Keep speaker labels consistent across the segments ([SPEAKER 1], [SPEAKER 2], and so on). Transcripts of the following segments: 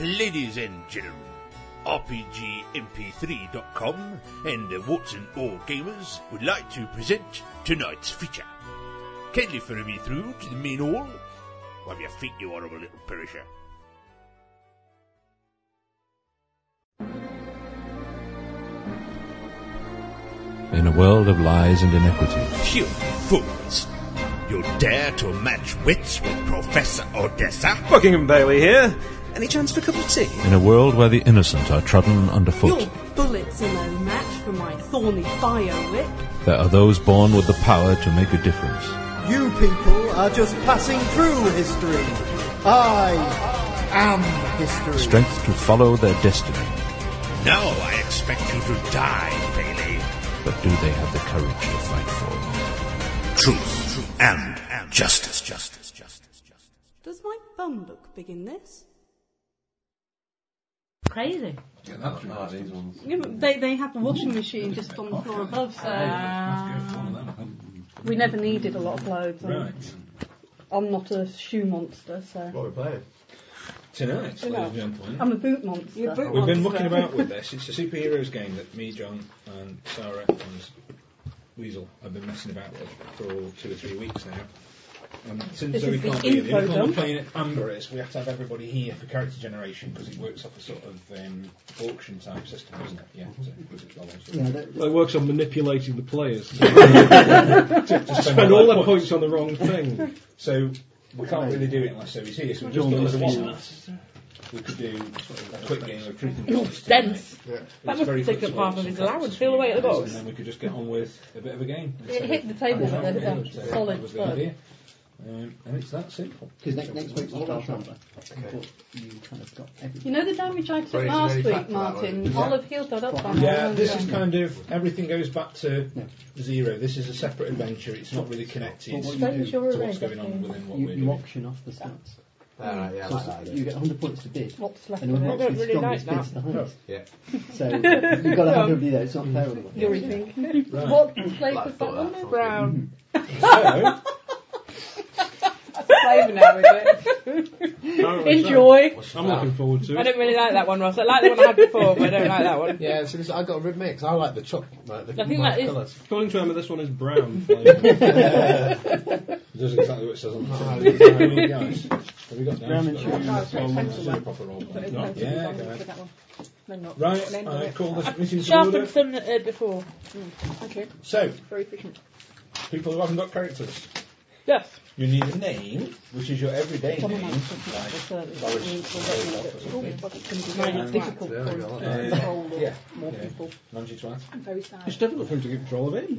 [SPEAKER 1] Ladies and gentlemen, RPGMP3.com and the Watson All Gamers would like to present tonight's feature. Kindly follow me through to the main hall. Wipe your feet, you horrible little perisher.
[SPEAKER 2] In a world of lies and inequity,
[SPEAKER 1] You fools! You dare to match wits with Professor Odessa?
[SPEAKER 3] Buckingham Bailey here. Any chance for a cup of tea?
[SPEAKER 2] in a world where the innocent are trodden underfoot,
[SPEAKER 4] Your bullets are no match for my thorny fire whip.
[SPEAKER 2] there are those born with the power to make a difference.
[SPEAKER 5] You people are just passing through history. I am history.
[SPEAKER 2] Strength to follow their destiny,
[SPEAKER 1] Now I expect you to die, Bailey.
[SPEAKER 2] but do they have the courage to fight for?
[SPEAKER 1] Truth and justice, justice, justice, justice.
[SPEAKER 4] Does my bum book begin this?
[SPEAKER 6] Crazy.
[SPEAKER 4] they, they have a washing machine just on the floor above, so we never needed a lot of loads. and I'm not a shoe monster, so
[SPEAKER 7] Tonight,
[SPEAKER 4] You
[SPEAKER 7] ladies
[SPEAKER 4] know.
[SPEAKER 7] and gentlemen,
[SPEAKER 4] I'm a boot monster. boot
[SPEAKER 7] we've been mucking about with this. It's a superheroes game that me, John, and Sarah and Weasel have been messing about with for two or three weeks now. And since
[SPEAKER 4] This
[SPEAKER 7] Zoe
[SPEAKER 4] is the
[SPEAKER 7] can't be here,
[SPEAKER 4] info
[SPEAKER 7] the only time
[SPEAKER 4] dump.
[SPEAKER 7] we're playing at Amber is we have to have everybody here for character generation because it works off a sort of um, auction type system, doesn't it? Yeah. So,
[SPEAKER 5] Yeah, that-
[SPEAKER 8] It works on manipulating the players.
[SPEAKER 7] Just
[SPEAKER 8] Spend all their
[SPEAKER 7] points.
[SPEAKER 8] points on the wrong thing.
[SPEAKER 7] So we can't really do it unless Zoe's here. So we just thought as a one-off, we could do sort of a quick game of truth and justice. tonight.
[SPEAKER 6] Dense.
[SPEAKER 7] That
[SPEAKER 6] must take a part of his allowance, peel away at the box.
[SPEAKER 7] And then we could just get on with a bit of a game.
[SPEAKER 6] It hit the table with a
[SPEAKER 7] Yeah, so
[SPEAKER 6] solid
[SPEAKER 7] that was the
[SPEAKER 6] thud.
[SPEAKER 7] idea. Um, and it's that simple.
[SPEAKER 5] Because next, next week's not our number. But you kind of got
[SPEAKER 4] You
[SPEAKER 5] everything.
[SPEAKER 4] know the damage I took last week, Martin? I'll have healed that up by now.
[SPEAKER 6] Oh,
[SPEAKER 7] Yeah, this
[SPEAKER 4] won't
[SPEAKER 7] is
[SPEAKER 4] I?
[SPEAKER 7] kind of everything goes back to zero. This is a separate adventure. It's not really connected
[SPEAKER 5] Well, what
[SPEAKER 7] to
[SPEAKER 5] you do,
[SPEAKER 4] Don't you worry,
[SPEAKER 7] what's going on
[SPEAKER 4] Becky.
[SPEAKER 7] within what
[SPEAKER 5] you,
[SPEAKER 7] we're
[SPEAKER 5] you
[SPEAKER 7] doing.
[SPEAKER 5] auction off the stats.
[SPEAKER 9] Alright, yeah, I
[SPEAKER 5] So
[SPEAKER 9] like that
[SPEAKER 5] you
[SPEAKER 9] idea.
[SPEAKER 5] get 100 points to bid.
[SPEAKER 4] What's left
[SPEAKER 5] And
[SPEAKER 4] of
[SPEAKER 5] whoever
[SPEAKER 4] it?
[SPEAKER 5] rocks
[SPEAKER 6] don't
[SPEAKER 5] the
[SPEAKER 6] really
[SPEAKER 5] strongest
[SPEAKER 6] like
[SPEAKER 5] bids the highest.
[SPEAKER 9] Yeah.
[SPEAKER 5] So you've got to have everybody there. It's not fair on everyone.
[SPEAKER 4] You're thinking. What flavour
[SPEAKER 9] Like
[SPEAKER 4] was that
[SPEAKER 9] thought
[SPEAKER 4] one?
[SPEAKER 9] that.
[SPEAKER 6] Brown.
[SPEAKER 7] So,
[SPEAKER 6] Flavour now, is it? Enjoy.
[SPEAKER 8] I'm looking forward to
[SPEAKER 6] I
[SPEAKER 8] it.
[SPEAKER 6] don't really like that one, Ross. I like the one I had before, but I don't like that one.
[SPEAKER 9] Yeah, so this, I got a red mix. I like the chocolate, like the
[SPEAKER 6] I think that is-
[SPEAKER 9] colours.
[SPEAKER 8] According to Emma, this one is brown flavour.
[SPEAKER 7] does exactly what it says on the
[SPEAKER 9] Oh,
[SPEAKER 7] tin. Dice. Have we got dice?
[SPEAKER 8] Brown and
[SPEAKER 7] Sorry.
[SPEAKER 8] cheese.
[SPEAKER 7] Let's do a proper roll.
[SPEAKER 6] No.
[SPEAKER 7] Yeah, go ahead. Right, I call
[SPEAKER 6] Ah,
[SPEAKER 7] this meeting to order.
[SPEAKER 6] Sharpened some uh, before. Mm,
[SPEAKER 4] Okay,
[SPEAKER 7] So,
[SPEAKER 4] very efficient.
[SPEAKER 7] people who haven't got characters,
[SPEAKER 6] Yes.
[SPEAKER 7] you need a name, which is your everyday name. like-
[SPEAKER 4] It's difficult
[SPEAKER 9] Yeah, I got
[SPEAKER 4] for
[SPEAKER 9] that.
[SPEAKER 4] a whole lot
[SPEAKER 7] Yeah.
[SPEAKER 4] more
[SPEAKER 7] Yeah.
[SPEAKER 4] people.
[SPEAKER 7] Mangy twat.
[SPEAKER 4] I'm very sad.
[SPEAKER 8] It's difficult for him to get control of it.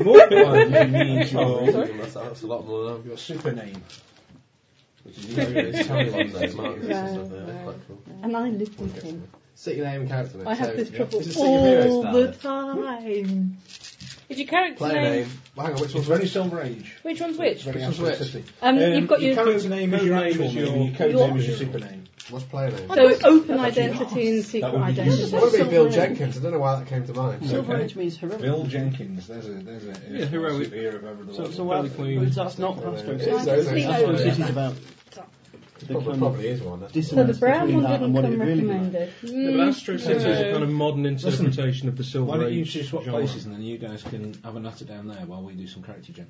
[SPEAKER 7] More people need your,
[SPEAKER 9] That's, that's a lot more than
[SPEAKER 7] your super name. Which is
[SPEAKER 9] it's
[SPEAKER 7] usually-
[SPEAKER 9] terrible on those markers
[SPEAKER 4] Yeah,
[SPEAKER 9] and stuff. Yeah.
[SPEAKER 4] yeah.
[SPEAKER 9] Quite cool.
[SPEAKER 4] And I live with him.
[SPEAKER 9] Stick your name and character name.
[SPEAKER 4] I have
[SPEAKER 9] so,
[SPEAKER 4] this
[SPEAKER 9] yeah.
[SPEAKER 4] trouble
[SPEAKER 9] Is this
[SPEAKER 4] all
[SPEAKER 9] superhero
[SPEAKER 4] the
[SPEAKER 9] style?
[SPEAKER 4] time.
[SPEAKER 6] Is your character
[SPEAKER 9] Player
[SPEAKER 6] name?
[SPEAKER 9] name. Well, hang on, which
[SPEAKER 7] It's
[SPEAKER 9] one's
[SPEAKER 7] very
[SPEAKER 9] ready?
[SPEAKER 7] Silver Age.
[SPEAKER 6] Which one's which?
[SPEAKER 7] Very
[SPEAKER 9] Which one's
[SPEAKER 7] Astro
[SPEAKER 9] which?
[SPEAKER 7] City.
[SPEAKER 4] Um, you've got
[SPEAKER 7] your
[SPEAKER 4] your,
[SPEAKER 7] character name is your actual name,
[SPEAKER 8] your-
[SPEAKER 7] your code
[SPEAKER 8] your-
[SPEAKER 7] name is your super name.
[SPEAKER 9] What's player name?
[SPEAKER 4] so open identity and secret
[SPEAKER 7] would be
[SPEAKER 9] I
[SPEAKER 4] identity.
[SPEAKER 9] want to be Bill
[SPEAKER 5] Silver Age.
[SPEAKER 9] Jenkins. I don't know why that came to mind. So,
[SPEAKER 5] Silver Age means heroic.
[SPEAKER 7] Bill Jenkins. There's a there's a
[SPEAKER 8] Yeah, heroic.
[SPEAKER 7] superhero of ever the
[SPEAKER 8] So
[SPEAKER 7] world.
[SPEAKER 8] it's a Wally
[SPEAKER 5] But
[SPEAKER 8] Queen.
[SPEAKER 5] that's not Astro
[SPEAKER 9] It's uh,
[SPEAKER 5] City.
[SPEAKER 9] so, isn't it?
[SPEAKER 5] Astro
[SPEAKER 9] That's
[SPEAKER 5] City's about the
[SPEAKER 9] Probably,
[SPEAKER 5] kind of
[SPEAKER 9] probably is one. That's
[SPEAKER 4] So the
[SPEAKER 5] dissonance
[SPEAKER 4] brown
[SPEAKER 5] between
[SPEAKER 4] one
[SPEAKER 5] that
[SPEAKER 4] didn't
[SPEAKER 5] and what it
[SPEAKER 4] come
[SPEAKER 5] really means.
[SPEAKER 4] recommended.
[SPEAKER 8] The Astro
[SPEAKER 4] Mm,
[SPEAKER 8] City is a kind of modern interpretation of the
[SPEAKER 7] Why
[SPEAKER 8] Silver
[SPEAKER 7] don't you
[SPEAKER 8] Age.
[SPEAKER 7] two swap
[SPEAKER 8] genre.
[SPEAKER 7] places and then you guys can have a natter down there while we do some character gen.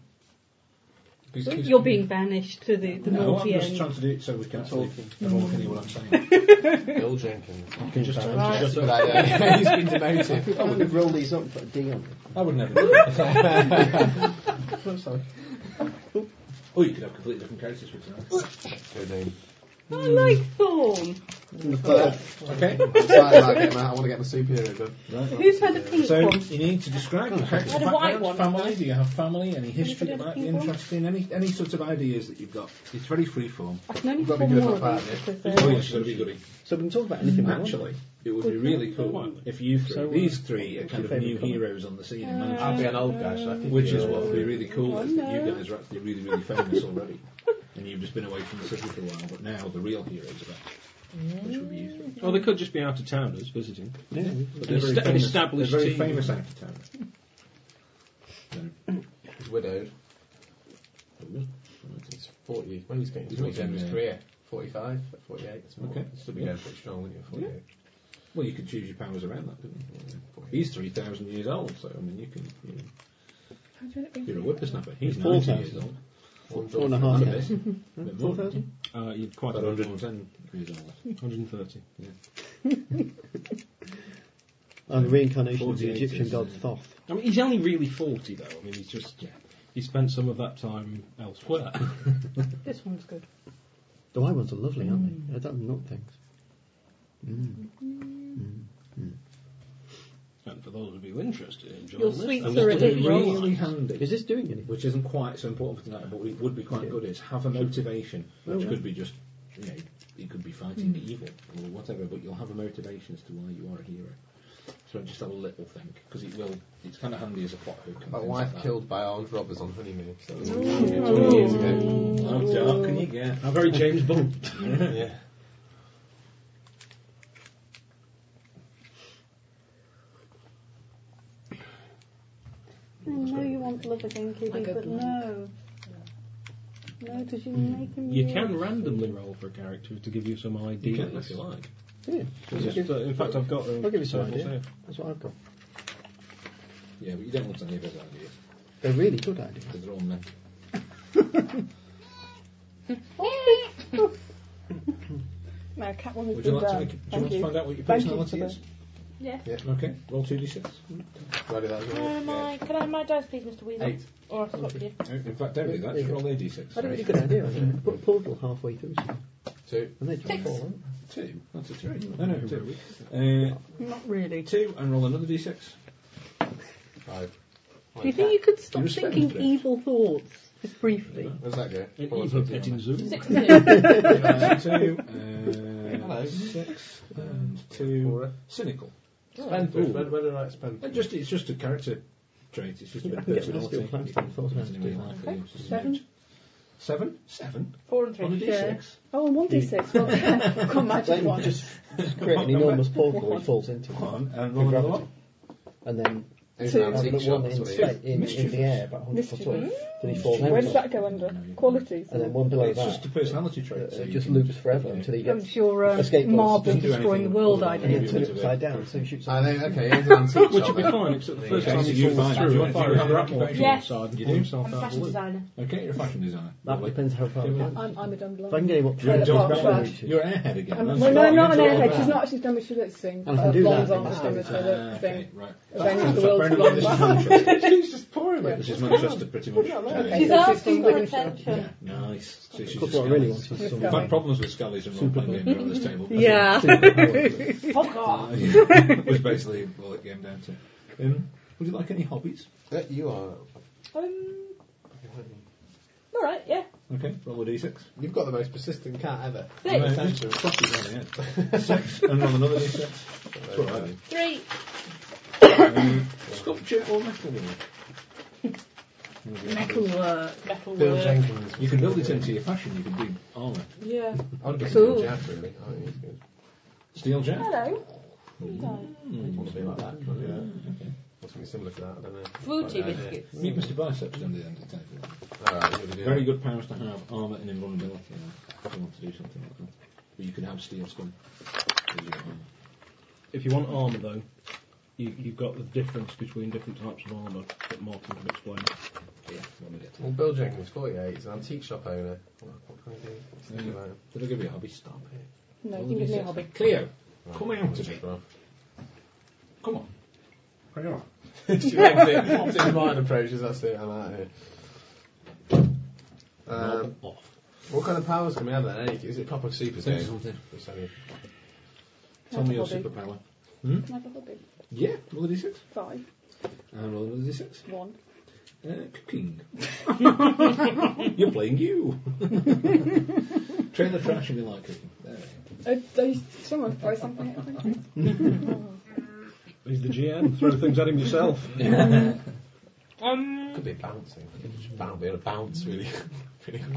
[SPEAKER 7] Who's- who's-
[SPEAKER 4] You're being banished to the, the
[SPEAKER 7] No, I'm
[SPEAKER 4] naughty
[SPEAKER 7] just
[SPEAKER 4] end.
[SPEAKER 7] trying to do it so we can actually everyone can hear what I'm saying.
[SPEAKER 9] Bill Jenkins.
[SPEAKER 7] I'm just trying to
[SPEAKER 9] That's a good idea. He's been demoted.
[SPEAKER 5] I would have rolled these up and put a D on them.
[SPEAKER 7] I would never do that.
[SPEAKER 5] I'm sorry.
[SPEAKER 7] or you could have completely different characters for tonight.
[SPEAKER 9] Good name.
[SPEAKER 4] I like Thorn.
[SPEAKER 7] Okay.
[SPEAKER 9] I'm sorry about getting that. I want to get my superhero done.
[SPEAKER 4] Who's had a pink
[SPEAKER 7] So
[SPEAKER 4] one?
[SPEAKER 7] you need to describe your character's
[SPEAKER 6] Had a white
[SPEAKER 7] background,
[SPEAKER 6] one.
[SPEAKER 7] family. Do you have family? Any history
[SPEAKER 4] Anybody
[SPEAKER 7] that
[SPEAKER 4] have a
[SPEAKER 7] might be
[SPEAKER 4] pink one?
[SPEAKER 7] interesting? Any any sort of ideas that you've got? It's very freeform.
[SPEAKER 4] I can only
[SPEAKER 9] You've got to
[SPEAKER 4] four
[SPEAKER 9] be good
[SPEAKER 4] more
[SPEAKER 9] at
[SPEAKER 4] of
[SPEAKER 9] that,
[SPEAKER 4] these
[SPEAKER 9] yeah.
[SPEAKER 4] because
[SPEAKER 7] Oh,
[SPEAKER 4] they're...
[SPEAKER 7] yes, gotta be goody.
[SPEAKER 5] So we can talk about anything we want.
[SPEAKER 7] Actually, it would be really cool if you three, these three, are kind of new heroes on the scene in
[SPEAKER 9] uh, I'll
[SPEAKER 7] Manchester,
[SPEAKER 9] be an old guy, so I think
[SPEAKER 7] which
[SPEAKER 9] you're-
[SPEAKER 7] is what would be really cool is that you guys are actually really really famous already, and you've just been away from the city for a while, but now the real heroes are back, which would be useful.
[SPEAKER 8] Or they could just be out of towners visiting.
[SPEAKER 7] But
[SPEAKER 8] An est- an established
[SPEAKER 7] they're very
[SPEAKER 8] team.
[SPEAKER 7] famous out of town.
[SPEAKER 9] He's widowed. He's 40. When he's getting
[SPEAKER 7] He's
[SPEAKER 9] towards the end of his
[SPEAKER 7] looking,
[SPEAKER 9] career.
[SPEAKER 2] 45, 48. It's more,
[SPEAKER 7] Okay.
[SPEAKER 2] Still be going pretty strong, wouldn't you? 48.
[SPEAKER 7] Well, you could choose your powers around that, couldn't you?
[SPEAKER 2] 48.
[SPEAKER 7] He's 3,000 years old, so, I mean, you can. You
[SPEAKER 10] You're
[SPEAKER 7] you're a whippersnapper. He's
[SPEAKER 5] He's
[SPEAKER 7] 90 years
[SPEAKER 5] 4,000.
[SPEAKER 7] old.
[SPEAKER 2] Four
[SPEAKER 5] and a half.
[SPEAKER 7] Not a bit. A bit more. Uh, you're quite
[SPEAKER 2] About
[SPEAKER 7] a hundred
[SPEAKER 2] 100.
[SPEAKER 7] and years old.
[SPEAKER 8] 130.
[SPEAKER 5] And Oh, the reincarnation of the
[SPEAKER 7] 48
[SPEAKER 5] Egyptian
[SPEAKER 7] is-
[SPEAKER 5] god Thoth.
[SPEAKER 8] I mean, he's only really 40, though. I mean, he's just. He spent some of that time elsewhere.
[SPEAKER 6] This one's good.
[SPEAKER 5] The white ones are lovely, aren't
[SPEAKER 4] Mm.
[SPEAKER 5] they? I don't nut things.
[SPEAKER 8] and for those of you interested in John,
[SPEAKER 6] Your
[SPEAKER 8] List,
[SPEAKER 6] sweets
[SPEAKER 8] I'm
[SPEAKER 6] are
[SPEAKER 8] just gonna
[SPEAKER 6] ridiculous.
[SPEAKER 8] realise-
[SPEAKER 7] Really handy.
[SPEAKER 5] Is this doing anything?
[SPEAKER 7] which isn't quite so important for tonight, but it would be quite good, is have a motivation, which
[SPEAKER 5] yeah.
[SPEAKER 7] could be just, you know, it could be fighting evil or whatever, but you'll have a motivation as to why you are a hero. So just have a little thing, because it will, it's kind of handy as a plot hook. and
[SPEAKER 2] My
[SPEAKER 7] things
[SPEAKER 2] wife
[SPEAKER 7] like that.
[SPEAKER 2] killed by armed robbers on honeymoon. So that was
[SPEAKER 7] Ooh.
[SPEAKER 2] 20 years ago.
[SPEAKER 7] How dark can you get? How very James Bond.
[SPEAKER 2] yeah.
[SPEAKER 6] I know Oh, you want love again, Kitty, but no. No, because you
[SPEAKER 7] Mm.
[SPEAKER 6] make him.
[SPEAKER 8] You
[SPEAKER 6] real.
[SPEAKER 8] can randomly roll for a character to give you some
[SPEAKER 7] You
[SPEAKER 8] ideas.
[SPEAKER 7] can, if you like.
[SPEAKER 5] Yeah.
[SPEAKER 8] Just, uh, in fact, I've got. A
[SPEAKER 5] I'll give you some
[SPEAKER 8] table
[SPEAKER 5] idea.
[SPEAKER 8] here.
[SPEAKER 5] That's what I've got.
[SPEAKER 7] Yeah, but you don't want any of those ideas,
[SPEAKER 5] They're really good ideas.
[SPEAKER 7] because they're all men.
[SPEAKER 6] No, Catwoman's
[SPEAKER 7] Would you
[SPEAKER 6] been
[SPEAKER 7] like to,
[SPEAKER 6] done.
[SPEAKER 7] make, do you
[SPEAKER 6] Thank
[SPEAKER 7] want to find out what your
[SPEAKER 6] Thank you
[SPEAKER 7] personality
[SPEAKER 6] for
[SPEAKER 7] is?
[SPEAKER 10] Yeah.
[SPEAKER 7] Okay, roll 2d6.
[SPEAKER 2] Right, that was right.
[SPEAKER 10] Uh, my, can I have my dice, please, Mr. Weasel?
[SPEAKER 5] Eight.
[SPEAKER 10] Or I'll swap you.
[SPEAKER 7] No, In fact, don't do that, just roll a d6.
[SPEAKER 5] That's a really good idea. I think. Put a portal halfway through, something,
[SPEAKER 7] Two.
[SPEAKER 5] and they just fall. out.
[SPEAKER 7] Two? That's a three. No, no, two. Uh,
[SPEAKER 6] Not really.
[SPEAKER 7] two and roll another d6.
[SPEAKER 2] Five.
[SPEAKER 6] Do you think you could stop
[SPEAKER 7] You respect
[SPEAKER 6] thinking
[SPEAKER 7] me.
[SPEAKER 6] evil thoughts just briefly?
[SPEAKER 2] Where's that go?
[SPEAKER 8] An
[SPEAKER 2] Four,
[SPEAKER 8] evil
[SPEAKER 2] two,
[SPEAKER 8] petting
[SPEAKER 2] one.
[SPEAKER 8] zoo.
[SPEAKER 10] Sixty-two.
[SPEAKER 7] Uh, two. Uh,
[SPEAKER 2] Hello.
[SPEAKER 7] six and two.
[SPEAKER 2] Four.
[SPEAKER 7] Cynical.
[SPEAKER 2] Spendthrift.
[SPEAKER 7] Ooh.
[SPEAKER 2] Where, where did I spend?
[SPEAKER 7] And just it's just a character trait. It's just a bit
[SPEAKER 5] I
[SPEAKER 7] of
[SPEAKER 5] can get my steel
[SPEAKER 7] personality.
[SPEAKER 5] plans to thought
[SPEAKER 7] It's
[SPEAKER 5] out.
[SPEAKER 7] anyway like that, it's just
[SPEAKER 6] Seven.
[SPEAKER 7] image. Seven. Seven.
[SPEAKER 10] Four and three.
[SPEAKER 7] On a
[SPEAKER 6] Yeah.
[SPEAKER 7] d6.
[SPEAKER 6] Oh, and one d six. Well, I've got magic
[SPEAKER 5] Then
[SPEAKER 6] one.
[SPEAKER 5] you just create an enormous portal he falls into,
[SPEAKER 7] Come on, and
[SPEAKER 5] For
[SPEAKER 7] roll another
[SPEAKER 5] gravity.
[SPEAKER 7] one.
[SPEAKER 5] and then
[SPEAKER 2] There's
[SPEAKER 6] Two.
[SPEAKER 2] an
[SPEAKER 5] have
[SPEAKER 2] antique
[SPEAKER 5] another
[SPEAKER 2] shop.
[SPEAKER 5] one
[SPEAKER 2] That's
[SPEAKER 5] in,
[SPEAKER 2] what it is.
[SPEAKER 5] spa- in, in the air, about 100 foot
[SPEAKER 6] Mischievous.
[SPEAKER 5] up. Then he falls
[SPEAKER 6] Where does
[SPEAKER 5] out,
[SPEAKER 6] that go under? Qualities.
[SPEAKER 5] and then one below
[SPEAKER 7] It's just a
[SPEAKER 5] that.
[SPEAKER 7] personality trait.
[SPEAKER 5] uh,
[SPEAKER 7] so
[SPEAKER 5] It
[SPEAKER 7] you
[SPEAKER 5] just
[SPEAKER 7] can-
[SPEAKER 5] loops forever until he
[SPEAKER 6] That's
[SPEAKER 5] gets
[SPEAKER 6] your um,
[SPEAKER 5] Escape balls.
[SPEAKER 6] Marvin
[SPEAKER 7] Just do
[SPEAKER 6] destroying the
[SPEAKER 7] anything.
[SPEAKER 6] world
[SPEAKER 5] and
[SPEAKER 6] idea.
[SPEAKER 5] he'll turn it upside down, so he shoots.
[SPEAKER 2] Ah, there- okay, here's an antique
[SPEAKER 8] Which
[SPEAKER 2] shop.
[SPEAKER 8] would be
[SPEAKER 2] then.
[SPEAKER 8] fine, except the
[SPEAKER 2] There you
[SPEAKER 8] first
[SPEAKER 2] go.
[SPEAKER 8] time
[SPEAKER 7] So
[SPEAKER 8] he
[SPEAKER 7] you
[SPEAKER 8] falls
[SPEAKER 7] find
[SPEAKER 8] through,
[SPEAKER 7] out.
[SPEAKER 8] you
[SPEAKER 7] You
[SPEAKER 8] want
[SPEAKER 7] want
[SPEAKER 8] to
[SPEAKER 7] to find out.
[SPEAKER 10] Yes.
[SPEAKER 8] side and
[SPEAKER 7] You
[SPEAKER 8] pull
[SPEAKER 7] do?
[SPEAKER 8] himself
[SPEAKER 10] I'm a
[SPEAKER 8] out of the
[SPEAKER 10] fashion
[SPEAKER 8] loop.
[SPEAKER 10] designer.
[SPEAKER 7] Okay, you're a fashion designer.
[SPEAKER 5] That depends how far.
[SPEAKER 7] Yeah,
[SPEAKER 5] If
[SPEAKER 6] I'm, I'm a dumb
[SPEAKER 5] I can get him up to
[SPEAKER 7] You're, a
[SPEAKER 5] the
[SPEAKER 7] John
[SPEAKER 5] top,
[SPEAKER 7] Bradley.
[SPEAKER 5] reaches.
[SPEAKER 7] you're an airhead again.
[SPEAKER 6] Um,
[SPEAKER 7] that's
[SPEAKER 6] well,
[SPEAKER 7] what
[SPEAKER 6] no,
[SPEAKER 7] I
[SPEAKER 6] I'm not an
[SPEAKER 7] meant to roll
[SPEAKER 6] airhead.
[SPEAKER 7] back.
[SPEAKER 6] She's not. She's done. She's lip sing.
[SPEAKER 5] I can do that,
[SPEAKER 6] blonde
[SPEAKER 5] then
[SPEAKER 6] on
[SPEAKER 5] just
[SPEAKER 6] amateur
[SPEAKER 5] do it.
[SPEAKER 7] Ah,
[SPEAKER 6] lip
[SPEAKER 7] okay,
[SPEAKER 6] thing.
[SPEAKER 7] right.
[SPEAKER 6] Avengers the
[SPEAKER 7] Bear in mind, this is
[SPEAKER 6] world's gone
[SPEAKER 7] Manchester.
[SPEAKER 2] She's just pouring it.
[SPEAKER 7] This is Manchester, pretty much. Yeah.
[SPEAKER 6] Okay.
[SPEAKER 10] She's
[SPEAKER 6] so
[SPEAKER 10] asking for
[SPEAKER 6] 16.
[SPEAKER 10] attention.
[SPEAKER 7] Nice. So she's
[SPEAKER 5] Because
[SPEAKER 7] just
[SPEAKER 5] what I really
[SPEAKER 7] Scully's.
[SPEAKER 5] want is some
[SPEAKER 7] I've had problems with Scully's and role playing game around this table.
[SPEAKER 5] superpower.
[SPEAKER 10] Fuck off.
[SPEAKER 7] Which basically all it came down to. Um, would you like any hobbies?
[SPEAKER 2] Yeah, you are.
[SPEAKER 10] Um, all right, yeah.
[SPEAKER 7] Okay, roll a d6.
[SPEAKER 2] You've got the most persistent cat ever.
[SPEAKER 10] Six,
[SPEAKER 7] No, it's fucking down here. Six, and roll another d6. It's all right.
[SPEAKER 10] three.
[SPEAKER 7] Um, sculpture or metalwork?
[SPEAKER 6] Metalwork.
[SPEAKER 10] Metal
[SPEAKER 2] Bill
[SPEAKER 10] work.
[SPEAKER 2] Jenkins.
[SPEAKER 7] You can build it into your fashion, you can do armour.
[SPEAKER 10] Yeah.
[SPEAKER 2] I would get
[SPEAKER 6] Cool.
[SPEAKER 2] cool. jab, Oh, really. I think it's good.
[SPEAKER 7] Steel jack?
[SPEAKER 10] Hello.
[SPEAKER 2] I want to be like that. Can I do that? Or something similar to that. I don't know.
[SPEAKER 10] Fruity
[SPEAKER 2] Like that, yeah.
[SPEAKER 10] biscuits.
[SPEAKER 7] Meet Mr. Biceps down the end of the table.
[SPEAKER 2] All right, you'll be doing
[SPEAKER 7] Very
[SPEAKER 2] that.
[SPEAKER 7] good powers to have armour and invulnerability. yeah, If you want to do something like that. But you can have steel skin. as your armour.
[SPEAKER 8] If you want armour, though, you, you've got the difference between different types of armour that Martin can explain.
[SPEAKER 7] Yeah, when we get to
[SPEAKER 2] Well, Bill Jenkins, 48, is an antique shop owner. What, what can I do? Let's think
[SPEAKER 7] Yeah.
[SPEAKER 2] about it.
[SPEAKER 7] Did I give you a hobby? Stop it.
[SPEAKER 6] No, you can give me a hobby.
[SPEAKER 7] Cleo,
[SPEAKER 2] Right,
[SPEAKER 7] come out
[SPEAKER 2] let's
[SPEAKER 7] of it.
[SPEAKER 2] just roll.
[SPEAKER 7] Come on.
[SPEAKER 2] Hang on. She went in. Two mine approaches, that's it, I'm out of here. Um,
[SPEAKER 7] Knob off.
[SPEAKER 2] what kind of powers can we have then? Any, is it proper super
[SPEAKER 7] Say
[SPEAKER 2] game?
[SPEAKER 7] something.
[SPEAKER 2] It's only-
[SPEAKER 7] Tell me your
[SPEAKER 6] hobby.
[SPEAKER 7] superpower.
[SPEAKER 6] Can I have a hobby?
[SPEAKER 7] Yeah, roll a d6.
[SPEAKER 6] Five.
[SPEAKER 7] And roll another d6.
[SPEAKER 6] One.
[SPEAKER 7] Uh, cooking. You're playing you. Train the trash if you like cooking. There we
[SPEAKER 6] Uh, do- someone throw something at me.
[SPEAKER 8] He's the GM, throw things at him yourself.
[SPEAKER 10] Um,
[SPEAKER 2] Could be bouncing. Just bounce, be able to bounce really. really high.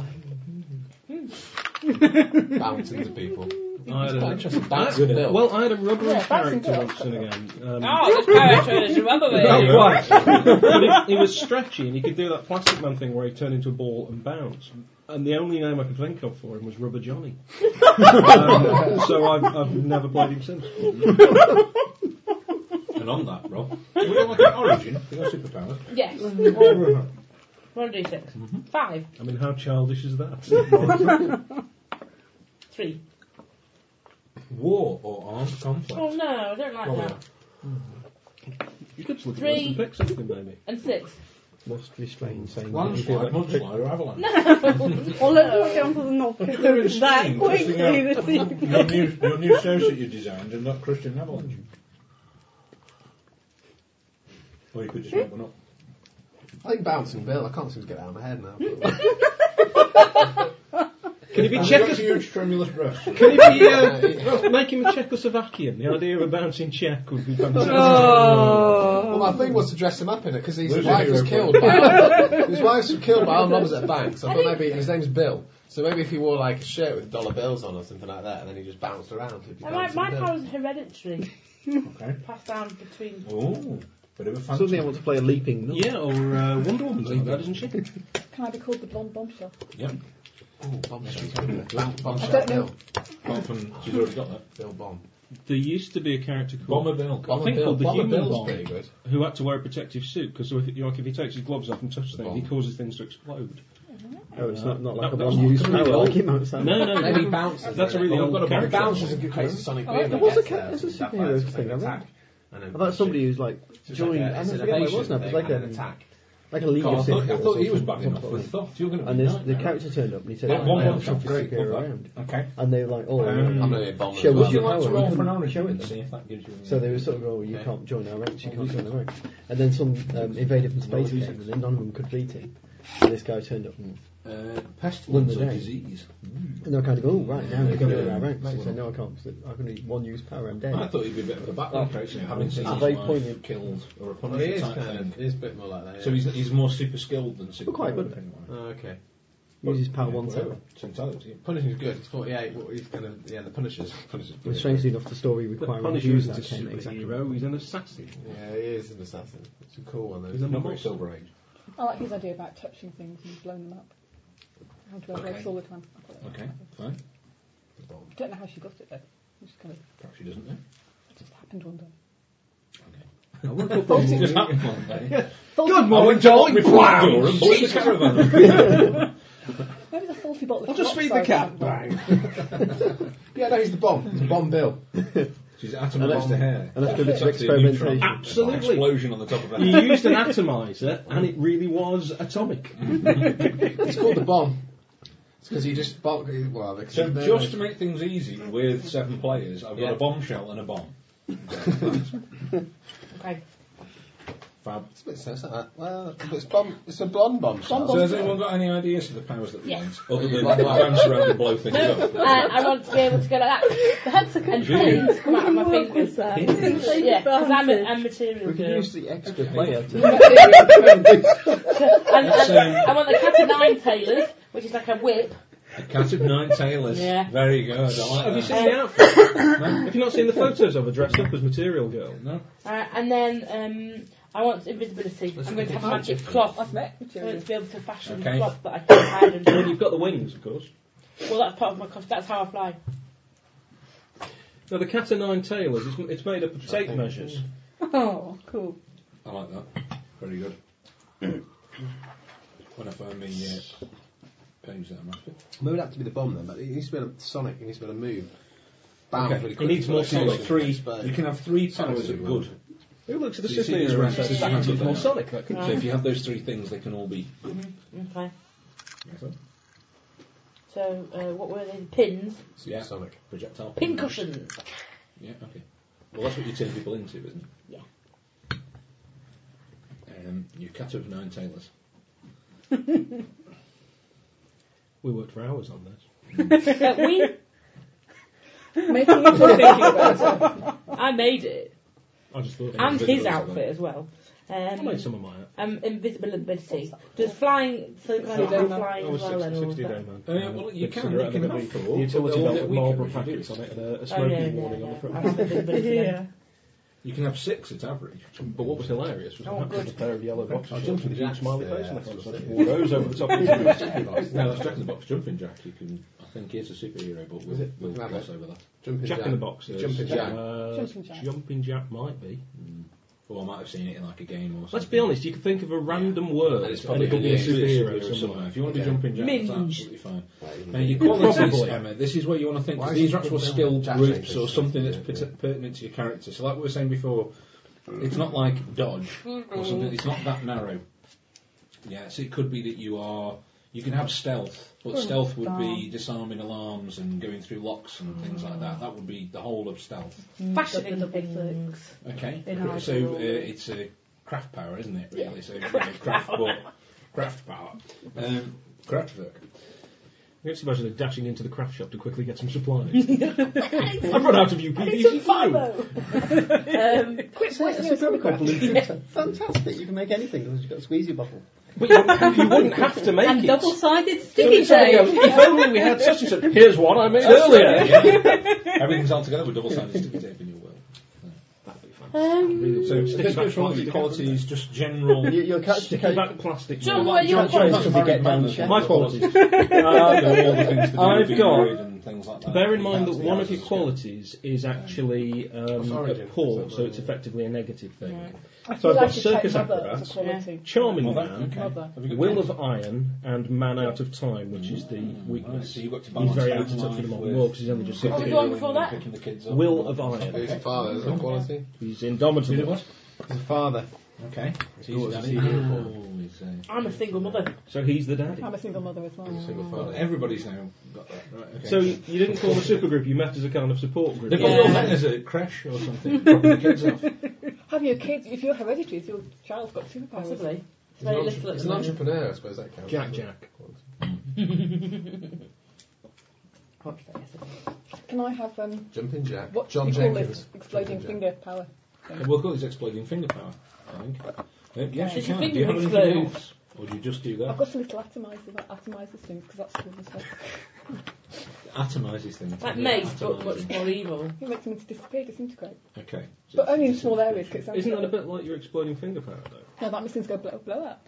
[SPEAKER 2] bouncing to people.
[SPEAKER 8] I had
[SPEAKER 2] quite
[SPEAKER 8] a-
[SPEAKER 2] interesting.
[SPEAKER 8] I-
[SPEAKER 2] That's good.
[SPEAKER 8] Well, I had a rubbery
[SPEAKER 6] Yeah, that's
[SPEAKER 8] character
[SPEAKER 6] good.
[SPEAKER 8] once and again. Um,
[SPEAKER 6] Oh, this character is rubbery.
[SPEAKER 8] Oh, right. but he, he was stretchy and he could do that plastic man thing where he turned into a ball and bounce. And the only name I could think of for him was Rubber Johnny. um, so I've, I've never played him since.
[SPEAKER 7] And on that, Rob, we got like an origin for your superpowers.
[SPEAKER 6] Yes. Mm-hmm. One d six. Five.
[SPEAKER 8] I mean, how childish is that?
[SPEAKER 6] Three.
[SPEAKER 7] War or armed conflict.
[SPEAKER 6] Oh no, I don't like
[SPEAKER 7] Well,
[SPEAKER 6] that.
[SPEAKER 8] you could just look at
[SPEAKER 6] Three.
[SPEAKER 8] this and pick something, maybe.
[SPEAKER 6] And six.
[SPEAKER 2] Must restrain saying
[SPEAKER 7] Landslide, mudslide or avalanche.
[SPEAKER 4] Or let's not get onto the novel
[SPEAKER 7] They're in
[SPEAKER 4] that
[SPEAKER 7] Spain, testing
[SPEAKER 4] quickly
[SPEAKER 7] out
[SPEAKER 4] this evening.
[SPEAKER 7] Your new, your new shows that you designed are not Christian Avalanche. Or you could just make one up.
[SPEAKER 2] I think bouncing Bill. I can't seem to get it out of my head now.
[SPEAKER 8] Can he be
[SPEAKER 7] And you've got
[SPEAKER 8] Czechos-
[SPEAKER 7] huge tremulous breasts.
[SPEAKER 8] Can he be, uh, make him a Czechoslovakian? The idea of a bouncing Czech would be fantastic.
[SPEAKER 7] uh,
[SPEAKER 2] Well, my thing was to dress him up in it because his
[SPEAKER 7] Losing
[SPEAKER 2] wife was
[SPEAKER 7] hero
[SPEAKER 2] killed. By, his wife was killed by armed robbers at a bank. So I
[SPEAKER 6] I
[SPEAKER 2] thought
[SPEAKER 6] think-
[SPEAKER 2] maybe his name's Bill. So maybe if he wore like a shirt with dollar bills on or something like that, and then he just bounced around. He'd be
[SPEAKER 6] And my,
[SPEAKER 2] bouncing
[SPEAKER 6] my
[SPEAKER 2] Bill.
[SPEAKER 6] power's hereditary.
[SPEAKER 7] Okay.
[SPEAKER 6] Passed down between.
[SPEAKER 7] Oh, bit of a fancy.
[SPEAKER 5] Suddenly I want to play a leaping nun.
[SPEAKER 8] Yeah, or uh, Wonder Woman's like that, isn't she?
[SPEAKER 4] Can I be called the blonde bombshell?
[SPEAKER 2] Ooh, bombshell.
[SPEAKER 4] don't
[SPEAKER 2] bombshell.
[SPEAKER 4] know.
[SPEAKER 2] Bill.
[SPEAKER 7] Apart from, she's already got that.
[SPEAKER 2] Bill Bomb.
[SPEAKER 8] There used to be a character called
[SPEAKER 7] Bomber Bill.
[SPEAKER 2] Bomber
[SPEAKER 8] think
[SPEAKER 2] Bill.
[SPEAKER 8] called the
[SPEAKER 2] Bomber
[SPEAKER 8] Human
[SPEAKER 2] Bill's
[SPEAKER 8] Bomb.
[SPEAKER 2] pretty good.
[SPEAKER 8] who had to wear a protective suit because if, you know, like, if he takes his gloves off and touches things, he
[SPEAKER 2] bomb.
[SPEAKER 8] causes things to explode.
[SPEAKER 5] Oh, it's not, not like
[SPEAKER 8] That-
[SPEAKER 5] a
[SPEAKER 8] that's
[SPEAKER 5] one used
[SPEAKER 8] really
[SPEAKER 5] power
[SPEAKER 8] old.
[SPEAKER 5] like it might sound.
[SPEAKER 8] No, no,
[SPEAKER 2] Maybe bounces.
[SPEAKER 8] That's a really
[SPEAKER 2] Well,
[SPEAKER 8] old
[SPEAKER 2] we've got
[SPEAKER 8] character.
[SPEAKER 2] Bounces in case Sonic Boom.
[SPEAKER 5] there was a ca- there's a superhero thing, I think. I thought somebody who's like joined. I don't forget what it was now. It was like
[SPEAKER 2] an
[SPEAKER 5] a
[SPEAKER 2] attack.
[SPEAKER 5] like a league
[SPEAKER 7] Oh, I
[SPEAKER 5] of
[SPEAKER 7] thought,
[SPEAKER 5] Sith
[SPEAKER 7] I
[SPEAKER 5] or
[SPEAKER 7] thought he was
[SPEAKER 5] something.
[SPEAKER 7] bad enough for the thought. You're going to
[SPEAKER 5] And
[SPEAKER 7] be
[SPEAKER 5] this,
[SPEAKER 7] nightmare.
[SPEAKER 5] the character turned up and he said,
[SPEAKER 7] That
[SPEAKER 5] "Oh,
[SPEAKER 7] one
[SPEAKER 5] I am
[SPEAKER 7] was
[SPEAKER 5] the
[SPEAKER 7] great.
[SPEAKER 5] superhero
[SPEAKER 7] Love
[SPEAKER 5] I am."
[SPEAKER 7] that.
[SPEAKER 8] Um,
[SPEAKER 7] Okay.
[SPEAKER 5] And they were like, "Oh,
[SPEAKER 7] Um,
[SPEAKER 2] I'm going to bomb
[SPEAKER 5] Show
[SPEAKER 2] as
[SPEAKER 5] us
[SPEAKER 2] well.
[SPEAKER 7] Would you
[SPEAKER 5] Well,
[SPEAKER 7] like to
[SPEAKER 5] you
[SPEAKER 7] roll
[SPEAKER 5] couldn't
[SPEAKER 7] for an origin
[SPEAKER 5] show it.
[SPEAKER 7] and see if that gives you?
[SPEAKER 5] So they were sort of going, well, you can't join our ranks, you can't join our ranks. And then some um, invaded from space came, and then none of them could beat him. And this guy turned up, and,
[SPEAKER 7] uh,
[SPEAKER 5] Won
[SPEAKER 7] pestilence
[SPEAKER 5] the
[SPEAKER 7] or
[SPEAKER 5] day.
[SPEAKER 7] disease.
[SPEAKER 5] and they were kind of going, oh, right, now we're going to
[SPEAKER 7] Yeah.
[SPEAKER 5] our ranks. He said, no, I can't, 'cause I can only one use power, I'm dead.
[SPEAKER 7] I thought he'd be a bit of a background character, you know, having seen
[SPEAKER 5] It's
[SPEAKER 7] his
[SPEAKER 5] very
[SPEAKER 7] wife
[SPEAKER 5] poignant.
[SPEAKER 7] killed or a
[SPEAKER 2] Well, it
[SPEAKER 7] punisher
[SPEAKER 2] is
[SPEAKER 7] type
[SPEAKER 2] kind
[SPEAKER 7] thing.
[SPEAKER 2] of. It is a bit more like that. Yeah.
[SPEAKER 7] So he's, he's more super skilled than super.
[SPEAKER 5] quite good.
[SPEAKER 2] Oh, okay.
[SPEAKER 5] Uses power one time.
[SPEAKER 7] Totality.
[SPEAKER 2] Punishing's good. It's 48. Well, he's kind of yeah. The Punisher's Punisher's
[SPEAKER 5] And
[SPEAKER 2] pretty
[SPEAKER 5] strangely enough, the story
[SPEAKER 8] The
[SPEAKER 5] requiring
[SPEAKER 8] Punisher isn't
[SPEAKER 5] using
[SPEAKER 8] a
[SPEAKER 5] that came exactly.
[SPEAKER 8] superhero, he's an assassin.
[SPEAKER 2] good. Yeah, he is an assassin. It's a cool one.
[SPEAKER 8] He's a
[SPEAKER 2] Though.
[SPEAKER 7] Not very
[SPEAKER 8] monster.
[SPEAKER 7] silver age.
[SPEAKER 4] I like his idea about touching things and blowing them up. How do I
[SPEAKER 7] Okay.
[SPEAKER 4] all the time? I quite like
[SPEAKER 7] Okay,
[SPEAKER 4] that.
[SPEAKER 7] fine.
[SPEAKER 4] I don't know how she got it though. It just kind of
[SPEAKER 7] Perhaps she doesn't know.
[SPEAKER 4] it just happened one day.
[SPEAKER 7] It just happened one day.
[SPEAKER 4] Faulty,
[SPEAKER 7] I went to lock my front door and blew the caravan.
[SPEAKER 4] maybe the faulty bottle.
[SPEAKER 2] I'll just feed the cat. Bang. yeah, no, he's the bomb. He's the bomb Bill.
[SPEAKER 7] She's atomised the hair.
[SPEAKER 5] And after a bit of
[SPEAKER 7] It's actually a neutron.
[SPEAKER 5] experimentation,
[SPEAKER 8] Absolutely.
[SPEAKER 7] Explosion on the top of her
[SPEAKER 8] He
[SPEAKER 7] head.
[SPEAKER 8] used an atomizer, and it really was atomic.
[SPEAKER 2] It's called the bomb. It's because he just bomb. he- Well, because
[SPEAKER 7] So
[SPEAKER 2] he's there,
[SPEAKER 7] just to
[SPEAKER 2] like-
[SPEAKER 7] make things easy with seven players, uh, I've got
[SPEAKER 2] Yeah.
[SPEAKER 7] a bombshell and a bomb.
[SPEAKER 6] Okay.
[SPEAKER 7] Fab.
[SPEAKER 2] it's a bit sus, isn't it? Well, it's bomb. It's a blonde bomb.
[SPEAKER 4] Blonde
[SPEAKER 7] So has anyone got any ideas of the powers that we
[SPEAKER 6] Yes.
[SPEAKER 7] want? Other than
[SPEAKER 2] Right, right.
[SPEAKER 7] bounce around and blow things
[SPEAKER 6] Uh,
[SPEAKER 7] up.
[SPEAKER 6] I want to be able to go like that.
[SPEAKER 4] That's a good
[SPEAKER 7] Really?
[SPEAKER 4] thing.
[SPEAKER 7] thing.
[SPEAKER 4] Come out of my fingers. Yeah,
[SPEAKER 6] because I'm a, I'm material
[SPEAKER 5] we could
[SPEAKER 6] girl.
[SPEAKER 5] use the extra player to
[SPEAKER 6] And,
[SPEAKER 7] Let's,
[SPEAKER 6] and
[SPEAKER 7] um,
[SPEAKER 6] I want the cat of nine tailors, which is like a whip.
[SPEAKER 7] A cat of nine tailors.
[SPEAKER 6] Yeah. Um,
[SPEAKER 7] Very good. I like
[SPEAKER 8] Have you
[SPEAKER 7] that.
[SPEAKER 8] seen the outfit? Have you not seen the photos of her dressed up as Material Girl?
[SPEAKER 7] No.
[SPEAKER 6] Uh, and then um, I want invisibility. I'm going to have a magic cloth.
[SPEAKER 4] I've met
[SPEAKER 6] I want
[SPEAKER 4] material.
[SPEAKER 6] to be able to fashion
[SPEAKER 7] Okay.
[SPEAKER 6] cloth that I can hide
[SPEAKER 8] And then
[SPEAKER 6] under.
[SPEAKER 8] you've got the wings, of course.
[SPEAKER 6] Well, that's part of my cost. That's how I fly.
[SPEAKER 8] Now, the cat o' nine tailors, it's, it's made up of tape measures.
[SPEAKER 4] Oh, cool.
[SPEAKER 7] I like that. Very good. when I find me uh, page that I'm after.
[SPEAKER 2] Maybe it had to be the bomb then, but it needs to be a Sonic. It needs to be a move. Bam.
[SPEAKER 7] Okay,
[SPEAKER 2] Pretty
[SPEAKER 7] it needs
[SPEAKER 2] quick.
[SPEAKER 7] more
[SPEAKER 2] Sonic
[SPEAKER 7] Sonic. Three.
[SPEAKER 2] But-
[SPEAKER 7] You can have three powers of good.
[SPEAKER 8] Who looks at the
[SPEAKER 7] So you see
[SPEAKER 8] Sydney
[SPEAKER 7] these
[SPEAKER 8] era and
[SPEAKER 7] ranks,
[SPEAKER 8] says,
[SPEAKER 7] this
[SPEAKER 8] that
[SPEAKER 7] is
[SPEAKER 8] is more
[SPEAKER 7] up
[SPEAKER 8] Sonic? That could
[SPEAKER 7] So if you have those three things, they can all be.
[SPEAKER 6] Okay. So uh, what were they? The pins,
[SPEAKER 7] Yeah.
[SPEAKER 2] Sonic.
[SPEAKER 7] Projectile.
[SPEAKER 6] pin cushions.
[SPEAKER 7] Yeah, okay. Well, that's what you turn people into, isn't it?
[SPEAKER 6] Yeah.
[SPEAKER 7] Um, you cat of nine tailors.
[SPEAKER 8] We worked for hours on this.
[SPEAKER 6] Uh, we,
[SPEAKER 4] Making it look
[SPEAKER 6] I made it,
[SPEAKER 8] I just thought.
[SPEAKER 6] and
[SPEAKER 7] Invisible
[SPEAKER 6] his
[SPEAKER 7] as well.
[SPEAKER 6] outfit as well.
[SPEAKER 4] Um,
[SPEAKER 8] I made some of mine.
[SPEAKER 4] Um, invisibility. Does flying, so can I do flying as well? and all of
[SPEAKER 8] 60 day
[SPEAKER 4] that?
[SPEAKER 8] man.
[SPEAKER 7] Uh, well, you can,
[SPEAKER 8] Cigarette
[SPEAKER 7] you can
[SPEAKER 8] of the
[SPEAKER 7] have
[SPEAKER 8] week.
[SPEAKER 7] four,
[SPEAKER 8] Utility
[SPEAKER 7] but they'll
[SPEAKER 8] belt
[SPEAKER 7] get
[SPEAKER 8] with
[SPEAKER 7] weaker
[SPEAKER 8] Marlboro
[SPEAKER 7] if you
[SPEAKER 8] packets
[SPEAKER 7] use
[SPEAKER 8] on it and a, a
[SPEAKER 4] Oh,
[SPEAKER 8] smoking
[SPEAKER 4] no, no,
[SPEAKER 8] warning on
[SPEAKER 4] no.
[SPEAKER 8] the front.
[SPEAKER 4] I have invisibility then.
[SPEAKER 7] You can have six at average.
[SPEAKER 8] But what was hilarious was
[SPEAKER 4] Oh,
[SPEAKER 8] perhaps
[SPEAKER 4] good.
[SPEAKER 8] with a pair of yellow
[SPEAKER 5] Oh,
[SPEAKER 8] boxes with a
[SPEAKER 5] jumping
[SPEAKER 8] huge
[SPEAKER 5] jacks
[SPEAKER 8] smiley
[SPEAKER 5] there,
[SPEAKER 8] face on the front.
[SPEAKER 5] that's
[SPEAKER 8] So
[SPEAKER 5] what
[SPEAKER 8] I just wore
[SPEAKER 5] it is.
[SPEAKER 8] those over the top of his
[SPEAKER 7] No, that's Jack in the Box jumping jack. You can, I think, is a superhero, but
[SPEAKER 5] Is
[SPEAKER 7] we'll,
[SPEAKER 5] it?
[SPEAKER 7] we'll
[SPEAKER 5] Rabbit.
[SPEAKER 7] gloss over that.
[SPEAKER 5] Jumping
[SPEAKER 8] Jack
[SPEAKER 5] jack
[SPEAKER 8] in the box. is,
[SPEAKER 5] Jumping jack.
[SPEAKER 8] uh,
[SPEAKER 11] Jumping Jack.
[SPEAKER 8] Jumping Jack might be.
[SPEAKER 7] Or Hmm. I might have seen it in like a game or something.
[SPEAKER 8] Let's be honest. You could think of a random word,
[SPEAKER 5] And
[SPEAKER 8] and,
[SPEAKER 5] it's probably
[SPEAKER 8] it could be a
[SPEAKER 5] an English
[SPEAKER 8] superhero
[SPEAKER 7] Superhero somewhere.
[SPEAKER 8] somewhere.
[SPEAKER 7] If you want to be
[SPEAKER 5] Okay.
[SPEAKER 7] jumping jack, that's
[SPEAKER 4] Minge.
[SPEAKER 7] absolutely fine. Now,
[SPEAKER 5] Right.
[SPEAKER 7] your qualities,
[SPEAKER 8] Probably.
[SPEAKER 7] Emma, this is where you want to think, 'cause
[SPEAKER 5] Why is
[SPEAKER 7] these
[SPEAKER 5] it
[SPEAKER 7] are actual
[SPEAKER 5] different
[SPEAKER 7] skill
[SPEAKER 5] than jack
[SPEAKER 7] groups
[SPEAKER 5] shapers?
[SPEAKER 7] or something that's
[SPEAKER 5] Yeah.
[SPEAKER 7] pert- pertinent to your character. So, like we were saying before, it's not like dodge or something, it's not that narrow. Yeah, so it could be that you are. You can have stealth, but stealth would be disarming alarms and going through locks and things like that. That would be the whole of stealth.
[SPEAKER 4] Fashioning
[SPEAKER 11] the big
[SPEAKER 4] things.
[SPEAKER 7] Okay.
[SPEAKER 11] In our
[SPEAKER 7] so
[SPEAKER 11] world.
[SPEAKER 7] uh, it's a craft power, isn't it? Really. So craft, craft but craft power. Um, Kraftwerk.
[SPEAKER 8] You just imagine them dashing into the craft shop to quickly get some supplies. I've run out of UPVC glue.
[SPEAKER 4] Um,
[SPEAKER 9] So it's a proper compliment. Fantastic. You can make anything because you've got a squeezy bottle.
[SPEAKER 8] But you, you wouldn't have to make
[SPEAKER 4] and
[SPEAKER 8] it.
[SPEAKER 4] double-sided sticky
[SPEAKER 8] If somebody goes,
[SPEAKER 4] tape.
[SPEAKER 8] um, if only we had such and such. Here's one I made earlier.
[SPEAKER 7] Everything's all together with double-sided sticky tape in your world.
[SPEAKER 4] Um,
[SPEAKER 7] So sticky back
[SPEAKER 8] Sticky back
[SPEAKER 7] quality,
[SPEAKER 8] quality.
[SPEAKER 7] qualities, just general.
[SPEAKER 9] You, your character
[SPEAKER 8] Sticky
[SPEAKER 9] can
[SPEAKER 8] back plastic.
[SPEAKER 4] John, what are your
[SPEAKER 7] John Jones
[SPEAKER 9] Jones could
[SPEAKER 7] is
[SPEAKER 9] be
[SPEAKER 7] married
[SPEAKER 9] get down
[SPEAKER 7] man,
[SPEAKER 9] check.
[SPEAKER 7] my qualities.
[SPEAKER 8] Uh,
[SPEAKER 7] all the things to do
[SPEAKER 8] I've
[SPEAKER 7] with
[SPEAKER 8] got-
[SPEAKER 7] married and things like that.
[SPEAKER 8] Bear in mind that
[SPEAKER 7] That's the
[SPEAKER 8] one of your
[SPEAKER 7] answer.
[SPEAKER 8] qualities is actually um, a
[SPEAKER 5] Origin.
[SPEAKER 8] poor,
[SPEAKER 5] Is that
[SPEAKER 8] so it's
[SPEAKER 5] right?
[SPEAKER 8] effectively a negative thing.
[SPEAKER 11] I
[SPEAKER 8] So
[SPEAKER 11] feel
[SPEAKER 8] I've
[SPEAKER 11] like
[SPEAKER 8] got
[SPEAKER 11] you
[SPEAKER 8] circus
[SPEAKER 11] take mother
[SPEAKER 8] acrobat,
[SPEAKER 11] as a quality.
[SPEAKER 8] charming
[SPEAKER 7] Mother,
[SPEAKER 8] man,
[SPEAKER 7] okay.
[SPEAKER 11] Mother.
[SPEAKER 7] Have you got
[SPEAKER 8] will
[SPEAKER 7] things?
[SPEAKER 8] of iron, and man out of time, which is the
[SPEAKER 7] Right,
[SPEAKER 8] weakness.
[SPEAKER 7] so Mm-hmm. you've got to
[SPEAKER 8] He's
[SPEAKER 7] balance
[SPEAKER 8] very
[SPEAKER 7] that
[SPEAKER 8] out of
[SPEAKER 7] in
[SPEAKER 8] touch
[SPEAKER 7] life
[SPEAKER 8] with the modern
[SPEAKER 7] with-
[SPEAKER 8] world because he's only just
[SPEAKER 4] What was
[SPEAKER 8] sixteen.
[SPEAKER 4] the one before that?
[SPEAKER 7] Picking the kids up.
[SPEAKER 8] Will of iron.
[SPEAKER 5] He's a father, is that a quality?
[SPEAKER 8] He's indomitable.
[SPEAKER 5] He's a father.
[SPEAKER 7] Okay.
[SPEAKER 5] He's
[SPEAKER 7] He's-
[SPEAKER 5] a
[SPEAKER 7] he's-
[SPEAKER 5] single
[SPEAKER 7] oh, he's, uh,
[SPEAKER 4] I'm a single mother.
[SPEAKER 8] So he's the daddy.
[SPEAKER 11] I'm a single mother as well.
[SPEAKER 7] well,
[SPEAKER 5] father.
[SPEAKER 7] Everybody's now got that. Right, okay.
[SPEAKER 8] So you you didn't form a supergroup, you met as a kind of support group.
[SPEAKER 7] They've got
[SPEAKER 4] Yeah.
[SPEAKER 7] all met as a crash or something. dropping the kids off.
[SPEAKER 11] Have your kids, if you're hereditary, if your child's got superpowers.
[SPEAKER 4] Possibly. It's
[SPEAKER 5] He's an
[SPEAKER 4] very
[SPEAKER 5] entre-
[SPEAKER 4] little at
[SPEAKER 5] he's
[SPEAKER 4] the
[SPEAKER 5] an
[SPEAKER 4] moment.
[SPEAKER 5] entrepreneur, I suppose that counts.
[SPEAKER 8] Jack, Jack.
[SPEAKER 11] Can I have um,
[SPEAKER 5] Jumping Jack.
[SPEAKER 11] what
[SPEAKER 5] John
[SPEAKER 11] do you call
[SPEAKER 5] Jenkins.
[SPEAKER 11] it? Exploding
[SPEAKER 5] Jumping
[SPEAKER 11] finger power.
[SPEAKER 7] And We'll call this exploding finger power, I think. Uh,
[SPEAKER 4] Does
[SPEAKER 7] yes, you
[SPEAKER 4] your
[SPEAKER 7] can.
[SPEAKER 4] finger
[SPEAKER 7] Do you have
[SPEAKER 4] explode?
[SPEAKER 7] anything else? Or do you just do
[SPEAKER 11] Um, I've
[SPEAKER 7] that?
[SPEAKER 11] got some little atomizers, like atomizers things, because that's cool as well.
[SPEAKER 7] Atomizes things.
[SPEAKER 4] That
[SPEAKER 7] Yeah,
[SPEAKER 4] makes but
[SPEAKER 7] atomises.
[SPEAKER 4] much more evil.
[SPEAKER 11] It makes them disintegrate, disintegrate.
[SPEAKER 7] Okay. So
[SPEAKER 11] But only in small areas, because
[SPEAKER 8] Isn't that a bit like your exploding finger power, though?
[SPEAKER 11] No, that makes things go blow, blow up.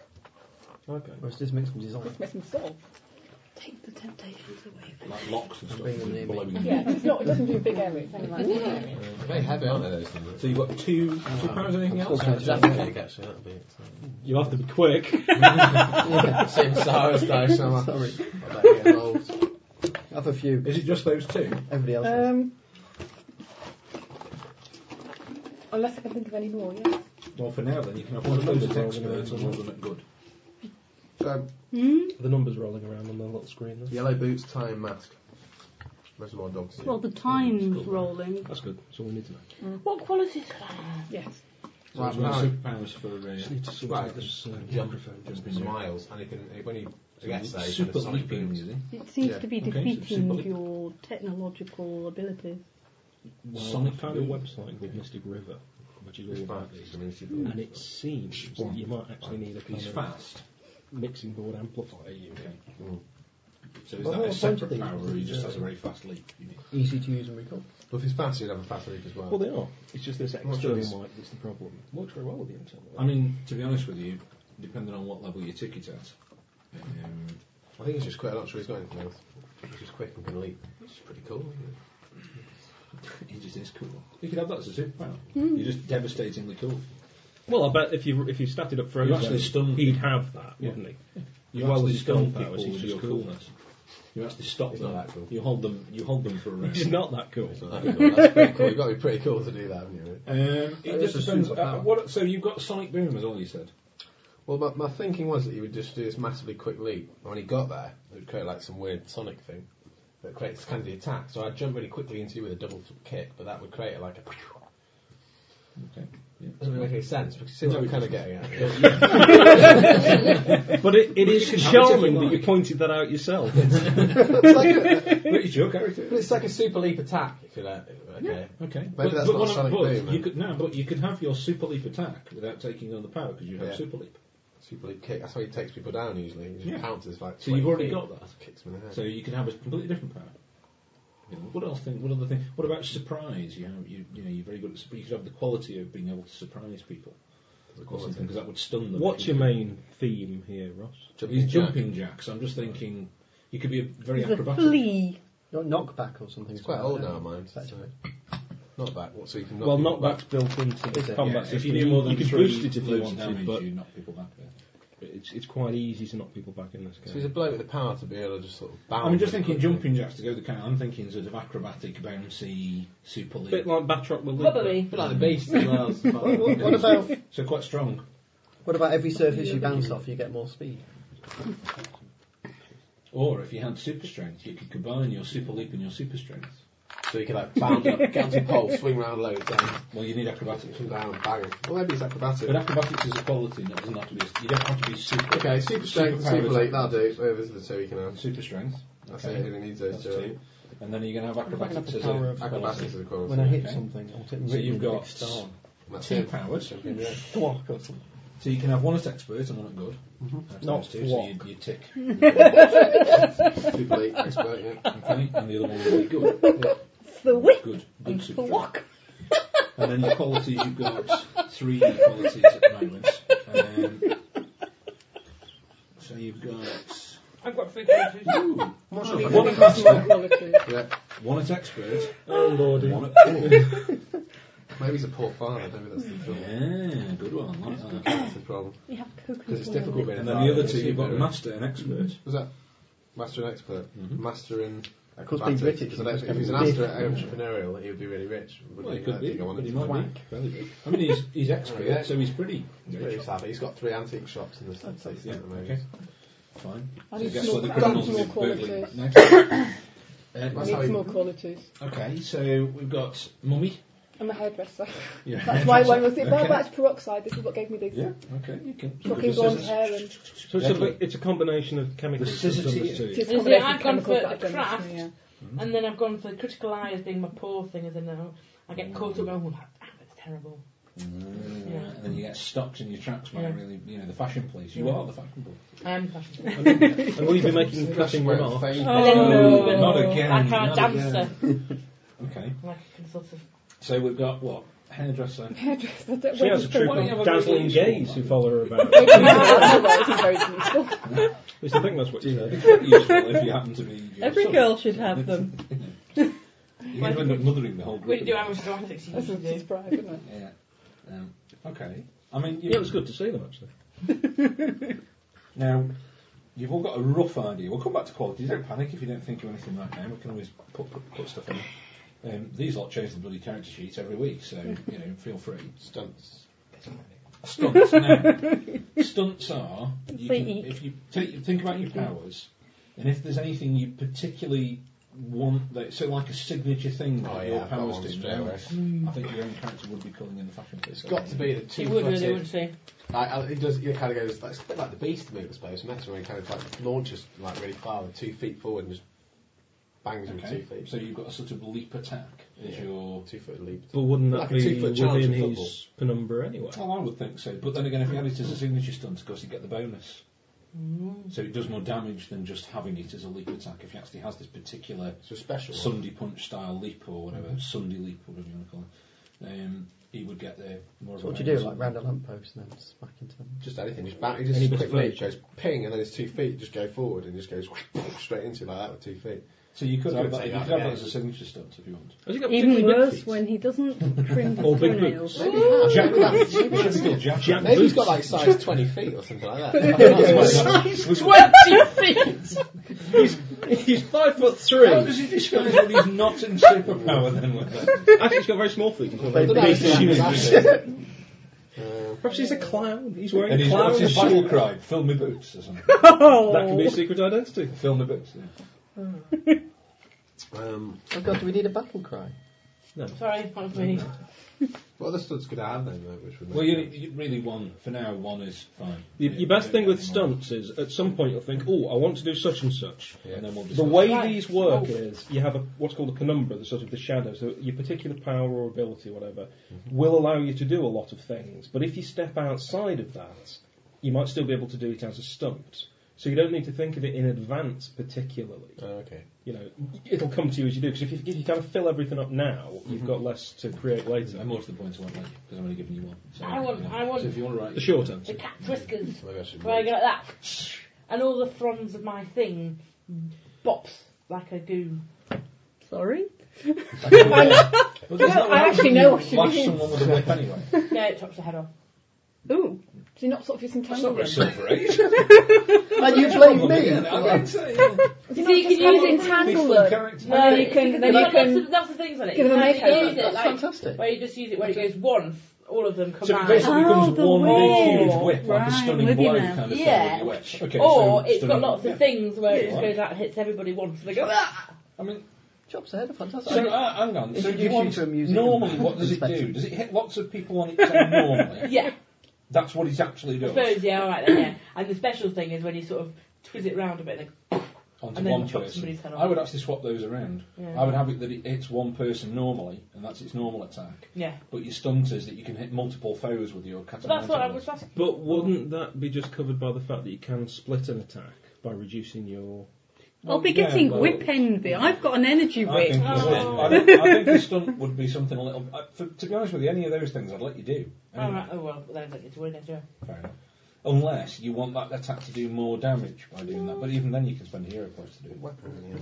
[SPEAKER 8] Okay.
[SPEAKER 9] Whereas this makes them design.
[SPEAKER 11] It makes them dissolve.
[SPEAKER 4] Take the temptations away.
[SPEAKER 7] Like locks and stuff.
[SPEAKER 9] Bring them near me.
[SPEAKER 7] blowing them.
[SPEAKER 11] Yeah, it's not, it doesn't do big areas. Anything like that.
[SPEAKER 5] Very heavy, aren't they, those things?
[SPEAKER 7] So you've got two, Ah, two powers, anything else?
[SPEAKER 5] Jack cake, actually, that'd be it.
[SPEAKER 8] You'll have to be quick.
[SPEAKER 5] Same Sarah's dice, I'm like, sorry. I don't get involved.
[SPEAKER 9] Have a few.
[SPEAKER 7] Is it just those two? Uh,
[SPEAKER 9] Everybody else. has.
[SPEAKER 11] Um, unless I can think of any more, yeah.
[SPEAKER 7] Well, for now then, you can have one of those at expert and one of them at good.
[SPEAKER 5] So,
[SPEAKER 8] the numbers rolling around on the little screen. There.
[SPEAKER 5] yellow boots, tie and mask. Reservoir dogs.
[SPEAKER 6] Well, the time's rolling.
[SPEAKER 8] That's good. That's all we need to know.
[SPEAKER 4] What qualities could I have?
[SPEAKER 11] Yes.
[SPEAKER 7] So right,
[SPEAKER 5] Right,
[SPEAKER 7] no.
[SPEAKER 5] now-
[SPEAKER 7] superpowers for uh,
[SPEAKER 8] need to sort
[SPEAKER 5] Right,
[SPEAKER 8] out this uh,
[SPEAKER 5] jump-
[SPEAKER 8] microphone.
[SPEAKER 5] Just smiles, and he can, when he gets there, he's
[SPEAKER 7] super
[SPEAKER 5] sonic
[SPEAKER 7] leaping,
[SPEAKER 5] booms.
[SPEAKER 7] is he?
[SPEAKER 6] It seems
[SPEAKER 5] Yeah,
[SPEAKER 6] to be
[SPEAKER 7] okay, so
[SPEAKER 6] defeating
[SPEAKER 7] symbolic.
[SPEAKER 6] your technological abilities.
[SPEAKER 8] Well,
[SPEAKER 7] Sonic
[SPEAKER 8] I found a
[SPEAKER 7] Boom.
[SPEAKER 8] website called Mystic River, which is all
[SPEAKER 5] He's
[SPEAKER 8] about
[SPEAKER 5] fast,
[SPEAKER 8] these.
[SPEAKER 5] I mean, super
[SPEAKER 8] And it seems that you might actually need a kind
[SPEAKER 7] He's
[SPEAKER 8] of
[SPEAKER 7] fast.
[SPEAKER 8] mixing board amplifier unit.
[SPEAKER 7] Okay. So is
[SPEAKER 9] Well,
[SPEAKER 7] that
[SPEAKER 9] there are a
[SPEAKER 7] a
[SPEAKER 9] bunch of
[SPEAKER 7] separate
[SPEAKER 9] things,
[SPEAKER 7] power, or
[SPEAKER 9] isn't
[SPEAKER 7] he
[SPEAKER 9] there?
[SPEAKER 7] just has a very fast leap? You mean?
[SPEAKER 9] Easy to use and recall.
[SPEAKER 5] Well, if he's fast, he'd have a fast leap as well.
[SPEAKER 8] Well, they are. It's just this
[SPEAKER 5] What's
[SPEAKER 8] external
[SPEAKER 5] this?
[SPEAKER 8] mic that's the problem. Works very well with the internal.
[SPEAKER 7] I mean, to be honest with you, depending on what level your ticket's at, um,
[SPEAKER 5] I think he's just quick. I'm not sure he's got anything else. He's just quick and can leap. Which is pretty cool. Isn't it?
[SPEAKER 7] he just is cool. You could have that as a superpower. You're just devastatingly cool.
[SPEAKER 8] well, I bet if you if you started up
[SPEAKER 7] You
[SPEAKER 8] Frozen,
[SPEAKER 7] actually stunned-
[SPEAKER 8] he'd have that, wouldn't he?
[SPEAKER 7] You
[SPEAKER 8] As well
[SPEAKER 7] actually
[SPEAKER 8] as his
[SPEAKER 7] stun
[SPEAKER 8] gun powers,
[SPEAKER 7] people with
[SPEAKER 8] he's just
[SPEAKER 7] your
[SPEAKER 8] cool.
[SPEAKER 7] coolness. You actually stop
[SPEAKER 5] He's
[SPEAKER 7] them.
[SPEAKER 5] not that cool.
[SPEAKER 7] You hold them. You hold them for a round.
[SPEAKER 8] He's not that cool.
[SPEAKER 5] So that's cool. That's pretty cool. You've got to be pretty cool to do that, haven't you?
[SPEAKER 7] Um, it
[SPEAKER 5] That's
[SPEAKER 7] just
[SPEAKER 5] a
[SPEAKER 7] depends. Uh,
[SPEAKER 5] superpower.
[SPEAKER 7] what, so you've got Sonic Boom, as all you said.
[SPEAKER 5] Well, my, my thinking was that he would just do this massively quick leap. And when he got there, it would create like some weird sonic thing that creates kind of the attack. So I'd jump really quickly into you with a double t- kick, but that would create like a.
[SPEAKER 7] Okay.
[SPEAKER 5] Doesn't make any sense. Because see what I'm kind of getting at.
[SPEAKER 8] but it, it is
[SPEAKER 5] You can have it if
[SPEAKER 8] charming
[SPEAKER 5] you
[SPEAKER 8] that you
[SPEAKER 5] like.
[SPEAKER 8] pointed that out yourself.
[SPEAKER 5] it's like a,
[SPEAKER 7] it's your character.
[SPEAKER 5] But it's like a super leap attack. If you like. Okay.
[SPEAKER 7] Okay.
[SPEAKER 5] Maybe
[SPEAKER 7] but,
[SPEAKER 5] that's
[SPEAKER 7] but
[SPEAKER 5] not
[SPEAKER 7] what I-
[SPEAKER 5] Sonic
[SPEAKER 7] but
[SPEAKER 5] Boom.
[SPEAKER 7] You
[SPEAKER 5] then.
[SPEAKER 7] could, no, but you could have your super leap attack without taking on the power because you have
[SPEAKER 5] Yeah.
[SPEAKER 7] super leap.
[SPEAKER 5] Super leap kick. That's how he takes people down usually. He just
[SPEAKER 7] Yeah.
[SPEAKER 5] pounces like.
[SPEAKER 7] So you've
[SPEAKER 5] 20
[SPEAKER 7] already
[SPEAKER 5] feet,
[SPEAKER 7] got that.
[SPEAKER 5] Kicks him in the head.
[SPEAKER 7] So you can have a completely different power. You know, what else thing? What other thing? What about surprise? You know, you, you know, you're very good at. surprise. You could have the quality of being able to surprise people. Because that would stun them.
[SPEAKER 8] What's your main theme here, Ross?
[SPEAKER 7] He's jumping jacks. I'm just thinking you could be a very
[SPEAKER 9] He's a
[SPEAKER 7] acrobatic.
[SPEAKER 9] flea. Not knockback or something.
[SPEAKER 5] It's quite old now, mine. Not back. What, so you can knock
[SPEAKER 8] well,
[SPEAKER 5] people
[SPEAKER 8] knockback's built into
[SPEAKER 5] Is
[SPEAKER 8] the
[SPEAKER 5] it?
[SPEAKER 8] combat
[SPEAKER 5] Yeah,
[SPEAKER 8] system.
[SPEAKER 5] if you do more than
[SPEAKER 8] you could
[SPEAKER 5] three
[SPEAKER 8] boost it if you
[SPEAKER 5] blows
[SPEAKER 8] wanted,
[SPEAKER 5] damage,
[SPEAKER 8] but
[SPEAKER 7] you knock people back.
[SPEAKER 8] It's, it's quite easy to knock people back in this
[SPEAKER 5] So
[SPEAKER 8] game.
[SPEAKER 5] he's a bloke with the power to be able to just sort of bounce.
[SPEAKER 7] I'm just thinking jumping jacks to go the kind. I'm thinking sort of acrobatic, bouncy, super leap.
[SPEAKER 8] bit like Batroc with
[SPEAKER 7] Probably.
[SPEAKER 8] Link.
[SPEAKER 7] Bit like the Beast as well, I suppose.
[SPEAKER 9] what, what about
[SPEAKER 7] so quite strong?
[SPEAKER 9] What about every surface you bounce off, you get more speed?
[SPEAKER 7] Or if you had super strength, you could combine your super leap and your super strength.
[SPEAKER 5] So you could like bound up, counter pole, swing round low, down,
[SPEAKER 7] Well, you need acrobatics.
[SPEAKER 5] down, bang. Well, maybe it's acrobatic.
[SPEAKER 7] But acrobatics is a quality, not doesn't have to be. You don't have to be super.
[SPEAKER 5] Okay, super strength,
[SPEAKER 7] superpowered.
[SPEAKER 5] super leap, that'll do. Whatever's the two you can have.
[SPEAKER 7] Super strength.
[SPEAKER 5] That's
[SPEAKER 7] Okay.
[SPEAKER 5] it, he needs those
[SPEAKER 7] That's
[SPEAKER 5] two.
[SPEAKER 7] two. And then you're going to have acrobatics
[SPEAKER 5] the
[SPEAKER 7] as
[SPEAKER 5] power
[SPEAKER 7] a
[SPEAKER 5] of- Acrobatics
[SPEAKER 7] quality.
[SPEAKER 5] as a quality,
[SPEAKER 9] When I hit
[SPEAKER 7] Okay.
[SPEAKER 9] something, I'll take
[SPEAKER 7] So you've got
[SPEAKER 9] next star.
[SPEAKER 5] That's
[SPEAKER 7] two
[SPEAKER 5] it.
[SPEAKER 7] powers.
[SPEAKER 5] Yeah.
[SPEAKER 9] Thwack or something.
[SPEAKER 7] So you can have one at expert and one at good. That's
[SPEAKER 9] Not
[SPEAKER 7] times two, so you, you tick.
[SPEAKER 5] Super leap, expert, yeah.
[SPEAKER 7] Okay, and the other one will be good.
[SPEAKER 11] The whip.
[SPEAKER 7] Good. Good super
[SPEAKER 11] Walk.
[SPEAKER 7] And then your qualities, you've got three qualities at the moment. Um, so you've got
[SPEAKER 4] I've got three qualities.
[SPEAKER 7] one at master, one at expert,
[SPEAKER 8] Oh, lordy.
[SPEAKER 7] one at poor.
[SPEAKER 5] Maybe he's a poor father, maybe that's the problem.
[SPEAKER 7] Yeah, good one. I like that.
[SPEAKER 5] That's the problem.
[SPEAKER 11] We have coconut
[SPEAKER 5] Because it's
[SPEAKER 11] oil.
[SPEAKER 5] difficult being a
[SPEAKER 7] And then the
[SPEAKER 5] father,
[SPEAKER 7] other two, you've got
[SPEAKER 5] super-
[SPEAKER 7] master and expert.
[SPEAKER 5] Was that master and expert?
[SPEAKER 7] Mm-hmm.
[SPEAKER 5] Master and
[SPEAKER 9] course, being
[SPEAKER 5] acrobatics.
[SPEAKER 9] British,
[SPEAKER 5] Because I don't
[SPEAKER 9] it's
[SPEAKER 5] think if he's an
[SPEAKER 9] gonna be
[SPEAKER 5] astro- entrepreneurial, he would be really rich. wouldn't
[SPEAKER 7] Well,
[SPEAKER 5] he?
[SPEAKER 7] it
[SPEAKER 5] I
[SPEAKER 7] could be,
[SPEAKER 5] think I
[SPEAKER 7] but
[SPEAKER 5] wanted
[SPEAKER 7] he
[SPEAKER 5] to
[SPEAKER 7] might be. fairly good. I mean, he's, he's expert,
[SPEAKER 5] Yeah.
[SPEAKER 7] so he's pretty.
[SPEAKER 5] He's pretty savvy. He's got three antique shops in the city.
[SPEAKER 7] Yeah,
[SPEAKER 5] at the moment.
[SPEAKER 7] okay. Fine.
[SPEAKER 12] I
[SPEAKER 7] So
[SPEAKER 12] need
[SPEAKER 7] guess
[SPEAKER 12] some
[SPEAKER 7] what the
[SPEAKER 12] more-
[SPEAKER 7] criminals
[SPEAKER 12] some more
[SPEAKER 7] did burglary.
[SPEAKER 12] qualities.
[SPEAKER 7] Next. Uh,
[SPEAKER 12] I
[SPEAKER 5] That's how
[SPEAKER 12] need
[SPEAKER 5] he-
[SPEAKER 12] some more qualities.
[SPEAKER 7] Okay, so we've got mummy.
[SPEAKER 12] I'm a hairdresser.
[SPEAKER 7] Yeah.
[SPEAKER 12] That's why one was it. Well,
[SPEAKER 7] Okay.
[SPEAKER 12] that's peroxide. This is what gave me the
[SPEAKER 7] Yeah, okay, you can.
[SPEAKER 12] fucking blonde hair and
[SPEAKER 8] So it's a, it's a combination of chemicals.
[SPEAKER 7] The
[SPEAKER 8] and
[SPEAKER 7] scissors
[SPEAKER 8] stuff
[SPEAKER 7] here.
[SPEAKER 12] just
[SPEAKER 4] You see,
[SPEAKER 12] combination
[SPEAKER 4] I've
[SPEAKER 12] of
[SPEAKER 4] gone for
[SPEAKER 12] chemicals that
[SPEAKER 4] the
[SPEAKER 12] I've done
[SPEAKER 4] craft,
[SPEAKER 12] this year.
[SPEAKER 4] and then I've gone for the critical eye as being my poor thing as I know. I get caught up going, oh, that- ah, that's terrible.
[SPEAKER 7] Yeah, and then you get stopped in your tracks by
[SPEAKER 4] Yeah.
[SPEAKER 7] really, you know, the fashion police. You
[SPEAKER 4] Yeah.
[SPEAKER 7] are the fashion police.
[SPEAKER 4] I am fashion.
[SPEAKER 8] too. And will you be making cutting
[SPEAKER 5] where
[SPEAKER 8] remarks?
[SPEAKER 5] fame-
[SPEAKER 4] I don't know.
[SPEAKER 7] not again,
[SPEAKER 4] Like I'm
[SPEAKER 7] not
[SPEAKER 4] a dancer.
[SPEAKER 7] Okay,
[SPEAKER 4] Like a consultant.
[SPEAKER 7] so we've got what? Hairdresser.
[SPEAKER 12] hairdresser. I don't
[SPEAKER 8] She has a troop
[SPEAKER 7] Why don't you have a
[SPEAKER 8] of dazzling
[SPEAKER 7] really
[SPEAKER 8] gays
[SPEAKER 7] useful
[SPEAKER 8] who
[SPEAKER 7] one?
[SPEAKER 8] follow her about.
[SPEAKER 12] It's very useful.
[SPEAKER 8] It's the thing that's what you
[SPEAKER 7] It's quite useful if you happen to be. you know,
[SPEAKER 11] Every
[SPEAKER 7] sort
[SPEAKER 11] girl should have them.
[SPEAKER 7] of- You end up mothering the whole group.
[SPEAKER 4] We do Irish dramatics.
[SPEAKER 12] That's
[SPEAKER 4] You
[SPEAKER 12] what she's
[SPEAKER 4] do.
[SPEAKER 12] proud, isn't it?
[SPEAKER 7] Yeah. Um, okay. I mean, you
[SPEAKER 8] Yeah, it was good to see them actually.
[SPEAKER 7] Now, you've all got a rough idea. We'll come back to quality. Don't panic if you don't think of anything right now. We can always put, put, put stuff in. Um, these lot change the bloody character sheets every week, so you know, feel free. uh,
[SPEAKER 5] Stunts.
[SPEAKER 7] Stunts now. Stunts are you can,
[SPEAKER 11] Freak.
[SPEAKER 7] if you take, think about your powers, and if there's anything you particularly want, that, so like a signature thing that
[SPEAKER 5] Oh,
[SPEAKER 7] your
[SPEAKER 5] yeah, I've got
[SPEAKER 7] powers
[SPEAKER 5] one
[SPEAKER 7] do.
[SPEAKER 5] straight
[SPEAKER 7] now,
[SPEAKER 5] away. Hmm.
[SPEAKER 7] I think your own character would be calling in the fashion police.
[SPEAKER 5] It's got to be the
[SPEAKER 4] She would really,
[SPEAKER 5] two-footed.
[SPEAKER 4] wouldn't she?
[SPEAKER 5] Like, uh, it does. It kind of goes. Like, it's a bit like the Beast move, I suppose. From X-Men, where he kind of like launches like really far, with two feet forward, and just bangs with
[SPEAKER 7] Okay,
[SPEAKER 5] two feet.
[SPEAKER 7] so you've got a sort of leap attack as
[SPEAKER 5] Yeah.
[SPEAKER 7] your
[SPEAKER 5] two-footed leap.
[SPEAKER 8] But wouldn't that
[SPEAKER 5] Like a
[SPEAKER 8] be
[SPEAKER 5] two-foot challenge
[SPEAKER 8] within
[SPEAKER 5] in
[SPEAKER 8] his penumbra anyway?
[SPEAKER 7] Well, oh, I would think so. But then again, if you had it as a signature stunt, of course, you get the bonus.
[SPEAKER 5] Mm.
[SPEAKER 7] So it does more damage than just having it as a leap attack. If he actually has this particular
[SPEAKER 5] It's a special. one.
[SPEAKER 7] Sunday punch style leap or whatever, Sunday leap, whatever you want to call it, um, he would get the more. of
[SPEAKER 9] So
[SPEAKER 7] a
[SPEAKER 9] what do you do?
[SPEAKER 7] bonus.
[SPEAKER 9] Like round a lamppost and then smack into them?
[SPEAKER 5] Just anything. Just bang. He just
[SPEAKER 7] Any
[SPEAKER 5] quick
[SPEAKER 7] bit of
[SPEAKER 5] leap goes ping, and then his two feet just go forward and just goes straight into like that with two feet.
[SPEAKER 7] So you could
[SPEAKER 5] So
[SPEAKER 7] have
[SPEAKER 5] I'd
[SPEAKER 7] that.
[SPEAKER 5] say
[SPEAKER 7] You
[SPEAKER 5] that
[SPEAKER 7] could have that
[SPEAKER 5] again.
[SPEAKER 7] as a signature stunt if you want.
[SPEAKER 8] Has he got
[SPEAKER 11] Even
[SPEAKER 8] particularly big
[SPEAKER 11] worse
[SPEAKER 8] feet?
[SPEAKER 11] when he doesn't trim
[SPEAKER 8] Or
[SPEAKER 11] his
[SPEAKER 8] big
[SPEAKER 11] toenails.
[SPEAKER 7] Jack Rabbit. Should be called Jack
[SPEAKER 8] Jack
[SPEAKER 7] Rabbit.
[SPEAKER 5] Maybe he's got like size 20 feet or something like that.
[SPEAKER 7] He's
[SPEAKER 8] He's five foot
[SPEAKER 7] How
[SPEAKER 8] three.
[SPEAKER 7] does he disguise when he's not in superpower then with that?
[SPEAKER 8] Actually, he's got very small feet. He's one of
[SPEAKER 5] I
[SPEAKER 8] those
[SPEAKER 5] don't know,
[SPEAKER 8] big
[SPEAKER 5] it's just
[SPEAKER 8] shoes.
[SPEAKER 5] massive. Uh,
[SPEAKER 8] Perhaps he's a clown. He's wearing
[SPEAKER 7] And he's what's
[SPEAKER 8] clown
[SPEAKER 7] his
[SPEAKER 8] shoes.
[SPEAKER 7] battle cry? Fill me boots or something.
[SPEAKER 8] That
[SPEAKER 7] Oh.
[SPEAKER 8] could be a secret identity.
[SPEAKER 7] Fill me boots. Yeah.
[SPEAKER 5] um,
[SPEAKER 9] Oh god, do we need a battle cry?
[SPEAKER 8] No.
[SPEAKER 4] Sorry, one of me.
[SPEAKER 5] What other studs could I have then, though, which would make
[SPEAKER 7] Well, you,
[SPEAKER 5] sense?
[SPEAKER 7] you really one for now. One is fine.
[SPEAKER 8] Your, your best thing with stunts is at some point you'll think, oh, I want to do such and such.
[SPEAKER 7] Yeah. And then we'll
[SPEAKER 8] The way
[SPEAKER 7] discuss it.
[SPEAKER 8] these work
[SPEAKER 7] Right. Oh.
[SPEAKER 8] is you have a, what's called a penumbra, the sort of the shadow. So your particular power or ability, whatever,
[SPEAKER 7] Mm-hmm.
[SPEAKER 8] will allow you to do a lot of things. But if you step outside of that, you might still be able to do it as a stunt. So you don't need to think of it in advance particularly.
[SPEAKER 7] Oh,
[SPEAKER 5] okay.
[SPEAKER 8] You know, it'll come to you as you do. Because if you, if you kind of fill everything up now,
[SPEAKER 7] Mm-hmm.
[SPEAKER 8] you've got less to create later.
[SPEAKER 7] And most of the points I won't let you because I'm only giving you one. So,
[SPEAKER 4] I want-
[SPEAKER 7] yeah.
[SPEAKER 4] I want-
[SPEAKER 7] So if you want to write
[SPEAKER 8] The shorter.
[SPEAKER 4] The cat's whiskers.
[SPEAKER 7] Maybe I should
[SPEAKER 4] Where I
[SPEAKER 7] wait.
[SPEAKER 4] go like that. And all the fronds of my thing bops like a goo.
[SPEAKER 12] Sorry?
[SPEAKER 4] Well, there's
[SPEAKER 12] no,
[SPEAKER 4] no-
[SPEAKER 12] I actually know what you
[SPEAKER 7] Lash
[SPEAKER 12] mean.
[SPEAKER 7] someone with a whip anyway.
[SPEAKER 4] Yeah, it chops your head off.
[SPEAKER 12] Ooh, do you not sort of disentangle
[SPEAKER 7] Very
[SPEAKER 12] them?
[SPEAKER 7] silver age.
[SPEAKER 12] And you blame me.
[SPEAKER 4] So
[SPEAKER 12] you
[SPEAKER 4] you can use entangle them. No,
[SPEAKER 12] Then you can, then you
[SPEAKER 4] that's, the,
[SPEAKER 12] can.
[SPEAKER 4] that's the things on it.
[SPEAKER 12] give
[SPEAKER 4] You
[SPEAKER 12] them a
[SPEAKER 4] can actually
[SPEAKER 12] makeover.
[SPEAKER 4] use it,
[SPEAKER 12] That's
[SPEAKER 4] like,
[SPEAKER 12] fantastic.
[SPEAKER 4] Where you just use it when it goes once, all of them combine.
[SPEAKER 7] So it basically becomes one big huge whip, like a stunning
[SPEAKER 6] with you
[SPEAKER 7] blow
[SPEAKER 6] now.
[SPEAKER 7] kind of thing.
[SPEAKER 4] yeah.
[SPEAKER 7] when you whip. Okay,
[SPEAKER 4] or
[SPEAKER 7] so
[SPEAKER 4] it's
[SPEAKER 7] stunning
[SPEAKER 4] got lots
[SPEAKER 7] blow.
[SPEAKER 4] of things where it
[SPEAKER 7] Yeah.
[SPEAKER 4] just goes out and hits everybody once. And they go, ah!
[SPEAKER 7] I mean,
[SPEAKER 9] Chops ahead, fantastic.
[SPEAKER 7] So uh, hang on.
[SPEAKER 9] It
[SPEAKER 7] So do you
[SPEAKER 9] gives
[SPEAKER 7] want
[SPEAKER 9] to a museum.
[SPEAKER 7] normally what does it do? Does it hit lots of people on its own normally?
[SPEAKER 4] Yeah.
[SPEAKER 7] That's what it's actually
[SPEAKER 4] I
[SPEAKER 7] doing.
[SPEAKER 4] suppose, yeah, alright then, yeah. And the special thing is when you sort of twist it round a bit and then
[SPEAKER 7] Onto
[SPEAKER 4] and then
[SPEAKER 7] one
[SPEAKER 4] chop
[SPEAKER 7] person.
[SPEAKER 4] somebody's head off.
[SPEAKER 7] I would actually swap those around.
[SPEAKER 4] Yeah.
[SPEAKER 7] I would have it that it hits one person normally, and that's its normal attack.
[SPEAKER 4] Yeah.
[SPEAKER 7] But your stunt is that you can hit multiple foes with your katana.
[SPEAKER 4] That's what I was asking.
[SPEAKER 8] But wouldn't that be just covered by the fact that you can split an attack by reducing your?
[SPEAKER 6] I'll be
[SPEAKER 7] yeah,
[SPEAKER 6] getting
[SPEAKER 7] well-
[SPEAKER 6] whip envy. I've got an energy
[SPEAKER 7] I
[SPEAKER 6] whip.
[SPEAKER 7] think, the stunt- I, think, I think the stunt would be something a little. I, for, to be honest with you, any of those things I'd let you do. Anyway,
[SPEAKER 4] Alright, oh well, then I don't get to win it, yeah.
[SPEAKER 7] Fair enough. Unless you want that attack to do more damage by doing that, but even then you can spend a hero points to do it.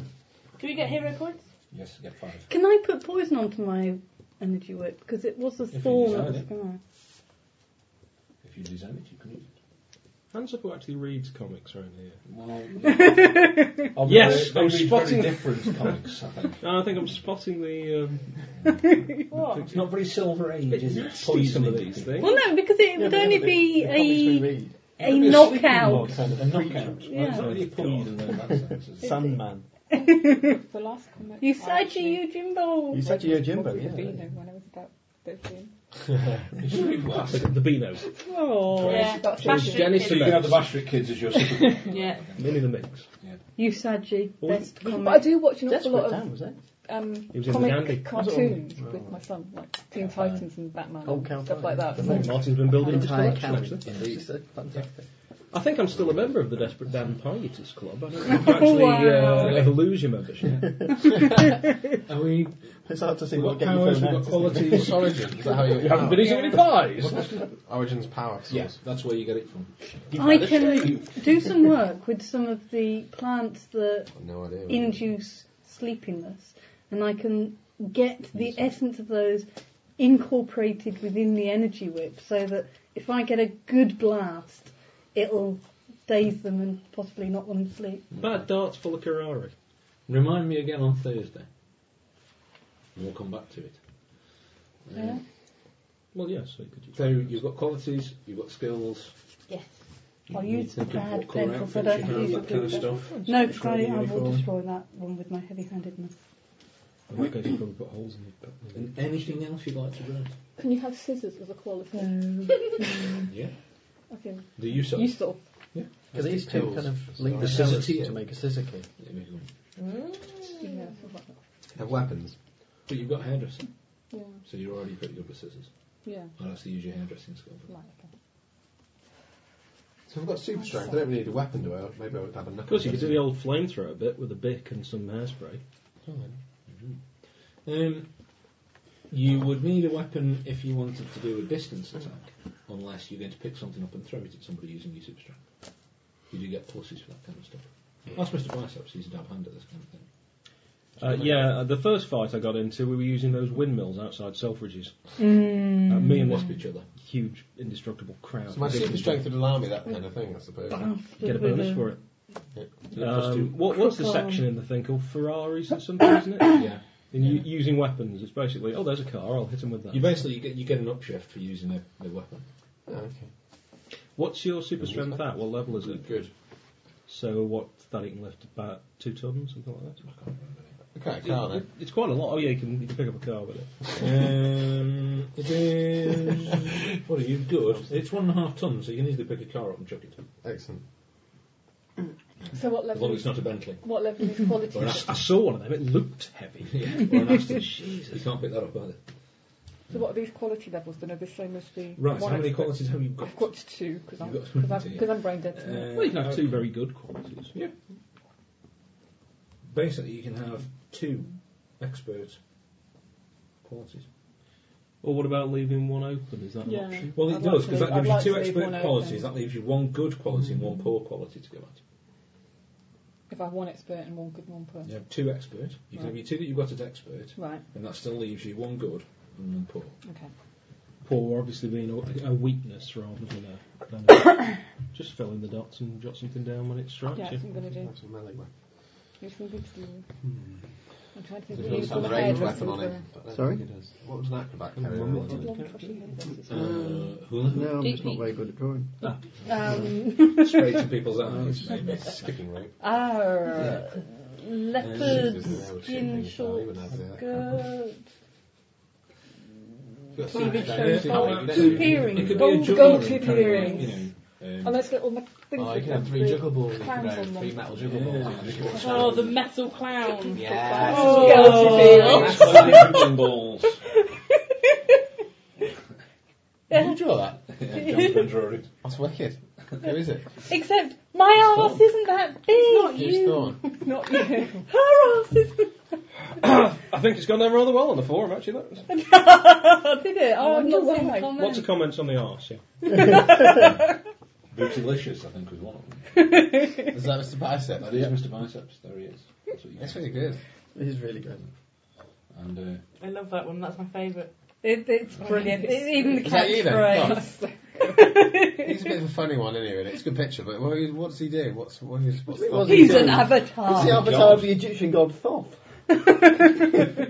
[SPEAKER 4] Can we get hero points?
[SPEAKER 7] Yes, get five.
[SPEAKER 6] Can I put poison onto my energy whip? Because it was a
[SPEAKER 7] you
[SPEAKER 6] thorn.
[SPEAKER 7] decide
[SPEAKER 6] that was
[SPEAKER 7] it.
[SPEAKER 6] gonna-
[SPEAKER 7] If you design it, you can use it.
[SPEAKER 8] Hansapu actually reads comics around here.
[SPEAKER 7] Well, yeah. Obviously,
[SPEAKER 8] Yes,
[SPEAKER 7] they
[SPEAKER 8] I'm
[SPEAKER 7] read
[SPEAKER 8] spotting-
[SPEAKER 7] very different comics. I think
[SPEAKER 8] No, Ah, I think I'm spotting the. Um,
[SPEAKER 4] What?
[SPEAKER 7] it's not very Silver Age, is it?
[SPEAKER 8] see some of these things.
[SPEAKER 6] Well, no, because it would only be a a knockout.
[SPEAKER 7] A knockout. Well, it's
[SPEAKER 6] Yeah.
[SPEAKER 7] not really poison in that sense. is it?
[SPEAKER 13] Sandman.
[SPEAKER 12] The last comic.
[SPEAKER 6] You
[SPEAKER 12] I
[SPEAKER 6] said you, Jimbo.
[SPEAKER 13] You said to your Jimbo,
[SPEAKER 12] With the
[SPEAKER 13] yeah.
[SPEAKER 12] Beano when I was about 13.
[SPEAKER 7] It should be worse.
[SPEAKER 8] the Beanos.
[SPEAKER 6] Oh,
[SPEAKER 4] Yeah,
[SPEAKER 12] That's
[SPEAKER 4] Bash
[SPEAKER 12] it.
[SPEAKER 4] it.
[SPEAKER 7] Jenny, so you can have the Bashford kids as your super.
[SPEAKER 4] Yeah.
[SPEAKER 8] Mini the mix.
[SPEAKER 6] you Saji, best
[SPEAKER 12] But
[SPEAKER 6] comic.
[SPEAKER 12] I do watch an awful
[SPEAKER 13] Desperate
[SPEAKER 12] lot
[SPEAKER 13] Town,
[SPEAKER 12] of
[SPEAKER 13] was it?
[SPEAKER 12] um,
[SPEAKER 8] He was in the Dandy.
[SPEAKER 12] comic
[SPEAKER 8] Was it
[SPEAKER 12] cartoons with my son, like Teen Titans and Batman
[SPEAKER 13] Oh,
[SPEAKER 12] and
[SPEAKER 13] Cow
[SPEAKER 12] stuff
[SPEAKER 13] Pie.
[SPEAKER 12] like that.
[SPEAKER 13] The
[SPEAKER 12] So
[SPEAKER 8] Martin's been building his
[SPEAKER 13] Entire
[SPEAKER 8] collection.
[SPEAKER 13] county.
[SPEAKER 8] actually.
[SPEAKER 13] It's uh, fantastic.
[SPEAKER 8] I think I'm still a member of the Desperate Dan Pieters Club. I don't think I've actually uh, ever lose your membership.
[SPEAKER 7] Are we?
[SPEAKER 13] It's hard to see
[SPEAKER 7] We've
[SPEAKER 13] what
[SPEAKER 7] got
[SPEAKER 13] game you're
[SPEAKER 7] powers, we've
[SPEAKER 13] playing
[SPEAKER 7] got
[SPEAKER 13] next, isn't it?
[SPEAKER 7] qualities.
[SPEAKER 5] Origin, is that how you Oh,
[SPEAKER 8] You haven't been eating any pies.
[SPEAKER 5] Origin's power source.
[SPEAKER 7] Yes, that's where you get it from.
[SPEAKER 6] I can do some work with some of the plants that
[SPEAKER 7] Oh,
[SPEAKER 5] I've no idea.
[SPEAKER 6] induce sleepiness, and I can get the essence of those incorporated within the energy whip, so that if I get a good blast, it'll daze them and possibly knock them to sleep.
[SPEAKER 8] Bad darts full of Karari.
[SPEAKER 7] Remind me again on Thursday. And we'll come back to it.
[SPEAKER 6] Yeah.
[SPEAKER 8] Well, yes, so could you?
[SPEAKER 7] So you've got qualities, you've got skills.
[SPEAKER 4] Yes.
[SPEAKER 6] I
[SPEAKER 7] you
[SPEAKER 6] used
[SPEAKER 7] think of
[SPEAKER 6] bad
[SPEAKER 7] what colour
[SPEAKER 6] pencils. I
[SPEAKER 7] outfits
[SPEAKER 6] don't
[SPEAKER 7] you have,
[SPEAKER 6] use
[SPEAKER 7] that kind of
[SPEAKER 6] blue
[SPEAKER 7] stuff.
[SPEAKER 6] No, because I, I will
[SPEAKER 7] uniform.
[SPEAKER 6] destroy that one with my heavy-handedness.
[SPEAKER 8] In that case, you've probably put holes in your
[SPEAKER 7] And anything else you'd like to bring?
[SPEAKER 12] can you have scissors as a quality?
[SPEAKER 7] Yeah.
[SPEAKER 12] Okay.
[SPEAKER 7] The use of.
[SPEAKER 12] Useful.
[SPEAKER 13] Because these two kind of link
[SPEAKER 7] The
[SPEAKER 13] together
[SPEAKER 7] scissor
[SPEAKER 13] to make a scissor key.
[SPEAKER 12] Yeah.
[SPEAKER 5] Have weapons.
[SPEAKER 7] But you've got hairdressing,
[SPEAKER 12] Yeah.
[SPEAKER 7] so you're already pretty good with scissors.
[SPEAKER 12] Yeah.
[SPEAKER 7] Unless you use your hairdressing skill.
[SPEAKER 12] Like, okay.
[SPEAKER 5] So I've got super strength. I don't really need a weapon, do I? Maybe I would have a knuckle.
[SPEAKER 8] Of course, you could do the old flamethrower bit with a bic and some hairspray.
[SPEAKER 7] Um, you would need a weapon if you wanted to do a distance attack, unless you're going to pick something up and throw it at somebody using your super strength. You do get pluses for that kind of stuff. That's Mr. Biceps, he's a dab hand at this kind of thing.
[SPEAKER 8] Uh, yeah, uh, the first fight I got into, we were using those windmills outside Selfridges. Uh, me and this
[SPEAKER 7] Wasp each other.
[SPEAKER 8] huge indestructible crowd.
[SPEAKER 5] So my super
[SPEAKER 8] Ridiculous.
[SPEAKER 5] strength would allow me that kind of thing, I suppose.
[SPEAKER 8] Get a bonus for it.
[SPEAKER 7] Yeah, plus
[SPEAKER 8] Um,
[SPEAKER 7] two.
[SPEAKER 8] what, what's the
[SPEAKER 6] Crook arm.
[SPEAKER 8] section in the thing called Ferraris or something, isn't it?
[SPEAKER 7] Yeah.
[SPEAKER 8] In u- using weapons, it's basically oh, there's a car, I'll hit him with that.
[SPEAKER 7] You basically you get you get an upshift for using a, a weapon.
[SPEAKER 5] Oh, okay.
[SPEAKER 8] What's your super strength at? What level is it?
[SPEAKER 7] Good.
[SPEAKER 8] So what? That it can lift about two tons, something like that.
[SPEAKER 7] I can't remember.
[SPEAKER 5] quite a car,
[SPEAKER 8] it- It's quite a lot. Oh yeah, you can you can pick up a car with it.
[SPEAKER 7] Um, it is. what are you good? It's one and a half tons, so you can easily pick a car up and chuck it.
[SPEAKER 5] Excellent.
[SPEAKER 12] So what
[SPEAKER 7] As
[SPEAKER 12] level?
[SPEAKER 7] long as it's not a Bentley.
[SPEAKER 12] What level is quality?
[SPEAKER 7] Or an
[SPEAKER 12] so
[SPEAKER 7] Aston. saw one of them. It looked heavy. yeah, or an Aston. Jesus, you can't pick that up either.
[SPEAKER 12] what are these quality levels? Then are the same as the
[SPEAKER 7] Right, so
[SPEAKER 12] One
[SPEAKER 7] how many
[SPEAKER 12] expert?
[SPEAKER 7] qualities have you got?
[SPEAKER 12] I've got two because I'm
[SPEAKER 7] You've got Uh,
[SPEAKER 12] because I'm,
[SPEAKER 7] two, yeah.
[SPEAKER 12] 'cause I'm brain dead. tonight.
[SPEAKER 8] well, you can have two very good qualities.
[SPEAKER 7] Yeah. Basically, you can have two expert qualities.
[SPEAKER 8] Or what about leaving one open? Is that
[SPEAKER 12] Yeah.
[SPEAKER 8] an option?
[SPEAKER 7] Well, it
[SPEAKER 12] I'd like
[SPEAKER 7] does
[SPEAKER 12] to
[SPEAKER 7] because
[SPEAKER 12] leave-
[SPEAKER 7] that
[SPEAKER 12] I'd
[SPEAKER 7] gives
[SPEAKER 12] like
[SPEAKER 7] you
[SPEAKER 12] to
[SPEAKER 7] two
[SPEAKER 12] leave
[SPEAKER 7] expert
[SPEAKER 12] one
[SPEAKER 7] qualities.
[SPEAKER 12] open. Mm.
[SPEAKER 7] That leaves you one good quality and one poor quality to go at.
[SPEAKER 12] If I have one expert and one good, one poor.
[SPEAKER 7] You have two expert. You can
[SPEAKER 12] Right.
[SPEAKER 7] have your two that you've got at expert,
[SPEAKER 12] Right.
[SPEAKER 7] and that still leaves you one good and one poor.
[SPEAKER 12] Okay.
[SPEAKER 8] Poor, obviously being a, a weakness rather than a. Than a just fill in the dots and jot something down when it strikes
[SPEAKER 12] Yeah,
[SPEAKER 8] you.
[SPEAKER 12] that's what I'm going to do.
[SPEAKER 5] That's a melee weapon.
[SPEAKER 12] There's some good to do.
[SPEAKER 7] Hmm.
[SPEAKER 12] I'm trying to think.
[SPEAKER 5] Does
[SPEAKER 12] of
[SPEAKER 5] it
[SPEAKER 12] these
[SPEAKER 5] have
[SPEAKER 12] on
[SPEAKER 5] a
[SPEAKER 12] the
[SPEAKER 5] range
[SPEAKER 12] head,
[SPEAKER 5] weapon on
[SPEAKER 12] what's
[SPEAKER 5] him? I don't
[SPEAKER 9] Sorry?
[SPEAKER 5] think it does. What was an acrobat carrying
[SPEAKER 9] Remember
[SPEAKER 5] on?
[SPEAKER 9] what
[SPEAKER 12] the- Long crochet head, that's it.
[SPEAKER 5] Uh,
[SPEAKER 9] No, I'm just not very good at drawing.
[SPEAKER 6] Um,
[SPEAKER 7] Straight to people's eyes, maybe.
[SPEAKER 5] Skipping rope.
[SPEAKER 12] Ah,
[SPEAKER 6] our leopard
[SPEAKER 5] Yeah, she was
[SPEAKER 6] skin
[SPEAKER 5] thinking so, he
[SPEAKER 6] short
[SPEAKER 5] wouldn't have that.
[SPEAKER 6] skirt.
[SPEAKER 5] You've got
[SPEAKER 6] Cleavage
[SPEAKER 5] six
[SPEAKER 6] showing
[SPEAKER 5] days, you don't
[SPEAKER 6] forward. Two
[SPEAKER 5] need-
[SPEAKER 6] earrings.
[SPEAKER 5] it could be a
[SPEAKER 6] Gold-
[SPEAKER 5] juggle
[SPEAKER 6] gold
[SPEAKER 5] ring,
[SPEAKER 6] tip
[SPEAKER 5] can't you?
[SPEAKER 6] earrings.
[SPEAKER 5] You know,
[SPEAKER 12] Oh,
[SPEAKER 5] um,
[SPEAKER 12] let's get all my things.
[SPEAKER 5] Oh, you
[SPEAKER 12] with
[SPEAKER 5] can have
[SPEAKER 12] the
[SPEAKER 5] three juggle balls. You can
[SPEAKER 12] crowns
[SPEAKER 5] have
[SPEAKER 12] on
[SPEAKER 5] three
[SPEAKER 12] them.
[SPEAKER 5] metal juggle
[SPEAKER 7] Yeah.
[SPEAKER 5] balls. You can-
[SPEAKER 4] Oh, the metal clown.
[SPEAKER 5] Yes.
[SPEAKER 4] Oh,
[SPEAKER 6] Guilty
[SPEAKER 7] That's why they're juggling balls.
[SPEAKER 5] Did you draw that?
[SPEAKER 7] John's been drawing it.
[SPEAKER 5] That's wicked. Who is it?
[SPEAKER 6] Except my
[SPEAKER 4] Oh.
[SPEAKER 6] arse isn't that big. It's
[SPEAKER 5] Who's Thorn?
[SPEAKER 12] Not you.
[SPEAKER 6] Her arse isn't.
[SPEAKER 8] I think it's gone down rather well on the forum, actually. That was,
[SPEAKER 6] Did it? Oh, I'm
[SPEAKER 12] wonder
[SPEAKER 6] not saying
[SPEAKER 12] why.
[SPEAKER 6] comment.
[SPEAKER 8] lots of comments on the arse, yeah.
[SPEAKER 7] Bootylicious, I think, was one of them.
[SPEAKER 5] Is that Mr. Bicep?
[SPEAKER 7] That is Mr. Biceps. There he is. That's what you
[SPEAKER 5] That's
[SPEAKER 7] get.
[SPEAKER 5] really good.
[SPEAKER 9] It is really good.
[SPEAKER 7] And uh,
[SPEAKER 4] I love that one. That's my favourite.
[SPEAKER 6] It, it's brilliant. It, even the
[SPEAKER 5] Is that you then?
[SPEAKER 6] catchphrase.
[SPEAKER 5] He's a bit of a funny one, isn't he? Really? It's a good picture, but what, what's he doing? What's what is, what's
[SPEAKER 9] What's he
[SPEAKER 6] He's
[SPEAKER 9] doing?
[SPEAKER 6] an
[SPEAKER 9] It's the
[SPEAKER 6] avatar.
[SPEAKER 9] avatar of the Egyptian god Thoth.
[SPEAKER 8] But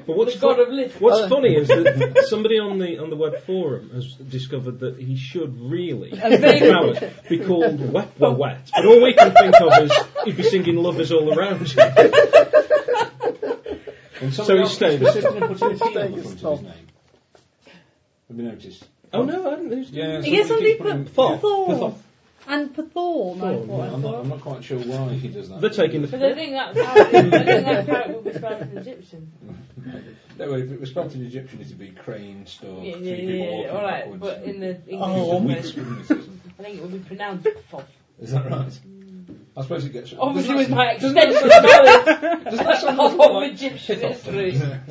[SPEAKER 8] what's,
[SPEAKER 4] God of Lift.
[SPEAKER 6] Uh,
[SPEAKER 8] what's funny is that somebody on the on the web forum has discovered that he should really,
[SPEAKER 6] A big- Oh.
[SPEAKER 8] powers, be called Wepwa Wet. But all we can think of is he'd be singing Lovers All Around Oh, You.
[SPEAKER 7] and
[SPEAKER 8] So he's staying as
[SPEAKER 7] Specifically put a T
[SPEAKER 9] Staying
[SPEAKER 7] on the
[SPEAKER 9] as
[SPEAKER 7] front of his
[SPEAKER 9] Tom.
[SPEAKER 7] name. Have you noticed?
[SPEAKER 8] Oh no, I didn't lose.
[SPEAKER 7] Yeah,
[SPEAKER 6] Yeah, somebody
[SPEAKER 7] keeps
[SPEAKER 6] put
[SPEAKER 7] putting-
[SPEAKER 6] Thor and Pthor.
[SPEAKER 8] Thor,
[SPEAKER 6] No, what?
[SPEAKER 7] I'm not, I'm not quite sure why he does that.
[SPEAKER 8] They're taking the.
[SPEAKER 4] Because I think that's how, I think that's how it would be spelled in Egyptian.
[SPEAKER 7] No, well, if it was spelled in Egyptian, it'd be crane, stork,
[SPEAKER 4] Yeah,
[SPEAKER 7] three
[SPEAKER 4] yeah,
[SPEAKER 7] people
[SPEAKER 4] yeah, yeah.
[SPEAKER 7] walking
[SPEAKER 4] All right,
[SPEAKER 7] backwards.
[SPEAKER 4] but in the English
[SPEAKER 7] Oh,
[SPEAKER 4] one,
[SPEAKER 7] weak screws.
[SPEAKER 4] I think it would be pronounced false.
[SPEAKER 7] Is that right? I suppose it gets.
[SPEAKER 4] Obviously,
[SPEAKER 7] does
[SPEAKER 4] with my
[SPEAKER 7] does
[SPEAKER 4] extensive
[SPEAKER 7] that-
[SPEAKER 4] knowledge
[SPEAKER 7] does that sound
[SPEAKER 4] of
[SPEAKER 7] more like
[SPEAKER 4] Egyptian
[SPEAKER 7] shit off?
[SPEAKER 4] history.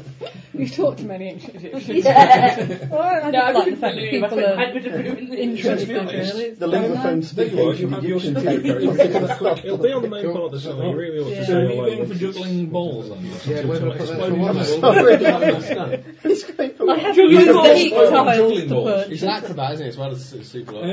[SPEAKER 12] You've talked to many ancient Egyptians.
[SPEAKER 6] Yeah. Well, I
[SPEAKER 4] No, I
[SPEAKER 6] just like the
[SPEAKER 4] couldn't
[SPEAKER 6] fact that
[SPEAKER 4] believe
[SPEAKER 6] people are
[SPEAKER 4] I'd been ruined the
[SPEAKER 6] interested.
[SPEAKER 7] be honest,
[SPEAKER 6] Really, It's
[SPEAKER 9] The
[SPEAKER 6] very
[SPEAKER 9] linguaphone
[SPEAKER 6] nice.
[SPEAKER 7] There you are, you
[SPEAKER 9] speaking
[SPEAKER 7] have your
[SPEAKER 9] Egyptian
[SPEAKER 7] speaking
[SPEAKER 9] character.
[SPEAKER 7] very
[SPEAKER 8] It'll be on the main part of the site. You really ought
[SPEAKER 6] Yeah.
[SPEAKER 8] to
[SPEAKER 7] So are
[SPEAKER 8] say
[SPEAKER 7] you going for
[SPEAKER 8] hello.
[SPEAKER 7] juggling balls then?
[SPEAKER 5] Yeah, where do I put that for one?
[SPEAKER 9] He's going for
[SPEAKER 6] I have
[SPEAKER 8] Juggling
[SPEAKER 6] used
[SPEAKER 8] balls.
[SPEAKER 6] eight
[SPEAKER 8] Juggling
[SPEAKER 6] times to
[SPEAKER 7] balls.
[SPEAKER 6] put.
[SPEAKER 5] He's an acrobat, isn't he? As well as a super
[SPEAKER 8] Uh,
[SPEAKER 5] lawyer.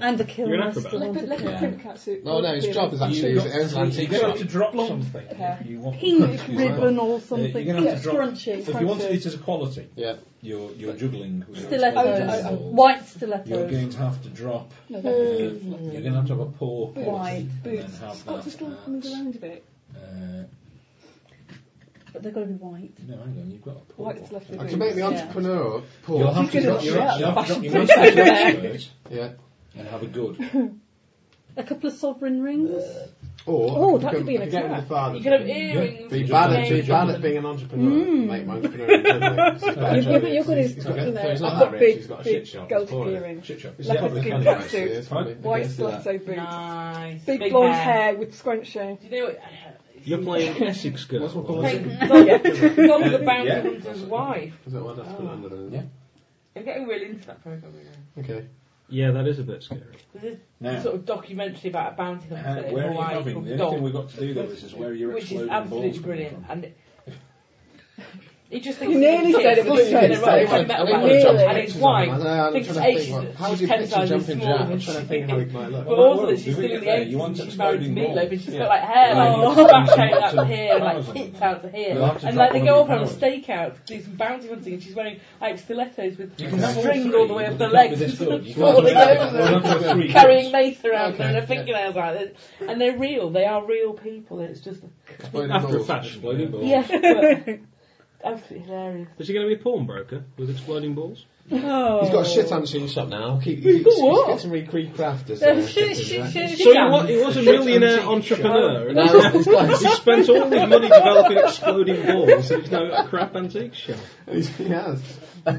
[SPEAKER 6] And a kill.
[SPEAKER 8] You're an
[SPEAKER 6] master.
[SPEAKER 8] acrobat.
[SPEAKER 12] Leopard, leopard
[SPEAKER 5] Yeah.
[SPEAKER 12] print catsuit.
[SPEAKER 5] No, oh, no, his job is actually
[SPEAKER 7] You've
[SPEAKER 5] his
[SPEAKER 7] got to-
[SPEAKER 5] antique
[SPEAKER 7] you're gonna
[SPEAKER 5] shop.
[SPEAKER 7] have to drop something. if you want-
[SPEAKER 6] Pink
[SPEAKER 7] Excuse me.
[SPEAKER 6] ribbon or
[SPEAKER 7] Uh, You're
[SPEAKER 6] something.
[SPEAKER 7] going to
[SPEAKER 6] yeah,
[SPEAKER 7] have to drop.
[SPEAKER 6] scrunchy.
[SPEAKER 7] If you wanted it as a quality,
[SPEAKER 5] Yeah.
[SPEAKER 7] you're you're juggling. with
[SPEAKER 6] Stilettos. Oh,
[SPEAKER 7] balls.
[SPEAKER 6] White
[SPEAKER 7] Oh, You're
[SPEAKER 6] stilettos.
[SPEAKER 7] going to have to drop.
[SPEAKER 12] No,
[SPEAKER 7] uh,
[SPEAKER 12] they're
[SPEAKER 7] You're going to have to have a poor quality
[SPEAKER 6] Wide
[SPEAKER 7] and then
[SPEAKER 12] boots.
[SPEAKER 7] have
[SPEAKER 12] Got to still move
[SPEAKER 7] that.
[SPEAKER 12] around a bit.
[SPEAKER 7] at, uh,
[SPEAKER 6] But they've got to be white.
[SPEAKER 7] No, hang on, you've got a poor.
[SPEAKER 12] Like it's left
[SPEAKER 5] I can make the entrepreneur poor.
[SPEAKER 7] You'll have to
[SPEAKER 12] He's
[SPEAKER 7] drop
[SPEAKER 12] good
[SPEAKER 7] your
[SPEAKER 12] at
[SPEAKER 7] you'll have to drop your
[SPEAKER 12] fashion.
[SPEAKER 7] master's expert
[SPEAKER 5] Yeah.
[SPEAKER 7] and have a good.
[SPEAKER 6] A couple of sovereign rings.
[SPEAKER 5] Or
[SPEAKER 12] Oh,
[SPEAKER 5] I
[SPEAKER 12] that
[SPEAKER 5] can-
[SPEAKER 12] could be an
[SPEAKER 5] I can get him
[SPEAKER 12] attack.
[SPEAKER 5] the father.
[SPEAKER 4] You could have earrings.
[SPEAKER 5] Be
[SPEAKER 4] you
[SPEAKER 5] bad
[SPEAKER 4] could
[SPEAKER 5] at, be
[SPEAKER 4] make-
[SPEAKER 5] bad at being an entrepreneur. Make my entrepreneur.
[SPEAKER 12] You've got you've got his,
[SPEAKER 5] got-
[SPEAKER 12] you know,
[SPEAKER 5] he's
[SPEAKER 12] I've
[SPEAKER 5] not
[SPEAKER 12] got
[SPEAKER 5] that rich, he's
[SPEAKER 12] big,
[SPEAKER 5] got a shit
[SPEAKER 12] big
[SPEAKER 5] shop,
[SPEAKER 12] gold
[SPEAKER 5] poor, yeah.
[SPEAKER 12] earrings.
[SPEAKER 7] Chit shop.
[SPEAKER 12] Leopard
[SPEAKER 5] probably
[SPEAKER 12] skin
[SPEAKER 5] funny, actually,
[SPEAKER 12] catsuit.
[SPEAKER 5] it's funny. I
[SPEAKER 12] White
[SPEAKER 5] can see that.
[SPEAKER 12] stiletto boots.
[SPEAKER 4] Nice.
[SPEAKER 12] Big, blonde hair with scrunchie.
[SPEAKER 4] Do you know what?
[SPEAKER 8] You're playing Essex Girl.
[SPEAKER 5] What's my
[SPEAKER 4] Like,
[SPEAKER 5] policy?
[SPEAKER 4] Gone with the Bounty
[SPEAKER 7] Yeah.
[SPEAKER 4] Hunter's wife.
[SPEAKER 5] Is that one that's put under there?
[SPEAKER 7] Yeah.
[SPEAKER 4] I'm getting really into that program right now.
[SPEAKER 5] Okay.
[SPEAKER 8] Yeah, that is a bit scary.
[SPEAKER 4] There's
[SPEAKER 7] Now,
[SPEAKER 4] this sort of documentary about a bounty
[SPEAKER 7] uh,
[SPEAKER 4] hunter in
[SPEAKER 7] where are you
[SPEAKER 4] Hawaii
[SPEAKER 7] having?
[SPEAKER 4] called
[SPEAKER 7] The only
[SPEAKER 4] Dog,
[SPEAKER 7] thing we've got to do though is, is where you're
[SPEAKER 4] which is
[SPEAKER 7] exploding balls
[SPEAKER 4] absolutely
[SPEAKER 7] coming
[SPEAKER 4] brilliant.
[SPEAKER 7] from.
[SPEAKER 4] And He just
[SPEAKER 6] You
[SPEAKER 4] thinks
[SPEAKER 6] nearly
[SPEAKER 4] he's
[SPEAKER 6] said it
[SPEAKER 4] a
[SPEAKER 6] with
[SPEAKER 4] kid
[SPEAKER 6] your
[SPEAKER 4] in a
[SPEAKER 6] face.
[SPEAKER 4] row.
[SPEAKER 6] I
[SPEAKER 4] He's
[SPEAKER 6] think-
[SPEAKER 4] a metal
[SPEAKER 6] I think
[SPEAKER 4] one.
[SPEAKER 6] we're jumping
[SPEAKER 4] And his
[SPEAKER 6] jacks
[SPEAKER 4] wife
[SPEAKER 6] on him. I- I'm
[SPEAKER 4] thinks
[SPEAKER 6] trying
[SPEAKER 4] his
[SPEAKER 6] to
[SPEAKER 4] age
[SPEAKER 6] think
[SPEAKER 4] is
[SPEAKER 6] what- how do
[SPEAKER 4] she's
[SPEAKER 6] you
[SPEAKER 4] 10
[SPEAKER 6] picture
[SPEAKER 4] sizes
[SPEAKER 6] jumping
[SPEAKER 4] smaller
[SPEAKER 6] jacks?
[SPEAKER 4] than
[SPEAKER 6] I'm
[SPEAKER 4] she
[SPEAKER 6] trying to think
[SPEAKER 4] is.
[SPEAKER 6] how it might look.
[SPEAKER 4] But also
[SPEAKER 6] Well,
[SPEAKER 4] that she's
[SPEAKER 6] do
[SPEAKER 4] still
[SPEAKER 6] we
[SPEAKER 4] in
[SPEAKER 6] get
[SPEAKER 4] the
[SPEAKER 6] there?
[SPEAKER 4] 80s
[SPEAKER 6] You want
[SPEAKER 4] and she's
[SPEAKER 6] to
[SPEAKER 4] married
[SPEAKER 6] explode
[SPEAKER 4] me,
[SPEAKER 6] more.
[SPEAKER 4] like, but she's
[SPEAKER 6] Yeah.
[SPEAKER 4] got like hair
[SPEAKER 6] Right.
[SPEAKER 4] like back hanging out to here and like tits out to here.
[SPEAKER 6] You'll have to
[SPEAKER 4] And
[SPEAKER 6] drop
[SPEAKER 4] like they
[SPEAKER 6] one
[SPEAKER 4] go
[SPEAKER 6] of
[SPEAKER 4] off on a
[SPEAKER 6] your
[SPEAKER 4] stakeout to do some bounty hunting and she's wearing like stilettos with
[SPEAKER 7] You can have all
[SPEAKER 4] string
[SPEAKER 7] three,
[SPEAKER 4] all the way up
[SPEAKER 7] but
[SPEAKER 4] the
[SPEAKER 7] you
[SPEAKER 4] legs.
[SPEAKER 7] can't be this good. You can't
[SPEAKER 4] Falling
[SPEAKER 7] have three. We're not gonna have
[SPEAKER 4] over,
[SPEAKER 7] three
[SPEAKER 4] carrying
[SPEAKER 7] kids.
[SPEAKER 4] mace around
[SPEAKER 7] Okay,
[SPEAKER 4] and
[SPEAKER 7] yeah.
[SPEAKER 4] their fingernails out. It- And they're real. They are real people. It's just
[SPEAKER 8] After a fact, exploding balls.
[SPEAKER 4] yeah. but Absolutely hilarious.
[SPEAKER 8] Is he going to be a pawnbroker with exploding balls?
[SPEAKER 4] Oh.
[SPEAKER 5] He's got a shit unseen shop now. Keep,
[SPEAKER 8] He's
[SPEAKER 5] he's,
[SPEAKER 8] got
[SPEAKER 5] he's
[SPEAKER 8] what?
[SPEAKER 5] got some recraft as
[SPEAKER 8] Uh,
[SPEAKER 5] uh,
[SPEAKER 8] shit, shit,
[SPEAKER 5] as
[SPEAKER 8] shit,
[SPEAKER 5] that.
[SPEAKER 8] shit. So he wa- he was a
[SPEAKER 5] Shit
[SPEAKER 8] millionaire
[SPEAKER 5] antique
[SPEAKER 8] entrepreneur,
[SPEAKER 5] shop.
[SPEAKER 8] and
[SPEAKER 5] No,
[SPEAKER 8] he's-
[SPEAKER 5] he's got-
[SPEAKER 8] he spent all his money developing exploding balls, and he's now got a crap antique shop.
[SPEAKER 5] He has. Uh, uh,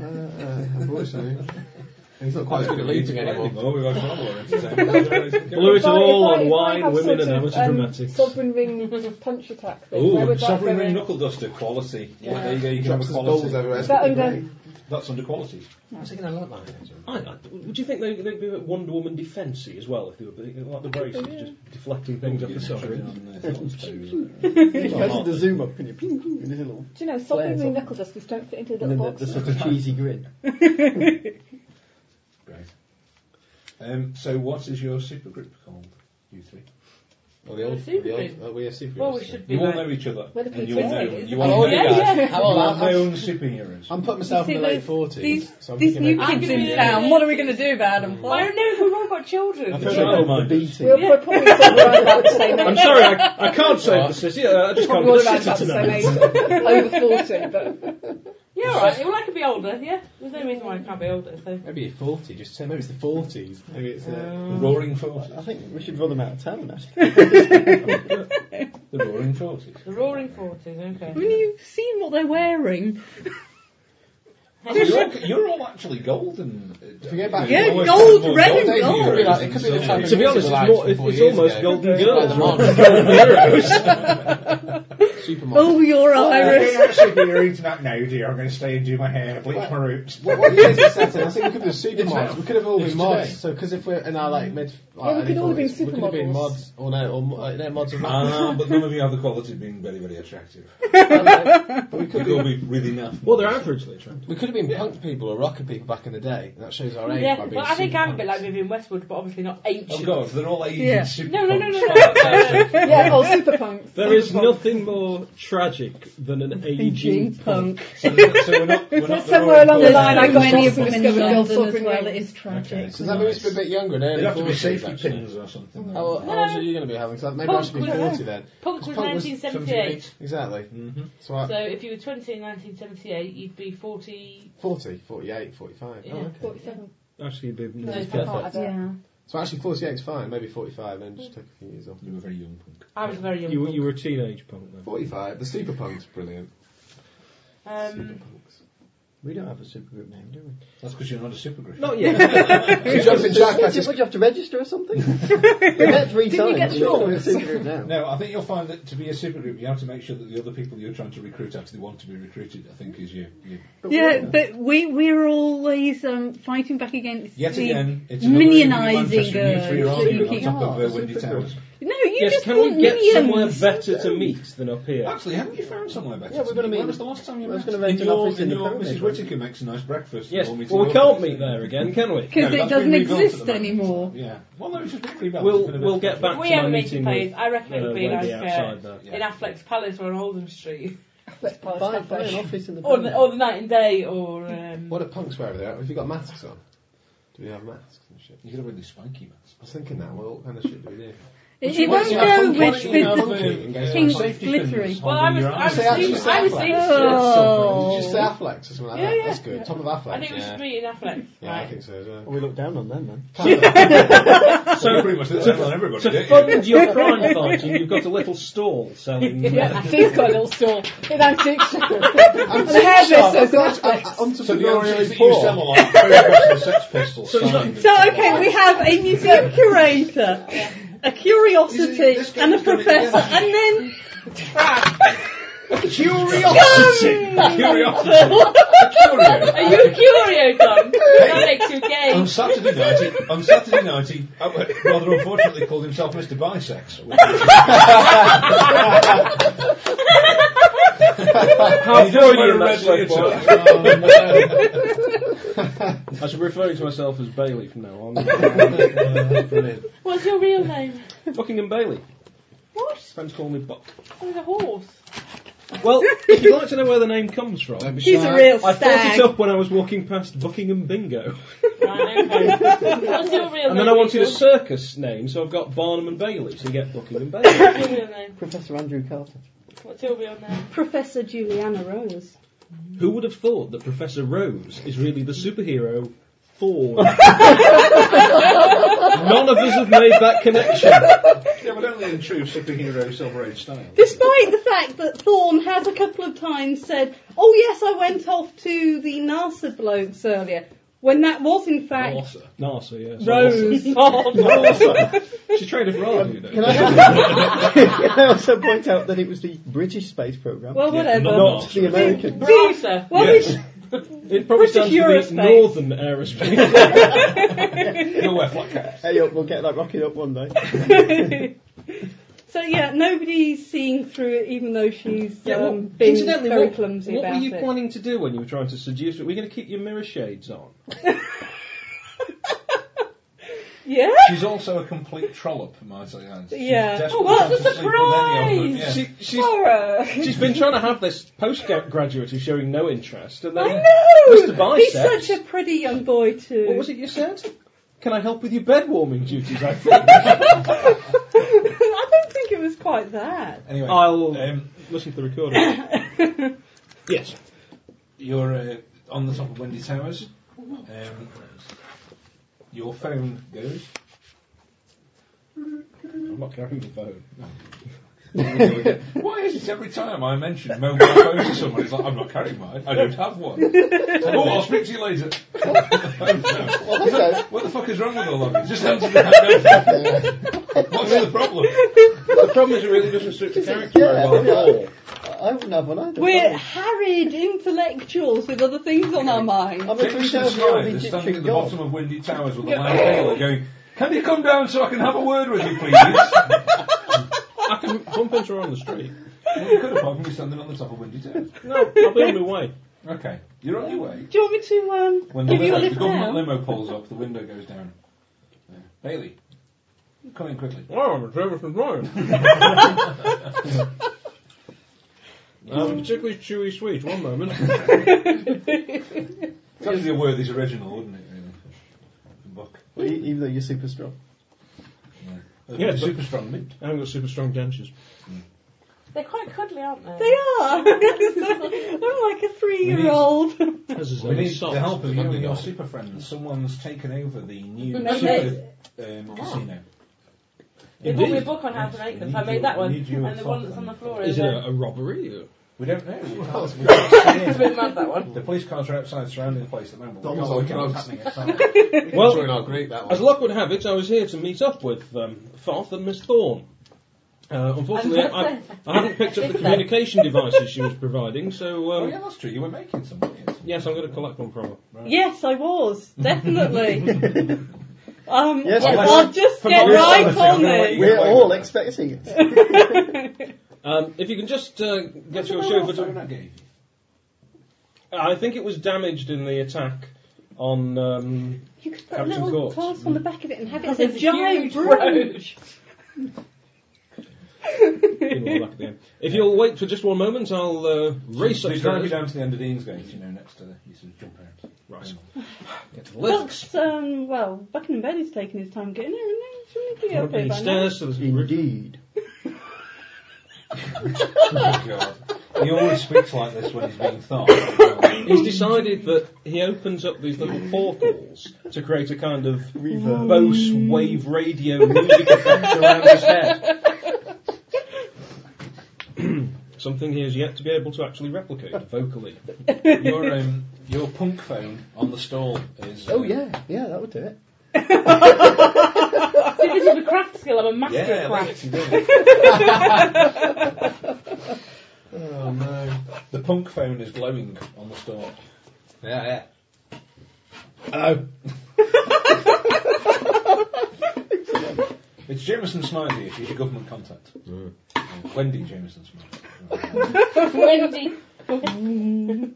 [SPEAKER 5] unfortunately. He's not quite as good at leading anymore.
[SPEAKER 7] We've got trouble
[SPEAKER 8] Blue it
[SPEAKER 12] If I- if
[SPEAKER 8] all
[SPEAKER 12] I-
[SPEAKER 8] on
[SPEAKER 12] if I
[SPEAKER 8] wine,
[SPEAKER 12] have
[SPEAKER 8] women,
[SPEAKER 12] sort
[SPEAKER 8] and
[SPEAKER 12] of,
[SPEAKER 8] amateur
[SPEAKER 12] um,
[SPEAKER 8] dramatics.
[SPEAKER 12] Sovereign ring punch attack thing. where
[SPEAKER 7] Ooh,
[SPEAKER 12] would that
[SPEAKER 7] Sovereign
[SPEAKER 12] go
[SPEAKER 7] Ring
[SPEAKER 12] in?
[SPEAKER 7] Knuckle Duster quality. Yeah,
[SPEAKER 12] Yeah.
[SPEAKER 7] there you go, you can
[SPEAKER 5] Drops
[SPEAKER 7] have a
[SPEAKER 5] his
[SPEAKER 7] quality.
[SPEAKER 5] balls everywhere. Is
[SPEAKER 12] that under-
[SPEAKER 7] That's under quality.
[SPEAKER 12] No.
[SPEAKER 8] I, I, would you think they, they'd be like Wonder Woman defensey as well if they were big, like the bracelets, just deflecting things up the sovereign?
[SPEAKER 9] Imagine the zoom up, can you? Ping, ping, and there's a little
[SPEAKER 12] Do you know,
[SPEAKER 9] flares
[SPEAKER 12] sovereign ring
[SPEAKER 9] up.
[SPEAKER 12] knuckle dusters don't fit into the
[SPEAKER 9] And then
[SPEAKER 12] little
[SPEAKER 9] the,
[SPEAKER 12] box.
[SPEAKER 9] the sort of cheesy grin.
[SPEAKER 7] Um, so what is your super group called, you three?
[SPEAKER 5] Well, the old,
[SPEAKER 4] Super
[SPEAKER 5] the
[SPEAKER 4] group.
[SPEAKER 5] old, uh, we are super
[SPEAKER 4] Well, we
[SPEAKER 5] groups now.
[SPEAKER 4] should be
[SPEAKER 7] You all
[SPEAKER 4] like-
[SPEAKER 7] know each other,
[SPEAKER 4] We're the
[SPEAKER 7] and you all know,
[SPEAKER 4] PTA.
[SPEAKER 7] you all know
[SPEAKER 5] Yeah,
[SPEAKER 7] guys.
[SPEAKER 5] yeah.
[SPEAKER 7] You all
[SPEAKER 5] How old
[SPEAKER 7] know
[SPEAKER 5] am I?
[SPEAKER 7] superheroes.
[SPEAKER 5] I'm putting myself in
[SPEAKER 6] You
[SPEAKER 5] the
[SPEAKER 6] see,
[SPEAKER 5] late 40s.
[SPEAKER 6] These,
[SPEAKER 5] so I'm
[SPEAKER 6] these
[SPEAKER 5] thinking
[SPEAKER 6] new
[SPEAKER 5] about-
[SPEAKER 6] kids in
[SPEAKER 4] Yeah.
[SPEAKER 6] town, what are we going to do about them?
[SPEAKER 4] I know we've all got children.
[SPEAKER 8] I've
[SPEAKER 5] Sure,
[SPEAKER 8] heard
[SPEAKER 6] Oh
[SPEAKER 8] of
[SPEAKER 5] the
[SPEAKER 8] mine.
[SPEAKER 5] beating.
[SPEAKER 12] We're, we're probably sort of around about the same age.
[SPEAKER 8] I'm sorry, I, I can't save the city. uh, I I just can't
[SPEAKER 12] Probably all
[SPEAKER 8] be
[SPEAKER 12] around
[SPEAKER 8] a
[SPEAKER 12] about
[SPEAKER 8] sitter
[SPEAKER 12] the same age.
[SPEAKER 8] tonight.
[SPEAKER 12] Over 40, but
[SPEAKER 4] Yeah, all right. Well, I could be older. Yeah, there's no reason why I can't be older. So
[SPEAKER 5] Maybe you're 40, just say maybe it's the 40s. Maybe it's uh,
[SPEAKER 7] The Roaring Forties.
[SPEAKER 9] I think we should run them out of town, actually.
[SPEAKER 7] The Roaring Forties.
[SPEAKER 4] the Roaring Forties. Okay.
[SPEAKER 6] I mean, you've seen what they're wearing.
[SPEAKER 7] Oh, you're, all, you're all actually golden. Uh,
[SPEAKER 5] Forget about
[SPEAKER 6] Yeah,
[SPEAKER 7] you always
[SPEAKER 6] gold,
[SPEAKER 7] have more
[SPEAKER 6] red and
[SPEAKER 7] days than
[SPEAKER 6] gold.
[SPEAKER 7] you
[SPEAKER 5] Could be like-
[SPEAKER 7] than
[SPEAKER 5] it could be the
[SPEAKER 7] some
[SPEAKER 5] time
[SPEAKER 7] of
[SPEAKER 8] To
[SPEAKER 7] you.
[SPEAKER 8] be honest, it's,
[SPEAKER 5] Lights
[SPEAKER 8] more,
[SPEAKER 5] from
[SPEAKER 8] it's,
[SPEAKER 5] four
[SPEAKER 8] it's
[SPEAKER 5] years
[SPEAKER 8] almost
[SPEAKER 5] ago.
[SPEAKER 8] Golden Girls.
[SPEAKER 4] Oh,
[SPEAKER 5] Supermodel.
[SPEAKER 8] rather than Golden Heroes.
[SPEAKER 6] Oh,
[SPEAKER 5] Supermodel.
[SPEAKER 6] you're
[SPEAKER 7] I
[SPEAKER 6] Irish.
[SPEAKER 7] don't actually be your internet now, dear. I'm going to stay and do my hair, bleach my roots.
[SPEAKER 5] What, what years is that in? I think we could be supermodels. We could have all been mods. So, because if we're in our like mid, like,
[SPEAKER 12] we
[SPEAKER 5] early
[SPEAKER 12] could all have been
[SPEAKER 5] 40s, we could have been
[SPEAKER 12] supermodels.
[SPEAKER 5] mods, or no, or mo- uh, no, mods or
[SPEAKER 7] Ah,
[SPEAKER 5] mods.
[SPEAKER 7] but none of you have the quality of being very, very attractive.
[SPEAKER 5] but we
[SPEAKER 7] You
[SPEAKER 5] could
[SPEAKER 7] could all
[SPEAKER 5] be,
[SPEAKER 7] be really naff.
[SPEAKER 8] well, they're averagely attractive.
[SPEAKER 5] we could have been punk people or rocker people back in the day. And that shows our age.
[SPEAKER 4] Yeah,
[SPEAKER 5] by being
[SPEAKER 4] but I think I'm a bit
[SPEAKER 5] supermodels.
[SPEAKER 4] like Vivian Westwood, but obviously not ancient.
[SPEAKER 7] Oh god, they're all aged
[SPEAKER 6] Yeah.
[SPEAKER 7] and super
[SPEAKER 4] No, no, no, no,
[SPEAKER 7] punks.
[SPEAKER 4] no. no, no.
[SPEAKER 12] yeah, oh, super punks.
[SPEAKER 8] There is nothing more tragic than an aging
[SPEAKER 6] Beijing
[SPEAKER 8] punk.
[SPEAKER 6] punk.
[SPEAKER 7] So, so we're not, we're not
[SPEAKER 12] Somewhere along the
[SPEAKER 7] roaring
[SPEAKER 12] line, I
[SPEAKER 6] I've
[SPEAKER 12] got
[SPEAKER 6] got
[SPEAKER 12] any
[SPEAKER 6] any
[SPEAKER 12] of
[SPEAKER 6] of them in London as well.
[SPEAKER 12] It
[SPEAKER 6] It is tragic.
[SPEAKER 5] Does that mean we should be a bit younger? in early
[SPEAKER 7] They'd have to be
[SPEAKER 5] 40s,
[SPEAKER 7] safety
[SPEAKER 5] actually?
[SPEAKER 7] pins or something.
[SPEAKER 5] How, old- how old are you going to be having? 'Cause maybe I should be
[SPEAKER 4] Punk was-
[SPEAKER 5] 40 then.
[SPEAKER 4] Punk was
[SPEAKER 5] Punk was
[SPEAKER 4] 1978.
[SPEAKER 5] Exactly.
[SPEAKER 7] Mm-hmm.
[SPEAKER 4] So
[SPEAKER 5] So I,
[SPEAKER 4] if you were 20 in 1978, you'd be 40.
[SPEAKER 5] 40, 48, 45.
[SPEAKER 4] Yeah,
[SPEAKER 5] Oh, okay.
[SPEAKER 4] 47.
[SPEAKER 8] Actually, it'd be-
[SPEAKER 4] No,
[SPEAKER 8] no.
[SPEAKER 4] it's not.
[SPEAKER 12] is.
[SPEAKER 6] Yeah.
[SPEAKER 5] So actually 48 is fine, maybe 45 and
[SPEAKER 4] Mm.
[SPEAKER 5] just take a few years off.
[SPEAKER 7] You were very young punk.
[SPEAKER 4] I was very young.
[SPEAKER 8] you, were-
[SPEAKER 4] punk.
[SPEAKER 8] you were a teenage punk then.
[SPEAKER 5] 45, the super punk's brilliant.
[SPEAKER 4] um,
[SPEAKER 9] We don't have a supergroup name, do we?
[SPEAKER 7] That's because you're not a supergroup.
[SPEAKER 8] Not yet.
[SPEAKER 5] Jonathan Jack
[SPEAKER 9] Would
[SPEAKER 5] had
[SPEAKER 9] you,
[SPEAKER 5] his
[SPEAKER 9] would you have to register or something? we met three
[SPEAKER 6] Didn't you get
[SPEAKER 9] times.
[SPEAKER 6] the
[SPEAKER 9] We're not
[SPEAKER 6] shorts?
[SPEAKER 9] a supergroup now.
[SPEAKER 7] No, I think you'll find that to be a supergroup, you have to make sure that the other people you're trying to recruit actually want to be recruited. I think is you. you.
[SPEAKER 9] But
[SPEAKER 6] Yeah,
[SPEAKER 9] we-
[SPEAKER 6] but we we're always um, fighting back against
[SPEAKER 7] Yet
[SPEAKER 6] the
[SPEAKER 7] again, it's
[SPEAKER 6] Minionising
[SPEAKER 7] You three are
[SPEAKER 6] girls.
[SPEAKER 7] arguing on
[SPEAKER 6] Thinking,
[SPEAKER 7] top of
[SPEAKER 9] oh,
[SPEAKER 7] uh, Wendy
[SPEAKER 9] supergroup.
[SPEAKER 7] Towers.
[SPEAKER 6] no. You
[SPEAKER 8] yes,
[SPEAKER 6] just
[SPEAKER 8] can
[SPEAKER 6] want
[SPEAKER 8] we get somewhere
[SPEAKER 6] minions.
[SPEAKER 8] better to meet than up here?
[SPEAKER 7] Actually, haven't you found somewhere better?
[SPEAKER 9] Yeah, we're
[SPEAKER 7] to
[SPEAKER 9] gonna
[SPEAKER 7] meet?
[SPEAKER 9] meet-
[SPEAKER 7] When was the last time you
[SPEAKER 9] we're
[SPEAKER 7] met?
[SPEAKER 9] gonna make
[SPEAKER 7] in
[SPEAKER 9] an
[SPEAKER 7] your,
[SPEAKER 9] office
[SPEAKER 7] in
[SPEAKER 9] in the
[SPEAKER 7] your,
[SPEAKER 9] pyramid,
[SPEAKER 7] Mrs.
[SPEAKER 9] right?
[SPEAKER 7] Whittaker makes a nice breakfast.
[SPEAKER 8] Yes,
[SPEAKER 7] We'll meet
[SPEAKER 8] well, we
[SPEAKER 7] in
[SPEAKER 8] can't
[SPEAKER 7] August.
[SPEAKER 8] meet there again, can we?
[SPEAKER 6] Because
[SPEAKER 7] No,
[SPEAKER 6] it
[SPEAKER 7] that's
[SPEAKER 6] doesn't
[SPEAKER 7] been rebuilt at the
[SPEAKER 6] exist
[SPEAKER 7] moment.
[SPEAKER 6] anymore.
[SPEAKER 7] Yeah. Well, no, it's just been rebuilt.
[SPEAKER 8] We'll
[SPEAKER 7] It's been a
[SPEAKER 8] we'll
[SPEAKER 7] bit-
[SPEAKER 8] get back
[SPEAKER 4] we
[SPEAKER 8] to my
[SPEAKER 4] haven't made
[SPEAKER 8] meeting
[SPEAKER 4] plays.
[SPEAKER 8] with
[SPEAKER 4] I reckon it
[SPEAKER 8] uh,
[SPEAKER 4] would be
[SPEAKER 8] Wendy
[SPEAKER 4] like uh,
[SPEAKER 8] outside there.
[SPEAKER 4] in Affleck's Palace or on Oldham Street.
[SPEAKER 12] Let's buy
[SPEAKER 9] Buy,
[SPEAKER 12] stuff
[SPEAKER 9] buy an
[SPEAKER 12] there.
[SPEAKER 9] office in the
[SPEAKER 4] Or the,
[SPEAKER 9] building.
[SPEAKER 4] or the Night and Day or. Um,
[SPEAKER 5] What are punks wearing there? Have you got masks on? Do we have masks and shit?
[SPEAKER 7] You could have really spiky mask.
[SPEAKER 5] I was thinking that, well, what kind of shit do we do?
[SPEAKER 6] It, it
[SPEAKER 5] Why
[SPEAKER 6] won't
[SPEAKER 5] don't you have
[SPEAKER 6] go
[SPEAKER 5] punk- why
[SPEAKER 6] with
[SPEAKER 5] don't you have
[SPEAKER 6] with
[SPEAKER 5] punk in
[SPEAKER 6] the
[SPEAKER 5] case
[SPEAKER 6] pink
[SPEAKER 5] of-
[SPEAKER 7] safety
[SPEAKER 6] glittery.
[SPEAKER 7] pins.
[SPEAKER 4] well, I was,
[SPEAKER 7] Your
[SPEAKER 4] I
[SPEAKER 7] eyes.
[SPEAKER 4] was,
[SPEAKER 5] Say actually
[SPEAKER 4] thinking,
[SPEAKER 5] say
[SPEAKER 4] I was
[SPEAKER 5] Affleck.
[SPEAKER 4] thinking.
[SPEAKER 5] Did you just say
[SPEAKER 6] Oh,
[SPEAKER 5] Affleck or something like
[SPEAKER 4] Yeah,
[SPEAKER 5] that?
[SPEAKER 4] yeah.
[SPEAKER 5] That's good. Top of Affleck.
[SPEAKER 4] I think it was
[SPEAKER 5] yeah.
[SPEAKER 4] me and Affleck.
[SPEAKER 5] Yeah, I
[SPEAKER 4] right?
[SPEAKER 5] think so as well.
[SPEAKER 9] Well, we look down on them, then.
[SPEAKER 7] So pretty much the same on everybody.
[SPEAKER 8] To
[SPEAKER 7] don't you?
[SPEAKER 8] fund your crime fighting, you've got a little stall selling. uh,
[SPEAKER 12] Yeah, he's got a little store. An antique shop.
[SPEAKER 5] I'm
[SPEAKER 12] The hair business, an
[SPEAKER 7] So the answer is that
[SPEAKER 5] entrepreneurially
[SPEAKER 7] you sell a
[SPEAKER 5] poor.
[SPEAKER 7] lot of the Sex Pistols.
[SPEAKER 8] So it's not-
[SPEAKER 7] signed.
[SPEAKER 6] so okay, we have a museum curator, a
[SPEAKER 7] Isn't it-
[SPEAKER 6] curiosity,
[SPEAKER 7] this
[SPEAKER 6] and a
[SPEAKER 7] game's done it
[SPEAKER 6] professor,
[SPEAKER 7] again.
[SPEAKER 6] and then
[SPEAKER 7] Curiosity! Curiosity! Curio.
[SPEAKER 4] Are you a curio, Tom? that makes you gay.
[SPEAKER 7] On Saturday night, he, on Saturday night, he uh, rather unfortunately called himself Mr. Bisex.
[SPEAKER 8] How
[SPEAKER 7] You don't
[SPEAKER 8] Freudian
[SPEAKER 7] wear a
[SPEAKER 8] that
[SPEAKER 7] red
[SPEAKER 8] slip was.
[SPEAKER 7] um,
[SPEAKER 8] I should be referring to myself as Bailey from now on. Uh, Brilliant.
[SPEAKER 4] What's your real name?
[SPEAKER 8] Buckingham Bailey.
[SPEAKER 4] What?
[SPEAKER 8] Fans call me Buck.
[SPEAKER 4] Oh, the horse.
[SPEAKER 8] Well, if you'd like to know where the name comes from,
[SPEAKER 4] be He's shy. a real
[SPEAKER 8] I thought
[SPEAKER 4] stag.
[SPEAKER 8] it up when I was walking past Buckingham Bingo,
[SPEAKER 4] What's your real
[SPEAKER 8] and
[SPEAKER 4] name?
[SPEAKER 8] then I wanted a
[SPEAKER 4] Rachel?
[SPEAKER 8] circus name, so I've got Barnum and Bailey, so you get Buckingham Bailey.
[SPEAKER 4] What's your real name?
[SPEAKER 9] Professor Andrew Carter.
[SPEAKER 4] What's your real name?
[SPEAKER 6] Professor Juliana Rose.
[SPEAKER 8] Who would have thought that Professor Rose is really the superhero for? None of us have made that connection.
[SPEAKER 7] Yeah, but only in true superhero Silver Age style.
[SPEAKER 6] Despite the fact that Thorne has a couple of times said, "Oh yes, I went off to the NASA blokes earlier," when that was in fact
[SPEAKER 8] Narsa, yes.
[SPEAKER 6] Rose.
[SPEAKER 4] Oh,
[SPEAKER 8] She traded for Arlo, you know.
[SPEAKER 9] Can I, can I also point out that it was the British space program?
[SPEAKER 6] Well, whatever.
[SPEAKER 8] not
[SPEAKER 9] Not the American.
[SPEAKER 6] NASA. What
[SPEAKER 8] Yes.
[SPEAKER 6] is-
[SPEAKER 8] It probably
[SPEAKER 6] British
[SPEAKER 8] stands for the
[SPEAKER 9] Eurospace.
[SPEAKER 8] Northern Aerospace. You'll wear flat caps.
[SPEAKER 9] Hey, up, we'll get that rocket up one day.
[SPEAKER 6] so yeah, nobody's seeing through it, even though she's
[SPEAKER 8] Yeah, well,
[SPEAKER 6] um, been
[SPEAKER 8] incidentally,
[SPEAKER 6] very
[SPEAKER 8] what,
[SPEAKER 6] clumsy
[SPEAKER 8] what
[SPEAKER 6] about
[SPEAKER 8] were you
[SPEAKER 6] it.
[SPEAKER 8] planning to do when you were trying to seduce her? Were you going to keep your mirror shades on?
[SPEAKER 6] Yeah.
[SPEAKER 7] She's also a complete trollop, might I add. She's
[SPEAKER 6] Yeah.
[SPEAKER 7] desperate
[SPEAKER 6] Oh, what
[SPEAKER 7] to
[SPEAKER 6] a
[SPEAKER 7] sleep with any of them,
[SPEAKER 6] surprise!
[SPEAKER 7] yeah.
[SPEAKER 8] She, she's, she's been trying to have this postgraduate who's showing no interest, and then Mr.
[SPEAKER 6] No, he's
[SPEAKER 8] Bicep.
[SPEAKER 6] such a pretty young boy too.
[SPEAKER 8] What was it you said? Can I help with your bed warming duties? I think.
[SPEAKER 6] I don't think it was quite that.
[SPEAKER 7] Anyway,
[SPEAKER 8] I'll um,
[SPEAKER 7] Um,
[SPEAKER 8] listen to the recording. yes.
[SPEAKER 7] You're uh, on the top of Wendy Towers. Um, your phone goes.
[SPEAKER 8] I'm not carrying the phone.
[SPEAKER 7] Why is it every time I mention mobile phone to someone, it's like, I'm not carrying mine, I don't have one. oh, I'll speak to you later. It's like, what the fuck is wrong with all of you? Just answer the phone. What's the problem? The problem is it really doesn't suit the character
[SPEAKER 9] Yeah,
[SPEAKER 7] very well at all.
[SPEAKER 9] Oh, I wouldn't have one either.
[SPEAKER 6] We're harried intellectuals with other things on our minds.
[SPEAKER 9] I'm
[SPEAKER 7] Picture this guy that's standing at the bottom of Windy Towers with a light tailor going, can you come down so I can have a word with you, please?
[SPEAKER 8] I can bump into her on the street.
[SPEAKER 7] Well, you could have probably standing on the top of Windy Towers.
[SPEAKER 8] No, I'll be on my way.
[SPEAKER 7] Okay, you're on your way.
[SPEAKER 6] Do you want me to um,
[SPEAKER 7] When the,
[SPEAKER 6] give you a
[SPEAKER 7] limo, the
[SPEAKER 6] lift
[SPEAKER 7] government
[SPEAKER 6] now?
[SPEAKER 7] limo pulls up, the window goes down. Yeah. Bailey, come in quickly.
[SPEAKER 8] Oh, I'm a driver from Ryan. Um, particularly chewy sweet. One moment.
[SPEAKER 7] It's actually a Worthy's original, wouldn't it? Really? The book.
[SPEAKER 9] e-, Even though you're super strong.
[SPEAKER 8] Yeah,
[SPEAKER 7] The
[SPEAKER 8] but-
[SPEAKER 7] super strong mint.
[SPEAKER 8] I haven't got super strong dentures.
[SPEAKER 4] They're quite cuddly, aren't they?
[SPEAKER 6] They are. I'm like a three-year-old.
[SPEAKER 8] This is
[SPEAKER 7] We
[SPEAKER 8] only
[SPEAKER 7] need
[SPEAKER 8] socks,
[SPEAKER 7] the help of you
[SPEAKER 8] nothing
[SPEAKER 7] and your
[SPEAKER 8] else.
[SPEAKER 7] super friends. Someone's taken over the new
[SPEAKER 6] No,
[SPEAKER 7] super
[SPEAKER 9] Oh.
[SPEAKER 7] um, casino.
[SPEAKER 4] They bought me a book on how to make them,
[SPEAKER 7] Yes, we
[SPEAKER 4] so I
[SPEAKER 7] need
[SPEAKER 4] made
[SPEAKER 7] you-
[SPEAKER 4] that
[SPEAKER 7] we
[SPEAKER 4] one.
[SPEAKER 7] need you
[SPEAKER 4] And the one
[SPEAKER 7] soft
[SPEAKER 4] that's on the
[SPEAKER 7] and-
[SPEAKER 4] floor
[SPEAKER 8] Is
[SPEAKER 4] is.
[SPEAKER 8] it
[SPEAKER 4] uh,
[SPEAKER 8] a, a robbery?
[SPEAKER 7] We don't know. We can't-
[SPEAKER 5] Well,
[SPEAKER 7] we can't
[SPEAKER 4] It's a
[SPEAKER 7] see in.
[SPEAKER 4] bit mad, that one.
[SPEAKER 7] The police cars are outside surrounding the place at the moment. We
[SPEAKER 5] Dom's
[SPEAKER 7] can't
[SPEAKER 5] on
[SPEAKER 7] work out what's
[SPEAKER 5] drugs.
[SPEAKER 7] happening outside.
[SPEAKER 8] Well-
[SPEAKER 5] join our group that
[SPEAKER 8] As
[SPEAKER 5] one.
[SPEAKER 8] luck would have it, I was here to meet up with um, Farth and Miss Thorne. Uh, unfortunately, I, I hadn't picked up the communication devices she was providing, so
[SPEAKER 7] Oh
[SPEAKER 8] um,
[SPEAKER 7] yeah, that's true. You were making something. yes.
[SPEAKER 8] yes, I'm going to collect one from her.
[SPEAKER 6] Yes, I was definitely. um,
[SPEAKER 9] Yes,
[SPEAKER 6] well,
[SPEAKER 9] I
[SPEAKER 6] I'll
[SPEAKER 9] was.
[SPEAKER 6] just
[SPEAKER 9] For
[SPEAKER 6] get
[SPEAKER 9] my
[SPEAKER 6] right
[SPEAKER 7] sanity,
[SPEAKER 6] on
[SPEAKER 7] I'm gonna let
[SPEAKER 6] it.
[SPEAKER 7] you-
[SPEAKER 9] We're all expecting it.
[SPEAKER 8] Um, if you can just uh, get
[SPEAKER 7] That's
[SPEAKER 8] your
[SPEAKER 7] about
[SPEAKER 8] chauffeur
[SPEAKER 7] what phone
[SPEAKER 8] to.
[SPEAKER 7] I gave you.
[SPEAKER 8] I think it was damaged in the attack on. Um,
[SPEAKER 6] You could put a
[SPEAKER 8] Captain
[SPEAKER 6] little
[SPEAKER 8] Corpse.
[SPEAKER 6] clasp on the back of it and have it as
[SPEAKER 4] That's
[SPEAKER 6] a
[SPEAKER 4] a
[SPEAKER 6] giant
[SPEAKER 4] huge
[SPEAKER 6] brooch.
[SPEAKER 8] you know, back at the end. If you'll wait for just one moment, I'll uh, race
[SPEAKER 7] Please drive me
[SPEAKER 8] upstairs.
[SPEAKER 7] down to the end of Deansgate, you know, next to the you sort of jump out.
[SPEAKER 8] Right. Get to the lift.
[SPEAKER 6] But, um, well, Buckingham Bed is taking his time getting here, isn't he? Shouldn't he be
[SPEAKER 8] Up
[SPEAKER 6] okay
[SPEAKER 8] any
[SPEAKER 6] by now?
[SPEAKER 8] stairs. So there's
[SPEAKER 9] Indeed.
[SPEAKER 7] Oh, God. He always speaks like this when he's being thought.
[SPEAKER 8] He's decided that he opens up these little portals to create a kind of
[SPEAKER 9] Reverb.
[SPEAKER 8] Bose wave radio music effect around his head. Something he has yet to be able to actually replicate vocally.
[SPEAKER 7] your um, your punk phone on the stall is. uh,
[SPEAKER 9] Oh yeah, yeah, that would do it.
[SPEAKER 4] See, this is a craft skill. I'm a master at
[SPEAKER 7] Yeah,
[SPEAKER 4] craft.
[SPEAKER 7] that's it.
[SPEAKER 5] Oh no.
[SPEAKER 7] the punk phone is glowing on the stall.
[SPEAKER 5] Yeah, yeah.
[SPEAKER 8] Oh.
[SPEAKER 7] Hello.
[SPEAKER 5] Mm.
[SPEAKER 7] it's Jameson Snyder. She's your government contact. Wendy Jameson Snyder.
[SPEAKER 12] Wendy.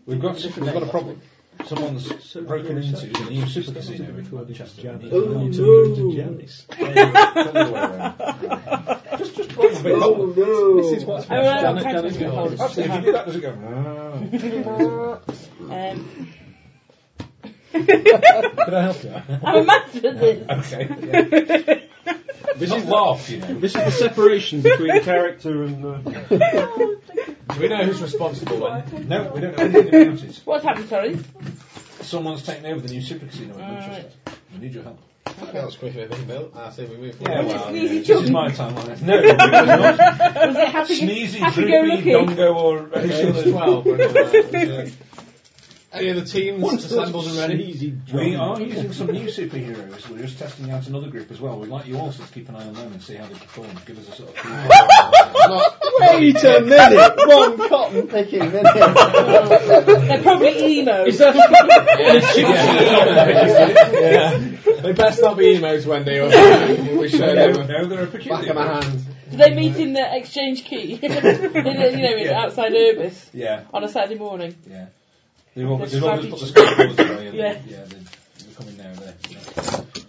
[SPEAKER 7] We've got different. We've got a problem. Someone's broken into the new super casino in Manchester.
[SPEAKER 8] Oh, no.
[SPEAKER 7] Just, just one bit.
[SPEAKER 8] Oh, no.
[SPEAKER 7] This is what's
[SPEAKER 4] uh, Oh,
[SPEAKER 8] I won't
[SPEAKER 7] Janet,
[SPEAKER 8] have
[SPEAKER 7] Janet's
[SPEAKER 8] time to
[SPEAKER 7] going.
[SPEAKER 8] go.
[SPEAKER 7] Actually, if you do that, does it go? No.
[SPEAKER 4] um,
[SPEAKER 7] Can I help you?
[SPEAKER 4] I'm a master at this.
[SPEAKER 7] Okay. yeah. This is laugh, you know.
[SPEAKER 8] This is the separation between character and. Uh...
[SPEAKER 7] Do we know who's responsible? Then? No, we don't know anything about it.
[SPEAKER 4] What's happened, sorry?
[SPEAKER 7] Someone's taken over the new super casino in Manchester. We need your help.
[SPEAKER 5] That was quicker than built. I say we move.
[SPEAKER 7] Yeah,
[SPEAKER 5] forward.
[SPEAKER 7] well, yeah, this is my timeline. No, it was not.
[SPEAKER 4] Was it happy?
[SPEAKER 7] Sneezy,
[SPEAKER 4] happy go
[SPEAKER 7] droopy,
[SPEAKER 4] lucky?
[SPEAKER 7] dongo, or anything as well.
[SPEAKER 5] uh, Any of the teams assembled and ready?
[SPEAKER 7] We are using some new superheroes. We're just testing out another group as well. We'd like you also to keep an eye on them and see how they perform. Give us a sort of.
[SPEAKER 9] Wait a minute! One cotton picking minute!
[SPEAKER 4] They're probably emo.
[SPEAKER 5] Is that yeah. They best not be emos when they are. We show
[SPEAKER 7] No,
[SPEAKER 5] them.
[SPEAKER 7] no, they're a
[SPEAKER 5] Back
[SPEAKER 7] peculiar.
[SPEAKER 5] of my hand.
[SPEAKER 4] Do they meet in the exchange key? in the, you know, in- outside Urbis
[SPEAKER 7] Yeah,
[SPEAKER 4] on a Saturday morning.
[SPEAKER 7] yeah. They've always,
[SPEAKER 4] They're
[SPEAKER 7] they've always got the
[SPEAKER 4] savage.
[SPEAKER 7] skateboards away. and
[SPEAKER 4] Yeah.
[SPEAKER 7] they- Yeah, they- they're coming now. There.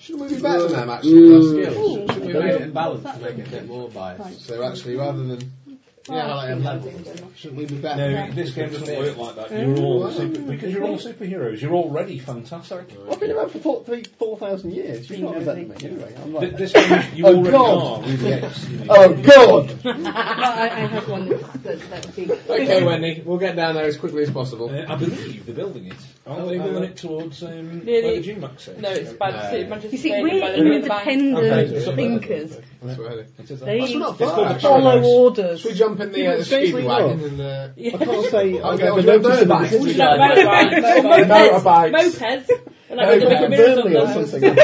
[SPEAKER 5] Should we be better than them actually with our
[SPEAKER 9] Mm.
[SPEAKER 5] skills? Should we make it in balance to make it a bit more biased? So actually, rather than yeah, like in level, shouldn't we be better?
[SPEAKER 7] No, this game doesn't work like that. You're all super, because you're all superheroes. You're already fantastic.
[SPEAKER 9] I've been around for four, three, four thousand years. You're not better than me, anyway. I'm
[SPEAKER 7] Th-
[SPEAKER 9] like,
[SPEAKER 7] This game you
[SPEAKER 9] Oh,
[SPEAKER 7] already
[SPEAKER 9] God.
[SPEAKER 7] are. with the X, you know.
[SPEAKER 9] oh god!
[SPEAKER 6] I, I have one that's, that's, that's big.
[SPEAKER 5] Okay, Wendy, we'll get down there as quickly as possible.
[SPEAKER 7] Uh, I believe they're building Uh, it. Aren't
[SPEAKER 5] Oh,
[SPEAKER 7] they
[SPEAKER 5] oh,
[SPEAKER 7] building
[SPEAKER 5] right.
[SPEAKER 7] it towards um,
[SPEAKER 4] Nearly-
[SPEAKER 7] where the G-Max is?
[SPEAKER 4] No, it's by
[SPEAKER 7] Uh,
[SPEAKER 4] the
[SPEAKER 5] No.
[SPEAKER 4] city of Manchester.
[SPEAKER 6] You see,
[SPEAKER 4] Stadium, by
[SPEAKER 6] we're
[SPEAKER 4] the Red Bank.
[SPEAKER 6] independent
[SPEAKER 7] Okay.
[SPEAKER 6] thinkers.
[SPEAKER 5] That's where it
[SPEAKER 7] It
[SPEAKER 5] is.
[SPEAKER 7] is that.
[SPEAKER 5] That's
[SPEAKER 6] They
[SPEAKER 5] not
[SPEAKER 7] far.
[SPEAKER 6] follow
[SPEAKER 7] Should we
[SPEAKER 6] orders.
[SPEAKER 5] Should we jump in the, uh, the speed
[SPEAKER 9] Strangely
[SPEAKER 5] wagon
[SPEAKER 9] enough.
[SPEAKER 5] and uh,
[SPEAKER 9] I can't say
[SPEAKER 5] I'll
[SPEAKER 9] I've
[SPEAKER 5] go
[SPEAKER 9] ever
[SPEAKER 5] on your
[SPEAKER 9] noticed
[SPEAKER 5] motorbike.
[SPEAKER 9] them.
[SPEAKER 5] We
[SPEAKER 4] No, motorbikes,
[SPEAKER 5] Motorbikes.
[SPEAKER 4] mopeds, mopeds, and like with the bigger
[SPEAKER 9] Motorbikes.
[SPEAKER 4] mirrors on
[SPEAKER 9] Burnley or
[SPEAKER 4] those.
[SPEAKER 9] something.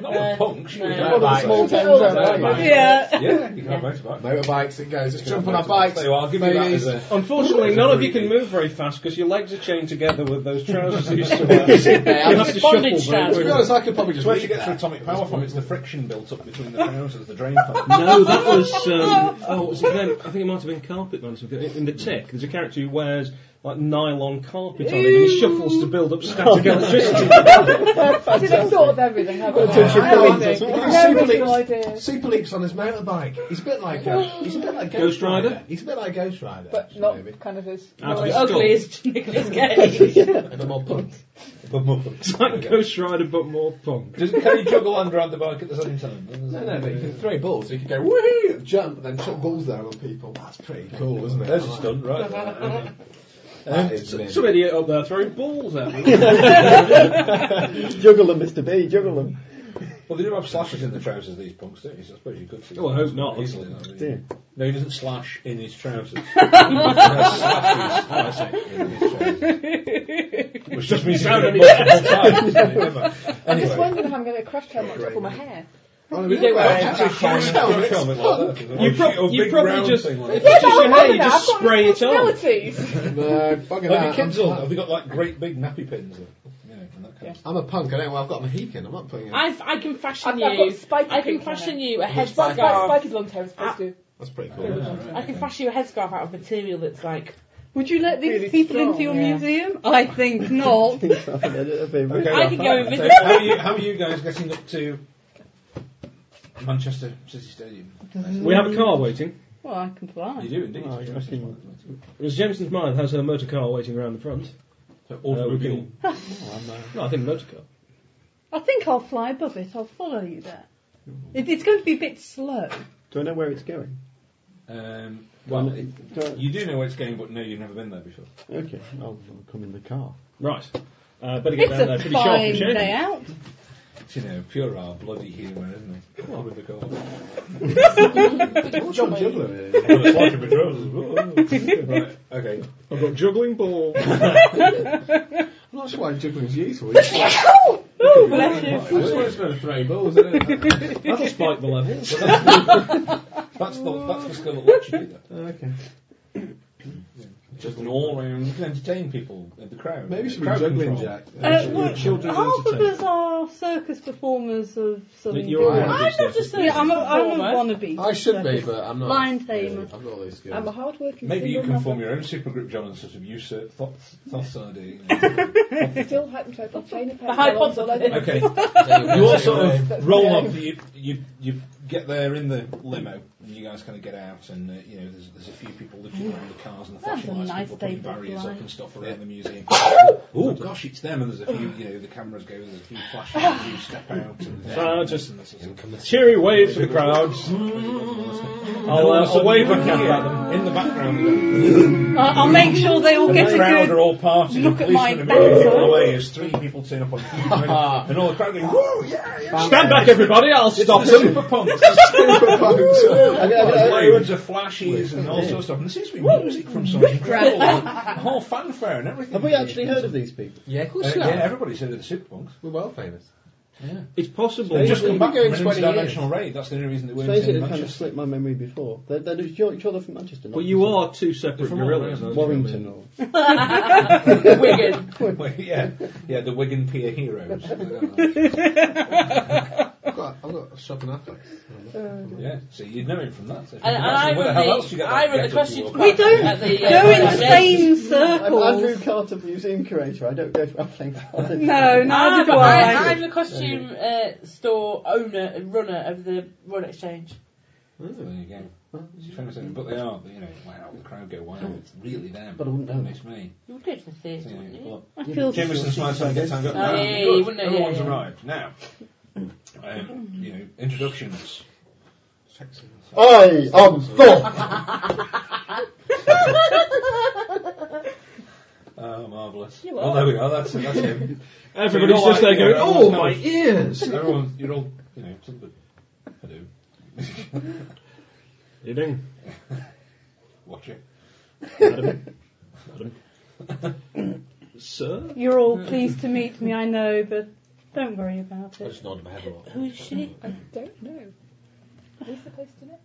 [SPEAKER 7] Not with punks,
[SPEAKER 4] no.
[SPEAKER 7] we
[SPEAKER 4] Not with
[SPEAKER 7] have
[SPEAKER 9] One of the
[SPEAKER 7] bikes.
[SPEAKER 9] small towns
[SPEAKER 5] Motorbikes.
[SPEAKER 9] out there.
[SPEAKER 5] Motorbikes.
[SPEAKER 6] Yeah.
[SPEAKER 7] Yeah, you can have motorbike.
[SPEAKER 5] motorbikes it goes. Just jump on our
[SPEAKER 7] motorbike.
[SPEAKER 5] bikes.
[SPEAKER 7] So I'll give you that
[SPEAKER 5] babies.
[SPEAKER 7] as a-
[SPEAKER 8] Unfortunately, none of you can move very fast because your legs are chained together with those trousers that you still wear. You have to shuffle
[SPEAKER 4] Bondage trousers.
[SPEAKER 8] very
[SPEAKER 5] To be
[SPEAKER 8] quickly.
[SPEAKER 5] honest, I could probably
[SPEAKER 7] It's
[SPEAKER 5] just
[SPEAKER 7] where
[SPEAKER 5] read
[SPEAKER 7] she gets her
[SPEAKER 5] that. Ah.
[SPEAKER 7] atomic power from. It's the friction built up between the trousers, the drain pipe.
[SPEAKER 8] No, that was um, oh, was it them? I think it might have been Carpet Man. or something. In the Tick, there's a character who wears like nylon carpet on him and he shuffles to build up static electricity.
[SPEAKER 12] See, they've thought of everything, haven't they?
[SPEAKER 7] Ah,
[SPEAKER 5] Touch your
[SPEAKER 12] I
[SPEAKER 5] point.
[SPEAKER 12] think.
[SPEAKER 5] Look at
[SPEAKER 12] No
[SPEAKER 5] Super
[SPEAKER 12] visual
[SPEAKER 5] Leaps.
[SPEAKER 12] idea.
[SPEAKER 5] Super Leap's on his motorbike. He's a bit like a, he's a bit like Ghost,
[SPEAKER 8] Ghost Rider?
[SPEAKER 5] He's a bit like Ghost Rider,
[SPEAKER 12] But
[SPEAKER 5] actually,
[SPEAKER 12] not
[SPEAKER 5] maybe.
[SPEAKER 12] kind of as.
[SPEAKER 8] Out of
[SPEAKER 4] The
[SPEAKER 8] his
[SPEAKER 4] ugliest Nicholas Cage.
[SPEAKER 5] And a more punk.
[SPEAKER 7] But more punks.
[SPEAKER 8] skull. Like Ghost Rider, but more punk.
[SPEAKER 7] Does, can you juggle and ride the bike at the same time?
[SPEAKER 5] No, no, but you can throw balls. You can go woohoo, jump, and then chuck balls down on people. That's pretty cool, isn't it?
[SPEAKER 7] There's a stunt, right? there.
[SPEAKER 5] That is mint.
[SPEAKER 8] Some idiot up there throwing balls at me.
[SPEAKER 9] Juggle them, Mr. B, juggle them.
[SPEAKER 7] Well, they do have slashes in the trousers, these punks, don't you? So I suppose you could see.
[SPEAKER 8] Oh, I hope not.
[SPEAKER 7] Easily, not really.
[SPEAKER 9] Do.
[SPEAKER 7] No, he doesn't slash in his trousers. he has slashes, I say, in his trousers. Which just means he's done it multiple times. doesn't it? Never.
[SPEAKER 12] I'm just
[SPEAKER 7] Anyway.
[SPEAKER 12] wondering if I'm going to crash helmet on top of my hair.
[SPEAKER 5] Oh, we don't wear helmets. Huge helmets.
[SPEAKER 8] You, prob-
[SPEAKER 7] prob-
[SPEAKER 8] you probably just if
[SPEAKER 7] Like
[SPEAKER 8] it's
[SPEAKER 7] that.
[SPEAKER 8] just your hair, you
[SPEAKER 12] I've
[SPEAKER 8] just
[SPEAKER 12] got
[SPEAKER 8] spray it on.
[SPEAKER 12] possibilities.
[SPEAKER 5] No, bugger
[SPEAKER 7] Like
[SPEAKER 5] that.
[SPEAKER 7] your kids
[SPEAKER 5] I'm-
[SPEAKER 7] all have they got like great big nappy pins? Or, you know, and that kind of
[SPEAKER 5] I'm a punk. I don't. Well, I've got a Mohican. I'm not putting it.
[SPEAKER 4] I've, I can fashion
[SPEAKER 12] I've-
[SPEAKER 4] you.
[SPEAKER 12] I've got spiky
[SPEAKER 4] I can
[SPEAKER 12] pink on
[SPEAKER 4] fashion
[SPEAKER 12] it.
[SPEAKER 4] you a
[SPEAKER 12] Spike, spike,
[SPEAKER 4] headscarf. Ah,
[SPEAKER 12] spike is long hair is supposed to.
[SPEAKER 5] That's pretty cool.
[SPEAKER 4] I can fashion you a headscarf out of material that's like.
[SPEAKER 6] Would you let these people into your
[SPEAKER 12] yeah.
[SPEAKER 6] museum? I think not.
[SPEAKER 9] It'd be really-
[SPEAKER 4] I can go and
[SPEAKER 7] So
[SPEAKER 4] visit.
[SPEAKER 7] how, are you, how are you guys getting up to Manchester City Stadium?
[SPEAKER 8] We have a car waiting.
[SPEAKER 6] well, I can fly.
[SPEAKER 7] You do indeed.
[SPEAKER 9] Oh, I reckon-
[SPEAKER 8] Miss Jameson's mind has her motor car waiting around the front.
[SPEAKER 7] So
[SPEAKER 8] Uh, we
[SPEAKER 7] automobile.
[SPEAKER 8] can- no, I think motor car.
[SPEAKER 6] I think I'll fly above it. I'll follow you there. It, it's going to be a bit slow.
[SPEAKER 9] Do I know where it's going?
[SPEAKER 7] Um, well, it,
[SPEAKER 9] Do I-
[SPEAKER 7] you do know where it's going, but no, you've never been there before.
[SPEAKER 9] Okay, I'll, I'll come in the car.
[SPEAKER 8] Right. Uh, better get
[SPEAKER 6] It's
[SPEAKER 8] down there
[SPEAKER 6] a
[SPEAKER 8] pretty sharp
[SPEAKER 6] fine
[SPEAKER 8] and shave.
[SPEAKER 6] day out.
[SPEAKER 7] It's, you know, pure our bloody humour, isn't it? What with the car?
[SPEAKER 5] John Juggler. it is.
[SPEAKER 7] Well, it's like a betrothal. right, okay.
[SPEAKER 8] I've got juggling balls.
[SPEAKER 5] I'm not sure why juggling's useful. It's like-
[SPEAKER 4] Oh, bless you.
[SPEAKER 5] I just want to throw three balls. isn't it?
[SPEAKER 8] That'll spike the levels.
[SPEAKER 7] That's the, that's the skill that lets you do that.
[SPEAKER 5] Okay. Just
[SPEAKER 7] an all round. You can entertain people in the crowd.
[SPEAKER 5] Maybe you should be
[SPEAKER 7] Crowd
[SPEAKER 5] juggling,
[SPEAKER 7] control.
[SPEAKER 5] Jack.
[SPEAKER 7] Yeah,
[SPEAKER 6] Uh,
[SPEAKER 7] should be
[SPEAKER 6] well,
[SPEAKER 7] children's
[SPEAKER 6] half of
[SPEAKER 7] entertainment.
[SPEAKER 6] us are circus performers of some.
[SPEAKER 7] But you're one of
[SPEAKER 6] kind. I'm
[SPEAKER 7] these
[SPEAKER 6] not just
[SPEAKER 7] circus
[SPEAKER 6] saying. I'm a, I'm a
[SPEAKER 12] performer.
[SPEAKER 6] wannabe.
[SPEAKER 5] I should be, but I'm not.
[SPEAKER 6] Lion tamer.
[SPEAKER 5] I'm not these good.
[SPEAKER 12] I'm a hard-working
[SPEAKER 7] Maybe you
[SPEAKER 12] single
[SPEAKER 7] can
[SPEAKER 12] mother.
[SPEAKER 7] form your own supergroup, John, and sort of usurp Thoth's Thoth's idea.
[SPEAKER 12] I still happen to have a train of paper
[SPEAKER 4] The
[SPEAKER 12] along the
[SPEAKER 4] hypothesis.
[SPEAKER 12] leg.
[SPEAKER 7] Okay.
[SPEAKER 5] There you
[SPEAKER 7] you
[SPEAKER 5] go.
[SPEAKER 7] all sort
[SPEAKER 5] That's
[SPEAKER 7] of roll
[SPEAKER 5] the
[SPEAKER 7] up.
[SPEAKER 5] aim.
[SPEAKER 7] You, you you get there in the limo, and you guys kind of get out, and uh, you know there's, there's a few people looking around the cars and the
[SPEAKER 6] That's a
[SPEAKER 7] flashing lights,
[SPEAKER 6] nice
[SPEAKER 7] people putting
[SPEAKER 6] day for
[SPEAKER 7] barriers up
[SPEAKER 6] flying.
[SPEAKER 7] and stuff around the museum. oh gosh, it's them, and there's a few. You know the cameras go. There's a few flashing. and you step out. And
[SPEAKER 8] Ah, just cheery wave to the crowds. I'll, uh, I'll wave my camera at them.
[SPEAKER 7] In the background,
[SPEAKER 6] Uh, I'll make sure they all
[SPEAKER 7] the
[SPEAKER 6] get a
[SPEAKER 7] crowd are
[SPEAKER 6] good.
[SPEAKER 7] all partying.
[SPEAKER 6] look
[SPEAKER 7] the
[SPEAKER 6] at my
[SPEAKER 7] policemen are moving
[SPEAKER 6] backside.
[SPEAKER 7] all away as three people turn up on camera, and all the crowd going, "Woo, yeah, yeah!"
[SPEAKER 8] Stand back, everybody! I'll stop
[SPEAKER 7] It's the
[SPEAKER 8] them.
[SPEAKER 7] Super punks. It's
[SPEAKER 9] I,
[SPEAKER 7] Well,
[SPEAKER 9] I, I,
[SPEAKER 7] loads of flashes and all sorts of stuff. And there seems to be music from somewhere. Incredible. The whole fanfare and everything.
[SPEAKER 9] have we actually heard of these people?
[SPEAKER 5] Yeah, of
[SPEAKER 7] Uh,
[SPEAKER 5] course you
[SPEAKER 7] yeah,
[SPEAKER 5] are.
[SPEAKER 7] everybody's heard of the Superpunks.
[SPEAKER 5] We're well famous.
[SPEAKER 8] It's possible.
[SPEAKER 7] They've just
[SPEAKER 9] they've
[SPEAKER 7] come back
[SPEAKER 9] been going
[SPEAKER 7] from an
[SPEAKER 9] 20
[SPEAKER 7] interdimensional raid. That's the only reason they weren't
[SPEAKER 9] Strangely,
[SPEAKER 7] in
[SPEAKER 9] it kind of
[SPEAKER 7] Manchester.
[SPEAKER 9] slipped my memory before. They're, they're, you're, you're they're from Manchester, not
[SPEAKER 8] Well, you are two separate
[SPEAKER 7] From all
[SPEAKER 8] gorillas.
[SPEAKER 7] around.
[SPEAKER 9] Warrington or
[SPEAKER 4] Wigan.
[SPEAKER 7] yeah, yeah, the Wigan Pier heroes.
[SPEAKER 5] I've got, I've got a shop in Athlone.
[SPEAKER 7] yeah, so you know him from that. So
[SPEAKER 4] And, and I
[SPEAKER 7] where
[SPEAKER 4] run
[SPEAKER 7] the hell else you
[SPEAKER 4] the,
[SPEAKER 7] got
[SPEAKER 4] I
[SPEAKER 7] that
[SPEAKER 4] run the
[SPEAKER 7] gadget
[SPEAKER 4] questions.
[SPEAKER 7] walk
[SPEAKER 6] We
[SPEAKER 7] back?
[SPEAKER 6] don't
[SPEAKER 4] at the,
[SPEAKER 6] go in
[SPEAKER 4] uh,
[SPEAKER 6] the same
[SPEAKER 9] I'm Andrew
[SPEAKER 6] circles.
[SPEAKER 9] Carter, museum curator. I don't go to Appling Garden.
[SPEAKER 6] No,
[SPEAKER 4] Ah,
[SPEAKER 6] neither do
[SPEAKER 4] but I,
[SPEAKER 6] I.
[SPEAKER 4] I'm the costume uh, store owner and runner of the Run Exchange.
[SPEAKER 7] Ooh, There you go. She's famous, isn't she? But they are, you know, wow, the crowd go, wow, it's really them.
[SPEAKER 9] But I wouldn't know.
[SPEAKER 7] It's me.
[SPEAKER 4] You would go to the theatre, wouldn't
[SPEAKER 7] Yeah,
[SPEAKER 4] you?
[SPEAKER 7] but-
[SPEAKER 6] I feel
[SPEAKER 7] Jameson Smith's on get time got
[SPEAKER 4] Oh, yeah, yeah,
[SPEAKER 7] Good.
[SPEAKER 4] you wouldn't know, yeah,
[SPEAKER 7] Everyone's
[SPEAKER 4] yeah.
[SPEAKER 7] arrived. Now, um, you know, introductions.
[SPEAKER 9] I am Thor.
[SPEAKER 7] Oh, marvellous.
[SPEAKER 4] You
[SPEAKER 7] Well,
[SPEAKER 4] are.
[SPEAKER 7] there we go. That's, that's him.
[SPEAKER 8] Everybody's just there going, "Oh my ears!"
[SPEAKER 7] Everyone, you're all, you know, something. Hello.
[SPEAKER 8] You doing?
[SPEAKER 7] Watch it.
[SPEAKER 8] Sir?
[SPEAKER 6] You're all pleased to meet me. I know, but don't worry about
[SPEAKER 5] I
[SPEAKER 6] it.
[SPEAKER 5] just nod my head a lot.
[SPEAKER 4] Who's she?
[SPEAKER 12] I don't know. Who's supposed to know?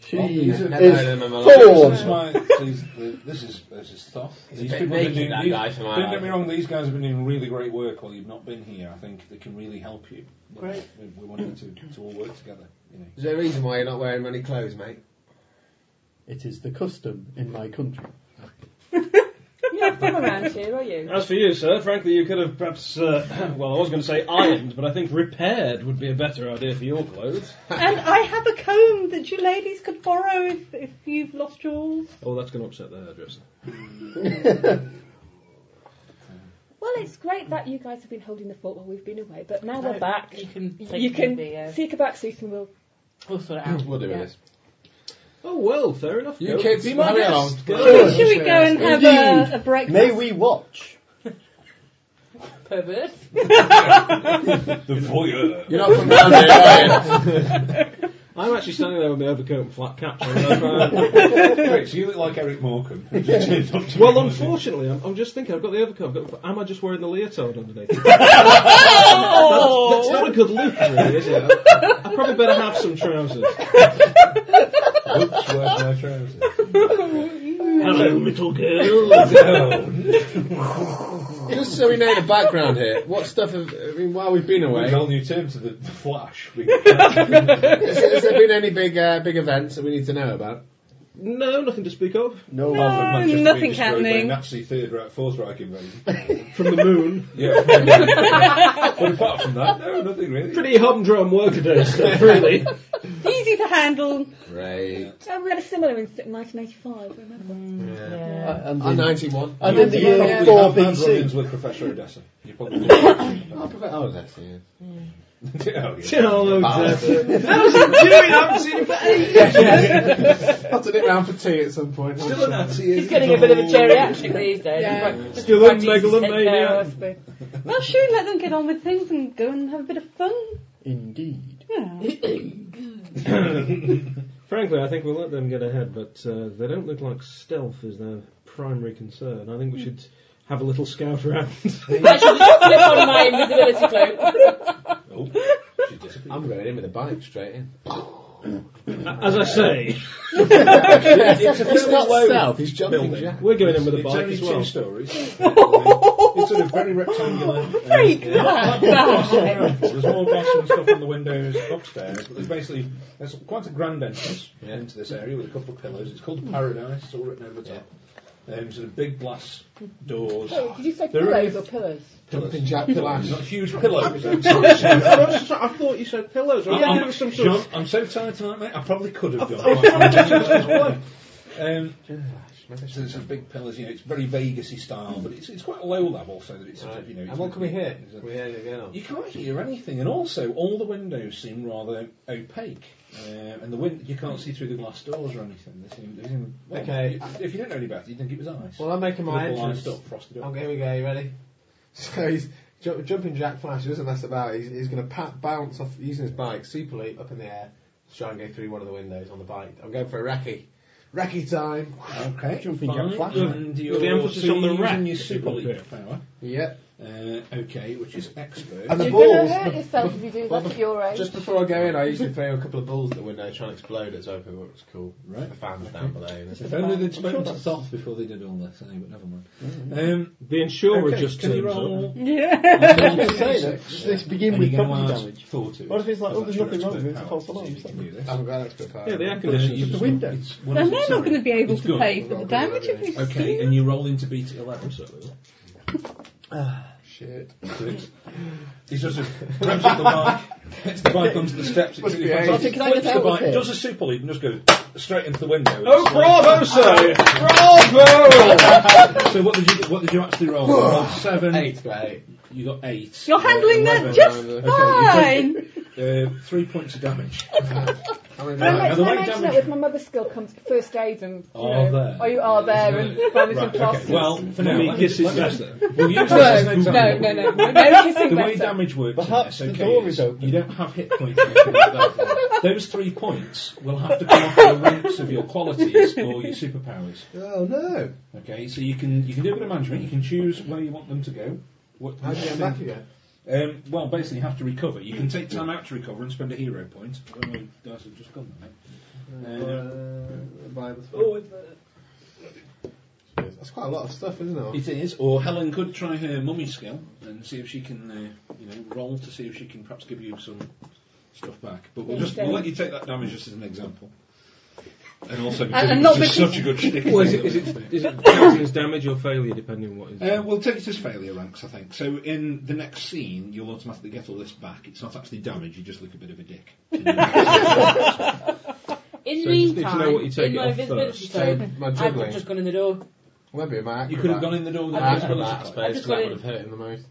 [SPEAKER 9] She is
[SPEAKER 5] He's a-
[SPEAKER 7] So
[SPEAKER 9] Thor.
[SPEAKER 7] This is my, these, the, this is this is tough. These
[SPEAKER 5] bit
[SPEAKER 7] people have been
[SPEAKER 5] vague,
[SPEAKER 7] doing,
[SPEAKER 5] that
[SPEAKER 7] these-
[SPEAKER 5] guy, for my
[SPEAKER 7] don't get me
[SPEAKER 5] liking.
[SPEAKER 7] wrong. These guys have been doing really great work while you've not been here. I think they can really help you.
[SPEAKER 4] Great.
[SPEAKER 7] We, we wanted to, to all work together. You know.
[SPEAKER 5] Is there a reason why you're not wearing many clothes, mate?
[SPEAKER 9] It is the custom in my country.
[SPEAKER 12] You're not from around here, are you?
[SPEAKER 8] As for you, sir, frankly, you could have perhaps, uh, well, I was going to say ironed, but I think repaired would be a better idea for your clothes.
[SPEAKER 6] And I have a comb that you ladies could borrow if, if you've lost yours.
[SPEAKER 8] Oh, that's going to upset the hairdresser.
[SPEAKER 12] Well, it's great that you guys have been holding the fort while we've been away, but now we're
[SPEAKER 4] No,
[SPEAKER 12] back.
[SPEAKER 4] You can take
[SPEAKER 12] You can
[SPEAKER 4] the, uh,
[SPEAKER 12] seek a backseat and we'll.
[SPEAKER 4] we'll sort it out.
[SPEAKER 5] We're doing
[SPEAKER 12] Yeah.
[SPEAKER 5] this.
[SPEAKER 8] Oh, well, fair enough.
[SPEAKER 5] You
[SPEAKER 8] Go.
[SPEAKER 5] kids,
[SPEAKER 8] be my
[SPEAKER 5] hurry
[SPEAKER 8] guest.
[SPEAKER 5] along.
[SPEAKER 8] Go.
[SPEAKER 5] Sure.
[SPEAKER 6] Should we go and have
[SPEAKER 9] Indeed.
[SPEAKER 6] a, a breakfast?
[SPEAKER 9] May we watch?
[SPEAKER 4] Pervert.
[SPEAKER 7] The voyeur.
[SPEAKER 5] You're not from around here, are you?
[SPEAKER 8] I'm actually standing there with my overcoat and flat cap. so I'm, uh,
[SPEAKER 7] Great, so you look like Eric Morecambe. You just turned up to
[SPEAKER 8] well,
[SPEAKER 7] me.
[SPEAKER 8] unfortunately, I'm, I'm just thinking, I've got the overcoat, I've got, am I just wearing the leotard underneath? that's, that's
[SPEAKER 12] Oh.
[SPEAKER 8] not a good look, really, is it? Oh. I probably better have some trousers.
[SPEAKER 7] Oops, where's my trousers?
[SPEAKER 8] Hello, little girl.
[SPEAKER 5] Just so we know the background here, what stuff have, I mean, while we've been away,
[SPEAKER 7] There's a whole new term to the, the flash. We can-
[SPEAKER 5] has, has there been any big, uh, big events that we need to know about?
[SPEAKER 8] No, nothing to speak of.
[SPEAKER 9] No.
[SPEAKER 7] Apart from Manchester being
[SPEAKER 6] nothing
[SPEAKER 7] destroyed by
[SPEAKER 6] happening.
[SPEAKER 7] Nazi third Reich, fourth Reich invasion.
[SPEAKER 8] From the moon.
[SPEAKER 7] Yeah. but apart from that, no, nothing really.
[SPEAKER 8] Pretty humdrum workaday stuff, really.
[SPEAKER 6] Easy to handle.
[SPEAKER 5] Great.
[SPEAKER 12] Oh, we had a similar incident in 1985, remember?
[SPEAKER 4] Mm,
[SPEAKER 9] I- And
[SPEAKER 5] I'm
[SPEAKER 9] in,
[SPEAKER 5] 91.
[SPEAKER 9] and in the
[SPEAKER 7] You probably
[SPEAKER 9] year
[SPEAKER 7] have
[SPEAKER 9] 4
[SPEAKER 7] had run-ins
[SPEAKER 9] BC.
[SPEAKER 7] with Professor Odessa. You probably do. oh,
[SPEAKER 5] I prefer, oh, that's, yeah.
[SPEAKER 7] yeah.
[SPEAKER 8] Hello,
[SPEAKER 5] Bastard.
[SPEAKER 8] Jeff. How's uh, it doing? I haven't seen you for ages.
[SPEAKER 5] I'll turn it round for tea at some point.
[SPEAKER 8] Still a Nazi,
[SPEAKER 4] He's getting a bit of a geriatric these days.
[SPEAKER 12] Yeah.
[SPEAKER 4] Just
[SPEAKER 8] Still a
[SPEAKER 4] practice to take care
[SPEAKER 8] megalomaniac.
[SPEAKER 4] of us.
[SPEAKER 6] Well, sure, let them get on with things and go and have a bit of fun.
[SPEAKER 9] Indeed.
[SPEAKER 6] Yeah.
[SPEAKER 8] Frankly, I think we'll let them get ahead, but uh, they don't look like stealth is their primary concern. I think we should have a little scout around.
[SPEAKER 4] I should just slip on my invisibility cloak.
[SPEAKER 7] Oh, she disappeared.
[SPEAKER 5] I'm going in with a bike straight in.
[SPEAKER 8] As I say,
[SPEAKER 7] it's a fairly
[SPEAKER 8] not
[SPEAKER 7] low
[SPEAKER 8] stealth, he's jumping
[SPEAKER 7] building.
[SPEAKER 8] jack. We're going in with a
[SPEAKER 7] It's
[SPEAKER 8] bike
[SPEAKER 7] only
[SPEAKER 8] as
[SPEAKER 7] two
[SPEAKER 8] well.
[SPEAKER 7] stories. it's sort of very rectangular.
[SPEAKER 8] Break
[SPEAKER 7] Yeah.
[SPEAKER 8] that
[SPEAKER 7] Yeah.
[SPEAKER 8] back.
[SPEAKER 7] There's more glass and stuff on the windows upstairs, but there's basically there's quite a grand entrance into this area with a couple of pillars. It's called Paradise. It's all written over the top. Um, sort of big glass doors.
[SPEAKER 14] Oh, did you say
[SPEAKER 7] There are
[SPEAKER 14] pillows or pillars?
[SPEAKER 7] Jumping jack pillars. Not huge pillows.
[SPEAKER 14] I'm sorry, I'm sorry, I thought you said pillows. I
[SPEAKER 7] I'm-
[SPEAKER 14] thought
[SPEAKER 7] I'm-
[SPEAKER 14] it was some sort
[SPEAKER 7] John,
[SPEAKER 14] of-
[SPEAKER 7] I'm so tired tonight, mate. I probably could have done.
[SPEAKER 14] Oh.
[SPEAKER 7] um, so there's some big pillars. You know, it's very Vegasy style, but it's, it's quite low level, so that it's sort of, you know.
[SPEAKER 5] And
[SPEAKER 7] it's-
[SPEAKER 5] what can we hear?
[SPEAKER 7] it's a-
[SPEAKER 5] We hear it again.
[SPEAKER 7] You can't hear anything, and also all the windows seem rather opaque, uh, and the wind you can't see through the glass doors or anything. They seem, they seem well,
[SPEAKER 5] Okay.
[SPEAKER 7] you- If you don't know any better, you think it was ice.
[SPEAKER 5] Well, I'm making my
[SPEAKER 7] Double
[SPEAKER 5] entrance.
[SPEAKER 7] iced up, frosted up.
[SPEAKER 5] Okay, here we go. You ready? So he's ju- jumping jack flash. He doesn't mess about. He's, he's going to bounce off using his bike, super leap up in the air, to try and go through one of the windows on the bike. I'm going for a recce. Recce time.
[SPEAKER 7] Okay.
[SPEAKER 5] Jumping
[SPEAKER 7] Fine,
[SPEAKER 5] jack flash.
[SPEAKER 7] And you're, so you're using your super leap power.
[SPEAKER 5] Yep.
[SPEAKER 7] Uh, okay, which is expert.
[SPEAKER 5] And the
[SPEAKER 14] You're
[SPEAKER 5] balls.
[SPEAKER 14] going to hurt yourself if you do
[SPEAKER 5] well,
[SPEAKER 14] that at
[SPEAKER 5] bef-
[SPEAKER 14] your age.
[SPEAKER 5] Just before I go in, I usually throw a couple of balls at the window, try and explode it, so it looks cool. Right. The fans down below. and
[SPEAKER 7] If
[SPEAKER 5] everything.
[SPEAKER 7] only they'd spoken to Thoth before they did all this, eh, but never mind.
[SPEAKER 9] Mm-hmm.
[SPEAKER 7] Um,
[SPEAKER 8] the insurer
[SPEAKER 7] okay,
[SPEAKER 8] just
[SPEAKER 7] can you
[SPEAKER 8] turns
[SPEAKER 7] roll-
[SPEAKER 8] up.
[SPEAKER 7] Yeah.
[SPEAKER 9] Let's say that. Let's begin
[SPEAKER 7] And
[SPEAKER 9] with
[SPEAKER 7] you're gonna
[SPEAKER 9] property
[SPEAKER 7] ask
[SPEAKER 9] damage.
[SPEAKER 7] Thor to-
[SPEAKER 9] What if it's like,
[SPEAKER 7] Is
[SPEAKER 9] oh,
[SPEAKER 7] that
[SPEAKER 9] there's
[SPEAKER 7] your
[SPEAKER 9] nothing wrong with it,
[SPEAKER 7] expert
[SPEAKER 9] it's a
[SPEAKER 7] power?
[SPEAKER 9] false alarm.
[SPEAKER 7] You can do this.
[SPEAKER 5] I've got extra power.
[SPEAKER 9] Yeah, the air
[SPEAKER 7] conditioning
[SPEAKER 9] But the
[SPEAKER 7] system.
[SPEAKER 9] window.
[SPEAKER 7] It's- what
[SPEAKER 6] Then
[SPEAKER 7] is it?
[SPEAKER 6] they're not
[SPEAKER 7] Sorry.
[SPEAKER 6] going to be able
[SPEAKER 7] It's
[SPEAKER 6] to
[SPEAKER 7] good.
[SPEAKER 6] pay for the damage if it's
[SPEAKER 7] Okay, and you roll in to beat it 11, so it will.
[SPEAKER 5] Shit.
[SPEAKER 7] So it's- He sort of grabs up the bike, hits the bike onto the steps, it's really
[SPEAKER 5] Behave.
[SPEAKER 7] fantastic.
[SPEAKER 5] Can I get
[SPEAKER 7] Flips the
[SPEAKER 5] out with
[SPEAKER 7] bike,
[SPEAKER 5] it?
[SPEAKER 7] does a super leap and just goes straight into the window.
[SPEAKER 8] Oh, bravo, sir! Bravo!
[SPEAKER 7] so what did you what did you actually roll? You rolled seven.
[SPEAKER 5] Eight, great.
[SPEAKER 7] You got eight.
[SPEAKER 6] You're handling that just
[SPEAKER 7] Okay, you take, uh, three points of damage.
[SPEAKER 5] Right,
[SPEAKER 12] Can I,
[SPEAKER 7] now
[SPEAKER 12] can
[SPEAKER 7] the
[SPEAKER 12] I
[SPEAKER 7] way
[SPEAKER 12] mention that
[SPEAKER 7] damage-
[SPEAKER 12] with my mother's skill comes first aid and you
[SPEAKER 7] Are
[SPEAKER 12] know,
[SPEAKER 7] there?
[SPEAKER 12] or you are there and families and
[SPEAKER 7] Right,
[SPEAKER 12] crosses.
[SPEAKER 7] okay. Well, for now,
[SPEAKER 8] me
[SPEAKER 7] let
[SPEAKER 8] kiss his
[SPEAKER 7] let me-
[SPEAKER 8] master.
[SPEAKER 7] We'll use
[SPEAKER 12] No,
[SPEAKER 7] that as an
[SPEAKER 12] no,
[SPEAKER 7] example.
[SPEAKER 12] no, no, no, no kissing
[SPEAKER 7] The way
[SPEAKER 12] master.
[SPEAKER 7] damage works
[SPEAKER 9] Perhaps
[SPEAKER 7] in this,
[SPEAKER 9] the
[SPEAKER 7] okay,
[SPEAKER 9] door
[SPEAKER 7] is
[SPEAKER 9] is open.
[SPEAKER 7] you don't have hit points. or anything like that. Those three points will have to come off the ranks of your qualities or your superpowers.
[SPEAKER 5] Oh no.
[SPEAKER 7] Okay, so you can you can do a bit of management. You can choose where you want them to go. What,
[SPEAKER 5] How do you get back again?
[SPEAKER 7] Um, well, basically, you have to recover. You can take time out to recover and spend a hero point. Oh, my dice have just gone, mate. Uh,
[SPEAKER 5] Oh, That's quite a lot of stuff, isn't it?
[SPEAKER 7] It is, or Helen could try her mummy skill and see if she can, uh, you know, roll to see if she can perhaps give you some stuff back. But we'll just we'll let you take that damage just as an example. And also, because
[SPEAKER 6] And- and
[SPEAKER 7] it's
[SPEAKER 6] not
[SPEAKER 7] just
[SPEAKER 6] because-
[SPEAKER 7] such a good shtick.
[SPEAKER 8] Well, is it, is it, is it counting as damage or failure, depending on what is
[SPEAKER 7] Uh, we'll take it as failure ranks, I think. So in the next scene, you'll automatically get all this back. It's not actually damage; you just look a bit of a dick.
[SPEAKER 14] In the
[SPEAKER 7] So you just need to
[SPEAKER 14] meantime,
[SPEAKER 7] know what you take
[SPEAKER 14] in
[SPEAKER 7] it
[SPEAKER 14] my
[SPEAKER 7] off
[SPEAKER 14] visibility
[SPEAKER 7] first.
[SPEAKER 5] So,
[SPEAKER 14] zone,
[SPEAKER 5] my
[SPEAKER 14] I've
[SPEAKER 5] juggling.
[SPEAKER 14] just gone in the door.
[SPEAKER 5] Maybe my
[SPEAKER 7] You could have gone in the door with
[SPEAKER 5] an
[SPEAKER 7] an acrobat. I
[SPEAKER 5] acrobat, I suppose,
[SPEAKER 14] just
[SPEAKER 5] 'cause that
[SPEAKER 14] got
[SPEAKER 5] would
[SPEAKER 14] it-
[SPEAKER 5] have hurt him the most.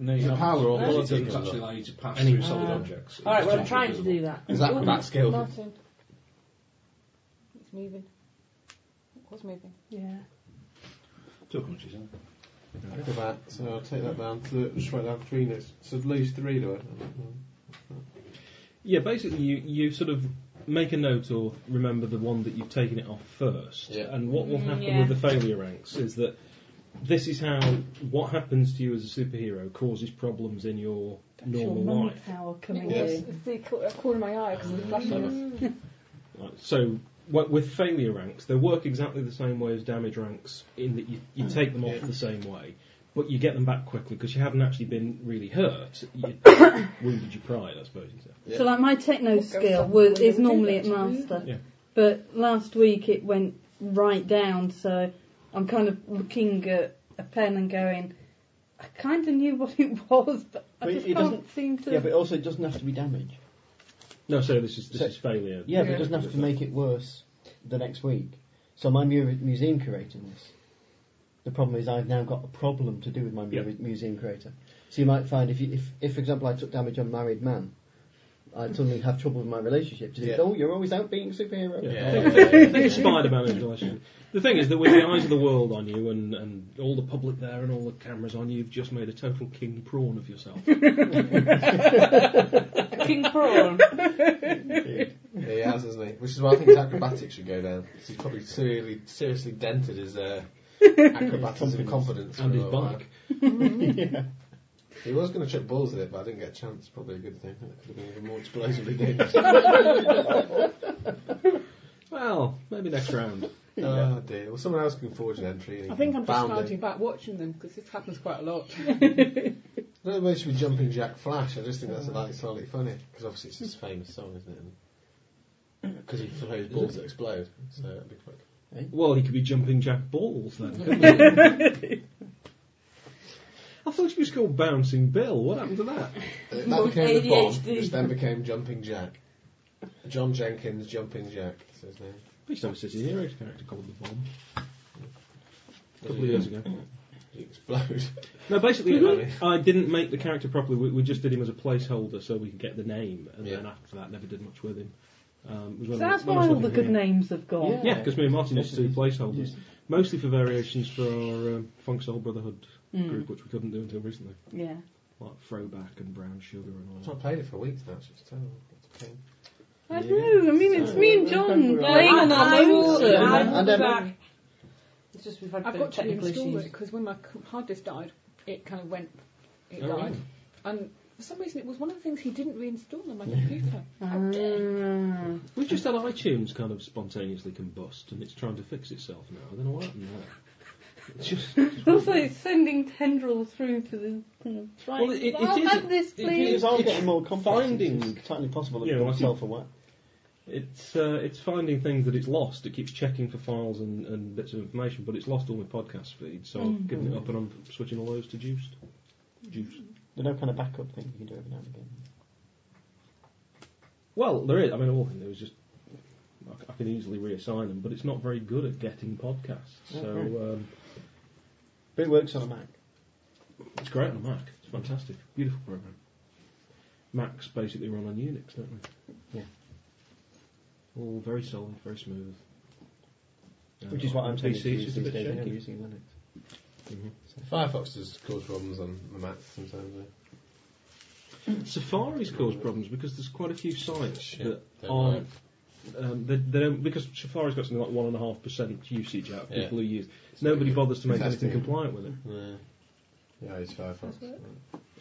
[SPEAKER 7] No, you
[SPEAKER 5] The
[SPEAKER 7] haven't.
[SPEAKER 5] power or
[SPEAKER 7] It
[SPEAKER 5] ability
[SPEAKER 7] doesn't
[SPEAKER 5] comes
[SPEAKER 7] actually
[SPEAKER 5] up.
[SPEAKER 7] allow you to pass
[SPEAKER 5] Any-
[SPEAKER 7] through solid
[SPEAKER 5] Ah.
[SPEAKER 7] objects.
[SPEAKER 14] All right, well, I'm
[SPEAKER 7] It's
[SPEAKER 14] trying to do that.
[SPEAKER 5] Is that combat skill?
[SPEAKER 14] Martin. It's moving. It was moving.
[SPEAKER 6] Yeah.
[SPEAKER 7] Took much, isn't it?
[SPEAKER 5] Acrobat, so I'll take that down to just write down three notes. So lose three to it.
[SPEAKER 8] Yeah, basically, you, you sort of make a note or remember the one that you've taken it off first.
[SPEAKER 5] Yeah.
[SPEAKER 8] And what will
[SPEAKER 14] Mm,
[SPEAKER 8] happen
[SPEAKER 14] yeah.
[SPEAKER 8] with the failure ranks is that this is how what happens to you as a superhero causes problems in your
[SPEAKER 6] your
[SPEAKER 8] normal
[SPEAKER 6] mummy
[SPEAKER 8] life.
[SPEAKER 6] power
[SPEAKER 12] It
[SPEAKER 6] coming
[SPEAKER 12] was
[SPEAKER 6] in.
[SPEAKER 12] the cor- a corner of my eye because of the flashing.
[SPEAKER 9] Mm.
[SPEAKER 8] Right, So, what, with failure ranks, they work exactly the same way as damage ranks in that you,
[SPEAKER 9] Mm.
[SPEAKER 8] you take them off the same way, but you get them back quickly because you haven't actually been really hurt. You wounded your pride, I suppose. you say.
[SPEAKER 6] So like my
[SPEAKER 12] What
[SPEAKER 6] techno
[SPEAKER 12] goes
[SPEAKER 6] skill
[SPEAKER 12] on
[SPEAKER 6] was,
[SPEAKER 12] when you
[SPEAKER 6] is
[SPEAKER 12] do
[SPEAKER 6] normally
[SPEAKER 12] that?
[SPEAKER 6] at master,
[SPEAKER 8] Yeah.
[SPEAKER 6] but last week it went right down. So I'm kind of looking at a pen and going, I kind of knew what it was, but I
[SPEAKER 9] But
[SPEAKER 6] just
[SPEAKER 9] it doesn't-
[SPEAKER 6] can't seem to.
[SPEAKER 9] Yeah, but also it doesn't have to be damage.
[SPEAKER 8] No, so this is this
[SPEAKER 9] So-
[SPEAKER 8] is failure.
[SPEAKER 9] Yeah, but it doesn't have to make it worse the next week. So my mu- museum curator in this. The problem is I've now got a problem to do with my mu-
[SPEAKER 8] Yeah.
[SPEAKER 9] museum curator. So you might find if, you, if, if, for example, I took damage on married man, I'd suddenly have trouble with my relationship. Just,
[SPEAKER 5] Yeah.
[SPEAKER 9] Oh, you're always out being superhero.
[SPEAKER 8] Spider Man and Dyson. The thing is that with the eyes of the world on you and, and all the public there and all the cameras on you, you've just made a total king prawn of yourself.
[SPEAKER 14] King Prawn.
[SPEAKER 5] Yeah, he has, hasn't he? Which is why I think his acrobatics should go down. 'cause He's probably seriously, seriously dented his uh, acrobatics and confidence.
[SPEAKER 8] and
[SPEAKER 5] for a
[SPEAKER 8] his
[SPEAKER 5] little
[SPEAKER 8] bike.
[SPEAKER 5] while. He was going to chuck balls at it, but I didn't get a chance. Probably a good thing. It could have been even more explosively dangerous.
[SPEAKER 8] well, maybe next round.
[SPEAKER 5] Oh dear. Well, someone else can forge an entry. And
[SPEAKER 14] I think I'm just
[SPEAKER 5] bound
[SPEAKER 14] standing
[SPEAKER 5] it.
[SPEAKER 14] back watching them because this happens quite a lot.
[SPEAKER 5] I don't know if it should be Jumping Jack Flash. I just think
[SPEAKER 14] Mm.
[SPEAKER 5] that's like slightly funny because obviously it's his famous song, isn't it?
[SPEAKER 14] Mm.
[SPEAKER 5] Because he throws balls that explode, so that'd be quite.
[SPEAKER 8] Well, he could be jumping jack balls then. couldn't he? I thought you was called Bouncing Bill. What happened to that?
[SPEAKER 5] That became the bomb, which then became Jumping Jack. John Jenkins, Jumping Jack. That's his name.
[SPEAKER 8] Please don't sit here. Heroes character called the bomb. A couple of years ago.
[SPEAKER 5] He explode.
[SPEAKER 8] No, basically, I didn't make the character properly. We, we just did him as a placeholder so we could get the name, and then after that, never did much with him. Um, it was when
[SPEAKER 6] So
[SPEAKER 8] I-
[SPEAKER 6] that's
[SPEAKER 8] when
[SPEAKER 6] why
[SPEAKER 8] I was
[SPEAKER 6] all
[SPEAKER 8] looking for
[SPEAKER 6] the good
[SPEAKER 8] him.
[SPEAKER 6] names have gone.
[SPEAKER 8] Yeah, because me and Martin used to do placeholders, mostly for variations for our um, Funk Soul Brotherhood
[SPEAKER 6] Mm.
[SPEAKER 8] group, which we couldn't do until recently.
[SPEAKER 6] Yeah.
[SPEAKER 8] Like Throwback and Brown Sugar and all
[SPEAKER 5] So I
[SPEAKER 8] that.
[SPEAKER 5] played it for weeks now. It's just terrible. It's a pain.
[SPEAKER 6] I know. I mean, it's me
[SPEAKER 8] uh,
[SPEAKER 6] and John playing on our
[SPEAKER 14] I will,
[SPEAKER 6] lonesome.
[SPEAKER 14] I will
[SPEAKER 6] And
[SPEAKER 14] be
[SPEAKER 6] then-
[SPEAKER 14] back.
[SPEAKER 4] It's just we've had
[SPEAKER 14] I've
[SPEAKER 4] a bit
[SPEAKER 14] got
[SPEAKER 4] of
[SPEAKER 14] to
[SPEAKER 4] technical
[SPEAKER 14] reinstall
[SPEAKER 4] issues.
[SPEAKER 14] it because when my c- hard disk died, it kind of went. It
[SPEAKER 4] Oh,
[SPEAKER 14] died.
[SPEAKER 4] really?
[SPEAKER 14] And for some reason, it was one of the things he didn't reinstall on my computer.
[SPEAKER 6] Ah.
[SPEAKER 8] We've just had iTunes kind of spontaneously combust, and it's trying to fix itself now. I don't know what happened there. It's just
[SPEAKER 6] Also, it's sending tendrils through to the. Kind of right.
[SPEAKER 8] Well, it- it
[SPEAKER 6] I'll
[SPEAKER 8] is-
[SPEAKER 6] have this,
[SPEAKER 8] it
[SPEAKER 6] please.
[SPEAKER 9] It's all
[SPEAKER 8] It's
[SPEAKER 9] getting more complex.
[SPEAKER 8] finding-
[SPEAKER 9] It's entirely possible that
[SPEAKER 8] Yeah,
[SPEAKER 9] yeah,
[SPEAKER 8] well, I
[SPEAKER 9] it's
[SPEAKER 8] think-
[SPEAKER 9] self-aware.
[SPEAKER 8] It's uh, it's finding things that it's lost. It keeps checking for files and, and bits of information, but it's lost all my podcast feeds, so I've
[SPEAKER 9] Mm.
[SPEAKER 8] given it up and I'm switching all those to Juiced. Juice.
[SPEAKER 9] There's no kind of backup thing you can do every now and again.
[SPEAKER 8] Well, there is. I mean, all I can do is just I c- I can easily reassign them, but it's not very good at getting podcasts. So
[SPEAKER 9] Okay.
[SPEAKER 8] um,
[SPEAKER 9] But it works on a Mac.
[SPEAKER 8] it's great on a Mac. It's fantastic. Beautiful program. Macs basically run on Unix, don't they?
[SPEAKER 9] Yeah.
[SPEAKER 8] All very solid, very smooth. Uh,
[SPEAKER 9] Which is what
[SPEAKER 8] on
[SPEAKER 9] I'm saying.
[SPEAKER 8] PC,
[SPEAKER 9] to
[SPEAKER 8] it's
[SPEAKER 9] use
[SPEAKER 8] just a
[SPEAKER 9] these
[SPEAKER 8] bit
[SPEAKER 9] days, yeah,
[SPEAKER 8] shaky. Mm-hmm.
[SPEAKER 9] using Linux.
[SPEAKER 5] Firefox does cause problems on the Mac sometimes. eh?
[SPEAKER 8] Safari's caused problems because there's quite a few sites that
[SPEAKER 5] don't
[SPEAKER 8] aren't. Um, they, they don't because Safari's got something like one and a half percent usage out of
[SPEAKER 5] Yeah.
[SPEAKER 8] people who use. Nobody bothers to make
[SPEAKER 5] Testing.
[SPEAKER 8] anything compliant with it.
[SPEAKER 5] Yeah. Yeah, it's Firefox.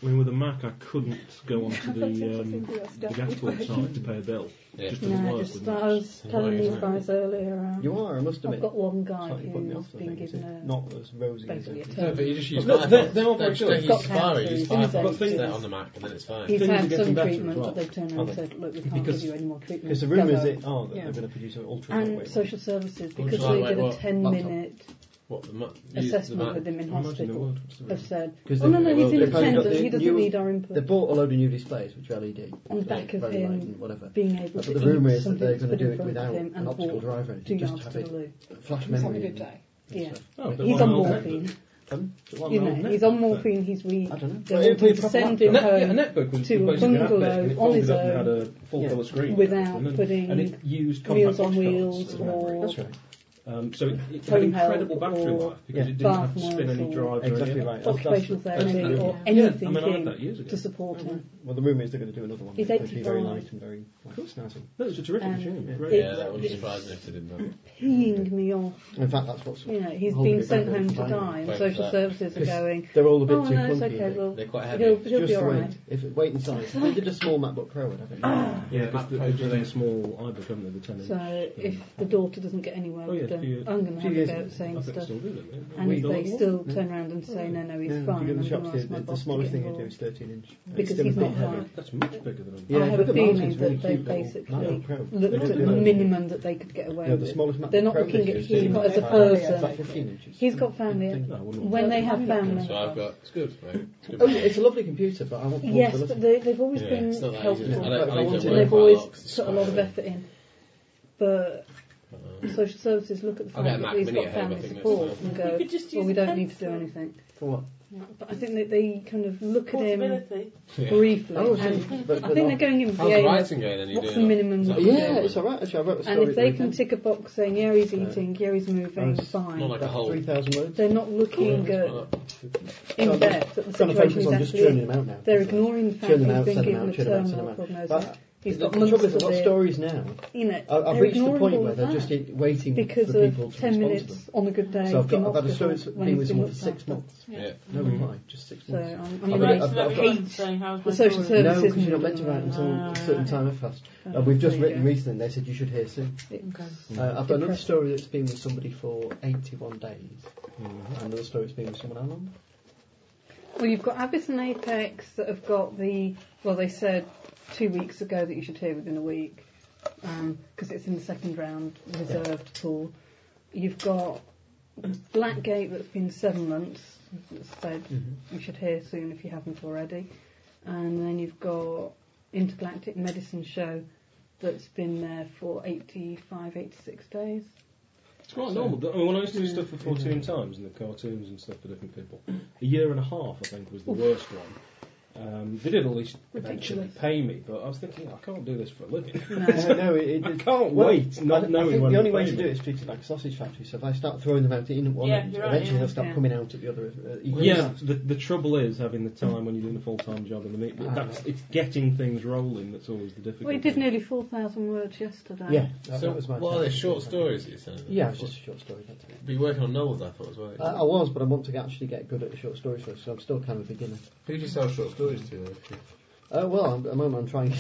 [SPEAKER 8] I mean, with a Mac, I couldn't go onto
[SPEAKER 14] That's
[SPEAKER 8] the um,
[SPEAKER 14] interesting, do that
[SPEAKER 8] the
[SPEAKER 14] stuff.
[SPEAKER 8] gas website to pay a bill.
[SPEAKER 5] Yeah.
[SPEAKER 8] Just doesn't
[SPEAKER 6] No,
[SPEAKER 8] work.
[SPEAKER 6] just
[SPEAKER 8] with me.
[SPEAKER 6] I was telling these guys earlier. Um,
[SPEAKER 9] You are, I must admit.
[SPEAKER 6] I've got one guy
[SPEAKER 9] Slightly put me
[SPEAKER 6] who's
[SPEAKER 9] off the
[SPEAKER 6] been
[SPEAKER 9] thing, is
[SPEAKER 6] given
[SPEAKER 9] it?
[SPEAKER 6] a
[SPEAKER 9] Not as rosy as
[SPEAKER 6] basically a
[SPEAKER 9] it is.
[SPEAKER 6] turn.
[SPEAKER 5] No, but you just use
[SPEAKER 8] No,
[SPEAKER 5] Firefox.
[SPEAKER 8] they're- they're all very
[SPEAKER 5] Don't-
[SPEAKER 8] good.
[SPEAKER 5] don't use
[SPEAKER 6] Got
[SPEAKER 5] Safari,
[SPEAKER 6] categories,
[SPEAKER 5] use
[SPEAKER 6] didn't they?
[SPEAKER 5] Firefox.
[SPEAKER 6] But
[SPEAKER 5] Set
[SPEAKER 6] things-
[SPEAKER 5] it on the Mac and then it's fine.
[SPEAKER 6] He's
[SPEAKER 8] Things are
[SPEAKER 6] had
[SPEAKER 8] getting
[SPEAKER 6] some
[SPEAKER 8] better as
[SPEAKER 6] treatment,
[SPEAKER 8] well,
[SPEAKER 6] but they've turned around and said, look, we can't
[SPEAKER 9] Because-
[SPEAKER 6] give you any more treatment.
[SPEAKER 9] Because the
[SPEAKER 6] Go
[SPEAKER 9] rumours
[SPEAKER 6] home.
[SPEAKER 9] it are that
[SPEAKER 6] Yeah.
[SPEAKER 9] they're going to produce an ultra
[SPEAKER 6] And social services,
[SPEAKER 5] Well,
[SPEAKER 6] because
[SPEAKER 5] shall I
[SPEAKER 6] they
[SPEAKER 5] wait
[SPEAKER 6] did a
[SPEAKER 5] what?
[SPEAKER 6] 10
[SPEAKER 5] Laptop?
[SPEAKER 6] minute
[SPEAKER 5] What the Mac? use the
[SPEAKER 6] assessment
[SPEAKER 5] Mac.
[SPEAKER 6] with him in
[SPEAKER 8] I imagine they
[SPEAKER 6] hospital,
[SPEAKER 8] would, absolutely.
[SPEAKER 6] have said,
[SPEAKER 9] Because
[SPEAKER 6] oh no, no,
[SPEAKER 9] they've-
[SPEAKER 6] he's
[SPEAKER 9] they've only got
[SPEAKER 6] independent,
[SPEAKER 9] the
[SPEAKER 6] he doesn't
[SPEAKER 9] new-
[SPEAKER 6] need our
[SPEAKER 9] They
[SPEAKER 6] input.
[SPEAKER 9] bought a load of new displays, which are LED.
[SPEAKER 6] On the
[SPEAKER 9] They're
[SPEAKER 6] back of
[SPEAKER 9] very light
[SPEAKER 6] him
[SPEAKER 9] and whatever.
[SPEAKER 6] being able
[SPEAKER 9] But
[SPEAKER 6] to
[SPEAKER 9] the rumour
[SPEAKER 6] eat
[SPEAKER 9] is that
[SPEAKER 6] something
[SPEAKER 9] they're
[SPEAKER 6] that's
[SPEAKER 9] going to
[SPEAKER 6] put
[SPEAKER 9] do
[SPEAKER 6] in
[SPEAKER 9] it
[SPEAKER 6] front
[SPEAKER 9] without
[SPEAKER 6] of him
[SPEAKER 9] an
[SPEAKER 6] and
[SPEAKER 9] optical
[SPEAKER 6] walk
[SPEAKER 9] drive or
[SPEAKER 6] two
[SPEAKER 9] anything. Just
[SPEAKER 6] yards
[SPEAKER 9] have
[SPEAKER 6] to the
[SPEAKER 9] it
[SPEAKER 6] loo.
[SPEAKER 9] flash
[SPEAKER 14] He's having
[SPEAKER 9] memory.
[SPEAKER 14] a good day.
[SPEAKER 6] Yeah.
[SPEAKER 8] Oh, but
[SPEAKER 6] He's
[SPEAKER 8] why
[SPEAKER 6] on
[SPEAKER 8] not?
[SPEAKER 6] morphine.
[SPEAKER 9] Pardon?
[SPEAKER 8] Why
[SPEAKER 6] You
[SPEAKER 8] not
[SPEAKER 6] know,
[SPEAKER 8] Netbook
[SPEAKER 6] he's on
[SPEAKER 8] then?
[SPEAKER 6] morphine, he's weak.
[SPEAKER 9] I don't know.
[SPEAKER 6] They
[SPEAKER 9] Well, it
[SPEAKER 6] wanted
[SPEAKER 9] would be
[SPEAKER 6] to
[SPEAKER 9] proper
[SPEAKER 6] send
[SPEAKER 8] A
[SPEAKER 6] him
[SPEAKER 8] net-
[SPEAKER 6] home
[SPEAKER 8] a netbook was
[SPEAKER 6] to a
[SPEAKER 8] basically that big,
[SPEAKER 6] bungalow
[SPEAKER 8] and it
[SPEAKER 6] on
[SPEAKER 8] folded
[SPEAKER 6] his
[SPEAKER 8] up and had
[SPEAKER 6] own
[SPEAKER 8] a full colour screen
[SPEAKER 6] without
[SPEAKER 8] and everything,
[SPEAKER 6] putting
[SPEAKER 8] and it used compact
[SPEAKER 6] Wheels on
[SPEAKER 8] disc cards
[SPEAKER 6] Wheels
[SPEAKER 8] as well.
[SPEAKER 6] or
[SPEAKER 9] That's right.
[SPEAKER 8] Um, so it, it had
[SPEAKER 6] Towing
[SPEAKER 8] incredible
[SPEAKER 6] help
[SPEAKER 8] battery
[SPEAKER 6] or
[SPEAKER 8] life because
[SPEAKER 9] Yeah.
[SPEAKER 8] it didn't have to
[SPEAKER 6] bath
[SPEAKER 8] spin any
[SPEAKER 6] nurse or-
[SPEAKER 8] drives or
[SPEAKER 9] Exactly
[SPEAKER 8] anything.
[SPEAKER 9] right. That's- that's-
[SPEAKER 6] occupational
[SPEAKER 9] that's
[SPEAKER 6] therapy
[SPEAKER 9] the-
[SPEAKER 8] Yeah, I
[SPEAKER 6] or anything
[SPEAKER 8] mean, I had
[SPEAKER 6] in
[SPEAKER 8] that years ago.
[SPEAKER 6] to support him.
[SPEAKER 9] Well, the rumour is they're going to do another one.
[SPEAKER 6] He's
[SPEAKER 9] It's going to be very
[SPEAKER 6] 85.
[SPEAKER 9] light and very like, snazzy.
[SPEAKER 8] No, it's a terrific
[SPEAKER 6] Um,
[SPEAKER 8] machine.
[SPEAKER 9] yeah.
[SPEAKER 8] Great.
[SPEAKER 5] Yeah, that
[SPEAKER 6] It-
[SPEAKER 5] wouldn't surprise me if they didn't know.
[SPEAKER 6] Peeing me off.
[SPEAKER 9] In fact, that's what's.
[SPEAKER 6] You know, he's
[SPEAKER 9] holding
[SPEAKER 6] been
[SPEAKER 9] it
[SPEAKER 6] sent
[SPEAKER 9] back
[SPEAKER 6] home to
[SPEAKER 9] all the time.
[SPEAKER 6] die, and
[SPEAKER 5] Wait for
[SPEAKER 6] social
[SPEAKER 5] that.
[SPEAKER 6] services are going.
[SPEAKER 9] They're all a bit
[SPEAKER 6] Oh
[SPEAKER 9] too
[SPEAKER 6] no, it's
[SPEAKER 9] clunky, I
[SPEAKER 6] okay.
[SPEAKER 9] think.
[SPEAKER 6] Well,
[SPEAKER 5] They're quite heavy.
[SPEAKER 6] he'll, he'll
[SPEAKER 9] Just
[SPEAKER 6] be
[SPEAKER 9] the
[SPEAKER 6] all right. Ah,
[SPEAKER 9] weight. If it wait in size, they did a small MacBook Pro, haven't they?
[SPEAKER 8] Yeah, because
[SPEAKER 5] Mac
[SPEAKER 8] they-
[SPEAKER 5] Pro
[SPEAKER 8] they're
[SPEAKER 5] did.
[SPEAKER 8] a small iBook, haven't they, the 10 inch?
[SPEAKER 6] So if the daughter doesn't get anywhere
[SPEAKER 8] Oh, yeah,
[SPEAKER 6] with
[SPEAKER 8] a few-
[SPEAKER 6] them, I'm going
[SPEAKER 9] few
[SPEAKER 6] to have a
[SPEAKER 9] years
[SPEAKER 6] go
[SPEAKER 9] ago.
[SPEAKER 6] at saying
[SPEAKER 8] I think they
[SPEAKER 6] stuff.
[SPEAKER 8] still do that. yeah.
[SPEAKER 6] And if
[SPEAKER 9] We
[SPEAKER 6] they
[SPEAKER 9] got
[SPEAKER 6] still
[SPEAKER 9] one.
[SPEAKER 6] turn around and say, no, no, he's
[SPEAKER 9] Yeah, you go to
[SPEAKER 6] fine, I'm
[SPEAKER 9] the
[SPEAKER 6] going to
[SPEAKER 9] shops,
[SPEAKER 6] ask
[SPEAKER 9] the,
[SPEAKER 6] my
[SPEAKER 9] the
[SPEAKER 6] boss to
[SPEAKER 9] smallest
[SPEAKER 6] get
[SPEAKER 9] thing you do
[SPEAKER 6] involved.
[SPEAKER 9] is 13 inch.
[SPEAKER 6] Because
[SPEAKER 9] Still
[SPEAKER 6] he's
[SPEAKER 9] a bit
[SPEAKER 6] not
[SPEAKER 9] heavy.
[SPEAKER 6] right.
[SPEAKER 8] That's much bigger than a
[SPEAKER 9] Yeah,
[SPEAKER 6] I have
[SPEAKER 9] look
[SPEAKER 6] a
[SPEAKER 9] at Martin's,
[SPEAKER 6] feeling
[SPEAKER 9] it's really
[SPEAKER 6] that they
[SPEAKER 9] cute little
[SPEAKER 6] basically
[SPEAKER 9] MacBook Pro.
[SPEAKER 6] looked
[SPEAKER 9] They do
[SPEAKER 6] at the
[SPEAKER 9] that.
[SPEAKER 6] minimum that they could get away
[SPEAKER 9] No, the smallest
[SPEAKER 6] with.
[SPEAKER 9] Mac
[SPEAKER 6] They're not
[SPEAKER 9] Pro
[SPEAKER 6] looking at
[SPEAKER 9] is just
[SPEAKER 6] him
[SPEAKER 9] about
[SPEAKER 6] as a
[SPEAKER 9] five- It's like
[SPEAKER 6] person.
[SPEAKER 9] 15 inches.
[SPEAKER 6] He's got family.
[SPEAKER 8] No, I wouldn't.
[SPEAKER 6] When they have
[SPEAKER 5] So
[SPEAKER 6] family.
[SPEAKER 5] I've got. It's good, mate. It's good
[SPEAKER 9] Oh,
[SPEAKER 5] mate.
[SPEAKER 9] yeah, it's a lovely computer, but I want
[SPEAKER 6] Yes,
[SPEAKER 9] portability.
[SPEAKER 6] but they, they've always
[SPEAKER 5] Yeah,
[SPEAKER 6] been
[SPEAKER 5] it's not that easy,
[SPEAKER 6] helpful.
[SPEAKER 5] is it? I don't- I
[SPEAKER 6] and
[SPEAKER 5] don't think they work
[SPEAKER 6] they've
[SPEAKER 5] quite
[SPEAKER 6] always
[SPEAKER 5] a lot 'cause it's
[SPEAKER 6] put a
[SPEAKER 5] quite
[SPEAKER 6] lot of
[SPEAKER 5] heavy.
[SPEAKER 6] effort in. But social services look at the
[SPEAKER 5] I'll get a
[SPEAKER 6] fact
[SPEAKER 5] Mac
[SPEAKER 6] that he's
[SPEAKER 5] Mini
[SPEAKER 6] got
[SPEAKER 5] at home, I think
[SPEAKER 6] family
[SPEAKER 5] that's
[SPEAKER 6] support
[SPEAKER 5] fine.
[SPEAKER 6] and go,
[SPEAKER 4] You could just
[SPEAKER 6] well,
[SPEAKER 4] use
[SPEAKER 6] we
[SPEAKER 4] a
[SPEAKER 6] don't need to do
[SPEAKER 4] pencil.
[SPEAKER 6] anything.
[SPEAKER 9] For what?
[SPEAKER 6] But I think that they kind of look at him
[SPEAKER 4] Portability.
[SPEAKER 5] Yeah.
[SPEAKER 6] briefly.
[SPEAKER 9] Oh, so
[SPEAKER 6] and
[SPEAKER 9] you- but-
[SPEAKER 6] I
[SPEAKER 9] but
[SPEAKER 6] think they're
[SPEAKER 9] not-
[SPEAKER 6] going in with the
[SPEAKER 5] How's the
[SPEAKER 6] aim of
[SPEAKER 5] writing going? Then you
[SPEAKER 6] what's the
[SPEAKER 5] doing?
[SPEAKER 6] minimum
[SPEAKER 5] Is that
[SPEAKER 6] we
[SPEAKER 5] what
[SPEAKER 6] can
[SPEAKER 5] you're
[SPEAKER 9] Yeah,
[SPEAKER 6] do?
[SPEAKER 5] doing?
[SPEAKER 9] it's alright. Actually, I wrote a story.
[SPEAKER 6] And if
[SPEAKER 9] at the
[SPEAKER 6] they can
[SPEAKER 9] weekend.
[SPEAKER 6] tick a box saying, yeah, he's eating, yeah, he's moving,
[SPEAKER 9] Nice.
[SPEAKER 6] fine.
[SPEAKER 5] Not like a
[SPEAKER 9] About
[SPEAKER 5] whole.
[SPEAKER 9] 3,000 words.
[SPEAKER 6] They're not looking
[SPEAKER 5] Yeah.
[SPEAKER 6] good in depth at the
[SPEAKER 9] Trying to
[SPEAKER 6] situation
[SPEAKER 9] focus
[SPEAKER 6] he's
[SPEAKER 9] on just
[SPEAKER 6] actually
[SPEAKER 9] churning
[SPEAKER 6] in.
[SPEAKER 9] them out now.
[SPEAKER 6] They're ignoring the fact
[SPEAKER 9] Churn
[SPEAKER 6] that
[SPEAKER 9] them out,
[SPEAKER 6] he's been
[SPEAKER 9] send them
[SPEAKER 6] given
[SPEAKER 9] out,
[SPEAKER 6] a
[SPEAKER 9] churn them out, send them
[SPEAKER 6] terminal
[SPEAKER 9] out.
[SPEAKER 6] prognosis.
[SPEAKER 9] But
[SPEAKER 6] He's
[SPEAKER 9] The-
[SPEAKER 6] got
[SPEAKER 9] the trouble
[SPEAKER 6] months
[SPEAKER 9] is
[SPEAKER 6] of
[SPEAKER 9] I've got
[SPEAKER 6] it.
[SPEAKER 9] stories now.
[SPEAKER 6] You know,
[SPEAKER 9] I- I've
[SPEAKER 6] they're
[SPEAKER 9] reached the
[SPEAKER 6] ignoring
[SPEAKER 9] point
[SPEAKER 6] all
[SPEAKER 9] where
[SPEAKER 6] of
[SPEAKER 9] they're
[SPEAKER 6] that
[SPEAKER 9] just in- waiting
[SPEAKER 6] because
[SPEAKER 9] for the
[SPEAKER 6] of
[SPEAKER 9] people to
[SPEAKER 6] 10
[SPEAKER 9] respond to
[SPEAKER 6] minutes
[SPEAKER 9] them.
[SPEAKER 6] on a good
[SPEAKER 9] So
[SPEAKER 6] day.
[SPEAKER 9] I've got-
[SPEAKER 6] been
[SPEAKER 9] I've had a
[SPEAKER 6] off
[SPEAKER 9] story
[SPEAKER 6] with
[SPEAKER 9] that's
[SPEAKER 6] when
[SPEAKER 9] been
[SPEAKER 6] he's
[SPEAKER 9] with
[SPEAKER 6] been
[SPEAKER 9] someone for
[SPEAKER 6] looked
[SPEAKER 9] six
[SPEAKER 6] after.
[SPEAKER 9] months.
[SPEAKER 6] Yeah.
[SPEAKER 9] No
[SPEAKER 6] Mm.
[SPEAKER 9] reply, just six
[SPEAKER 6] So,
[SPEAKER 9] months.
[SPEAKER 6] I'm- I'm
[SPEAKER 9] I've
[SPEAKER 6] gonna
[SPEAKER 9] got-
[SPEAKER 6] write
[SPEAKER 9] I've-
[SPEAKER 6] to
[SPEAKER 9] I've
[SPEAKER 6] the
[SPEAKER 9] got-
[SPEAKER 6] police saying, "How's my The social story?"
[SPEAKER 9] No,
[SPEAKER 6] services
[SPEAKER 9] because you're
[SPEAKER 6] and
[SPEAKER 9] not meant to write until
[SPEAKER 6] all
[SPEAKER 9] a
[SPEAKER 6] that.
[SPEAKER 9] certain time at first.
[SPEAKER 6] Ah,
[SPEAKER 9] And we've just
[SPEAKER 6] there you
[SPEAKER 9] written
[SPEAKER 6] go.
[SPEAKER 9] recently, they said you should hear soon.
[SPEAKER 6] Okay.
[SPEAKER 9] Uh, I've got another
[SPEAKER 6] Depressing.
[SPEAKER 9] story that's been with somebody for 81 days. Another story that's been with someone how long?
[SPEAKER 6] Well, you've got Abyss and Apex that have got the. Well, they said two weeks ago that you should hear within a week because it's in the second round reserved pool. You've got Blackgate that's been seven months that's said you should hear soon if you haven't already, and then you've got Intergalactic Medicine Show that's been there for 85, 86 days.
[SPEAKER 8] It's quite normal. but, I mean, when I used to do stuff for 14 times in the cartoons and stuff for different people, a year and a half, I think, was the worst one. Um, they did at least eventually
[SPEAKER 9] Ridiculous.
[SPEAKER 8] pay me, but I was thinking, I can't do this for a living.
[SPEAKER 9] no, Uh, no, it, it,
[SPEAKER 8] I can't
[SPEAKER 9] well,
[SPEAKER 8] wait
[SPEAKER 9] I-
[SPEAKER 8] not
[SPEAKER 9] I
[SPEAKER 8] knowing
[SPEAKER 9] think
[SPEAKER 8] when
[SPEAKER 9] the only
[SPEAKER 8] they
[SPEAKER 9] way
[SPEAKER 8] pay
[SPEAKER 9] to
[SPEAKER 8] me.
[SPEAKER 9] do it is treat it like a sausage factory. So if I start throwing them out at in at one
[SPEAKER 8] Yeah,
[SPEAKER 9] end,
[SPEAKER 8] you're right,
[SPEAKER 9] eventually
[SPEAKER 8] yeah.
[SPEAKER 9] they'll start
[SPEAKER 8] Yeah.
[SPEAKER 9] coming out at the other. Uh, equally
[SPEAKER 8] Yeah,
[SPEAKER 9] fast.
[SPEAKER 8] the, the trouble is having the time when you're doing a full time job in the meat.
[SPEAKER 9] Ah.
[SPEAKER 8] That's, it's getting things rolling that's always the difficulty.
[SPEAKER 6] We did nearly 4,000 words yesterday.
[SPEAKER 9] Yeah, that,
[SPEAKER 15] So
[SPEAKER 9] that was my.
[SPEAKER 15] what are they, short stories that you're telling them?
[SPEAKER 9] Yeah, it's just Uh, a short story. That's it.
[SPEAKER 15] But you're working on novels, I thought, as well.
[SPEAKER 9] I, I was, but I want to actually get good at the short story first, so I'm still kind of a beginner.
[SPEAKER 15] Who do you sell short stories to? though?
[SPEAKER 9] Uh, well, I'm, at the moment I'm trying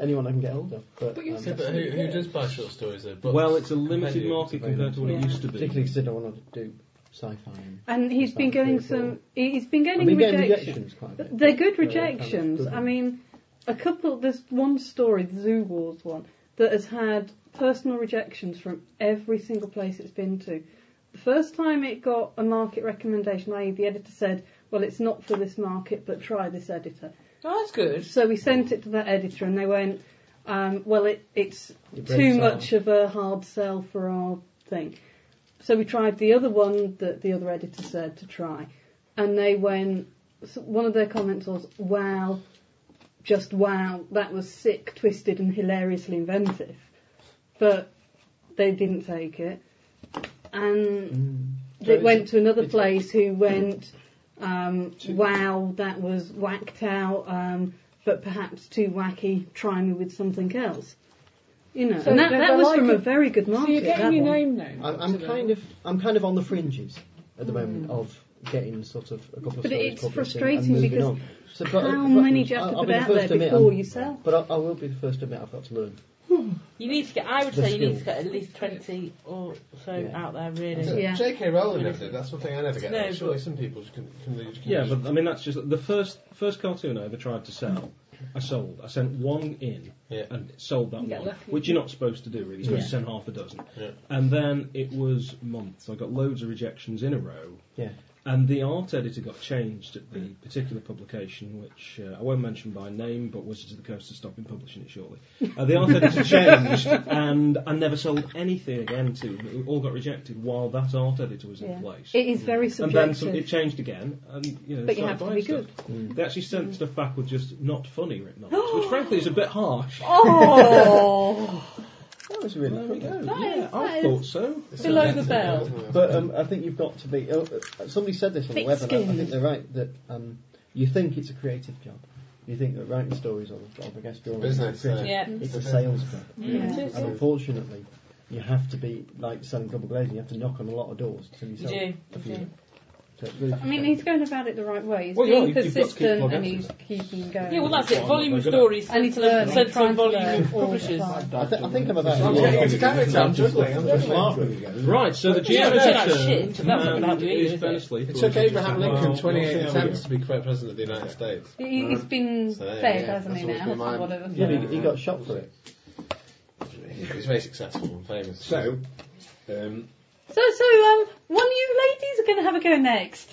[SPEAKER 9] anyone I can get hold of. But,
[SPEAKER 15] Yeah,
[SPEAKER 9] um,
[SPEAKER 15] but who, who does buy short stories? Though? Books?
[SPEAKER 9] Well,
[SPEAKER 8] it's a limited
[SPEAKER 15] Compendiums are
[SPEAKER 8] market
[SPEAKER 15] very
[SPEAKER 8] compared to what
[SPEAKER 9] Yeah.
[SPEAKER 8] it used to be.
[SPEAKER 9] Particularly because I don't want to do sci-fi. And,
[SPEAKER 6] And he's been getting some. he- He's been getting
[SPEAKER 9] I've been getting
[SPEAKER 6] rejections.
[SPEAKER 9] rejections quite a bit.
[SPEAKER 6] They're good
[SPEAKER 9] They're all kind of
[SPEAKER 6] rejections.
[SPEAKER 9] good
[SPEAKER 6] I mean, a couple. There's one story, the Zoo Wars one, that has had personal rejections from every single place it's been to. The first time it got a market recommendation, i.e., the editor said, "Well, it's not for this market, but try this editor."
[SPEAKER 4] Oh, that's good.
[SPEAKER 6] So we sent it to that editor, and they went, um, "Well, it, it's
[SPEAKER 4] It
[SPEAKER 6] too
[SPEAKER 4] breaks
[SPEAKER 6] much of a hard sell for our thing." So we tried the other one that the other editor said to try, and they went. so one of their comments was, "Wow, just wow, that was sick, twisted, and hilariously inventive," but they didn't take it, and they
[SPEAKER 9] So
[SPEAKER 6] went to another place who went, um, wow, that was whacked out, um, but perhaps too wacky, try me with something else. You know,
[SPEAKER 14] So
[SPEAKER 6] and that,
[SPEAKER 14] they're-
[SPEAKER 6] that
[SPEAKER 14] they're
[SPEAKER 6] was from
[SPEAKER 14] like
[SPEAKER 6] a
[SPEAKER 14] a-
[SPEAKER 6] very good
[SPEAKER 14] so you're
[SPEAKER 6] market.
[SPEAKER 14] getting
[SPEAKER 6] that
[SPEAKER 14] your
[SPEAKER 6] one.
[SPEAKER 14] name known?
[SPEAKER 9] I'm, I'm kind of I'm kind of on the fringes at the moment of getting sort of a couple of
[SPEAKER 6] Mm. But
[SPEAKER 9] stories
[SPEAKER 6] it's
[SPEAKER 9] published
[SPEAKER 6] frustrating
[SPEAKER 9] and, and moving
[SPEAKER 6] because
[SPEAKER 9] on.
[SPEAKER 6] how many do you have to
[SPEAKER 9] I'll
[SPEAKER 6] put
[SPEAKER 9] be the
[SPEAKER 6] out
[SPEAKER 9] first
[SPEAKER 6] there
[SPEAKER 9] to admit
[SPEAKER 6] before
[SPEAKER 9] I'm-
[SPEAKER 6] you sell?
[SPEAKER 9] But I, I will be the first to admit I've got to learn.
[SPEAKER 4] You need to get. I would
[SPEAKER 9] The
[SPEAKER 4] say you need to
[SPEAKER 9] skills.
[SPEAKER 4] get at least twenty or so
[SPEAKER 9] Yeah.
[SPEAKER 4] out there, really.
[SPEAKER 15] So, J.K. Rowling never did. That's one thing I never get.
[SPEAKER 4] No,
[SPEAKER 15] Surely some people just can, can, can
[SPEAKER 8] Yeah, but I mean that's just the first first cartoon I ever tried to sell. I sold. I sent one in and sold that
[SPEAKER 15] You get
[SPEAKER 8] one,
[SPEAKER 15] lucky.
[SPEAKER 8] which you're not supposed to do really. You're supposed to
[SPEAKER 15] Yeah.
[SPEAKER 8] send half a dozen.
[SPEAKER 15] Yeah.
[SPEAKER 8] And then it was months. I got loads of rejections in a row.
[SPEAKER 9] Yeah.
[SPEAKER 8] And the art editor got changed at the particular publication, which uh, I won't mention by name, but Wizards of the Coast is stopping publishing it shortly. Uh, the art editor changed, and I never sold anything again to. It all got rejected while that art editor was
[SPEAKER 6] Yeah.
[SPEAKER 8] in place.
[SPEAKER 6] It is very
[SPEAKER 8] And then some,
[SPEAKER 6] subjective.
[SPEAKER 8] it changed again, and you know,
[SPEAKER 6] But you
[SPEAKER 8] started
[SPEAKER 6] have to
[SPEAKER 8] buying
[SPEAKER 6] be
[SPEAKER 8] stuff.
[SPEAKER 6] good. Mm.
[SPEAKER 8] They actually sent stuff back with just not funny written on it, which frankly is a bit harsh.
[SPEAKER 6] Oh.
[SPEAKER 9] That was really
[SPEAKER 8] there we go.
[SPEAKER 9] That
[SPEAKER 8] yeah,
[SPEAKER 9] is-
[SPEAKER 8] I
[SPEAKER 9] that
[SPEAKER 8] thought
[SPEAKER 9] is
[SPEAKER 8] so.
[SPEAKER 6] below the bell.
[SPEAKER 9] But um, I think you've got to be. oh, Uh, somebody said this on the web, and I, I think
[SPEAKER 6] Thick-skinned.
[SPEAKER 9] they're right that um, you think it's a creative job. You think that writing stories or, or I guess drawing is
[SPEAKER 15] business,
[SPEAKER 9] creative.
[SPEAKER 15] yeah. Yeah.
[SPEAKER 9] It's a sales job,
[SPEAKER 15] Yeah.
[SPEAKER 9] and
[SPEAKER 15] Yeah.
[SPEAKER 9] unfortunately, you have to be like selling double glazing. You have to knock on a lot of doors to
[SPEAKER 6] You
[SPEAKER 9] yourself.
[SPEAKER 6] do, you do.
[SPEAKER 9] really,
[SPEAKER 6] I mean, he's going about it the right way. He's
[SPEAKER 9] Well, yeah,
[SPEAKER 6] being
[SPEAKER 9] you've got to keep
[SPEAKER 6] persistent
[SPEAKER 9] plugging
[SPEAKER 6] and
[SPEAKER 9] into
[SPEAKER 6] he's keeping going.
[SPEAKER 4] Yeah, well, that's it. Volume of stories,
[SPEAKER 6] And he's
[SPEAKER 4] central-
[SPEAKER 6] learning,
[SPEAKER 4] central
[SPEAKER 6] trying to
[SPEAKER 4] volume
[SPEAKER 6] learn
[SPEAKER 4] of
[SPEAKER 6] all the
[SPEAKER 4] publishers.
[SPEAKER 6] time.
[SPEAKER 9] I, th- I think I'm about.
[SPEAKER 4] I'm taking the
[SPEAKER 15] damage, I'm juggling, I'm juggling.
[SPEAKER 8] Right, so the
[SPEAKER 15] You haven't said that
[SPEAKER 8] GM
[SPEAKER 15] shit, that's not about you, is
[SPEAKER 8] is
[SPEAKER 15] it?
[SPEAKER 8] famously
[SPEAKER 15] It
[SPEAKER 8] thought
[SPEAKER 15] took
[SPEAKER 8] he was
[SPEAKER 15] Abraham
[SPEAKER 8] just a-
[SPEAKER 15] Lincoln
[SPEAKER 8] well,
[SPEAKER 15] 28
[SPEAKER 8] we'll see how we
[SPEAKER 15] attempts to
[SPEAKER 8] go.
[SPEAKER 15] be president of the United States.
[SPEAKER 6] He- He's been
[SPEAKER 15] So there you
[SPEAKER 6] fed,
[SPEAKER 15] go.
[SPEAKER 6] hasn't he,
[SPEAKER 15] That's always
[SPEAKER 6] now?
[SPEAKER 15] been
[SPEAKER 6] That's
[SPEAKER 15] mine.
[SPEAKER 6] whatever.
[SPEAKER 9] Yeah, but he, he got shot for it.
[SPEAKER 15] He was very successful and famous.
[SPEAKER 7] So, um,
[SPEAKER 6] So, so, um, one of you ladies are going to have a go next.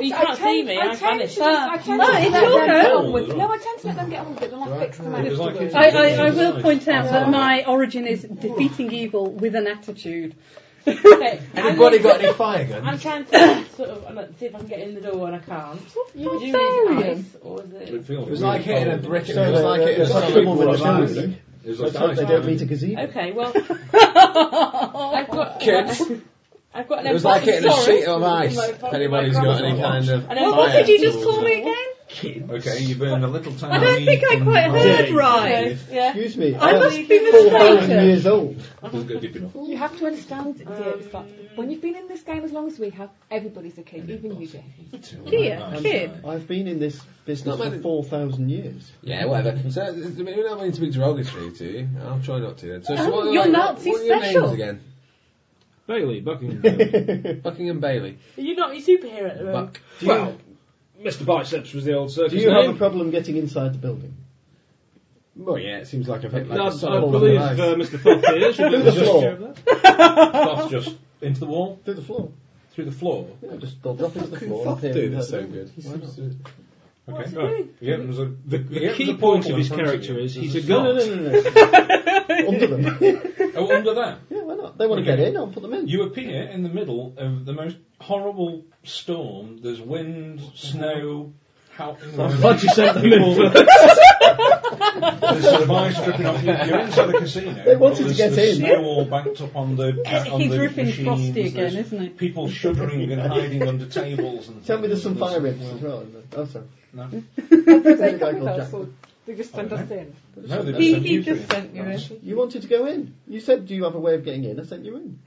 [SPEAKER 4] you can't see me,
[SPEAKER 14] I
[SPEAKER 4] I've
[SPEAKER 14] tend
[SPEAKER 4] vanished.
[SPEAKER 14] to just- I tend
[SPEAKER 6] Ah,
[SPEAKER 14] to
[SPEAKER 6] no, it's
[SPEAKER 14] let
[SPEAKER 6] your
[SPEAKER 14] them get
[SPEAKER 6] go.
[SPEAKER 14] on with- No, I tend to let them get on with it, then I fix them out. afterwards.
[SPEAKER 6] I, I, I will point out that my origin is defeating evil with an attitude.
[SPEAKER 15] Anybody got any fire guns?
[SPEAKER 4] I'm trying to sort of I'm like, see if I can get in the door and I can't.
[SPEAKER 6] You're
[SPEAKER 4] Do you need
[SPEAKER 6] barbarian.
[SPEAKER 4] ice or is it?
[SPEAKER 7] it feels
[SPEAKER 15] It was
[SPEAKER 7] really
[SPEAKER 15] like hitting a
[SPEAKER 7] cold.
[SPEAKER 15] brick in
[SPEAKER 7] So
[SPEAKER 15] it was
[SPEAKER 7] there-
[SPEAKER 15] like hitting
[SPEAKER 7] there's
[SPEAKER 15] a
[SPEAKER 7] like
[SPEAKER 15] solid
[SPEAKER 7] people
[SPEAKER 15] wall
[SPEAKER 7] that
[SPEAKER 15] of
[SPEAKER 7] are
[SPEAKER 15] ice.
[SPEAKER 7] shouting. It was like
[SPEAKER 9] Let's hope they don't meet a gazebo.
[SPEAKER 4] Okay, well, I've got
[SPEAKER 15] Kids.
[SPEAKER 4] I've got an
[SPEAKER 15] It was like
[SPEAKER 4] empathic
[SPEAKER 15] hitting a
[SPEAKER 4] sorrow.
[SPEAKER 15] sheet of ice,
[SPEAKER 4] My-
[SPEAKER 15] if anybody's got any kind of
[SPEAKER 4] I know-
[SPEAKER 6] What, what did you just
[SPEAKER 15] fire
[SPEAKER 6] call me again?
[SPEAKER 8] kids.
[SPEAKER 7] Okay, you burned a little tiny.
[SPEAKER 6] I don't think I quite heard right.
[SPEAKER 9] Excuse me.
[SPEAKER 6] I must
[SPEAKER 9] am
[SPEAKER 6] be
[SPEAKER 9] 4,000
[SPEAKER 6] mistaken.
[SPEAKER 9] years old.
[SPEAKER 7] We'll go deep enough.
[SPEAKER 14] You have to understand,
[SPEAKER 4] Um,
[SPEAKER 14] dear, it's that when you've been in this game as long as we have, everybody's a kid, even you, dear.
[SPEAKER 9] Dear
[SPEAKER 14] kid.
[SPEAKER 9] I've been in this business
[SPEAKER 14] Not
[SPEAKER 9] for
[SPEAKER 14] many-
[SPEAKER 9] 4,000 years.
[SPEAKER 15] Yeah, whatever. So, I mean, we're not meaning to be derogatory to you. I'll try not to then. So, so
[SPEAKER 9] Oh,
[SPEAKER 15] what, are-
[SPEAKER 9] you're
[SPEAKER 15] what-
[SPEAKER 9] Nazi
[SPEAKER 15] what are your
[SPEAKER 9] special.
[SPEAKER 15] names again?
[SPEAKER 8] Bailey, Buckingham Bailey.
[SPEAKER 15] Buckingham Bailey.
[SPEAKER 4] Are you not your superhero at
[SPEAKER 15] Um,
[SPEAKER 4] the moment?
[SPEAKER 8] Well, Mr. Biceps was the old circus
[SPEAKER 9] Do you have
[SPEAKER 8] name.
[SPEAKER 9] a problem getting inside the building?
[SPEAKER 15] Well, yeah, it seems like I've hit
[SPEAKER 8] I,
[SPEAKER 15] like
[SPEAKER 8] I
[SPEAKER 15] a solid wall in
[SPEAKER 8] believe
[SPEAKER 15] the eyes.
[SPEAKER 8] uh, Mr. Fox here should do
[SPEAKER 15] Through
[SPEAKER 8] the
[SPEAKER 15] the
[SPEAKER 8] gesture
[SPEAKER 15] floor.
[SPEAKER 8] of that.
[SPEAKER 7] That's just into the wall.
[SPEAKER 9] Through the floor.
[SPEAKER 7] Through the floor.
[SPEAKER 9] Yeah, just they'll drop into the floor.
[SPEAKER 15] fuck
[SPEAKER 9] and appear
[SPEAKER 15] dude,
[SPEAKER 9] in
[SPEAKER 15] that's
[SPEAKER 9] her
[SPEAKER 15] so
[SPEAKER 9] room.
[SPEAKER 15] good. He
[SPEAKER 9] Why
[SPEAKER 15] seems
[SPEAKER 9] not?
[SPEAKER 15] to-
[SPEAKER 7] Okay.
[SPEAKER 8] Right.
[SPEAKER 7] Yeah, there's a,
[SPEAKER 8] The,
[SPEAKER 7] yeah,
[SPEAKER 8] the
[SPEAKER 7] there's
[SPEAKER 8] key
[SPEAKER 7] a
[SPEAKER 8] point
[SPEAKER 7] portal
[SPEAKER 8] of
[SPEAKER 7] in
[SPEAKER 8] his
[SPEAKER 7] front of
[SPEAKER 8] character
[SPEAKER 7] you.
[SPEAKER 8] is he's a
[SPEAKER 7] There's
[SPEAKER 8] gun.
[SPEAKER 7] shot.
[SPEAKER 9] No, no, no. Under them.
[SPEAKER 7] Oh, under that.
[SPEAKER 9] Yeah, why not? They want to
[SPEAKER 7] Okay.
[SPEAKER 9] get in, I'll put them in.
[SPEAKER 7] You appear in the middle of the most horrible storm. There's wind, snow, how
[SPEAKER 8] I'm glad you sent them in.
[SPEAKER 7] There's sort of ice dripping off you. You're inside the casino.
[SPEAKER 9] They wanted
[SPEAKER 7] but
[SPEAKER 9] to
[SPEAKER 7] there's
[SPEAKER 9] get
[SPEAKER 7] the
[SPEAKER 9] in.
[SPEAKER 7] Snow all banked up on the uh, on
[SPEAKER 6] He's
[SPEAKER 7] the
[SPEAKER 6] ripping
[SPEAKER 7] machines.
[SPEAKER 6] Frosty again,
[SPEAKER 7] There's
[SPEAKER 6] isn't he?
[SPEAKER 7] People shuddering and hiding under tables and.
[SPEAKER 9] Tell me there's some
[SPEAKER 7] things.
[SPEAKER 9] fire rips as well. isn't there? Oh, sorry.
[SPEAKER 7] No.
[SPEAKER 9] There's a
[SPEAKER 14] They
[SPEAKER 9] guy
[SPEAKER 14] come with
[SPEAKER 9] called
[SPEAKER 14] us,
[SPEAKER 9] Jack.
[SPEAKER 14] or they just send us in.
[SPEAKER 7] No, they just
[SPEAKER 9] He-
[SPEAKER 7] sent
[SPEAKER 9] he
[SPEAKER 7] you
[SPEAKER 9] just
[SPEAKER 7] through.
[SPEAKER 6] sent you in.
[SPEAKER 9] You wanted to go in. You said, do you have a way of getting in? I sent you in.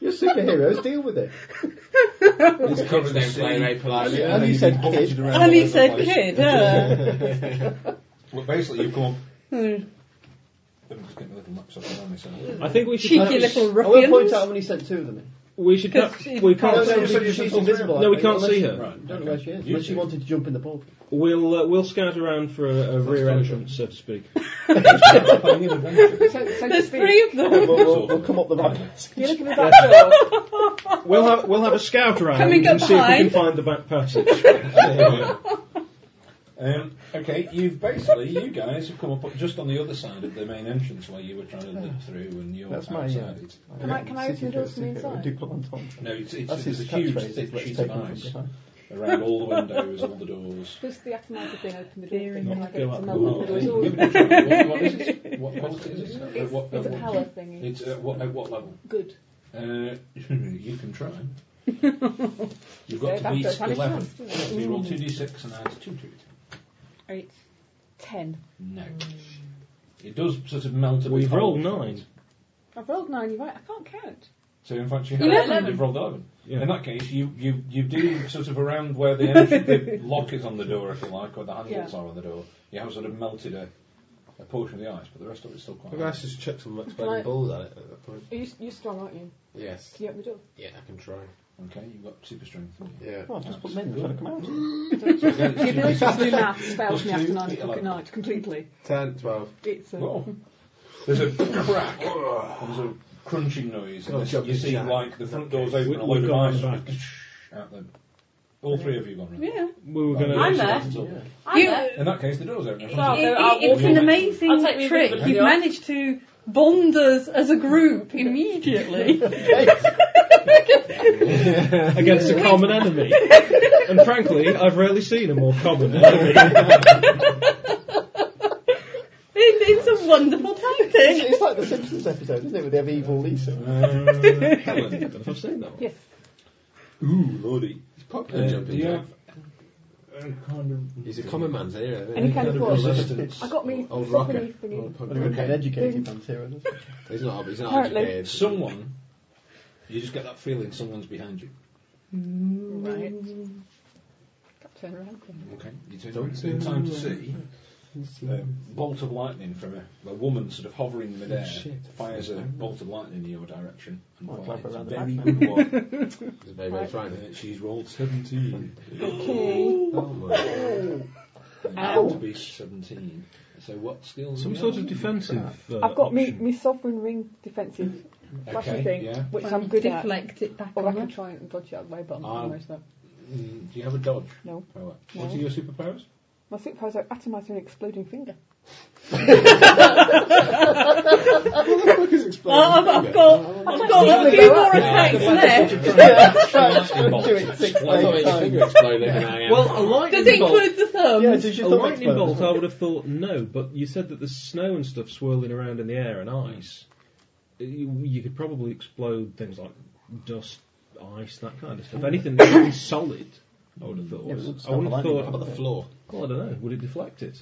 [SPEAKER 9] You're superheroes, deal with it.
[SPEAKER 15] He's covered in play very politely.
[SPEAKER 9] And he said kid.
[SPEAKER 6] And he said, kid, uh.
[SPEAKER 7] Well, basically, you come up.
[SPEAKER 6] Hmm.
[SPEAKER 7] I'm just getting a little mixed up around myself.
[SPEAKER 8] I think we should
[SPEAKER 6] Cheeky
[SPEAKER 8] perhaps-
[SPEAKER 6] little
[SPEAKER 9] I will point
[SPEAKER 6] ruffians.
[SPEAKER 9] out when he sent two of them in.
[SPEAKER 8] We should. perhaps- we can't.
[SPEAKER 9] No,
[SPEAKER 8] see
[SPEAKER 9] no,
[SPEAKER 8] her.
[SPEAKER 9] she's, she's invisible.
[SPEAKER 8] No, we
[SPEAKER 9] I think,
[SPEAKER 8] can't
[SPEAKER 9] unless
[SPEAKER 8] see
[SPEAKER 9] she-
[SPEAKER 8] her.
[SPEAKER 9] I don't know where she is.
[SPEAKER 7] You
[SPEAKER 9] Unless she
[SPEAKER 7] do.
[SPEAKER 9] wanted to jump in the pool.
[SPEAKER 8] We'll uh, we'll scout around for a, a rear entrance, so to speak.
[SPEAKER 7] I need adventure.
[SPEAKER 6] There's three of
[SPEAKER 9] We'll,
[SPEAKER 6] them.
[SPEAKER 9] we'll, we'll come up the ramp.
[SPEAKER 14] You're looking at that door.
[SPEAKER 8] We'll have we'll have a scout around
[SPEAKER 6] Coming
[SPEAKER 8] and
[SPEAKER 6] up
[SPEAKER 8] see if we can
[SPEAKER 6] behind.
[SPEAKER 8] find the back passage.
[SPEAKER 7] Um, okay, you've basically you guys have come up just on the other side of the main entrance where you were trying to leap through, and you're
[SPEAKER 9] That's my, uh,
[SPEAKER 7] outside.
[SPEAKER 14] Can I- can I open the doors from inside?
[SPEAKER 7] no, it's,
[SPEAKER 9] That's
[SPEAKER 7] it's,
[SPEAKER 9] his
[SPEAKER 7] there's a huge
[SPEAKER 9] catchphrase,
[SPEAKER 7] thick
[SPEAKER 9] let's
[SPEAKER 7] sheet
[SPEAKER 9] take
[SPEAKER 7] of
[SPEAKER 9] them from
[SPEAKER 7] ice
[SPEAKER 9] behind.
[SPEAKER 7] around all the windows, all the doors.
[SPEAKER 14] Just the atomizer thing open the door thing when I get
[SPEAKER 8] Go
[SPEAKER 14] to
[SPEAKER 8] up.
[SPEAKER 14] melt
[SPEAKER 7] Ooh,
[SPEAKER 14] the
[SPEAKER 7] okay.
[SPEAKER 14] door.
[SPEAKER 7] Give it a try. What- what is it? What quality is it? At
[SPEAKER 14] It's,
[SPEAKER 7] what-
[SPEAKER 14] it's a
[SPEAKER 7] at what-
[SPEAKER 14] power thingy.
[SPEAKER 7] It's uh, at what, at what level?
[SPEAKER 14] Good.
[SPEAKER 7] Uh, you can try. You've got
[SPEAKER 14] So
[SPEAKER 7] to
[SPEAKER 14] that's
[SPEAKER 7] beat
[SPEAKER 14] a tiny
[SPEAKER 7] 11.
[SPEAKER 14] chance, isn't it?
[SPEAKER 7] So you roll 2d6 and add 2 to it.
[SPEAKER 14] Eight. Ten.
[SPEAKER 7] No.
[SPEAKER 14] Mm.
[SPEAKER 7] It does sort of melt a bit.
[SPEAKER 8] We've rolled
[SPEAKER 7] cold.
[SPEAKER 8] nine.
[SPEAKER 14] I've rolled nine, you're right, I can't count.
[SPEAKER 7] So in fact, you have
[SPEAKER 14] Eleven.
[SPEAKER 7] You've rolled 11.
[SPEAKER 8] Yeah.
[SPEAKER 7] In that case, you, you, you do sort of around where the, energy, the lock is on the door, if you like, or the handles
[SPEAKER 14] Yeah.
[SPEAKER 7] are on the door. You have sort of melted a, a portion of the ice, but the rest of it's still quite
[SPEAKER 5] Maybe I
[SPEAKER 7] hot.
[SPEAKER 5] should just chuck some
[SPEAKER 14] Right.
[SPEAKER 5] exploding balls at it at that point.
[SPEAKER 14] Are you, you're strong, aren't you?
[SPEAKER 5] Yes.
[SPEAKER 14] Can you open the door?
[SPEAKER 5] Yeah, I can try.
[SPEAKER 7] Okay, you've got super strength.
[SPEAKER 5] Yeah.
[SPEAKER 9] Oh, I've just put them in. They're trying to come out.
[SPEAKER 14] The ability to do maths fails
[SPEAKER 7] Plus
[SPEAKER 14] me after
[SPEAKER 7] two,
[SPEAKER 14] nine
[SPEAKER 7] eight,
[SPEAKER 14] o'clock at
[SPEAKER 7] eleven.
[SPEAKER 14] night, completely.
[SPEAKER 5] 10, 12.
[SPEAKER 14] It's a...
[SPEAKER 7] Oh. There's a crack. There's a crunching noise.
[SPEAKER 9] Oh,
[SPEAKER 5] God,
[SPEAKER 7] And
[SPEAKER 5] jump
[SPEAKER 7] you
[SPEAKER 5] the
[SPEAKER 7] see,
[SPEAKER 5] shack.
[SPEAKER 7] like, the front door's open,
[SPEAKER 8] We've
[SPEAKER 7] a load of
[SPEAKER 8] gone
[SPEAKER 7] ice
[SPEAKER 8] back.
[SPEAKER 7] out the... All three of you gone round.
[SPEAKER 14] Yeah.
[SPEAKER 8] We were going
[SPEAKER 7] Right,
[SPEAKER 8] to.
[SPEAKER 7] so
[SPEAKER 4] there.
[SPEAKER 7] that's all.
[SPEAKER 4] I'm there.
[SPEAKER 7] In that case, the door's open. in front
[SPEAKER 4] Oh,
[SPEAKER 7] of you.
[SPEAKER 4] no,
[SPEAKER 6] It-
[SPEAKER 4] I'll
[SPEAKER 6] it- it's
[SPEAKER 4] walk
[SPEAKER 6] an
[SPEAKER 4] you. I'll
[SPEAKER 6] amazing
[SPEAKER 4] take me
[SPEAKER 6] trick.
[SPEAKER 4] with me,
[SPEAKER 6] You've
[SPEAKER 4] yeah.
[SPEAKER 6] managed to bond us as a group immediately.
[SPEAKER 8] against a common enemy. and frankly, I've rarely seen a more common enemy.
[SPEAKER 6] It- it's a wonderful
[SPEAKER 9] It's,
[SPEAKER 6] tactic.
[SPEAKER 9] it's like the Simpsons episode, isn't it? Where they have evil Lisa.
[SPEAKER 7] Uh,
[SPEAKER 8] I don't know if I've seen that one.
[SPEAKER 14] Yes.
[SPEAKER 7] Ooh,
[SPEAKER 14] uh,
[SPEAKER 7] lordy.
[SPEAKER 5] He's popular
[SPEAKER 7] do
[SPEAKER 5] jumping
[SPEAKER 7] you
[SPEAKER 5] jack.
[SPEAKER 7] have a kind of...
[SPEAKER 5] He's a common man's hero. isn't
[SPEAKER 14] Any
[SPEAKER 5] he?
[SPEAKER 14] kind of
[SPEAKER 5] Kind of
[SPEAKER 14] force.
[SPEAKER 5] resistance.
[SPEAKER 14] I got me
[SPEAKER 5] Old
[SPEAKER 14] floppy
[SPEAKER 5] rocker.
[SPEAKER 14] thingy.
[SPEAKER 5] Old punk
[SPEAKER 9] Well, he would
[SPEAKER 5] rocker.
[SPEAKER 9] be an educated man's hero, doesn't he?
[SPEAKER 5] He's not, he's not
[SPEAKER 14] Apparently.
[SPEAKER 5] educated.
[SPEAKER 7] Someone... You just get that feeling someone's behind you.
[SPEAKER 14] Right. Turn around. then.
[SPEAKER 7] Okay. You turn around in time to see a bolt of lightning from a, a woman sort of hovering midair
[SPEAKER 5] Shit.
[SPEAKER 7] fires a bolt of lightning in your direction. And
[SPEAKER 9] Oh, clap
[SPEAKER 7] fires. It's a
[SPEAKER 9] around
[SPEAKER 7] very
[SPEAKER 9] the
[SPEAKER 7] good one.
[SPEAKER 5] He's very, very frightening.
[SPEAKER 7] Uh, she's rolled 17.
[SPEAKER 14] Okay.
[SPEAKER 5] Oh my god.
[SPEAKER 7] You have to be 17. So what skills
[SPEAKER 8] Some
[SPEAKER 7] do you
[SPEAKER 8] sort
[SPEAKER 7] have?
[SPEAKER 8] of defensive. Uh,
[SPEAKER 14] I've got me,
[SPEAKER 8] option.
[SPEAKER 14] me sovereign ring defensive flashy
[SPEAKER 7] Okay,
[SPEAKER 14] thing,
[SPEAKER 7] yeah.
[SPEAKER 14] which I'm good at.
[SPEAKER 6] Deflect it back
[SPEAKER 14] Or I
[SPEAKER 6] on
[SPEAKER 14] can
[SPEAKER 6] her.
[SPEAKER 14] try and dodge it out of the way, but I'm
[SPEAKER 7] Ah.
[SPEAKER 14] not most of
[SPEAKER 7] Mm, do you have a dodge?
[SPEAKER 14] No.
[SPEAKER 7] Oh, right.
[SPEAKER 14] No.
[SPEAKER 7] What are your superpowers?
[SPEAKER 14] My superpowers are atomizer and exploding finger.
[SPEAKER 6] Uh, I've, I've got, I've got a few more attacks left.
[SPEAKER 9] Do it six
[SPEAKER 15] Well, I thought
[SPEAKER 9] days
[SPEAKER 15] your
[SPEAKER 9] time.
[SPEAKER 15] finger exploded and I am.
[SPEAKER 8] Well, a lightning
[SPEAKER 6] Does it
[SPEAKER 8] bolt.
[SPEAKER 6] include the thumb?
[SPEAKER 9] Yeah, did
[SPEAKER 8] A
[SPEAKER 9] you thumb
[SPEAKER 8] lightning
[SPEAKER 9] explode?
[SPEAKER 8] bolt, I would have thought no, but you said that the snow and stuff swirling around in the air and ice, you, you could probably explode things like dust, ice, that kind of stuff. Anything that's really solid I would have thought.
[SPEAKER 15] Yeah, but it would
[SPEAKER 8] I
[SPEAKER 15] stop
[SPEAKER 8] would
[SPEAKER 15] the
[SPEAKER 8] have
[SPEAKER 15] lightning
[SPEAKER 8] thought.
[SPEAKER 15] bolt. How about the floor?
[SPEAKER 8] Well, I don't know. Would it deflect it?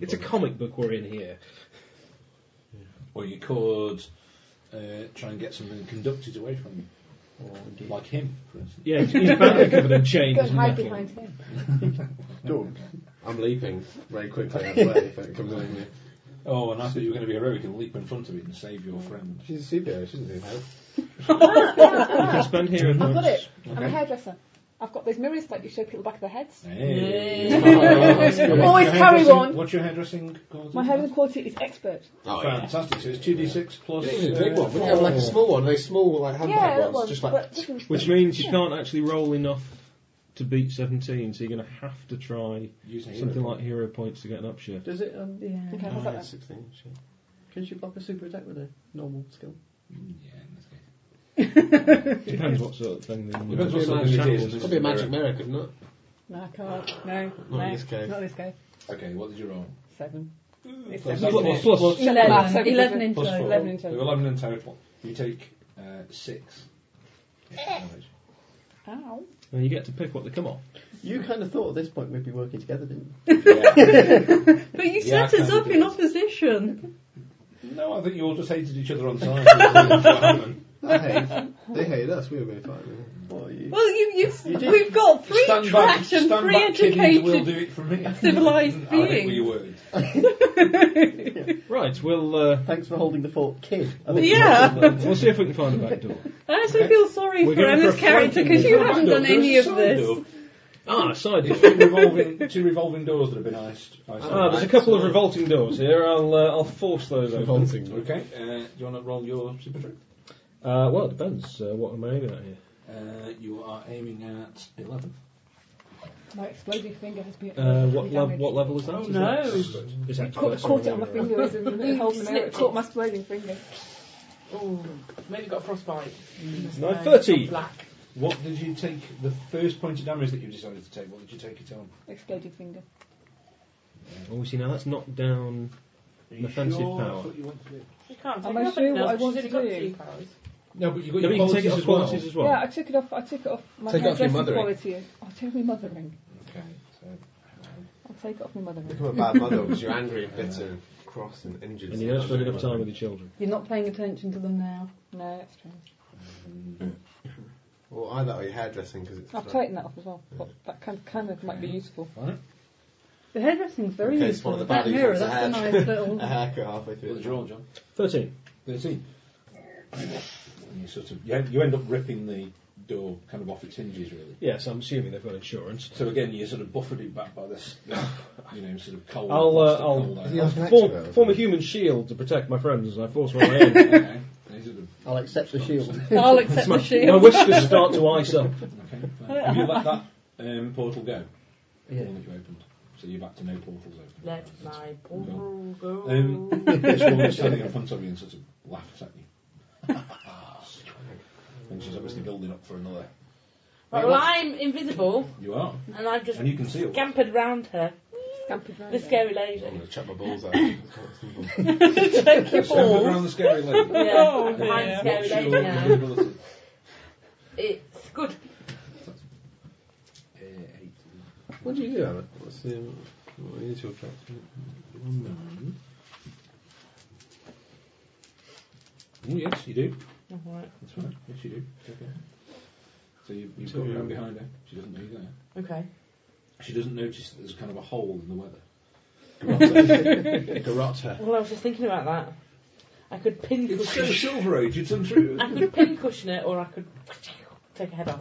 [SPEAKER 8] It's a comic book we're in here.
[SPEAKER 7] Or you could uh, try and get something conducted away from you. Or like him, for instance.
[SPEAKER 8] Yeah, he's badly covered in chains
[SPEAKER 14] Go and hide behind him.
[SPEAKER 5] Don't. I'm leaping very quickly out of the way if it comes in here.
[SPEAKER 7] Oh, and I thought you were going to be heroic and leap in front of it and save your friend.
[SPEAKER 5] She's a superhero, she doesn't need help.
[SPEAKER 7] You can spend here at
[SPEAKER 14] I've got
[SPEAKER 7] once.
[SPEAKER 14] it. I'm a
[SPEAKER 7] Okay.
[SPEAKER 14] hairdresser. I've got those mirrors that you show people back of their heads.
[SPEAKER 7] Hey.
[SPEAKER 14] Always
[SPEAKER 7] Your
[SPEAKER 14] carry
[SPEAKER 7] hairdressing-
[SPEAKER 14] one.
[SPEAKER 7] What's your hairdressing called?
[SPEAKER 14] My hairdressing quality is expert.
[SPEAKER 7] Fantastic. So it's 2d6 plus.
[SPEAKER 5] This
[SPEAKER 8] uh,
[SPEAKER 5] is a big one. We have like a small one, very small, like handbag
[SPEAKER 14] Yeah, that
[SPEAKER 5] ones,
[SPEAKER 14] one.
[SPEAKER 5] just like
[SPEAKER 14] but different
[SPEAKER 8] Which means you can't actually roll enough to beat 17, so you're going to have to try
[SPEAKER 5] Using
[SPEAKER 8] something
[SPEAKER 5] hero
[SPEAKER 8] like hero points to get an upshift.
[SPEAKER 9] Does it? Um,
[SPEAKER 14] Yeah. Okay,
[SPEAKER 9] Oh,
[SPEAKER 14] what's
[SPEAKER 9] yeah,
[SPEAKER 14] that?
[SPEAKER 9] 16. Shit. Can she block a super attack with a normal skill?
[SPEAKER 8] Depends what sort of thing they want.
[SPEAKER 5] Depends what sort of thing it is. Could be a magic mirror, couldn't it?
[SPEAKER 14] No, I can't. No.
[SPEAKER 5] Not
[SPEAKER 14] no.
[SPEAKER 5] in this case.
[SPEAKER 14] Not in this case.
[SPEAKER 7] Okay, what did you roll?
[SPEAKER 14] Seven. It's
[SPEAKER 7] Plus
[SPEAKER 14] seven.
[SPEAKER 7] seven. Plus- plus- plus-
[SPEAKER 14] Eleven.
[SPEAKER 7] plus-
[SPEAKER 14] Seven.
[SPEAKER 6] Eleven in
[SPEAKER 7] plus
[SPEAKER 6] total.
[SPEAKER 7] four.
[SPEAKER 14] Eleven in
[SPEAKER 7] So
[SPEAKER 14] total.
[SPEAKER 7] 11 in total. You take uh, 6. damage.
[SPEAKER 14] Ow.
[SPEAKER 8] And you get to pick what they come off.
[SPEAKER 9] You kind of thought at this point we'd be working together, didn't
[SPEAKER 6] But you
[SPEAKER 7] Yeah,
[SPEAKER 6] set us
[SPEAKER 7] kinda
[SPEAKER 6] up in opposition.
[SPEAKER 7] No, I think you all just hated each other on time. That's what happened.
[SPEAKER 5] I hate. They hated us. We were being fine.
[SPEAKER 9] What are you?
[SPEAKER 6] Well, you, you,
[SPEAKER 5] did.
[SPEAKER 6] we've got free
[SPEAKER 7] Stand back,
[SPEAKER 6] trash
[SPEAKER 7] stand
[SPEAKER 6] and free
[SPEAKER 7] back, kiddies, we'll do
[SPEAKER 6] educated
[SPEAKER 7] it from here.
[SPEAKER 6] civilized
[SPEAKER 7] I think we
[SPEAKER 6] beings.
[SPEAKER 7] were.
[SPEAKER 8] Right, we'll. Uh,
[SPEAKER 9] Thanks for holding the fort, kid. I
[SPEAKER 8] we'll-
[SPEAKER 9] think-
[SPEAKER 6] Yeah.
[SPEAKER 8] We'll see if we can find a back door.
[SPEAKER 6] I actually feel sorry
[SPEAKER 8] We're
[SPEAKER 6] for
[SPEAKER 8] going for
[SPEAKER 6] Emma's
[SPEAKER 8] a
[SPEAKER 6] character
[SPEAKER 8] flanking
[SPEAKER 6] because you
[SPEAKER 8] door.
[SPEAKER 6] haven't
[SPEAKER 7] Back
[SPEAKER 6] done
[SPEAKER 7] door,
[SPEAKER 6] any
[SPEAKER 7] there's
[SPEAKER 6] of
[SPEAKER 7] a side
[SPEAKER 6] this.
[SPEAKER 7] door.
[SPEAKER 8] Ah, side
[SPEAKER 7] There's two revolving, two revolving doors that have been iced. iced
[SPEAKER 8] Ah, there's a couple of revolting doors here. I'll uh, I'll force those open.
[SPEAKER 7] Okay, uh, do you want to roll your super trick?
[SPEAKER 8] Uh, well, it depends. Uh, what am I aiming at here?
[SPEAKER 7] Uh, you are aiming at 11.
[SPEAKER 14] My exploding finger has been.
[SPEAKER 8] Uh, what, lev- what level is that? Is
[SPEAKER 6] No.
[SPEAKER 8] that expert? Is that
[SPEAKER 14] Oh, Caught,
[SPEAKER 8] expert?
[SPEAKER 14] caught it on my finger as in
[SPEAKER 12] You
[SPEAKER 14] held my mirror.
[SPEAKER 12] snipped
[SPEAKER 14] It caught
[SPEAKER 12] it.
[SPEAKER 14] my exploding finger.
[SPEAKER 4] Oh, maybe got frostbite.
[SPEAKER 6] Mm,
[SPEAKER 8] No, 30.
[SPEAKER 4] Black.
[SPEAKER 7] What did you take, the first point of damage that you decided to take, what did you take it on?
[SPEAKER 14] Exploding finger.
[SPEAKER 8] Oh, we see, now that's knocked down an offensive
[SPEAKER 7] Sure, that's
[SPEAKER 8] power.
[SPEAKER 7] what you want to do.
[SPEAKER 4] She can't
[SPEAKER 14] Am
[SPEAKER 4] take
[SPEAKER 14] I
[SPEAKER 4] nothing
[SPEAKER 14] sure what
[SPEAKER 4] now,
[SPEAKER 14] I
[SPEAKER 4] she's
[SPEAKER 14] want
[SPEAKER 4] only
[SPEAKER 14] to
[SPEAKER 4] got
[SPEAKER 14] do?
[SPEAKER 4] two powers.
[SPEAKER 7] No, but you've got your
[SPEAKER 8] No, but you can
[SPEAKER 7] qualities
[SPEAKER 8] take it off
[SPEAKER 7] as well.
[SPEAKER 8] qualities as well.
[SPEAKER 14] Yeah, I took it off. I took it off my
[SPEAKER 5] Take it off your
[SPEAKER 14] hairdressing
[SPEAKER 5] mothering.
[SPEAKER 14] quality. I'll take my mothering.
[SPEAKER 7] Okay, so
[SPEAKER 14] I'll take it off my mothering.
[SPEAKER 5] Become a bad mother because you're angry and bitter and cross and injured.
[SPEAKER 8] And you don't spend enough time with your children.
[SPEAKER 6] You're not paying attention to them now.
[SPEAKER 14] No, that's true.
[SPEAKER 5] Well, either or your hairdressing because it's.
[SPEAKER 14] I've taken that off as well. But that kind of, kind of might be useful.
[SPEAKER 7] Right.
[SPEAKER 6] The hairdressing's very
[SPEAKER 5] In case
[SPEAKER 6] useful.
[SPEAKER 5] one of the
[SPEAKER 6] that
[SPEAKER 5] baddies
[SPEAKER 6] mirror,
[SPEAKER 5] wants a
[SPEAKER 6] that's a
[SPEAKER 5] hair-
[SPEAKER 6] nice little.
[SPEAKER 5] A haircut halfway through.
[SPEAKER 7] What did you roll, John?
[SPEAKER 8] 13.
[SPEAKER 7] 13. And you sort of, you, end- you end up ripping the door kind of off its hinges, really.
[SPEAKER 8] Yes, I'm assuming they've got insurance.
[SPEAKER 7] So again, you're sort of buffeted back by this, you know, sort of cold.
[SPEAKER 8] I'll, uh,
[SPEAKER 7] plastic
[SPEAKER 8] I'll,
[SPEAKER 7] cold
[SPEAKER 5] Is he
[SPEAKER 7] iron.
[SPEAKER 5] off next to
[SPEAKER 8] form,
[SPEAKER 5] it?
[SPEAKER 8] form a human shield to protect my friends as I force my way in.
[SPEAKER 7] Okay. And he's sort of-
[SPEAKER 9] I'll accept the shield.
[SPEAKER 6] I'll accept the
[SPEAKER 8] my
[SPEAKER 6] shield.
[SPEAKER 8] whiskers start to ice up.
[SPEAKER 7] okay, fine. Have you let that um, portal go?
[SPEAKER 9] Yeah.
[SPEAKER 7] The one that you opened. So you're back to no portals open.
[SPEAKER 4] Let my portal go.
[SPEAKER 7] Um, this woman standing in front of you and sort of laughs at you. and she's obviously building up for another.
[SPEAKER 4] Right, well, I'm invisible,
[SPEAKER 7] You are.
[SPEAKER 4] and I've just
[SPEAKER 7] And you can see it.
[SPEAKER 4] scampered round her.
[SPEAKER 14] Scampered round
[SPEAKER 4] The
[SPEAKER 14] her.
[SPEAKER 4] scary
[SPEAKER 5] I'm
[SPEAKER 4] lady.
[SPEAKER 5] going to chuck my balls out. It's quite simple.
[SPEAKER 4] Take your
[SPEAKER 7] Scampered
[SPEAKER 4] balls.
[SPEAKER 7] around the scary lady.
[SPEAKER 4] Yeah,
[SPEAKER 6] Oh,
[SPEAKER 4] I'm the scary
[SPEAKER 7] What's your
[SPEAKER 4] lady now.
[SPEAKER 7] invisibility?
[SPEAKER 4] It's good.
[SPEAKER 7] Uh, eight.
[SPEAKER 5] What do you do, Alan? What's the, what is your track?
[SPEAKER 7] Oh, yes, you do.
[SPEAKER 4] Alright,
[SPEAKER 7] That's right. Yes, you do. Okay. So you, you put her around behind her. She doesn't know you're there.
[SPEAKER 4] Okay.
[SPEAKER 7] She doesn't notice that there's kind of a hole in the weather.
[SPEAKER 4] Well, I was just thinking about that. I could pin
[SPEAKER 7] It's so
[SPEAKER 4] cushion.
[SPEAKER 7] Silver Age. It's untrue.
[SPEAKER 4] I could pin cushion it, or I could take a head off.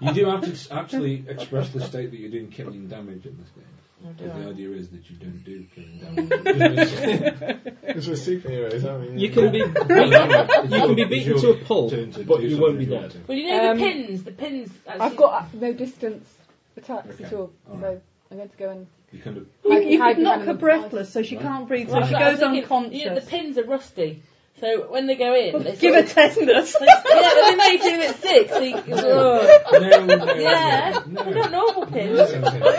[SPEAKER 7] You do have to s- actually expressly state that you're doing killing damage in this game.
[SPEAKER 4] Or Oh, do
[SPEAKER 7] But The
[SPEAKER 4] I?
[SPEAKER 7] idea is that you don't do killing damage.
[SPEAKER 5] Because we're superheroes, aren't we?
[SPEAKER 8] You can be you can be beaten to a pulp,
[SPEAKER 7] Turn to
[SPEAKER 8] but
[SPEAKER 7] do
[SPEAKER 8] you won't be
[SPEAKER 7] something
[SPEAKER 8] dead.
[SPEAKER 7] if you
[SPEAKER 4] Well, you know
[SPEAKER 14] Um,
[SPEAKER 4] the pins. The pins. Actually,
[SPEAKER 14] I've got uh, no distance attacks
[SPEAKER 7] Okay,
[SPEAKER 14] at all,
[SPEAKER 7] all
[SPEAKER 14] so I'm going to go and.
[SPEAKER 7] want to. You kind of
[SPEAKER 14] I
[SPEAKER 6] You,
[SPEAKER 14] can
[SPEAKER 6] you
[SPEAKER 14] hide
[SPEAKER 6] could knock
[SPEAKER 14] behind
[SPEAKER 6] her
[SPEAKER 14] them.
[SPEAKER 6] breathless so she can't breathe, so
[SPEAKER 4] That's
[SPEAKER 6] she
[SPEAKER 4] what I was
[SPEAKER 6] goes
[SPEAKER 4] thinking. You know, the
[SPEAKER 6] unconscious.
[SPEAKER 4] pins are rusty, so when they go in, they
[SPEAKER 6] Give
[SPEAKER 4] sort
[SPEAKER 6] her
[SPEAKER 4] of-
[SPEAKER 6] tetanus.
[SPEAKER 4] yeah, but they may do it six. So you, oh,
[SPEAKER 7] no, no,
[SPEAKER 4] yeah,
[SPEAKER 7] no,
[SPEAKER 4] they're not normal
[SPEAKER 7] no,
[SPEAKER 4] pins.
[SPEAKER 7] no, no.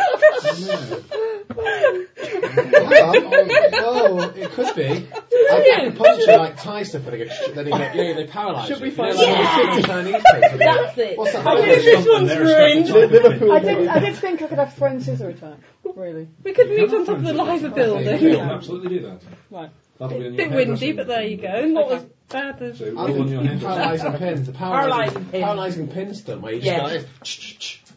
[SPEAKER 5] oh, it could be. I could potentially like tie stuff and they go, "Shh," then you get, yeah, they paralyse
[SPEAKER 13] Should
[SPEAKER 5] you.
[SPEAKER 13] we
[SPEAKER 5] You
[SPEAKER 13] find
[SPEAKER 5] know, like
[SPEAKER 13] out?
[SPEAKER 5] those Chinese things, and they go,
[SPEAKER 6] That's it.
[SPEAKER 5] What's that?
[SPEAKER 6] I
[SPEAKER 5] Like,
[SPEAKER 6] think
[SPEAKER 5] it's
[SPEAKER 6] this
[SPEAKER 5] something
[SPEAKER 6] one's
[SPEAKER 5] there, it's not
[SPEAKER 6] ruined.
[SPEAKER 5] the Liverpool
[SPEAKER 6] I
[SPEAKER 5] one.
[SPEAKER 6] did-
[SPEAKER 14] I did think I could have thrown scissor attack. Really?
[SPEAKER 6] We could meet on top of the liver building.
[SPEAKER 7] You can absolutely do that.
[SPEAKER 14] Right.
[SPEAKER 7] That'll be on your
[SPEAKER 6] bit windy, but there you go. Not as bad as.
[SPEAKER 7] So-
[SPEAKER 5] I
[SPEAKER 7] Roll on your hand.
[SPEAKER 5] think paralysing pins. The paralysing,
[SPEAKER 6] Paralysing pins.
[SPEAKER 5] paralysing pins done where you just
[SPEAKER 6] Yeah.
[SPEAKER 5] go like,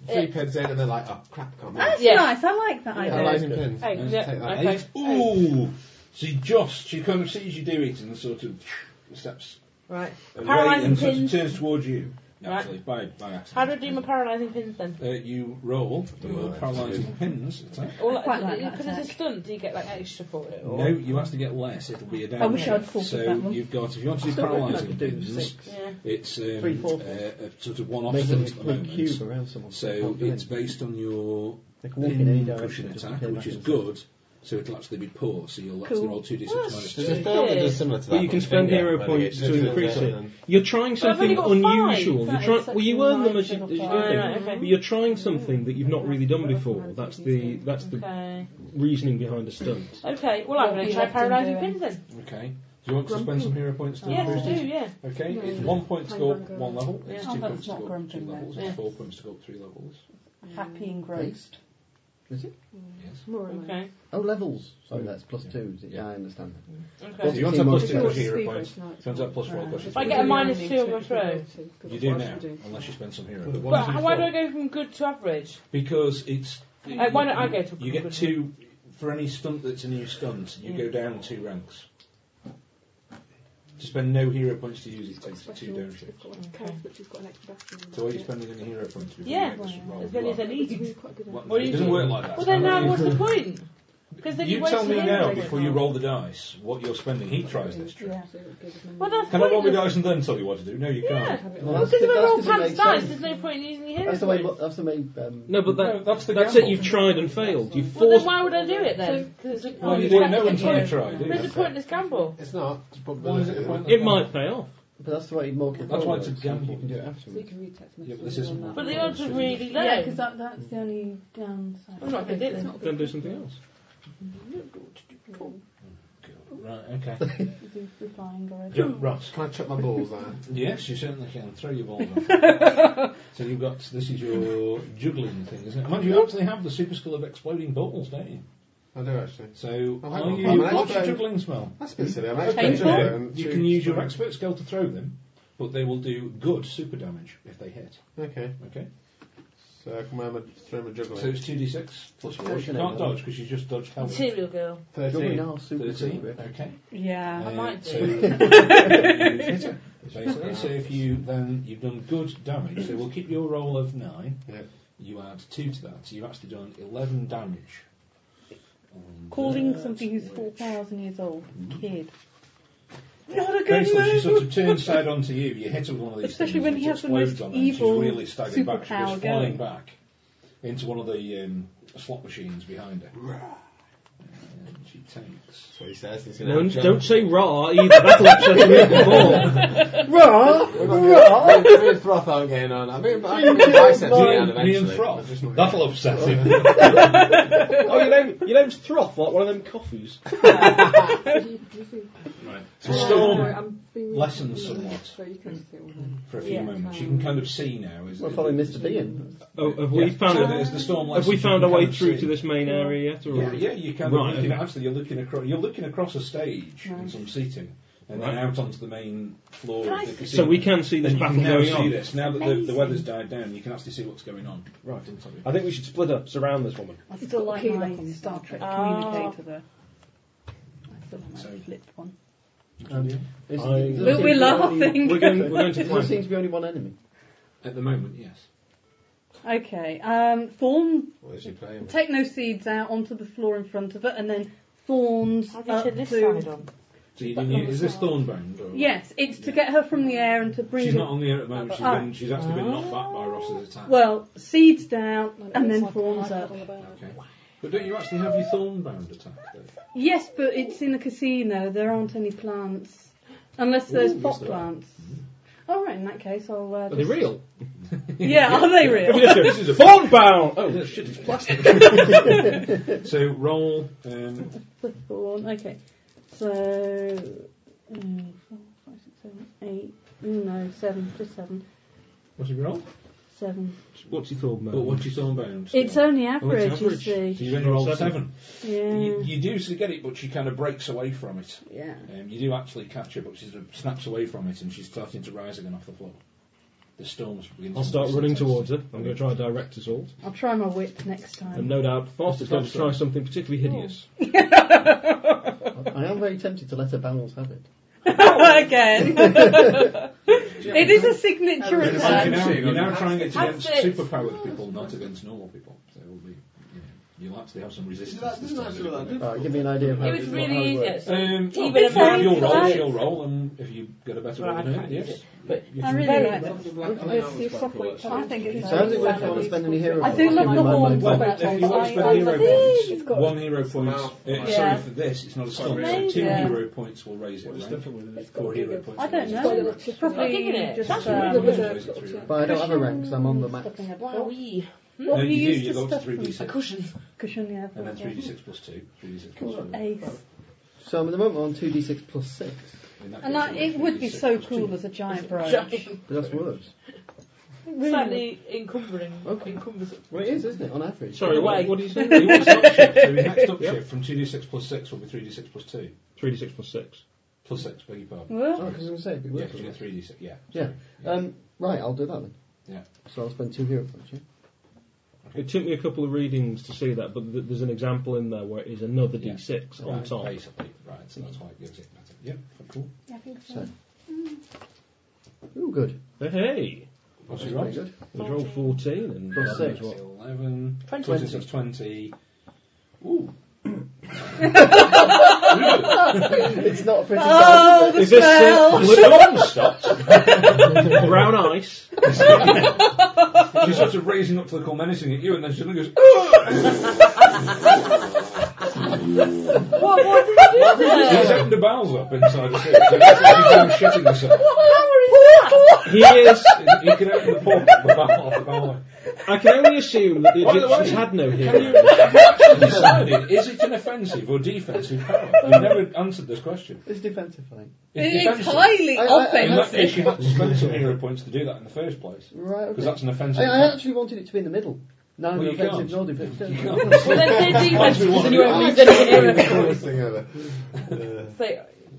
[SPEAKER 5] three pins in and they're like, oh crap, can't move.
[SPEAKER 6] That's nice. I like that idea.
[SPEAKER 5] Paralysing pins.
[SPEAKER 6] Hey,
[SPEAKER 5] Just
[SPEAKER 6] yeah,
[SPEAKER 5] take that.
[SPEAKER 6] okay.
[SPEAKER 5] Eight.
[SPEAKER 7] Ooh! She just, she kind of sees you do it and sort of steps
[SPEAKER 4] Right.
[SPEAKER 7] away
[SPEAKER 4] Paralysing
[SPEAKER 7] and sort of
[SPEAKER 4] pins.
[SPEAKER 7] turns towards you.
[SPEAKER 4] Right.
[SPEAKER 7] Actually, by, by accident.
[SPEAKER 4] How do I do my paralysing pins then?
[SPEAKER 7] Uh, you roll your
[SPEAKER 4] Right.
[SPEAKER 7] paralysing pins attack.
[SPEAKER 4] All
[SPEAKER 6] I quite like that
[SPEAKER 4] Because it's a stunt, do you get like extra for it? Or?
[SPEAKER 7] No, you actually get less. It'll be a down.
[SPEAKER 4] Oh. I wish I'd thought of
[SPEAKER 7] So
[SPEAKER 4] that one.
[SPEAKER 7] you've got, if you want
[SPEAKER 4] I
[SPEAKER 7] to do
[SPEAKER 4] still reckon I
[SPEAKER 7] paralysing
[SPEAKER 4] could do
[SPEAKER 7] pins,
[SPEAKER 4] six. Yeah.
[SPEAKER 7] it's um,
[SPEAKER 9] Three, four.
[SPEAKER 7] uh, a sort of one-off
[SPEAKER 9] Make it
[SPEAKER 7] thing
[SPEAKER 9] a
[SPEAKER 7] at the
[SPEAKER 9] big cube
[SPEAKER 7] moment.
[SPEAKER 9] around someone.
[SPEAKER 7] So
[SPEAKER 9] Can't do
[SPEAKER 7] it's based on your
[SPEAKER 9] can walk in any
[SPEAKER 7] pin
[SPEAKER 9] direction,
[SPEAKER 7] cushion
[SPEAKER 9] it doesn't
[SPEAKER 7] attack,
[SPEAKER 9] go
[SPEAKER 7] which
[SPEAKER 9] back
[SPEAKER 7] is
[SPEAKER 9] and
[SPEAKER 7] good. So it'll actually be poor. So you'll actually
[SPEAKER 9] Cool.
[SPEAKER 7] roll two d6
[SPEAKER 9] Oh,
[SPEAKER 7] minus
[SPEAKER 9] There's
[SPEAKER 7] two.
[SPEAKER 9] a film that does similar to
[SPEAKER 8] But
[SPEAKER 9] that,
[SPEAKER 8] you can
[SPEAKER 9] but
[SPEAKER 8] spend
[SPEAKER 9] finger,
[SPEAKER 8] hero
[SPEAKER 9] but it
[SPEAKER 8] points
[SPEAKER 9] gets
[SPEAKER 8] to
[SPEAKER 9] zero
[SPEAKER 8] increase
[SPEAKER 9] zero
[SPEAKER 8] it.
[SPEAKER 9] then.
[SPEAKER 8] You're trying
[SPEAKER 9] But I've
[SPEAKER 8] something
[SPEAKER 9] only got five.
[SPEAKER 8] unusual.
[SPEAKER 9] That
[SPEAKER 8] You're
[SPEAKER 9] is
[SPEAKER 8] trying,
[SPEAKER 9] such
[SPEAKER 8] well, you
[SPEAKER 9] a
[SPEAKER 8] earn them
[SPEAKER 9] nice
[SPEAKER 8] as you, as you do
[SPEAKER 9] little
[SPEAKER 4] five. Right,
[SPEAKER 8] things,
[SPEAKER 4] okay.
[SPEAKER 8] but you're trying something that you've not really done before. That's the that's the
[SPEAKER 4] Okay.
[SPEAKER 8] reasoning behind a stunt.
[SPEAKER 4] Okay, well, I'm
[SPEAKER 14] What we
[SPEAKER 4] going to try
[SPEAKER 14] left in
[SPEAKER 4] paralysing
[SPEAKER 14] doing.
[SPEAKER 4] pins then.
[SPEAKER 7] Okay. Do you want to spend
[SPEAKER 4] Grumpy.
[SPEAKER 7] some hero points to
[SPEAKER 4] Yes, I
[SPEAKER 7] increase
[SPEAKER 4] do,
[SPEAKER 7] it?
[SPEAKER 4] yeah.
[SPEAKER 7] Okay,
[SPEAKER 4] No.
[SPEAKER 7] it's one point to go up
[SPEAKER 4] Time
[SPEAKER 7] one level,
[SPEAKER 4] Yeah.
[SPEAKER 7] it's
[SPEAKER 4] Oh,
[SPEAKER 7] two
[SPEAKER 4] that's
[SPEAKER 7] points to
[SPEAKER 4] not
[SPEAKER 7] go up
[SPEAKER 4] grumpy Mm.
[SPEAKER 7] two
[SPEAKER 4] then.
[SPEAKER 7] levels,
[SPEAKER 4] Yeah.
[SPEAKER 7] it's four points to go up three levels.
[SPEAKER 6] Happy
[SPEAKER 9] engrossed. Is it?
[SPEAKER 14] Um,
[SPEAKER 6] More or less. Okay.
[SPEAKER 9] Oh, levels. Sorry, that's plus two. is it? Yeah, I understand.
[SPEAKER 6] Okay.
[SPEAKER 7] Well,
[SPEAKER 9] Well,
[SPEAKER 7] you want
[SPEAKER 9] two
[SPEAKER 7] to
[SPEAKER 9] more
[SPEAKER 7] plus two
[SPEAKER 9] points.
[SPEAKER 7] plus hero points. You want to plus roll questions.
[SPEAKER 4] If I get a minus two, I'm going to throw.
[SPEAKER 7] You do now, unless you spend some hero. points.
[SPEAKER 4] But how- why do I go from good to average?
[SPEAKER 7] Because it's.
[SPEAKER 4] Uh, why don't I go to-
[SPEAKER 7] You get two for any stunt that's a new stunt. You
[SPEAKER 4] Yeah.
[SPEAKER 7] go down two ranks. To spend no hero points to use it takes you two down shifts. So are you spending any hero points? before you
[SPEAKER 4] Yeah,
[SPEAKER 7] make this roll?
[SPEAKER 4] as many as I need.
[SPEAKER 7] Well,
[SPEAKER 4] What do
[SPEAKER 7] it
[SPEAKER 4] you
[SPEAKER 7] doesn't
[SPEAKER 4] do?
[SPEAKER 7] work like that.
[SPEAKER 4] Well, then now what's the point? Because then
[SPEAKER 7] You
[SPEAKER 4] waste
[SPEAKER 7] tell me
[SPEAKER 4] your
[SPEAKER 7] now
[SPEAKER 4] hero
[SPEAKER 7] before you roll the dice what you're spending. He tries this. trick.
[SPEAKER 4] Well, that's
[SPEAKER 7] Can I roll the
[SPEAKER 4] pointless.
[SPEAKER 7] dice and then tell you what to do? No, you
[SPEAKER 4] Yeah.
[SPEAKER 7] can't.
[SPEAKER 4] Well, because if I roll pants dice, there's no point in using your hero
[SPEAKER 9] That's the way.
[SPEAKER 4] points.
[SPEAKER 9] That's the way. Um,
[SPEAKER 8] No, but that,
[SPEAKER 7] that's the
[SPEAKER 8] that's it. You've tried and failed. You've
[SPEAKER 4] Well, then
[SPEAKER 8] forced.
[SPEAKER 4] why would I do it then? Because it's a
[SPEAKER 8] Well,
[SPEAKER 4] pointless
[SPEAKER 8] you don't know
[SPEAKER 4] gamble.
[SPEAKER 8] until you try, do you?
[SPEAKER 4] There's a pointless gamble.
[SPEAKER 5] It's not.
[SPEAKER 7] Why is it a point?
[SPEAKER 8] It might pay off.
[SPEAKER 9] But that's the way more control.
[SPEAKER 7] That's why it's a
[SPEAKER 9] works, so
[SPEAKER 7] gamble.
[SPEAKER 9] You can do it afterwards.
[SPEAKER 7] Yeah, but this isn't.
[SPEAKER 4] But the odds are really low.
[SPEAKER 6] Yeah, because that, that's the only downside.
[SPEAKER 4] I'm not gonna do this.
[SPEAKER 8] Then do something else.
[SPEAKER 7] Right. Okay.
[SPEAKER 6] Replying
[SPEAKER 7] Jump, Ross.
[SPEAKER 5] Can I chuck my balls there?
[SPEAKER 7] Yes, you certainly can. Throw your balls off. so you've got this is your juggling thing, isn't it? Mind you, you actually have the super skill of exploding balls, don't you?
[SPEAKER 5] I do actually.
[SPEAKER 7] So
[SPEAKER 5] Oh, hang
[SPEAKER 7] are
[SPEAKER 5] on,
[SPEAKER 7] you,
[SPEAKER 5] I'm an
[SPEAKER 7] what's your
[SPEAKER 5] expert.
[SPEAKER 7] juggling spell?
[SPEAKER 5] That's a bit silly. I'm an
[SPEAKER 7] Okay,
[SPEAKER 5] expert juggler and
[SPEAKER 7] You
[SPEAKER 5] two-
[SPEAKER 7] can use your expert skill to throw them, but they will do good super damage if they hit.
[SPEAKER 5] Okay.
[SPEAKER 7] Okay.
[SPEAKER 5] So uh, I can wear my, throw my juggling.
[SPEAKER 7] So it's 2d6 plus 4. You
[SPEAKER 5] Definitely.
[SPEAKER 7] can't dodge because you just dodged helmet.
[SPEAKER 4] Material girl.
[SPEAKER 5] Thirteen.
[SPEAKER 9] Juggling are super
[SPEAKER 7] 13,
[SPEAKER 9] good.
[SPEAKER 7] okay.
[SPEAKER 6] Yeah, I
[SPEAKER 7] Uh,
[SPEAKER 6] might
[SPEAKER 7] so-
[SPEAKER 6] do.
[SPEAKER 7] Basically, so if you then you've done good damage, so we'll keep your roll of nine.
[SPEAKER 5] Yeah.
[SPEAKER 7] You add two to that, so you've actually done eleven damage. And
[SPEAKER 6] Calling
[SPEAKER 7] that's
[SPEAKER 6] something who's
[SPEAKER 7] which-
[SPEAKER 6] 4,000 years old kid. Not a good
[SPEAKER 7] Basically, she
[SPEAKER 6] move.
[SPEAKER 7] sort of turns side onto you. You hit her with one of these
[SPEAKER 6] Especially
[SPEAKER 7] things
[SPEAKER 6] when
[SPEAKER 7] and
[SPEAKER 6] he
[SPEAKER 7] it
[SPEAKER 6] has the most
[SPEAKER 7] explodes on her, and
[SPEAKER 6] evil
[SPEAKER 7] She's really staggered back. She goes
[SPEAKER 6] superpower
[SPEAKER 7] flying
[SPEAKER 6] going.
[SPEAKER 7] back into one of the um, slot machines behind her. And she takes.
[SPEAKER 5] That's what he says. He's gonna
[SPEAKER 8] No,
[SPEAKER 5] have a
[SPEAKER 8] don't say raw either. That'll upset me even more.
[SPEAKER 5] jump. We're not getting- me- me and Froth aren't getting on. I mean, I can get biceps
[SPEAKER 7] Me
[SPEAKER 5] down
[SPEAKER 7] and- me and
[SPEAKER 5] eventually.
[SPEAKER 7] Froth.
[SPEAKER 5] I'm just not-
[SPEAKER 7] That'll upset him.
[SPEAKER 8] Oh, your name your name's Throff, like one of them coffees.
[SPEAKER 7] Right. The storm lessens somewhat for a few
[SPEAKER 6] Yeah.
[SPEAKER 7] moments. You can kind of see now. Is,
[SPEAKER 9] We're following Mr. B in.
[SPEAKER 8] Oh, have we
[SPEAKER 7] Yeah.
[SPEAKER 8] found
[SPEAKER 7] So there's the storm
[SPEAKER 8] Have we
[SPEAKER 7] lessons, you
[SPEAKER 8] found
[SPEAKER 7] can
[SPEAKER 8] our way
[SPEAKER 7] kind of
[SPEAKER 8] through
[SPEAKER 7] see.
[SPEAKER 8] to this main area yet? Or
[SPEAKER 7] Yeah, yeah, you can.
[SPEAKER 8] Right,
[SPEAKER 7] you can
[SPEAKER 8] okay.
[SPEAKER 7] Actually, you're looking across. You're looking across a stage and some seating, and then out onto the main floor.
[SPEAKER 4] Can I
[SPEAKER 7] of the
[SPEAKER 4] see-
[SPEAKER 7] casino.
[SPEAKER 8] So we can see this
[SPEAKER 7] And you
[SPEAKER 8] battle
[SPEAKER 7] can now
[SPEAKER 8] going
[SPEAKER 7] see
[SPEAKER 8] on.
[SPEAKER 7] This. Now that the, the
[SPEAKER 4] Amazing.
[SPEAKER 7] weather's died down, you can actually see what's going on.
[SPEAKER 8] Right.
[SPEAKER 7] on top of you.
[SPEAKER 8] I think we should split up, surround this woman.
[SPEAKER 6] I still like
[SPEAKER 14] Key
[SPEAKER 6] my
[SPEAKER 14] lock on the
[SPEAKER 6] Star Trek
[SPEAKER 4] Ah.
[SPEAKER 6] communicator though. I still like my
[SPEAKER 7] So-
[SPEAKER 6] flipped one.
[SPEAKER 9] Is-
[SPEAKER 8] I-
[SPEAKER 9] does it
[SPEAKER 6] But
[SPEAKER 9] seem
[SPEAKER 6] we're
[SPEAKER 9] to be only-
[SPEAKER 6] laughing.
[SPEAKER 8] We're going, we're going to
[SPEAKER 9] Does there
[SPEAKER 8] plan.
[SPEAKER 9] seem to be only one enemy?
[SPEAKER 7] At the moment, yes.
[SPEAKER 6] Okay, um, Thorn,
[SPEAKER 5] What is he playing? with?
[SPEAKER 6] techno seeds out onto the floor in front of it, and then Thorns
[SPEAKER 4] Have you
[SPEAKER 6] up
[SPEAKER 4] turned this
[SPEAKER 6] to.
[SPEAKER 4] side on?
[SPEAKER 7] So you, you, is this Thornbound? Or?
[SPEAKER 6] Yes, it's to get her from the air and to bring
[SPEAKER 7] She's
[SPEAKER 6] her-
[SPEAKER 7] not on the air at the moment. She's,
[SPEAKER 4] Uh,
[SPEAKER 6] Oh.
[SPEAKER 7] been, she's actually been knocked back by Ross's attack.
[SPEAKER 6] Well, seeds down and then Thorns up.
[SPEAKER 7] okay. But don't you actually have your Thornbound attack? Though?
[SPEAKER 6] Yes, but it's in a casino. There aren't any plants. Unless there's
[SPEAKER 7] Ooh,
[SPEAKER 6] pot
[SPEAKER 7] yes, there are. Mm-hmm.
[SPEAKER 6] plants. All right, in that case, I'll. Uh,
[SPEAKER 8] Are they
[SPEAKER 6] just-
[SPEAKER 8] real?
[SPEAKER 6] Yeah, are they real?
[SPEAKER 8] this is a phone bound! Oh shit, it's plastic.
[SPEAKER 7] so roll. Um,
[SPEAKER 6] Flip the one. Okay. So. mm, four, five, six, seven, eight. No, seven. Just seven.
[SPEAKER 8] What's your roll?
[SPEAKER 6] Seven.
[SPEAKER 8] What's your thorn bound?
[SPEAKER 7] But what's your thorn bound?
[SPEAKER 6] It's only
[SPEAKER 7] Oh, it's
[SPEAKER 6] average, you
[SPEAKER 7] average.
[SPEAKER 6] see.
[SPEAKER 7] So you only roll
[SPEAKER 8] Seven.
[SPEAKER 7] seven.
[SPEAKER 6] Yeah.
[SPEAKER 7] You, you do so get it, but she kind of breaks away from it.
[SPEAKER 6] Yeah.
[SPEAKER 7] Um, you do actually catch her, but she sort of snaps away from it, and she's starting to rise again off the floor. The storm's beginning.
[SPEAKER 8] I'll
[SPEAKER 7] to
[SPEAKER 8] start
[SPEAKER 7] increase
[SPEAKER 8] running
[SPEAKER 7] in
[SPEAKER 8] towards
[SPEAKER 7] intensity.
[SPEAKER 8] her. I'm going to try and direct us all.
[SPEAKER 6] I'll try my whip next
[SPEAKER 8] And
[SPEAKER 6] time.
[SPEAKER 8] no doubt, Foster's going to try something particularly hideous.
[SPEAKER 9] I am very tempted to let her bowels have it.
[SPEAKER 6] Again. it is a signature
[SPEAKER 7] You're now,
[SPEAKER 6] attack.
[SPEAKER 7] you're now trying it against
[SPEAKER 6] That's it.
[SPEAKER 7] superpowered people, not against normal people. So it'll be, you know, you'll actually have some resistance. this time.
[SPEAKER 9] Alright, Uh, give me an idea of how
[SPEAKER 7] It
[SPEAKER 4] was
[SPEAKER 9] what-
[SPEAKER 4] really
[SPEAKER 9] how it
[SPEAKER 4] easy,
[SPEAKER 9] works.
[SPEAKER 4] actually.
[SPEAKER 7] Um,
[SPEAKER 4] Even
[SPEAKER 7] well,
[SPEAKER 4] if I
[SPEAKER 7] you'll roll,
[SPEAKER 4] survive-
[SPEAKER 7] she'll roll, and if you get a better
[SPEAKER 4] Right,
[SPEAKER 7] roll than her,
[SPEAKER 4] I can't
[SPEAKER 7] yes. But you
[SPEAKER 6] I
[SPEAKER 7] can-
[SPEAKER 6] really like this. I think it's
[SPEAKER 9] So how does it work if I want to spend any hero
[SPEAKER 6] I do
[SPEAKER 9] points?
[SPEAKER 6] love
[SPEAKER 9] Give me
[SPEAKER 6] the
[SPEAKER 9] my
[SPEAKER 6] horns.
[SPEAKER 9] mobile.
[SPEAKER 6] Well,
[SPEAKER 7] If you want to
[SPEAKER 6] I-
[SPEAKER 7] spend hero
[SPEAKER 6] I-
[SPEAKER 7] points, one hero point. Uh,
[SPEAKER 6] Yeah.
[SPEAKER 7] Sorry for this, it's not a stun.
[SPEAKER 6] Amazing.
[SPEAKER 7] Two
[SPEAKER 6] Yeah.
[SPEAKER 7] hero points will raise it. Right? Four hero points.
[SPEAKER 6] I
[SPEAKER 7] will raise
[SPEAKER 6] don't
[SPEAKER 7] it.
[SPEAKER 6] know. It's probably just.
[SPEAKER 7] That's
[SPEAKER 6] uh,
[SPEAKER 7] really good. Raise it three rounds.
[SPEAKER 9] But I don't have a rank, so I'm on the max.
[SPEAKER 6] Wowee.
[SPEAKER 7] No,
[SPEAKER 6] What have
[SPEAKER 7] you
[SPEAKER 6] you
[SPEAKER 7] do,
[SPEAKER 6] used
[SPEAKER 7] you
[SPEAKER 6] to
[SPEAKER 7] go up to
[SPEAKER 6] stuff
[SPEAKER 7] 3d6.
[SPEAKER 6] them? A cushion. Cushion, yeah.
[SPEAKER 7] And then 3d6 plus 2. 3d6 plus 2.
[SPEAKER 6] Ace.
[SPEAKER 9] So I'm at the moment on 2d6 plus 6.
[SPEAKER 7] In that
[SPEAKER 6] And
[SPEAKER 7] case,
[SPEAKER 6] that,
[SPEAKER 7] it'll
[SPEAKER 6] it would be
[SPEAKER 7] 3d6
[SPEAKER 6] so
[SPEAKER 7] plus
[SPEAKER 6] cool
[SPEAKER 7] two.
[SPEAKER 6] as a giant brooch.
[SPEAKER 9] But that's worse.
[SPEAKER 4] Slightly encumbering. Encumbers.
[SPEAKER 9] Well, it is, isn't it, on average?
[SPEAKER 8] Sorry, what,
[SPEAKER 4] Wait.
[SPEAKER 8] what do you say?
[SPEAKER 7] So your next upshift- so your next upshift from 2d6 plus 6 will be 3d6 plus 2.
[SPEAKER 8] 3d6 plus 6.
[SPEAKER 7] Plus 6, beg your pardon.
[SPEAKER 9] Oh, 'cause I was going to say, it'd be
[SPEAKER 7] Yeah,
[SPEAKER 9] worse.
[SPEAKER 7] 'cause you get 3d6. Yeah.
[SPEAKER 9] Yeah. Um, right, I'll do that then.
[SPEAKER 7] Yeah.
[SPEAKER 9] So I'll spend two hero points, yeah?
[SPEAKER 8] It took me a couple of readings to see that, but th- there's an example in there where it is another
[SPEAKER 7] Yeah.
[SPEAKER 8] d6 on
[SPEAKER 7] Right,
[SPEAKER 8] top.
[SPEAKER 7] Basically, right, so that's why it gives it better. Yeah, cool.
[SPEAKER 12] Yeah, I think so.
[SPEAKER 9] So. Ooh, good.
[SPEAKER 8] Hey!
[SPEAKER 7] What's
[SPEAKER 9] That's
[SPEAKER 7] your roll?
[SPEAKER 9] pretty good.
[SPEAKER 8] We roll 14 and
[SPEAKER 9] Plus
[SPEAKER 8] that is
[SPEAKER 9] six.
[SPEAKER 8] what-
[SPEAKER 7] 11,
[SPEAKER 9] Twenty.
[SPEAKER 7] 26, 20. Ooh.
[SPEAKER 9] It's not a pretty
[SPEAKER 6] Oh, the
[SPEAKER 8] Is this
[SPEAKER 6] spell!
[SPEAKER 8] uh, storm stopped? Brown ice.
[SPEAKER 7] She's sort of raising up to look all menacing at you, and then she goes,
[SPEAKER 4] What, what did you do
[SPEAKER 7] She's
[SPEAKER 4] there?
[SPEAKER 7] opened the bowels up inside the suit. So that's why she's kind of shitting herself.
[SPEAKER 4] What
[SPEAKER 8] He is.
[SPEAKER 7] You can open the port from the bowel off the bowel.
[SPEAKER 8] I can only assume that the
[SPEAKER 7] By the way,
[SPEAKER 8] Egyptians had no
[SPEAKER 7] Can you
[SPEAKER 8] hero.
[SPEAKER 7] actually decided, is it an offensive or defensive power? You never answered this question.
[SPEAKER 9] It's defensive, I think.
[SPEAKER 6] It's
[SPEAKER 7] defensive.
[SPEAKER 6] highly
[SPEAKER 9] I- I- I-
[SPEAKER 7] In that
[SPEAKER 6] offensive.
[SPEAKER 7] case, you had to spend some hero points to do that in the first place.
[SPEAKER 9] Right, okay.
[SPEAKER 7] Because that's an offensive
[SPEAKER 9] I, I
[SPEAKER 7] power.
[SPEAKER 9] actually wanted it to be in the middle. Neither
[SPEAKER 7] Well, you
[SPEAKER 9] offensive
[SPEAKER 7] can't.
[SPEAKER 9] nor defensive.
[SPEAKER 7] You can't.
[SPEAKER 4] Well, then say defense,
[SPEAKER 7] Might as well
[SPEAKER 4] and you
[SPEAKER 7] want
[SPEAKER 4] won't
[SPEAKER 7] to
[SPEAKER 4] lose any hero points.
[SPEAKER 5] Coolest thing ever. Uh,
[SPEAKER 4] Say,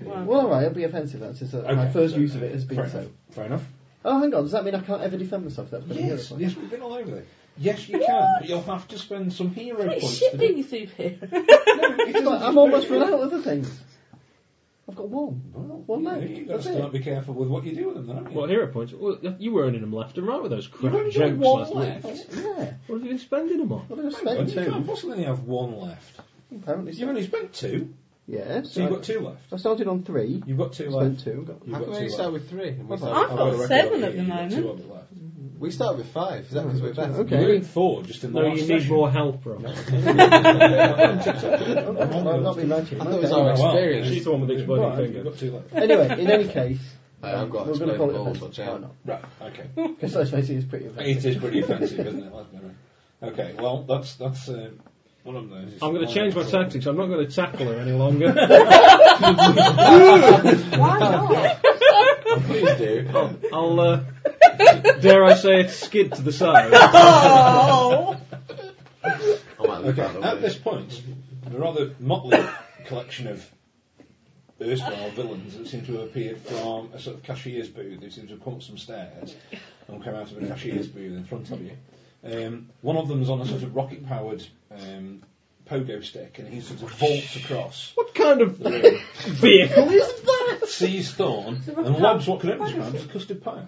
[SPEAKER 4] well,
[SPEAKER 9] Well, alright, it'll be offensive. That's just, uh, my
[SPEAKER 7] Okay,
[SPEAKER 9] first
[SPEAKER 7] so,
[SPEAKER 9] use of
[SPEAKER 7] uh,
[SPEAKER 9] it has been
[SPEAKER 7] fair
[SPEAKER 9] so.
[SPEAKER 7] Enough. Fair enough.
[SPEAKER 9] Oh, hang on, does that mean I can't ever defend myself? That's been a hero
[SPEAKER 7] Yes,
[SPEAKER 9] point.
[SPEAKER 7] yes, we've been all over there. Yes, you can, but you'll have to spend some hero points to
[SPEAKER 4] Shit
[SPEAKER 7] do
[SPEAKER 4] being a superhero.
[SPEAKER 9] It's like I'm almost run out of other things. I've got one. One
[SPEAKER 7] Yeah,
[SPEAKER 9] left.
[SPEAKER 7] You've got to
[SPEAKER 9] That's
[SPEAKER 7] start
[SPEAKER 9] it.
[SPEAKER 7] be careful with what you do with them, then, haven't you?
[SPEAKER 8] What hero points? Well, you were earning them left and right with those crap
[SPEAKER 7] You've only
[SPEAKER 8] jokes
[SPEAKER 7] got one
[SPEAKER 8] last
[SPEAKER 7] left.
[SPEAKER 8] week.
[SPEAKER 9] Yeah.
[SPEAKER 8] What have you been spending them on?
[SPEAKER 9] Well, I've
[SPEAKER 7] Well,
[SPEAKER 9] spent
[SPEAKER 7] You can't
[SPEAKER 9] two.
[SPEAKER 7] possibly only have one left.
[SPEAKER 9] Apparently,
[SPEAKER 7] You've
[SPEAKER 9] so.
[SPEAKER 7] only spent two,
[SPEAKER 9] Yeah.
[SPEAKER 7] so you've got two left.
[SPEAKER 9] I started on three.
[SPEAKER 7] You've got two
[SPEAKER 9] spent
[SPEAKER 7] left.
[SPEAKER 9] two. Got,
[SPEAKER 7] You've
[SPEAKER 5] how
[SPEAKER 7] got
[SPEAKER 5] can
[SPEAKER 7] two
[SPEAKER 5] we start
[SPEAKER 7] left.
[SPEAKER 5] with three? And we,
[SPEAKER 9] I've
[SPEAKER 5] start,
[SPEAKER 6] I've got seven at the
[SPEAKER 7] You've got two
[SPEAKER 6] moment.
[SPEAKER 7] of it left.
[SPEAKER 5] we started with five. Is that because we're better?
[SPEAKER 9] Okay.
[SPEAKER 7] You were at four just in the
[SPEAKER 8] No,
[SPEAKER 7] last
[SPEAKER 8] you need
[SPEAKER 7] session.
[SPEAKER 8] more help, Rob.
[SPEAKER 9] okay. well, not been magic.
[SPEAKER 5] I thought it
[SPEAKER 9] okay.
[SPEAKER 5] was our
[SPEAKER 7] Oh, well,
[SPEAKER 5] experience.
[SPEAKER 8] She's the one with the exploding
[SPEAKER 7] Right, you've
[SPEAKER 8] finger.
[SPEAKER 7] got two left.
[SPEAKER 9] Anyway, in any case,
[SPEAKER 5] I have got
[SPEAKER 9] we're going to call it
[SPEAKER 5] exploding balls,
[SPEAKER 9] offensive.
[SPEAKER 5] watch
[SPEAKER 9] Why
[SPEAKER 5] out.
[SPEAKER 9] not?
[SPEAKER 7] Right, okay.
[SPEAKER 9] Because let's face it, it's pretty
[SPEAKER 7] It
[SPEAKER 9] offensive.
[SPEAKER 7] is pretty offensive, isn't it? Let's be honest. Okay, well, that's that's uh, one of those.
[SPEAKER 8] I'm going to
[SPEAKER 7] One
[SPEAKER 8] change my
[SPEAKER 7] of those.
[SPEAKER 8] tactics. I'm not going to tackle her any longer.
[SPEAKER 12] Why not?
[SPEAKER 5] Please do.
[SPEAKER 8] I'll, uh, dare I say it, skid to the side.
[SPEAKER 6] Oh!
[SPEAKER 5] I might look out the
[SPEAKER 7] At
[SPEAKER 5] way.
[SPEAKER 7] this point, the rather motley collection of erstwhile villains that seem to have appeared from a sort of cashier's booth, they seem to have come up some stairs and come out of a cashier's booth in front of you. Um, one of them's on a sort of rocket powered um, pogo stick and he sort of vaults across,
[SPEAKER 8] what kind of vehicle is that?
[SPEAKER 7] sees Thorn, and lobs what can only describe as a custard pie.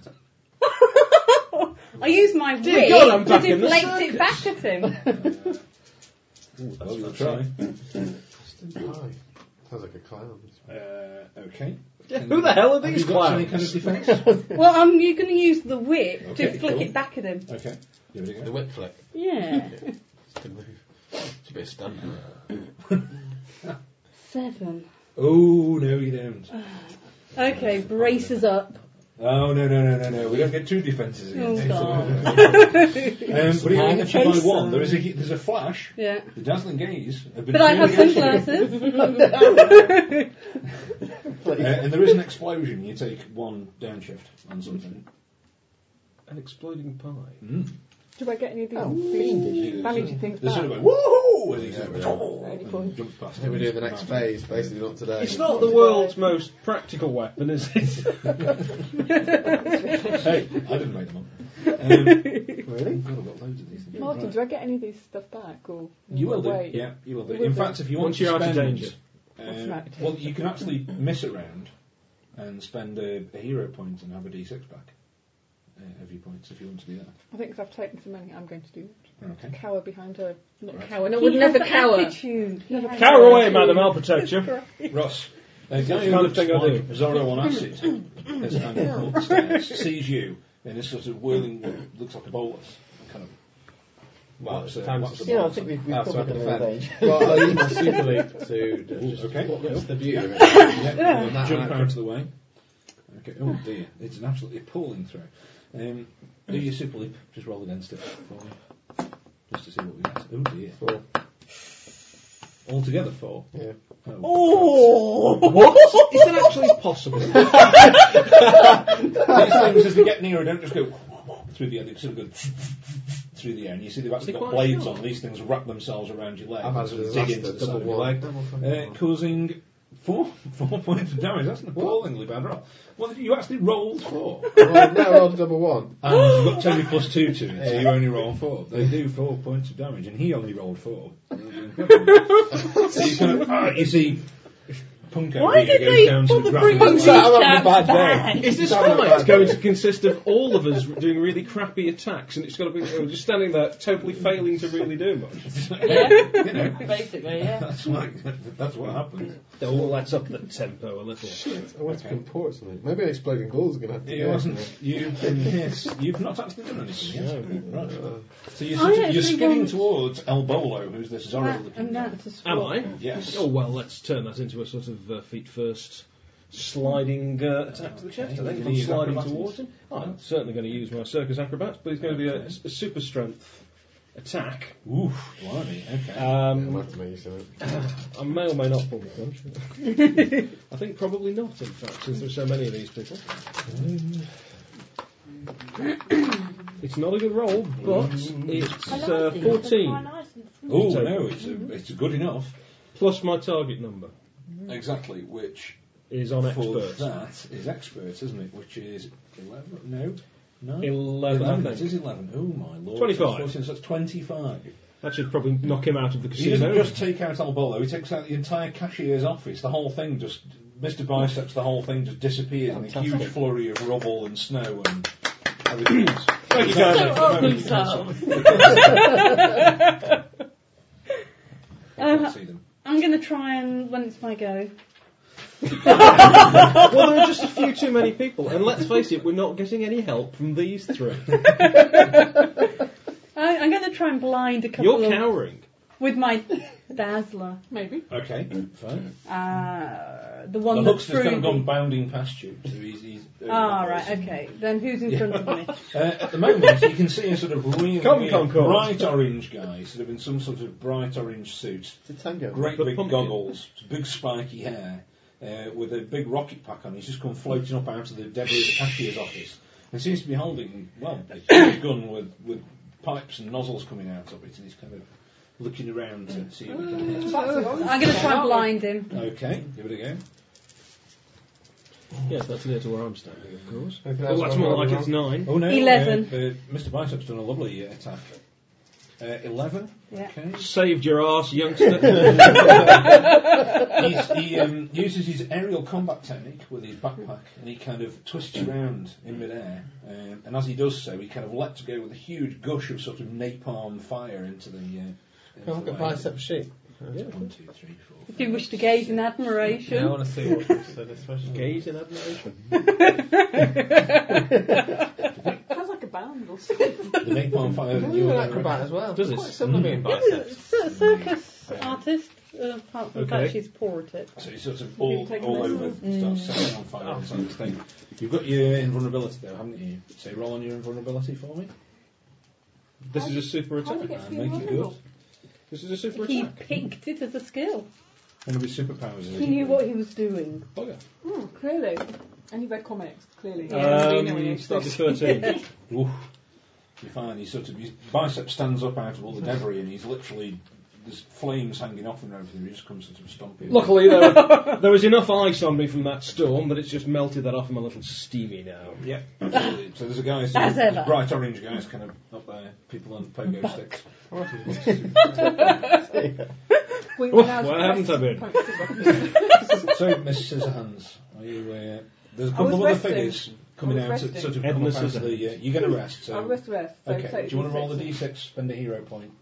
[SPEAKER 6] I used my whip
[SPEAKER 8] Dear God, I'm
[SPEAKER 6] to
[SPEAKER 8] back in the
[SPEAKER 6] deflect it back at him.
[SPEAKER 7] Well, you'll try.
[SPEAKER 5] Hi. Sounds like a clown.
[SPEAKER 7] Uh, okay.
[SPEAKER 8] Who the hell are
[SPEAKER 7] Have
[SPEAKER 8] these
[SPEAKER 7] you got any
[SPEAKER 8] clowns?
[SPEAKER 7] kind of defence?
[SPEAKER 6] Well, I'm you're going to use the whip
[SPEAKER 7] Okay,
[SPEAKER 6] to flick
[SPEAKER 7] cool.
[SPEAKER 6] it back at him.
[SPEAKER 7] okay. Give it a go.
[SPEAKER 5] The whip flick.
[SPEAKER 6] Yeah.
[SPEAKER 5] It's a good move. It's a bit of stamina.
[SPEAKER 6] Seven.
[SPEAKER 7] Oh no, you don't.
[SPEAKER 6] Okay, braces up.
[SPEAKER 7] Oh no no no no no! We don't get two defenses
[SPEAKER 6] Oh,
[SPEAKER 7] against it.
[SPEAKER 6] God.
[SPEAKER 7] um, but it
[SPEAKER 6] Hang
[SPEAKER 7] only
[SPEAKER 6] a
[SPEAKER 7] gets you by
[SPEAKER 6] face
[SPEAKER 7] one.
[SPEAKER 6] on.
[SPEAKER 7] There is a there's a flash.
[SPEAKER 6] Yeah.
[SPEAKER 7] The dazzling gaze. Have been
[SPEAKER 6] But I have
[SPEAKER 7] clearly-
[SPEAKER 6] sunglasses.
[SPEAKER 7] Uh, and there is an explosion. You take one downshift on something.
[SPEAKER 8] An exploding pie.
[SPEAKER 7] Mm.
[SPEAKER 14] Do I get any of these?
[SPEAKER 7] Oh,
[SPEAKER 14] Mm, damagey things
[SPEAKER 7] They're
[SPEAKER 14] back?
[SPEAKER 7] sort of like woohoo! As he says,
[SPEAKER 14] Any
[SPEAKER 7] "Oh!"
[SPEAKER 14] fun?
[SPEAKER 7] and jump past.
[SPEAKER 5] I think we're doing the next phase, basically, not today.
[SPEAKER 8] It's not the world's most practical weapon, is it?
[SPEAKER 7] hey, I didn't make them up. Um, really? God, I've got loads of these things.
[SPEAKER 14] Martin,
[SPEAKER 7] Right.
[SPEAKER 14] do I get any of these stuff back? Or
[SPEAKER 7] You will do.
[SPEAKER 14] Wait.
[SPEAKER 7] Yeah, you will do.
[SPEAKER 14] Will
[SPEAKER 7] In
[SPEAKER 14] do.
[SPEAKER 7] fact, if you want
[SPEAKER 8] Once
[SPEAKER 7] to
[SPEAKER 8] you're out
[SPEAKER 7] spend,
[SPEAKER 8] of danger.
[SPEAKER 14] Once I'm out of
[SPEAKER 7] Uh, well, you can actually miss a round and spend a, a hero point and have a d6 back. Uh, every points if you want to do that.
[SPEAKER 14] I think because I've taken so many, I'm going to do that.
[SPEAKER 7] Okay.
[SPEAKER 14] Cower behind her. Not
[SPEAKER 7] Right.
[SPEAKER 14] cower. No,
[SPEAKER 6] He
[SPEAKER 14] would
[SPEAKER 6] has
[SPEAKER 14] never
[SPEAKER 6] an
[SPEAKER 14] cower.
[SPEAKER 6] attitude. He
[SPEAKER 14] Never
[SPEAKER 6] has
[SPEAKER 8] Cower
[SPEAKER 6] an
[SPEAKER 8] away,
[SPEAKER 6] attitude.
[SPEAKER 8] madam, I'll protect you.
[SPEAKER 7] Ross, a
[SPEAKER 8] That's
[SPEAKER 7] guy
[SPEAKER 8] the
[SPEAKER 7] who
[SPEAKER 8] kind of
[SPEAKER 7] looks
[SPEAKER 8] thing I
[SPEAKER 7] like
[SPEAKER 8] do.
[SPEAKER 7] Zorro on acid has hanging upstairs, sees you in this sort of whirling, what looks like a bolus, kind of.
[SPEAKER 5] Well,
[SPEAKER 7] whaps a-
[SPEAKER 5] times-
[SPEAKER 7] whaps a
[SPEAKER 5] Yeah, I
[SPEAKER 7] bolus
[SPEAKER 5] think
[SPEAKER 7] at-
[SPEAKER 5] we've- we've
[SPEAKER 7] Ah, so I
[SPEAKER 5] covered
[SPEAKER 7] can
[SPEAKER 5] them all
[SPEAKER 7] defend.
[SPEAKER 5] there. Well, I'll use my super leap to just-
[SPEAKER 7] Okay.
[SPEAKER 5] what looks the beauty of it.
[SPEAKER 7] Yeah.
[SPEAKER 5] Yeah.
[SPEAKER 7] Well,
[SPEAKER 5] That
[SPEAKER 7] Jump
[SPEAKER 5] might-
[SPEAKER 7] out of the way. Okay. Oh dear, it's an absolutely appalling throw. Um, do your super leap. Just roll against it for me, just to see what we get. Oh dear. Four. Altogether four.
[SPEAKER 5] Yeah.
[SPEAKER 7] Oh. What? Is that actually possible? These things, as they get nearer, don't just go through the air. They sort of go through the air, and you see they've actually
[SPEAKER 5] They're
[SPEAKER 7] got
[SPEAKER 5] quite
[SPEAKER 7] blades
[SPEAKER 5] sharp.
[SPEAKER 7] on. These things wrap themselves around your leg,
[SPEAKER 5] I've had
[SPEAKER 7] and sort
[SPEAKER 5] a
[SPEAKER 7] of
[SPEAKER 5] disaster,
[SPEAKER 7] dig into the
[SPEAKER 5] double
[SPEAKER 7] side of your
[SPEAKER 5] wall.
[SPEAKER 7] leg,
[SPEAKER 5] Double
[SPEAKER 7] uh, causing four four points of damage. That's an appallingly bad roll. Well, you actually rolled four.
[SPEAKER 5] well, no, I rolled double one.
[SPEAKER 7] And you've got to only plus two to it, so you only roll four. They do four points of damage, and he only rolled four. so you kind of, ah, you see, Punko
[SPEAKER 6] Why
[SPEAKER 7] here
[SPEAKER 6] did
[SPEAKER 7] goes
[SPEAKER 6] they
[SPEAKER 7] down to
[SPEAKER 6] put
[SPEAKER 7] the
[SPEAKER 6] the
[SPEAKER 7] ground.
[SPEAKER 6] bringing down back?
[SPEAKER 8] Is this fight going to consist of all of us doing really crappy attacks and it's going to be we're just standing there totally failing to really do much?
[SPEAKER 7] you know,
[SPEAKER 4] Basically, yeah.
[SPEAKER 7] that's, like, that's what happens.
[SPEAKER 8] That all lets up the tempo a little.
[SPEAKER 5] I want to comport something. Maybe an exploding balls are going to have to
[SPEAKER 7] It
[SPEAKER 5] go.
[SPEAKER 7] wasn't. You've been yes. You've not actually done anything yet. Right. So you're,
[SPEAKER 6] I
[SPEAKER 7] sort of,
[SPEAKER 6] actually
[SPEAKER 7] you're skidding
[SPEAKER 6] want-
[SPEAKER 7] towards El Bolo, who's this Zorro
[SPEAKER 6] That,
[SPEAKER 7] looking
[SPEAKER 6] and
[SPEAKER 7] guy.
[SPEAKER 6] that's a
[SPEAKER 8] Am
[SPEAKER 6] squat.
[SPEAKER 8] I?
[SPEAKER 7] Yes.
[SPEAKER 8] Oh well, let's turn that into a sort of uh, feet first sliding uh, attack to the chest. I
[SPEAKER 7] Okay,
[SPEAKER 8] think
[SPEAKER 7] you
[SPEAKER 8] I'm
[SPEAKER 7] use
[SPEAKER 8] sliding
[SPEAKER 7] acrobatics.
[SPEAKER 8] towards him.
[SPEAKER 7] Oh,
[SPEAKER 8] I'm certainly going to use my circus acrobats, but it's going to be a, a super strength attack.
[SPEAKER 7] Oof, blimey, okay.
[SPEAKER 8] Um,
[SPEAKER 5] Might have to make use of it.
[SPEAKER 8] I may or may not pull the punch. I think probably not, in fact, since there's so many of these people. it's not a good roll, but it's uh, 14
[SPEAKER 7] Oh
[SPEAKER 8] Take
[SPEAKER 7] no, it's a, it's good enough.
[SPEAKER 8] plus my target number
[SPEAKER 7] Exactly, which
[SPEAKER 8] is on
[SPEAKER 7] for
[SPEAKER 8] expert.
[SPEAKER 7] that is expert, isn't it? Which is eleven? No, no.
[SPEAKER 8] 11, I
[SPEAKER 7] It is
[SPEAKER 8] think.
[SPEAKER 7] eleven. Oh my lord.
[SPEAKER 8] 25.
[SPEAKER 7] That's 14, so that's twenty-five.
[SPEAKER 8] That should probably knock him out of the
[SPEAKER 7] He doesn't
[SPEAKER 8] casino.
[SPEAKER 7] just take out El Bolo. He takes out the entire cashier's office. The whole thing just, Mr. Biceps, the whole thing just disappears in a huge flurry of rubble and snow and everything else.
[SPEAKER 8] Thank you, guys.
[SPEAKER 7] At the
[SPEAKER 4] Oh,
[SPEAKER 7] moment, you can't
[SPEAKER 4] themselves.
[SPEAKER 6] Uh,
[SPEAKER 7] see them.
[SPEAKER 6] I'm going to try and, when it's my go,
[SPEAKER 8] well, there are just a few too many people, and let's face it, we're not getting any help from these three.
[SPEAKER 6] I, I'm going to try and blind a couple
[SPEAKER 8] You're
[SPEAKER 6] of-
[SPEAKER 8] cowering.
[SPEAKER 6] with my dazzler.
[SPEAKER 14] Maybe.
[SPEAKER 7] Okay, fine.
[SPEAKER 6] Uh, the
[SPEAKER 7] The
[SPEAKER 6] one that's
[SPEAKER 7] hookster's
[SPEAKER 6] through.
[SPEAKER 7] kind of gone
[SPEAKER 6] the-
[SPEAKER 7] bounding past you. So he's, he's,
[SPEAKER 6] Ah, right, okay. Then who's in front of me?
[SPEAKER 7] Uh, at the moment, you can see a sort of real,
[SPEAKER 8] Come,
[SPEAKER 7] real
[SPEAKER 8] come, come.
[SPEAKER 7] bright orange guy, sort of in some sort of bright orange suit,
[SPEAKER 5] It's a tango.
[SPEAKER 7] great
[SPEAKER 8] The
[SPEAKER 7] big
[SPEAKER 8] pumpkin.
[SPEAKER 7] goggles, big spiky hair, uh, with a big rocket pack on. He's just come floating up out of the debris of the cashier's office, and seems to be holding well a huge gun with with pipes and nozzles coming out of it, and he's kind of looking around to see what he can get.
[SPEAKER 6] I'm going to try and blind him.
[SPEAKER 7] Okay, give it a go.
[SPEAKER 8] Yes, that's near to where I'm standing, of course.
[SPEAKER 5] Anything
[SPEAKER 8] Well,
[SPEAKER 5] else
[SPEAKER 8] that's
[SPEAKER 5] on
[SPEAKER 8] more
[SPEAKER 5] roll
[SPEAKER 8] like
[SPEAKER 5] roll?
[SPEAKER 8] it's nine.
[SPEAKER 7] Oh no,
[SPEAKER 6] Eleven.
[SPEAKER 7] uh, uh, Mr. Bicep's done a lovely uh, attack. Uh, Eleven.
[SPEAKER 6] Yeah.
[SPEAKER 7] Okay.
[SPEAKER 8] Saved your arse, youngster.
[SPEAKER 7] He's, he um, uses his aerial combat technique with his backpack, and he kind of twists around in midair. Um, and as he does so, he kind of lets go with a huge gush of sort of napalm fire into the. Uh, into
[SPEAKER 5] Can I look
[SPEAKER 7] the
[SPEAKER 5] at
[SPEAKER 7] way.
[SPEAKER 5] bicep sheep?
[SPEAKER 7] It's One, two, three, four.
[SPEAKER 6] If you wish to gaze in admiration.
[SPEAKER 5] want to see what so this question.
[SPEAKER 8] Gaze in admiration.
[SPEAKER 14] Sounds like a band or something.
[SPEAKER 7] The napalm fire.
[SPEAKER 5] Well, you're an acrobat as well.
[SPEAKER 8] Does
[SPEAKER 5] Quite
[SPEAKER 8] it? Mm.
[SPEAKER 5] similar being
[SPEAKER 6] Yeah,
[SPEAKER 5] biceps.
[SPEAKER 6] c- circus artist. uh, apart from the fact
[SPEAKER 7] Okay.
[SPEAKER 6] she's poor at it.
[SPEAKER 7] So it's sort of
[SPEAKER 6] You
[SPEAKER 7] all,
[SPEAKER 6] can take
[SPEAKER 7] all
[SPEAKER 6] a
[SPEAKER 7] over,
[SPEAKER 6] lesson.
[SPEAKER 7] starts setting on fire inside this thing. You've got your invulnerability though, haven't you? So roll on your invulnerability for me.
[SPEAKER 8] This is a super
[SPEAKER 6] how do you
[SPEAKER 8] attack.
[SPEAKER 6] get
[SPEAKER 7] Uh,
[SPEAKER 6] to be
[SPEAKER 7] make it good.
[SPEAKER 6] vulnerable?
[SPEAKER 8] This is a super
[SPEAKER 6] He
[SPEAKER 8] attack.
[SPEAKER 6] picked it as a skill.
[SPEAKER 7] One of his superpowers is
[SPEAKER 6] He knew what he was doing.
[SPEAKER 7] Oh, yeah.
[SPEAKER 6] Hmm,
[SPEAKER 14] Mm, clearly. And you read comics, clearly.
[SPEAKER 7] Um, that'd be 13. Oof. You find he sort of, his bicep stands up out of all the debris and he's literally, there's flames hanging off and everything, he just comes sort of stomping.
[SPEAKER 8] Luckily, there, were- there was enough ice on me from that storm, but it's just melted that off. I'm a little steamy now.
[SPEAKER 7] Yeah. Absolutely. so there's a guy, so
[SPEAKER 8] As
[SPEAKER 7] there's
[SPEAKER 8] ever.
[SPEAKER 7] bright orange guys kind of up there, people on pogo sticks.
[SPEAKER 14] We
[SPEAKER 7] Oof,
[SPEAKER 14] went out
[SPEAKER 7] where
[SPEAKER 14] to
[SPEAKER 7] haven't Oh, I been? so, Mrs. Hands, are you, uh, there's a couple
[SPEAKER 14] was
[SPEAKER 7] of
[SPEAKER 14] resting.
[SPEAKER 7] other figures coming
[SPEAKER 14] I was
[SPEAKER 7] out to
[SPEAKER 14] resting.
[SPEAKER 7] sort of
[SPEAKER 8] Head in
[SPEAKER 7] come
[SPEAKER 8] the
[SPEAKER 7] up out of
[SPEAKER 8] scissor.
[SPEAKER 7] the, uh, you're going to rest. So.
[SPEAKER 14] I'll rest, rest. So
[SPEAKER 7] okay,
[SPEAKER 14] take
[SPEAKER 7] do you want to roll the
[SPEAKER 14] D6.
[SPEAKER 7] d6, spend a hero point?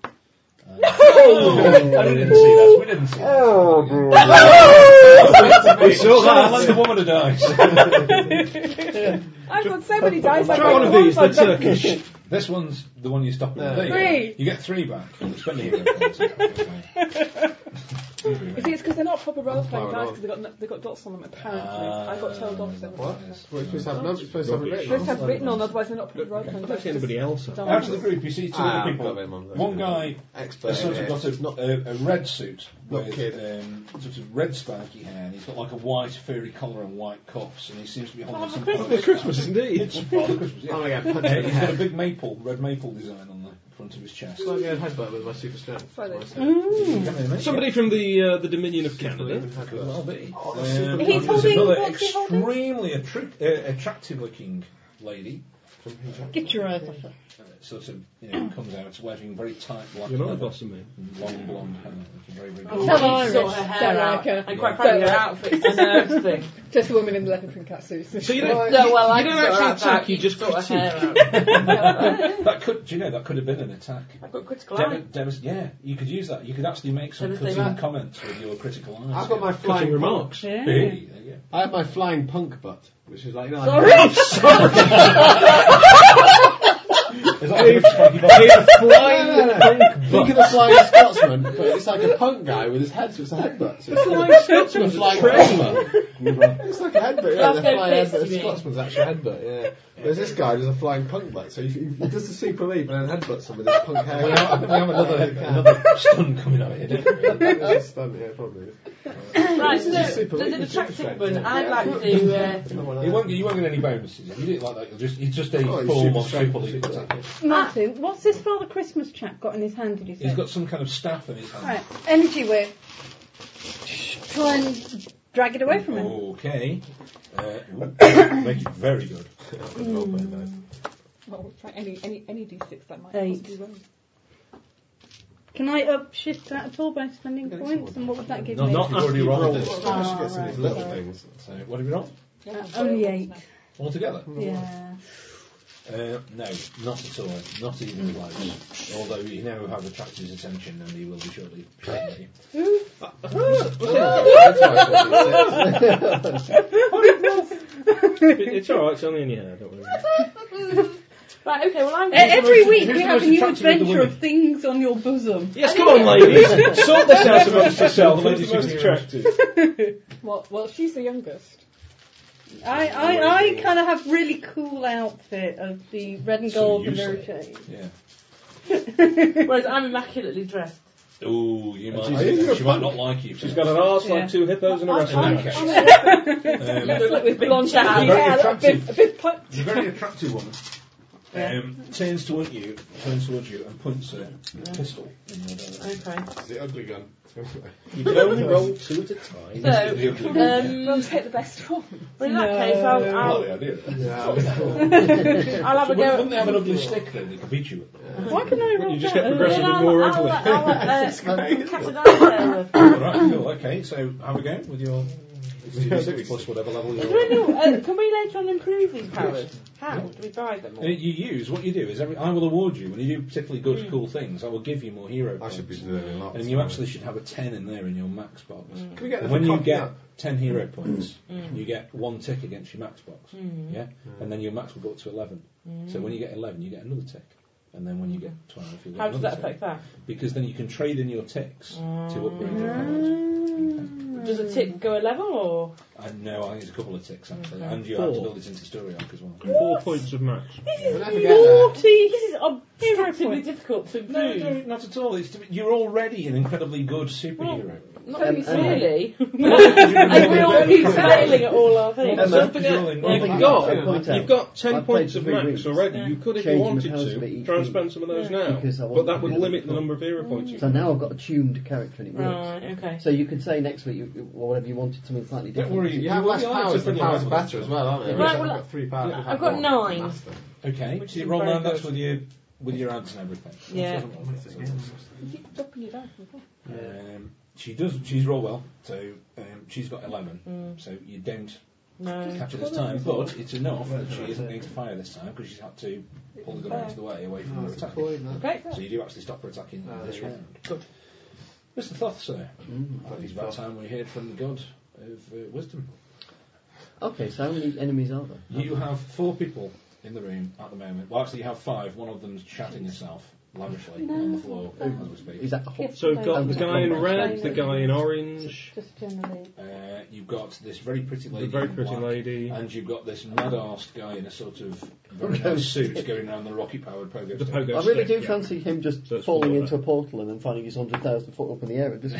[SPEAKER 7] Oh!
[SPEAKER 14] No!
[SPEAKER 7] I didn't see that. We didn't see that.
[SPEAKER 14] Oh,
[SPEAKER 7] we saw that.
[SPEAKER 14] boy.
[SPEAKER 7] Let the woman have died.
[SPEAKER 14] I've got so many dice. I've
[SPEAKER 7] Try one
[SPEAKER 14] got
[SPEAKER 7] of these, the
[SPEAKER 14] ones I've got-
[SPEAKER 7] Turkish. This one's the one you stopped with. There you go.
[SPEAKER 14] Three.
[SPEAKER 7] You get three back. Spend a hero point.
[SPEAKER 14] You see, it's because they're not proper role playing dice
[SPEAKER 7] Flower dog.
[SPEAKER 14] because they've got, n- they've got dots on them, apparently.
[SPEAKER 7] Uh,
[SPEAKER 14] I got told off them.
[SPEAKER 5] What? Well, it's supposed to have, no, it's supposed to have
[SPEAKER 14] They
[SPEAKER 5] written.
[SPEAKER 14] have to have written on, otherwise they're not proper role playing dice.
[SPEAKER 7] Out of the group, you see two other
[SPEAKER 5] Ah, I've
[SPEAKER 7] people.
[SPEAKER 5] got him on there.
[SPEAKER 7] One guy
[SPEAKER 5] Expert
[SPEAKER 7] has sort of
[SPEAKER 5] here.
[SPEAKER 7] got a, a, a red suit with um, sort of red spiky hair, and he's got like a white furry collar and white cuffs, and he seems to be holding
[SPEAKER 8] Father
[SPEAKER 7] some
[SPEAKER 8] Oh, Christmas.
[SPEAKER 7] kind of-
[SPEAKER 8] Christmas, indeed.
[SPEAKER 7] It's Father Christmas, yeah.
[SPEAKER 5] Oh my God,
[SPEAKER 7] Uh,
[SPEAKER 5] punch him in the
[SPEAKER 7] he's got a
[SPEAKER 5] head.
[SPEAKER 7] big maple, red maple design on the front of his chest.
[SPEAKER 5] I'm going to headbutt with my super strength.
[SPEAKER 14] Sorry.
[SPEAKER 8] Somebody from the uh, the Dominion of Canada.
[SPEAKER 7] Well, be.
[SPEAKER 8] Oh,
[SPEAKER 7] Um,
[SPEAKER 8] super-
[SPEAKER 7] there's
[SPEAKER 8] He's holding-
[SPEAKER 7] another
[SPEAKER 8] what's he holding?
[SPEAKER 7] extremely attract- uh, attractive looking lady.
[SPEAKER 6] Get your eyes off her.
[SPEAKER 7] Sort of, you know, comes out wearing very tight black.
[SPEAKER 8] You're not the
[SPEAKER 7] leather,
[SPEAKER 8] boss of me.
[SPEAKER 7] Long blonde hair. looking Very, very
[SPEAKER 6] Oh, Some Irish,
[SPEAKER 14] sort of hair
[SPEAKER 6] don't
[SPEAKER 14] out.
[SPEAKER 6] like her.
[SPEAKER 14] And quite frankly,
[SPEAKER 6] Don't
[SPEAKER 14] her
[SPEAKER 6] like-
[SPEAKER 14] outfit's a nerves thing.
[SPEAKER 6] Just a woman in the leopard print catsuit.
[SPEAKER 8] So you don't-
[SPEAKER 14] No, well,
[SPEAKER 8] you
[SPEAKER 14] I
[SPEAKER 8] don't
[SPEAKER 14] saw
[SPEAKER 8] actually
[SPEAKER 14] her
[SPEAKER 8] attack,
[SPEAKER 14] back.
[SPEAKER 8] you just
[SPEAKER 14] Saw her
[SPEAKER 8] critique.
[SPEAKER 14] hair out.
[SPEAKER 7] that could, do you know, that could have been an attack.
[SPEAKER 14] I've got critical
[SPEAKER 7] Demo-
[SPEAKER 14] eye.
[SPEAKER 7] demos- yeah, you could use that. You could actually make some
[SPEAKER 14] Demo-
[SPEAKER 7] cutting
[SPEAKER 14] demo-
[SPEAKER 7] comments with your critical eyes.
[SPEAKER 5] I've got my
[SPEAKER 7] Cutting
[SPEAKER 5] flying
[SPEAKER 7] remarks.
[SPEAKER 5] Butt.
[SPEAKER 7] Yeah. Really?
[SPEAKER 5] I have my flying punk butt, which is like. No,
[SPEAKER 7] Sorry.
[SPEAKER 5] I'm-
[SPEAKER 7] Sorry.
[SPEAKER 5] It's like a funky butt.
[SPEAKER 13] flying
[SPEAKER 5] No, no, no.
[SPEAKER 13] punk
[SPEAKER 5] Think
[SPEAKER 13] butt.
[SPEAKER 5] of the flying Scotsman, but it's like a punk guy with his head, so it's a headbutt. So
[SPEAKER 13] The
[SPEAKER 5] it's-
[SPEAKER 13] flying Scotsman's
[SPEAKER 5] The
[SPEAKER 13] a
[SPEAKER 5] flying
[SPEAKER 13] train.
[SPEAKER 5] Scotsman. It's like a headbutt, yeah. The
[SPEAKER 13] Glasgow
[SPEAKER 5] flying
[SPEAKER 13] Blitz, you
[SPEAKER 5] headbutt. The
[SPEAKER 13] mean.
[SPEAKER 5] Scotsman's actually a headbutt, yeah. Whereas this guy does a flying punk butt, so he, he does the super leap and then headbutts him with his punk hair.
[SPEAKER 7] We have- we have another- another stun coming out here, don't we?
[SPEAKER 5] That's a stun, yeah, probably.
[SPEAKER 4] Right,
[SPEAKER 5] This is
[SPEAKER 4] so
[SPEAKER 5] a super
[SPEAKER 4] there's
[SPEAKER 5] leap,
[SPEAKER 4] an
[SPEAKER 5] it's super
[SPEAKER 4] attractive
[SPEAKER 5] strength,
[SPEAKER 4] one.
[SPEAKER 5] yeah.
[SPEAKER 4] I'd like to. Uh,
[SPEAKER 7] You won't, you won't get any bonuses. If you do it like that, you'll just, it's just a
[SPEAKER 5] Oh,
[SPEAKER 7] full
[SPEAKER 5] it's
[SPEAKER 7] form
[SPEAKER 5] super
[SPEAKER 7] of
[SPEAKER 5] strength,
[SPEAKER 7] super leap attack.
[SPEAKER 6] Martin, what's this Father Christmas chap got in his hand, did you say?
[SPEAKER 7] He's got some kind of staff in his hand.
[SPEAKER 6] Right, energy whip. Try and drag it away from
[SPEAKER 7] Oh.
[SPEAKER 6] him.
[SPEAKER 7] Okay. Uh, ooh, make it very good.
[SPEAKER 14] Well, we'll Oh, try any, any, any d6 that might
[SPEAKER 6] Eight.
[SPEAKER 14] possibly roll.
[SPEAKER 6] Can I upshift that at all by spending points? And what would that give
[SPEAKER 7] No,
[SPEAKER 6] me?
[SPEAKER 7] not after you rolled it.
[SPEAKER 6] Ah, right.
[SPEAKER 7] things. So, what have you rolled?
[SPEAKER 6] Uh, only eight.
[SPEAKER 7] Altogether?
[SPEAKER 6] Yeah.
[SPEAKER 7] Uh, no, not at all. Not even close. Although you now have attracted his attention and he will be shortly shooting you.
[SPEAKER 8] It- it's alright, it's only in your hair, don't worry.
[SPEAKER 4] Right, okay, well, I'm.
[SPEAKER 6] E- every week
[SPEAKER 4] Who's the
[SPEAKER 6] we have
[SPEAKER 4] most
[SPEAKER 6] a new
[SPEAKER 4] attractive of the
[SPEAKER 6] adventure
[SPEAKER 4] women?
[SPEAKER 6] of things on your bosom.
[SPEAKER 8] Yes, come on, ladies. Sort this out amongst yourselves. The ladies who's attractive.
[SPEAKER 14] Well, well, she's the youngest.
[SPEAKER 6] I, I, I kind of have really cool outfit of the red and
[SPEAKER 4] So
[SPEAKER 6] gold
[SPEAKER 4] you
[SPEAKER 6] and
[SPEAKER 4] say.
[SPEAKER 6] shade.
[SPEAKER 7] Yeah.
[SPEAKER 4] Whereas I'm immaculately dressed.
[SPEAKER 7] Ooh, you might.
[SPEAKER 8] She's- she's
[SPEAKER 7] she
[SPEAKER 8] a
[SPEAKER 7] might
[SPEAKER 8] punk.
[SPEAKER 7] not like you.
[SPEAKER 8] She's got an arse like two hippos and a wrestling match.
[SPEAKER 7] Um,
[SPEAKER 14] Let's look with blonde
[SPEAKER 7] You're
[SPEAKER 14] hair.
[SPEAKER 7] very
[SPEAKER 14] Yeah, a bit,
[SPEAKER 7] attractive.
[SPEAKER 14] a bit put.
[SPEAKER 7] The very attractive one um, turns towards you, turns towards you, and points a pistol in your direction.
[SPEAKER 4] Okay.
[SPEAKER 5] It's the ugly gun.
[SPEAKER 8] You can only roll two at a time.
[SPEAKER 4] So, um,
[SPEAKER 14] We'll take the best one.
[SPEAKER 4] well, in that case, I'll,
[SPEAKER 7] I like
[SPEAKER 4] I'll,
[SPEAKER 7] the idea.
[SPEAKER 4] I'll have a
[SPEAKER 7] So wouldn't-
[SPEAKER 4] go.
[SPEAKER 7] Wouldn't they have an ugly stick then? They could beat you. with it?
[SPEAKER 6] Why can I roll
[SPEAKER 7] You just
[SPEAKER 6] that?
[SPEAKER 7] get progressively more ugly.
[SPEAKER 4] I'll, uh, catch an eye
[SPEAKER 7] All right, cool. Okay, so have a go with your six plus whatever level
[SPEAKER 4] Do I
[SPEAKER 7] you're.
[SPEAKER 4] know, uh, can we later on improve these powers? How? Do we buy them?
[SPEAKER 7] Uh,
[SPEAKER 4] Or?
[SPEAKER 7] You use what you do is every. I will award you when you do particularly good, cool things. I will give you more hero points. I should be
[SPEAKER 5] doing lots.
[SPEAKER 7] And you actually should have a ten in there in your max box.
[SPEAKER 4] Mm.
[SPEAKER 5] Can we get
[SPEAKER 7] And
[SPEAKER 5] the
[SPEAKER 7] when you
[SPEAKER 5] copy
[SPEAKER 7] get
[SPEAKER 5] up?
[SPEAKER 7] ten hero points,
[SPEAKER 5] Mm.
[SPEAKER 7] you get one tick against your max box.
[SPEAKER 5] Mm.
[SPEAKER 4] Mm.
[SPEAKER 7] Yeah, and then your max will go up to eleven. So when you get eleven, you get another tick. and then when you get 12, you get
[SPEAKER 4] How does
[SPEAKER 7] another
[SPEAKER 4] that
[SPEAKER 7] tick.
[SPEAKER 4] affect that?
[SPEAKER 7] Because then you can trade in your ticks to upgrade your powers.
[SPEAKER 4] Mm. Does a tick go a level or?
[SPEAKER 7] I know, I think it's a couple of ticks actually,
[SPEAKER 4] Okay.
[SPEAKER 7] and you have to
[SPEAKER 8] Four.
[SPEAKER 7] build it into story arc as well.
[SPEAKER 8] Four points of max.
[SPEAKER 4] This is
[SPEAKER 7] Don't forget that.
[SPEAKER 4] naughty. This is objectively difficult to
[SPEAKER 7] No,
[SPEAKER 4] prove.
[SPEAKER 7] no, not at all. It's to be- you're already an incredibly good superhero.
[SPEAKER 4] Not
[SPEAKER 7] Um,
[SPEAKER 4] really.
[SPEAKER 7] um,
[SPEAKER 4] really.
[SPEAKER 7] Well,
[SPEAKER 4] and we all keep
[SPEAKER 7] Well,
[SPEAKER 4] failing at all our things.
[SPEAKER 8] And don't forget,
[SPEAKER 7] Well,
[SPEAKER 8] you've
[SPEAKER 7] I've
[SPEAKER 8] got,
[SPEAKER 9] got-
[SPEAKER 8] you've got ten
[SPEAKER 9] I've played
[SPEAKER 8] points
[SPEAKER 9] for
[SPEAKER 8] of
[SPEAKER 9] three
[SPEAKER 8] max
[SPEAKER 9] weeks.
[SPEAKER 8] already.
[SPEAKER 9] Yeah.
[SPEAKER 8] You could, if you
[SPEAKER 9] Changing my
[SPEAKER 8] wanted
[SPEAKER 9] powers a bit
[SPEAKER 8] to,
[SPEAKER 9] each
[SPEAKER 8] try and
[SPEAKER 9] week.
[SPEAKER 8] spend some of those
[SPEAKER 9] Yeah.
[SPEAKER 8] now.
[SPEAKER 9] Because I
[SPEAKER 8] But
[SPEAKER 9] want
[SPEAKER 8] that
[SPEAKER 9] to Mm.
[SPEAKER 8] would
[SPEAKER 9] do that
[SPEAKER 8] limit the
[SPEAKER 9] before.
[SPEAKER 8] number of hero points you
[SPEAKER 9] So now I've got a tuned character and it works.
[SPEAKER 4] Right, okay.
[SPEAKER 9] So you could say next week, you, you- or whatever you wanted, something slightly
[SPEAKER 5] Don't
[SPEAKER 9] different.
[SPEAKER 5] worry, you have less powers, the powers are better as well, aren't they?
[SPEAKER 4] Right,
[SPEAKER 5] Whereas
[SPEAKER 4] well,
[SPEAKER 5] I've got three powers.
[SPEAKER 4] I've got nine.
[SPEAKER 7] Okay,
[SPEAKER 4] Which
[SPEAKER 7] so you
[SPEAKER 4] is
[SPEAKER 7] roll
[SPEAKER 4] very
[SPEAKER 7] down that's
[SPEAKER 4] good.
[SPEAKER 7] with your with your ads and everything.
[SPEAKER 4] Yeah.
[SPEAKER 14] You keep dropping your dice. as well.
[SPEAKER 7] Um, she does. She's roll well, so um, she's got eleven.
[SPEAKER 4] Mm.
[SPEAKER 7] So you don't
[SPEAKER 4] No.
[SPEAKER 7] catch it this time, but it's enough that she isn't going to fire this time because she's had to pull the gun out of the way away from her
[SPEAKER 5] That's a
[SPEAKER 7] attack.
[SPEAKER 5] point, that.
[SPEAKER 4] Okay.
[SPEAKER 7] So you do actually stop her attacking
[SPEAKER 5] Ah,
[SPEAKER 7] this
[SPEAKER 5] yeah.
[SPEAKER 7] round. Good. Mr. Thoth, sir.
[SPEAKER 8] Mm.
[SPEAKER 7] I think it's about time we heard from the god of uh, wisdom.
[SPEAKER 9] Okay, so how many enemies are there?
[SPEAKER 7] You have four people in the room at the moment. Well, actually, you have five. One of them's chatting herself lavishly on the floor as we speak.
[SPEAKER 9] Is that the whole?
[SPEAKER 8] So we've got the guy in red, the guy in orange,
[SPEAKER 6] Just generally.
[SPEAKER 7] Uh, you've got this very pretty lady,
[SPEAKER 8] the very
[SPEAKER 7] in
[SPEAKER 8] pretty
[SPEAKER 7] black,
[SPEAKER 8] lady,
[SPEAKER 7] and you've got this mad-arsed guy in a sort of very
[SPEAKER 9] Pogo
[SPEAKER 7] nice suit
[SPEAKER 9] stick.
[SPEAKER 7] going around the rocket-powered pogo.
[SPEAKER 8] the
[SPEAKER 7] stick.
[SPEAKER 8] pogo.
[SPEAKER 9] I really do
[SPEAKER 8] stick, yeah.
[SPEAKER 9] fancy him just
[SPEAKER 8] So it's
[SPEAKER 9] falling
[SPEAKER 8] four
[SPEAKER 9] into a portal and then finding he's 100,000 foot up in the air. and Just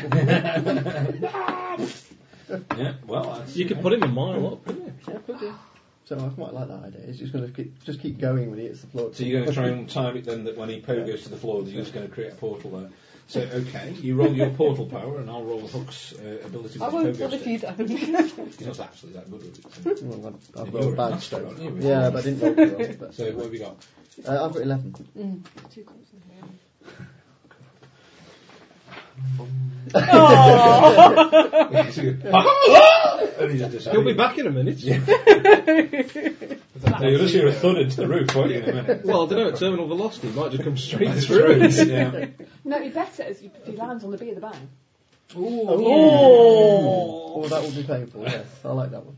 [SPEAKER 9] yeah,
[SPEAKER 7] Yeah, well, that's,
[SPEAKER 8] You could put him a mile up. couldn't you?
[SPEAKER 9] could do. So I quite like that idea. It's just going to keep, just keep going when he hits the floor.
[SPEAKER 7] So you're going to try and time it then that when he pogos to the floor, that you're just going to create a portal there. So okay, you roll your portal power, and I'll roll Hook's uh, ability.
[SPEAKER 6] I
[SPEAKER 7] with the
[SPEAKER 6] won't
[SPEAKER 7] pogo
[SPEAKER 6] bother if
[SPEAKER 7] stick.
[SPEAKER 6] you don't.
[SPEAKER 7] He's not actually that good with it.
[SPEAKER 9] Well, I've- I've
[SPEAKER 7] You
[SPEAKER 9] got a
[SPEAKER 7] were
[SPEAKER 9] bad
[SPEAKER 7] master,
[SPEAKER 9] stroke.
[SPEAKER 7] weren't you, with
[SPEAKER 9] Yeah,
[SPEAKER 7] it?
[SPEAKER 9] but I didn't roll for it, but-
[SPEAKER 7] So what have you got?
[SPEAKER 9] uh, I've got 11.
[SPEAKER 6] Mm.
[SPEAKER 14] Two coins in the hand.
[SPEAKER 7] And he's just
[SPEAKER 8] He'll be back in a minute.
[SPEAKER 7] So you'll just hear a thud into the roof, won't you? In a minute.
[SPEAKER 8] Well, I don't know. At terminal velocity, he might just come straight
[SPEAKER 7] That's
[SPEAKER 8] through.
[SPEAKER 7] true, yeah.
[SPEAKER 14] No, it'd be better as you, if he lands on the B of the bang.
[SPEAKER 9] Oh, that will be painful, yes. I like that one.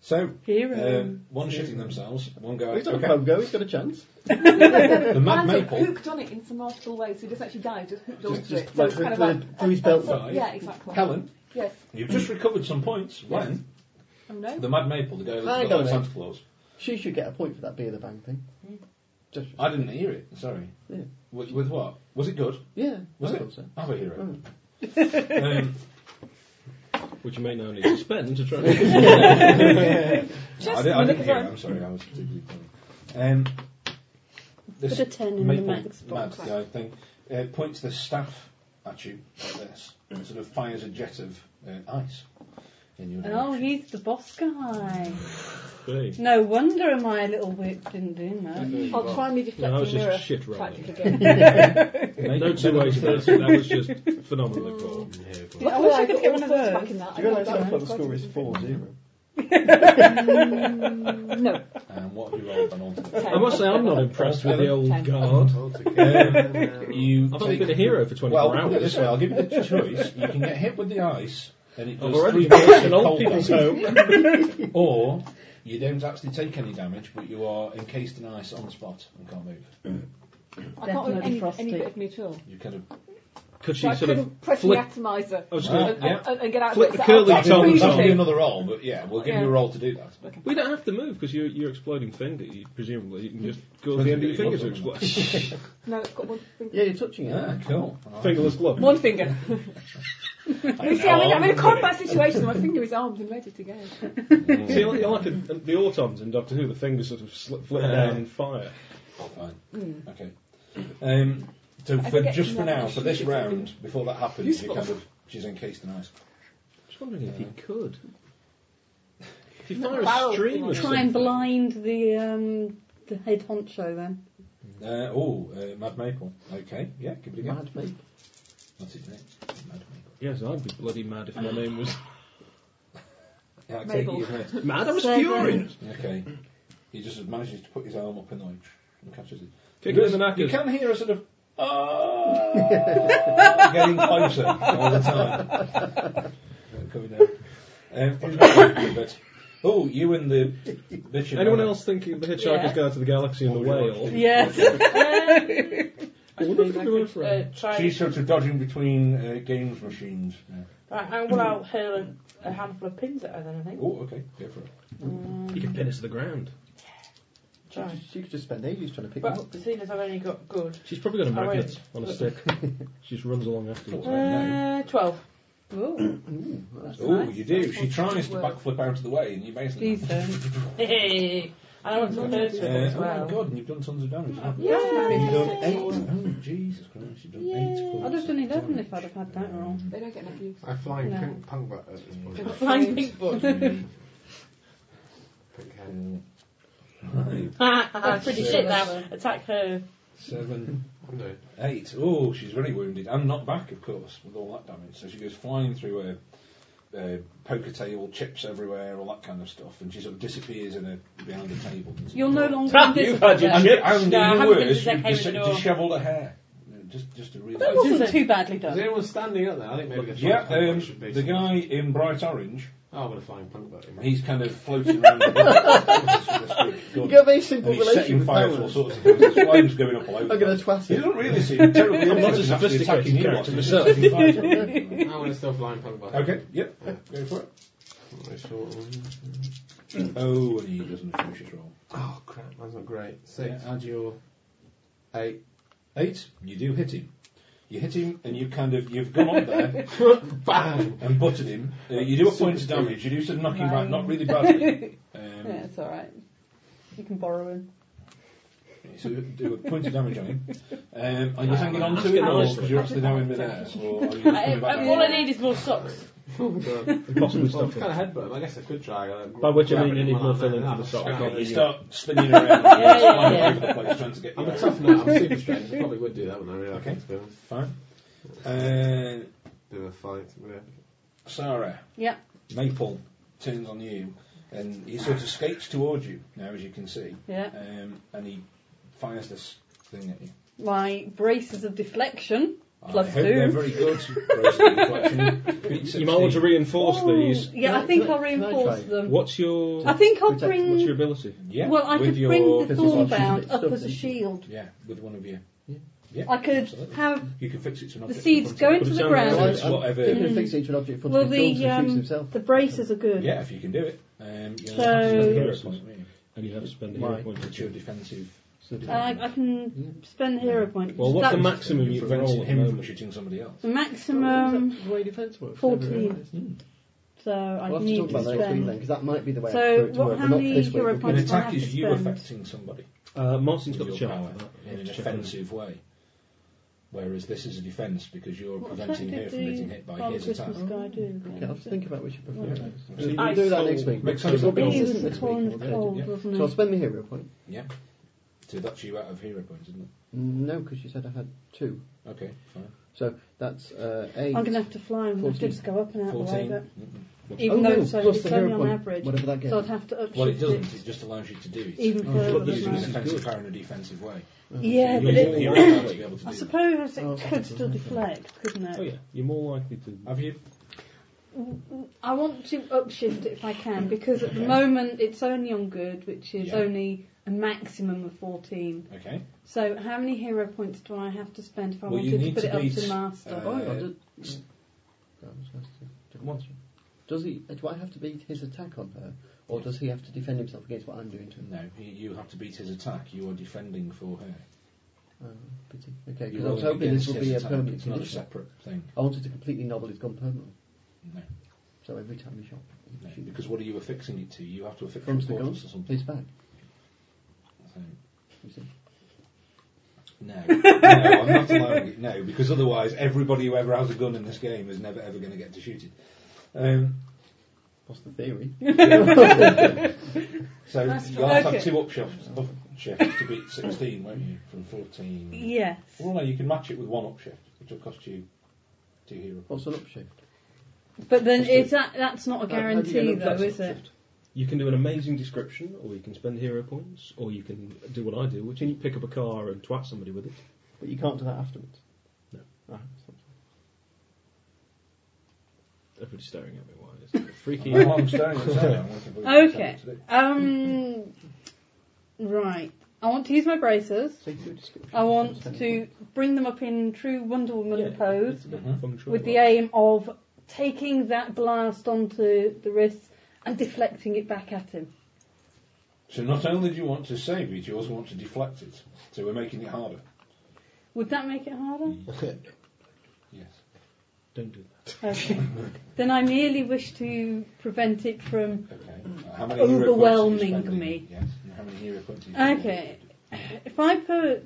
[SPEAKER 7] So
[SPEAKER 4] Hero.
[SPEAKER 7] um, one shitting themselves, one guy.
[SPEAKER 9] He's on
[SPEAKER 7] Okay.
[SPEAKER 9] a pogo, he's got a chance.
[SPEAKER 7] The mad
[SPEAKER 14] Man's like
[SPEAKER 7] maple.
[SPEAKER 14] hooked on it in some artful way, so he doesn't actually die, just hooked
[SPEAKER 9] Just-
[SPEAKER 14] onto
[SPEAKER 9] just
[SPEAKER 14] it. So
[SPEAKER 9] like
[SPEAKER 14] it's kind of
[SPEAKER 9] hooked
[SPEAKER 14] like,
[SPEAKER 9] through his belt.
[SPEAKER 14] that's- Yeah, exactly.
[SPEAKER 7] Helen,
[SPEAKER 14] Yes.
[SPEAKER 7] you've just recovered some points when
[SPEAKER 14] Oh no.
[SPEAKER 7] the mad maple, the guy that
[SPEAKER 9] Hang
[SPEAKER 7] looked
[SPEAKER 9] on a
[SPEAKER 7] like
[SPEAKER 9] minute.
[SPEAKER 7] Santa Claus.
[SPEAKER 9] She should get a point for that beer the bang thing.
[SPEAKER 14] Mm.
[SPEAKER 9] Just,
[SPEAKER 7] I didn't hear it. Sorry.
[SPEAKER 9] Yeah.
[SPEAKER 7] With, with what? Was it good?
[SPEAKER 9] yeah,
[SPEAKER 7] Was
[SPEAKER 9] I
[SPEAKER 7] it?
[SPEAKER 9] thought so.
[SPEAKER 7] I'm a hero. um,
[SPEAKER 8] Which you may now need to spend to try and
[SPEAKER 7] I, did, I didn't hear it. I'm sorry. I was particularly funny. Um, this
[SPEAKER 6] Put a 10 in the
[SPEAKER 7] maple
[SPEAKER 6] max box.
[SPEAKER 7] mad guy thing uh, points the staff at you like this and sort of fires a jet of uh, ice in your
[SPEAKER 6] Oh,
[SPEAKER 7] direction.
[SPEAKER 6] he's the boss guy.
[SPEAKER 8] see.
[SPEAKER 6] No wonder my little wit didn't do
[SPEAKER 7] Mm-hmm.
[SPEAKER 6] much.
[SPEAKER 14] I'll try me
[SPEAKER 8] No, that was
[SPEAKER 14] deflecting
[SPEAKER 8] just
[SPEAKER 14] mirror
[SPEAKER 8] shit rolling.
[SPEAKER 14] tactic again.
[SPEAKER 7] Make
[SPEAKER 8] No
[SPEAKER 7] it
[SPEAKER 8] two ways
[SPEAKER 7] better.
[SPEAKER 8] about it. That was just phenomenally poor.
[SPEAKER 6] I wish I could get one of
[SPEAKER 14] Back
[SPEAKER 6] those.
[SPEAKER 14] in that.
[SPEAKER 9] Do you realise
[SPEAKER 14] I
[SPEAKER 9] how
[SPEAKER 14] know
[SPEAKER 9] close
[SPEAKER 14] that.
[SPEAKER 9] the score is 4 0?
[SPEAKER 14] No.
[SPEAKER 7] And what have you rolled on alternate?
[SPEAKER 8] I must say, I'm not impressed with the old
[SPEAKER 14] Ten.
[SPEAKER 8] guard.
[SPEAKER 7] You
[SPEAKER 8] I've only
[SPEAKER 7] take-
[SPEAKER 8] been a hero for 24
[SPEAKER 7] well, put it
[SPEAKER 8] hours.
[SPEAKER 7] this way, I'll give you the choice. You can get hit with the ice, and it
[SPEAKER 8] I've
[SPEAKER 7] does three
[SPEAKER 8] already been
[SPEAKER 7] points
[SPEAKER 8] to
[SPEAKER 7] of
[SPEAKER 8] an old
[SPEAKER 7] cold
[SPEAKER 8] people's
[SPEAKER 7] damage,
[SPEAKER 8] home.
[SPEAKER 7] or you don't actually take any damage, but you are encased in ice on the spot and can't move.
[SPEAKER 14] I can't remember any,
[SPEAKER 6] Frosty.
[SPEAKER 14] any bit of me at all.
[SPEAKER 7] You kind of
[SPEAKER 8] Could
[SPEAKER 14] So
[SPEAKER 8] she
[SPEAKER 14] I
[SPEAKER 8] sort of
[SPEAKER 14] couldn't press the
[SPEAKER 8] flip?
[SPEAKER 14] atomizer
[SPEAKER 8] I was
[SPEAKER 7] Well,
[SPEAKER 8] gonna,
[SPEAKER 14] and,
[SPEAKER 7] yeah.
[SPEAKER 14] and, and get out
[SPEAKER 8] Flip
[SPEAKER 14] of
[SPEAKER 8] the curly
[SPEAKER 14] That's
[SPEAKER 8] tongs
[SPEAKER 14] really
[SPEAKER 7] that'll be
[SPEAKER 14] cheap.
[SPEAKER 7] another roll, but yeah, we'll give you
[SPEAKER 14] Yeah.
[SPEAKER 7] a roll to do that.
[SPEAKER 8] we don't have to move because you're, you're exploding finger. You, presumably, you can just go to the end of your finger to explode.
[SPEAKER 14] No, it's got one finger.
[SPEAKER 9] Yeah, you're touching it.
[SPEAKER 7] Yeah, cool. All right.
[SPEAKER 8] Fingerless glove.
[SPEAKER 14] One finger. You see, I'm in, I'm in a combat
[SPEAKER 7] combat.
[SPEAKER 14] situation. My finger is armed and ready to go.
[SPEAKER 8] See, you're like, you're like a, the autons in Doctor Who. The fingers sort of slip, flip down and fire.
[SPEAKER 7] Fine. Okay. Um, so
[SPEAKER 14] I
[SPEAKER 7] for,
[SPEAKER 14] get
[SPEAKER 7] just
[SPEAKER 14] no,
[SPEAKER 7] for now, for this
[SPEAKER 14] she's-
[SPEAKER 7] round, before that happens, you kind of she's encased in ice.
[SPEAKER 8] Just wondering if you could. If you
[SPEAKER 14] Not
[SPEAKER 8] fire
[SPEAKER 14] barrel
[SPEAKER 8] a stream, or
[SPEAKER 6] Try
[SPEAKER 8] something.
[SPEAKER 6] and blind the um, the head honcho then.
[SPEAKER 7] Uh, oh, uh, Mad Maple. Okay, yeah, give it a go.
[SPEAKER 9] Mad me.
[SPEAKER 7] What's his name? Mad Maple.
[SPEAKER 8] Yes, I'd be bloody mad if my name was
[SPEAKER 7] Yeah, I take it you've missed.
[SPEAKER 8] mad. I was
[SPEAKER 6] Seven.
[SPEAKER 8] furious.
[SPEAKER 7] Okay. He just manages to put his arm up in the way and catches it. There
[SPEAKER 8] Kick it in
[SPEAKER 7] is-
[SPEAKER 8] the
[SPEAKER 7] you
[SPEAKER 8] knackers.
[SPEAKER 7] can hear a sort of "Ah," getting closer all the time. Uh, Coming down. Um, who's got a bit? Oh, you and the bitch.
[SPEAKER 8] Anyone else thinking the Hitchhiker's
[SPEAKER 4] Yeah.
[SPEAKER 8] Guide to the Galaxy and the Whale?
[SPEAKER 4] Yes. um, I
[SPEAKER 8] Well,
[SPEAKER 4] think
[SPEAKER 8] look
[SPEAKER 4] I
[SPEAKER 8] at the
[SPEAKER 4] could, uh, try.
[SPEAKER 7] She's sort of dodging between uh, games machines.
[SPEAKER 4] Right, I will out hurl a, a handful of pins at her then, I think.
[SPEAKER 7] Oh, okay, go for it.
[SPEAKER 8] You can pin it to the ground.
[SPEAKER 4] Try.
[SPEAKER 9] She could just spend ages trying to pick them up.
[SPEAKER 4] But seeing as I've only got good.
[SPEAKER 8] She's probably got a
[SPEAKER 4] I
[SPEAKER 8] magnet
[SPEAKER 4] won't.
[SPEAKER 8] on a stick. she just runs along after you.
[SPEAKER 4] Uh, 12.
[SPEAKER 6] Ooh.
[SPEAKER 7] Oh, you do. She tries to backflip out of the way, and you basically.
[SPEAKER 4] Please don't. Hey. I don't want to hurt her
[SPEAKER 7] Uh,
[SPEAKER 4] as
[SPEAKER 7] oh
[SPEAKER 4] well.
[SPEAKER 7] my god, and you've done tons of damage. haven't you?
[SPEAKER 6] Yeah.
[SPEAKER 7] You've done eight. Oh, Jesus Christ, you've done eight.
[SPEAKER 6] I'd have done 11 if I'd have had that roll.
[SPEAKER 14] They don't get enough use.
[SPEAKER 5] I flying
[SPEAKER 6] No.
[SPEAKER 5] pink punk bat at this point.
[SPEAKER 4] Flying pink book.
[SPEAKER 5] Pink hand.
[SPEAKER 7] Right.
[SPEAKER 4] Pretty shit now. Attack her.
[SPEAKER 7] Seven,
[SPEAKER 5] I'm doing.
[SPEAKER 7] eight. Oh, she's very wounded. And knocked back, of course, with all that damage. So she goes flying through a, a poker table, chips everywhere, all that kind of stuff. And she sort of disappears in a, behind a table.
[SPEAKER 6] You're no longer
[SPEAKER 7] Crap,
[SPEAKER 6] invisible
[SPEAKER 7] You've had your
[SPEAKER 6] then.
[SPEAKER 7] chips. And
[SPEAKER 4] No, I
[SPEAKER 7] even
[SPEAKER 4] haven't been
[SPEAKER 7] worse,
[SPEAKER 4] to the
[SPEAKER 7] you've
[SPEAKER 4] Haven
[SPEAKER 7] dis-
[SPEAKER 4] at all.
[SPEAKER 7] dishevelled her hair. Uh, Just, just a real.
[SPEAKER 6] That wasn't too badly
[SPEAKER 5] Is
[SPEAKER 6] done.
[SPEAKER 5] anyone standing up there? I think maybe the
[SPEAKER 7] Yeah,
[SPEAKER 5] flying
[SPEAKER 7] um,
[SPEAKER 5] punk bat should be.
[SPEAKER 7] the guy in bright orange,
[SPEAKER 5] Oh, with a flying punk bat. in my-
[SPEAKER 7] he's kind of floating around. the room.
[SPEAKER 9] You've got a very simple
[SPEAKER 7] and he's
[SPEAKER 9] relation
[SPEAKER 7] setting
[SPEAKER 9] with
[SPEAKER 7] fire to all
[SPEAKER 9] powers.
[SPEAKER 7] sorts of things. There's flames going up all over.
[SPEAKER 9] I'm going to twat
[SPEAKER 7] He
[SPEAKER 9] it.
[SPEAKER 7] doesn't really seem terribly
[SPEAKER 8] I'm not
[SPEAKER 7] interested in
[SPEAKER 8] a
[SPEAKER 7] actually
[SPEAKER 8] sophisticated
[SPEAKER 7] attacking you
[SPEAKER 8] character
[SPEAKER 7] lot.
[SPEAKER 8] myself.
[SPEAKER 7] He's fighting.
[SPEAKER 5] I want to still flying punk bat.
[SPEAKER 7] okay, yep, go for it.
[SPEAKER 5] Alright, so, um,
[SPEAKER 7] Oh, and he doesn't finish his roll.
[SPEAKER 5] Oh crap, that's not great. Six.
[SPEAKER 7] Yeah, add your eight. Eight, you do hit him. You hit him, and you kind of you've gone up there, bam, and butted him. Uh, you do a point of damage. You do some knocking back, not really badly. Um,
[SPEAKER 6] Yeah, it's alright. You can borrow him.
[SPEAKER 7] So you do a point of damage on him, um, and you're hanging on to it
[SPEAKER 8] I'm
[SPEAKER 7] all
[SPEAKER 8] just-
[SPEAKER 7] because you're actually now in midair. Or are you
[SPEAKER 4] I,
[SPEAKER 7] coming back
[SPEAKER 4] I, all I need is more socks.
[SPEAKER 8] Possibly
[SPEAKER 5] Well,
[SPEAKER 8] stuff.
[SPEAKER 5] kind of headbutt. him. I guess I could try. uh,
[SPEAKER 8] By which I
[SPEAKER 5] grab
[SPEAKER 8] mean
[SPEAKER 5] it
[SPEAKER 8] you
[SPEAKER 5] in
[SPEAKER 8] need
[SPEAKER 5] one
[SPEAKER 8] more
[SPEAKER 5] hand
[SPEAKER 8] filling
[SPEAKER 5] and
[SPEAKER 8] for the
[SPEAKER 5] I'll
[SPEAKER 8] sock.
[SPEAKER 5] grab
[SPEAKER 7] You
[SPEAKER 5] it.
[SPEAKER 7] start spinning around, and
[SPEAKER 4] Yeah,
[SPEAKER 7] flying
[SPEAKER 4] yeah,
[SPEAKER 7] over the place, trying to get.
[SPEAKER 5] I'm
[SPEAKER 7] you
[SPEAKER 5] a
[SPEAKER 7] out.
[SPEAKER 5] tough nut. I'm super strength. I probably would do that when I really
[SPEAKER 7] Okay.
[SPEAKER 5] okay. bit of-
[SPEAKER 7] Fine. Uh,
[SPEAKER 5] bit of a fight. Yeah.
[SPEAKER 7] Sarah,
[SPEAKER 6] Yeah.
[SPEAKER 7] Maple turns on you, and he sort of skates towards you now, as you can see.
[SPEAKER 6] Yeah.
[SPEAKER 7] Um, and he fires this thing at you.
[SPEAKER 6] My braces of deflection. Plus
[SPEAKER 7] I hope
[SPEAKER 6] two.
[SPEAKER 7] they're very good. Rosie Collection. Beat
[SPEAKER 8] You might want to
[SPEAKER 7] 16.
[SPEAKER 8] reinforce
[SPEAKER 6] Ooh,
[SPEAKER 8] these.
[SPEAKER 6] Yeah,
[SPEAKER 9] Can
[SPEAKER 6] I
[SPEAKER 9] I-
[SPEAKER 6] think
[SPEAKER 9] can
[SPEAKER 6] I'll
[SPEAKER 9] I- can I
[SPEAKER 6] reinforce
[SPEAKER 9] try?
[SPEAKER 6] them.
[SPEAKER 8] What's your
[SPEAKER 6] Oh. I think I'll
[SPEAKER 9] Protect-
[SPEAKER 6] bring.
[SPEAKER 8] what's your ability?
[SPEAKER 7] Yeah.
[SPEAKER 6] well, I
[SPEAKER 7] with
[SPEAKER 6] could
[SPEAKER 7] your
[SPEAKER 6] bring the
[SPEAKER 9] physical
[SPEAKER 6] thornbound
[SPEAKER 9] attributes,
[SPEAKER 6] up as a
[SPEAKER 9] don't you?
[SPEAKER 6] shield.
[SPEAKER 7] Yeah, with one of you.
[SPEAKER 6] I could
[SPEAKER 7] Absolutely.
[SPEAKER 6] have
[SPEAKER 7] You can fix it to an
[SPEAKER 6] the
[SPEAKER 7] object in front
[SPEAKER 6] seeds
[SPEAKER 7] of
[SPEAKER 6] go
[SPEAKER 7] you.
[SPEAKER 6] into
[SPEAKER 8] Put it
[SPEAKER 6] the
[SPEAKER 8] down
[SPEAKER 6] ground.
[SPEAKER 8] there.
[SPEAKER 9] Well,
[SPEAKER 7] it's
[SPEAKER 9] I'm-
[SPEAKER 7] whatever-
[SPEAKER 9] If you fix it to an object in front
[SPEAKER 6] Well,
[SPEAKER 9] of his door, so
[SPEAKER 6] the
[SPEAKER 9] he shoots
[SPEAKER 6] um,
[SPEAKER 9] himself.
[SPEAKER 6] the braces are good.
[SPEAKER 7] Yeah, if you can do it. Um, you
[SPEAKER 6] So-
[SPEAKER 8] And you have to spend a hero
[SPEAKER 7] Why?
[SPEAKER 8] point.
[SPEAKER 7] It's your defensive.
[SPEAKER 9] So did
[SPEAKER 6] I, I can
[SPEAKER 7] Mm.
[SPEAKER 6] spend hero point.
[SPEAKER 8] Well, what's
[SPEAKER 6] That-
[SPEAKER 8] the maximum
[SPEAKER 7] You
[SPEAKER 8] you can
[SPEAKER 7] prevented
[SPEAKER 8] roll at the
[SPEAKER 7] uh, him from
[SPEAKER 8] moment?
[SPEAKER 7] shooting somebody else.
[SPEAKER 6] the
[SPEAKER 9] Um,
[SPEAKER 6] maximum?
[SPEAKER 9] the way defence works.
[SPEAKER 6] 14.
[SPEAKER 9] Everywhere, isn't it?
[SPEAKER 6] So I
[SPEAKER 9] We'll have to
[SPEAKER 6] need
[SPEAKER 9] talk
[SPEAKER 6] to
[SPEAKER 9] about that next week then,
[SPEAKER 6] spend.
[SPEAKER 9] because that might be the way
[SPEAKER 6] So,
[SPEAKER 9] for it to
[SPEAKER 6] what-
[SPEAKER 9] work.
[SPEAKER 6] how
[SPEAKER 9] but not
[SPEAKER 6] many
[SPEAKER 9] this week,
[SPEAKER 6] euro
[SPEAKER 9] because-
[SPEAKER 7] An
[SPEAKER 6] points I'll
[SPEAKER 7] attack
[SPEAKER 6] have to
[SPEAKER 7] is you
[SPEAKER 6] spend.
[SPEAKER 7] affecting somebody
[SPEAKER 8] Uh, Martin's
[SPEAKER 7] with
[SPEAKER 8] got the
[SPEAKER 7] your
[SPEAKER 8] chart.
[SPEAKER 7] power
[SPEAKER 8] for that.
[SPEAKER 7] in an
[SPEAKER 8] Check
[SPEAKER 7] offensive way. Whereas this is a defence because you're
[SPEAKER 6] What
[SPEAKER 7] preventing her
[SPEAKER 6] effect
[SPEAKER 7] from
[SPEAKER 6] did
[SPEAKER 7] getting
[SPEAKER 6] the
[SPEAKER 7] hit by
[SPEAKER 6] Father
[SPEAKER 7] his attack.
[SPEAKER 6] Christmas guy do?
[SPEAKER 9] Okay, I'll just think about which you prefer.
[SPEAKER 6] Okay.
[SPEAKER 9] So
[SPEAKER 7] Okay.
[SPEAKER 9] we'll do that
[SPEAKER 7] Ice
[SPEAKER 9] next week.
[SPEAKER 7] cold. Makes
[SPEAKER 9] Because it'll be
[SPEAKER 7] sense.
[SPEAKER 6] He
[SPEAKER 9] consistent
[SPEAKER 6] was
[SPEAKER 9] next week.
[SPEAKER 6] torn
[SPEAKER 9] we'll do it.
[SPEAKER 6] cold,
[SPEAKER 7] yeah.
[SPEAKER 6] wasn't
[SPEAKER 9] So I'll
[SPEAKER 6] he?
[SPEAKER 9] spend my hero point.
[SPEAKER 7] Yeah. So that's you out of hero points, isn't
[SPEAKER 9] No, because you said I had two.
[SPEAKER 7] it? Okay, fine.
[SPEAKER 9] So that's uh, eight.
[SPEAKER 6] I'm going to have to fly and have to
[SPEAKER 9] 14.
[SPEAKER 6] just go up and out of the way.
[SPEAKER 7] 14.
[SPEAKER 6] But
[SPEAKER 7] Mm-mm.
[SPEAKER 6] even
[SPEAKER 9] Oh, no,
[SPEAKER 6] though it's, only,
[SPEAKER 9] plus
[SPEAKER 6] it's
[SPEAKER 9] the hero
[SPEAKER 6] only on
[SPEAKER 9] point,
[SPEAKER 6] average,
[SPEAKER 9] whatever that
[SPEAKER 6] so I'd
[SPEAKER 9] gets.
[SPEAKER 6] have to upshift
[SPEAKER 7] Well, it doesn't.
[SPEAKER 6] it
[SPEAKER 7] It just allows you to do it.
[SPEAKER 6] even further.
[SPEAKER 8] but
[SPEAKER 6] than
[SPEAKER 8] this
[SPEAKER 7] Using
[SPEAKER 8] is
[SPEAKER 7] an
[SPEAKER 6] that.
[SPEAKER 8] good.
[SPEAKER 7] offensive power in a defensive way.
[SPEAKER 6] Yeah,
[SPEAKER 7] You're
[SPEAKER 6] but
[SPEAKER 7] using the
[SPEAKER 6] it,
[SPEAKER 7] hero power to be able to do
[SPEAKER 6] I
[SPEAKER 7] that.
[SPEAKER 6] suppose
[SPEAKER 9] Oh,
[SPEAKER 6] it
[SPEAKER 9] okay.
[SPEAKER 6] could still deflect, couldn't it?
[SPEAKER 8] Oh yeah, you're more likely to.
[SPEAKER 7] Have you?
[SPEAKER 6] Mm, I want to upshift it if I can because at the moment it's only on good, which is
[SPEAKER 7] Mm. Yeah.
[SPEAKER 6] only a maximum of 14.
[SPEAKER 7] Okay.
[SPEAKER 6] So how many hero points do I have to spend if I
[SPEAKER 7] Well, you
[SPEAKER 6] wanted to
[SPEAKER 7] need
[SPEAKER 6] put
[SPEAKER 7] to
[SPEAKER 6] it up
[SPEAKER 7] beat,
[SPEAKER 6] to master?
[SPEAKER 7] uh,
[SPEAKER 9] Oh, hang on, did- Oh, I was gonna say, different question. Does he? Do I have to beat his attack on her, or does he have to defend himself against what I'm doing to him?
[SPEAKER 7] No, he, you have to beat his attack. You are defending for her.
[SPEAKER 9] Oh, pity. Okay,
[SPEAKER 7] You're
[SPEAKER 9] because I was
[SPEAKER 7] rolling
[SPEAKER 9] hoping this
[SPEAKER 7] against
[SPEAKER 9] would
[SPEAKER 7] his
[SPEAKER 9] be a
[SPEAKER 7] attack.
[SPEAKER 9] permanent
[SPEAKER 7] It's not a
[SPEAKER 9] condition.
[SPEAKER 7] separate thing.
[SPEAKER 9] I wanted to completely novel his gun permanently.
[SPEAKER 7] No,
[SPEAKER 9] So every time he shot,
[SPEAKER 7] no.
[SPEAKER 9] he
[SPEAKER 7] Because what are you affixing it to? You have to affix
[SPEAKER 9] comes the gun,
[SPEAKER 7] importance or something.
[SPEAKER 9] his back.
[SPEAKER 7] So,
[SPEAKER 9] You see.
[SPEAKER 7] no, no, I'm not allowing it. No, because otherwise everybody who ever has a gun in this game is never ever going to get to shoot it. Um,
[SPEAKER 9] What's the theory?
[SPEAKER 7] so
[SPEAKER 6] That's
[SPEAKER 7] you'll have to
[SPEAKER 6] okay.
[SPEAKER 7] have two up shifts, up shifts to beat 16, won't you? From 14.
[SPEAKER 6] Yes.
[SPEAKER 7] Well, no, you can match it with one up shift, which will cost you two hero points.
[SPEAKER 9] What's an upshift?
[SPEAKER 6] But then is that that's not a
[SPEAKER 9] How- how do you
[SPEAKER 6] guarantee
[SPEAKER 9] end up-
[SPEAKER 6] though, is
[SPEAKER 9] that's
[SPEAKER 6] it?
[SPEAKER 9] an upshift.
[SPEAKER 8] You can do an amazing description, or you can spend hero points, or you can do what I do, which is pick up a car and twat somebody with it.
[SPEAKER 9] But you can't do that afterwards.
[SPEAKER 8] No.
[SPEAKER 9] Ah, that's not-
[SPEAKER 8] Everybody's staring at me. Why? It's a freaky.
[SPEAKER 7] Oh, I'm staring at Sarah.
[SPEAKER 6] Okay. Um. Right. I want to use my braces. I want to bring them up in true Wonder Woman pose with the aim of taking that blast onto the wrist and deflecting it back at him.
[SPEAKER 7] So not only do you want to save it, you also want to deflect it. So we're making it harder.
[SPEAKER 6] Would that make it harder?
[SPEAKER 7] yes.
[SPEAKER 8] Don't do that.
[SPEAKER 6] Okay. then I merely wish to prevent it from
[SPEAKER 7] Uh, How many hero points are you
[SPEAKER 6] overwhelming
[SPEAKER 7] spending?
[SPEAKER 6] me.
[SPEAKER 7] Yes. And how many hero points? Are you spending?
[SPEAKER 6] Okay. If I put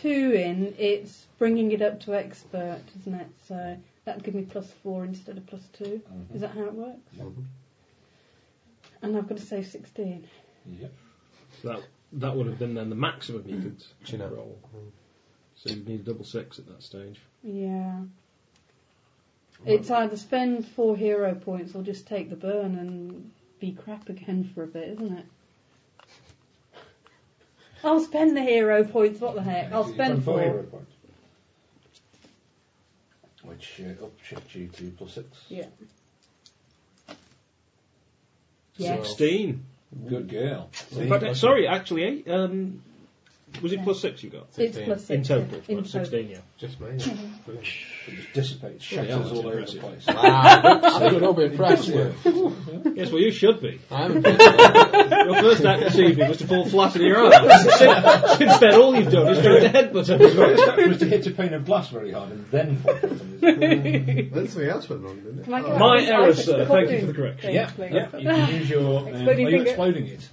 [SPEAKER 6] two in, it's bringing it up to expert, isn't it? So that'd give me plus four instead of plus 2
[SPEAKER 7] Mm-hmm.
[SPEAKER 6] Is that how it works? And I've got to save 16.
[SPEAKER 7] Yep.
[SPEAKER 8] So that that would have been then the maximum you could roll. So you'd need a double six at that stage.
[SPEAKER 6] Yeah. It's either spend four hero points or just take the burn and be crap again for a bit, isn't it? I'll spend the hero points, what the heck? I'll
[SPEAKER 7] You
[SPEAKER 6] spend
[SPEAKER 7] spend
[SPEAKER 6] four.
[SPEAKER 7] hero points. Which uh, upshifts you to plus six.
[SPEAKER 6] Yeah. Yeah.
[SPEAKER 8] Sixteen.
[SPEAKER 6] Mm.
[SPEAKER 7] Good girl.
[SPEAKER 8] In fact, uh, sorry, actually, eight. Um, was it plus six you got?
[SPEAKER 6] It's plus six,
[SPEAKER 8] In total.
[SPEAKER 6] yeah. In
[SPEAKER 8] well,
[SPEAKER 6] total.
[SPEAKER 8] Sixteen, yeah.
[SPEAKER 5] Just me. Brilliant.
[SPEAKER 7] It just dissipates, shatters
[SPEAKER 8] Yeah, that's
[SPEAKER 7] all over the
[SPEAKER 8] impressive.
[SPEAKER 7] place. Ah,
[SPEAKER 5] Wow, I'm a little bit impressed
[SPEAKER 8] Good
[SPEAKER 5] with you.
[SPEAKER 8] work. yes, well, you should be.
[SPEAKER 5] I'm
[SPEAKER 8] your first act this evening was to fall flat in your arms. since, since then, all you've done is tried to headbutt
[SPEAKER 7] Your first
[SPEAKER 8] everybody.
[SPEAKER 7] act was to hit a pane of glass very hard and then fall.
[SPEAKER 5] That's something else went wrong, didn't it?
[SPEAKER 6] Can I get
[SPEAKER 8] My
[SPEAKER 6] that piece of
[SPEAKER 8] error,
[SPEAKER 6] ice
[SPEAKER 8] sir.
[SPEAKER 6] that's
[SPEAKER 8] Thank you
[SPEAKER 6] popped
[SPEAKER 8] for the
[SPEAKER 6] in?
[SPEAKER 8] correction.
[SPEAKER 7] Yeah,
[SPEAKER 6] Thank
[SPEAKER 7] yeah.
[SPEAKER 6] you.
[SPEAKER 7] You can use your. Um, are
[SPEAKER 14] Exploding
[SPEAKER 7] you
[SPEAKER 14] finger.
[SPEAKER 7] exploding it?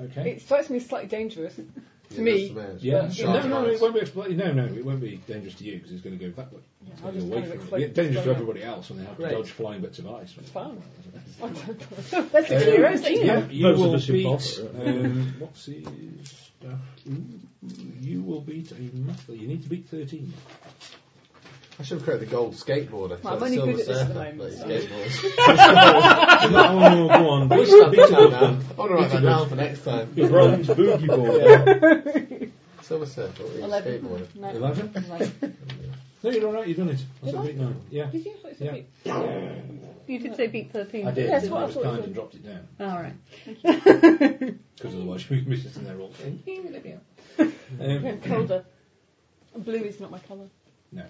[SPEAKER 7] Okay.
[SPEAKER 14] It strikes me as slightly dangerous to
[SPEAKER 5] that's
[SPEAKER 14] me.
[SPEAKER 5] the best.
[SPEAKER 7] Yeah.
[SPEAKER 5] Sharp
[SPEAKER 7] No, no,
[SPEAKER 5] eyes.
[SPEAKER 7] it won't be exploding. No, no, it won't be dangerous to you because it's going to go that way. It's
[SPEAKER 14] I'll
[SPEAKER 7] going to
[SPEAKER 14] just
[SPEAKER 7] go away
[SPEAKER 14] kind of
[SPEAKER 7] from
[SPEAKER 14] explode-
[SPEAKER 7] you. It's dangerous to
[SPEAKER 14] explode.
[SPEAKER 7] everybody else, and they have to
[SPEAKER 14] Great.
[SPEAKER 7] dodge flying bits of ice. It's
[SPEAKER 14] fun.
[SPEAKER 7] That's
[SPEAKER 14] That's
[SPEAKER 7] a
[SPEAKER 14] a
[SPEAKER 7] hero,
[SPEAKER 14] hero.
[SPEAKER 7] isn't it? Yeah. You
[SPEAKER 8] Most of
[SPEAKER 7] will
[SPEAKER 8] us who
[SPEAKER 7] beat,
[SPEAKER 8] bother,
[SPEAKER 7] um, what's his stuff? Ooh, You will beat a math. You need to beat 13.
[SPEAKER 5] I should have created the gold skateboarder.
[SPEAKER 14] Well, I'm only
[SPEAKER 5] Silver
[SPEAKER 14] good at this at the
[SPEAKER 5] surfer,
[SPEAKER 14] moment,
[SPEAKER 5] like skateboards.
[SPEAKER 7] no, go on.
[SPEAKER 5] I
[SPEAKER 7] Beat
[SPEAKER 5] should
[SPEAKER 7] a
[SPEAKER 5] have beat
[SPEAKER 7] good
[SPEAKER 5] that
[SPEAKER 7] one.
[SPEAKER 5] down. I want to write that down for next time.
[SPEAKER 7] Your bronze boogie board.
[SPEAKER 5] Silver surfer, what are you,
[SPEAKER 14] Eleven.
[SPEAKER 5] skateboarder.
[SPEAKER 14] No.
[SPEAKER 7] Eleven? No, you're all right. You've done it. I said beat nine. Yeah.
[SPEAKER 14] Did you? I thought you said
[SPEAKER 7] Yeah.
[SPEAKER 14] beat-
[SPEAKER 6] You did say beat 13.
[SPEAKER 7] I did.
[SPEAKER 14] Yes,
[SPEAKER 7] and
[SPEAKER 14] what
[SPEAKER 7] I
[SPEAKER 14] I
[SPEAKER 7] was
[SPEAKER 14] thought it
[SPEAKER 7] kind
[SPEAKER 14] was.
[SPEAKER 7] and dropped it down
[SPEAKER 6] Alright.
[SPEAKER 7] because otherwise you'd be sitting there all day.
[SPEAKER 8] Mm-hmm.
[SPEAKER 14] I'm colder. Blue is not my colour.
[SPEAKER 7] No.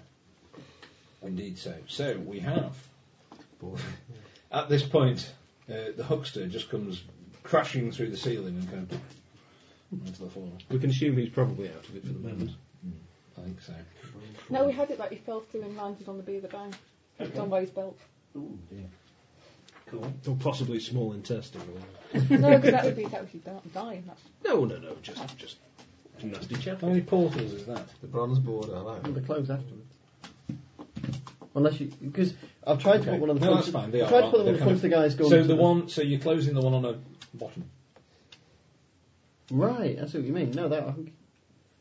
[SPEAKER 7] Indeed so. So we have. At this point, uh, the huckster just comes crashing through the ceiling and kind of into the floor.
[SPEAKER 8] We can assume he's probably out of it for the moment.
[SPEAKER 7] Mm-hmm. I think so.
[SPEAKER 14] No, we had it like he fell through and landed on the B of the bang. Done by his belt.
[SPEAKER 7] Cool.
[SPEAKER 8] Or possibly small intestine. or whatever.
[SPEAKER 14] No, because that would be that would be di- dying. That's
[SPEAKER 8] No, no, no, just just nasty chap.
[SPEAKER 7] How many portals is that?
[SPEAKER 5] The bronze board, I like
[SPEAKER 9] And
[SPEAKER 5] that.
[SPEAKER 9] the clothes afterwards. Unless you, because I've tried to
[SPEAKER 7] Okay.
[SPEAKER 9] put one on the
[SPEAKER 7] no, that's
[SPEAKER 9] front.
[SPEAKER 7] fine. They
[SPEAKER 9] I've
[SPEAKER 7] are.
[SPEAKER 9] tried to
[SPEAKER 7] aren't
[SPEAKER 9] put
[SPEAKER 7] they?
[SPEAKER 9] one on the
[SPEAKER 7] They're
[SPEAKER 9] front of the guys going.
[SPEAKER 7] So
[SPEAKER 9] to
[SPEAKER 7] the one. So you're closing the one on the bottom.
[SPEAKER 9] Right, I see what you mean. No, that I think.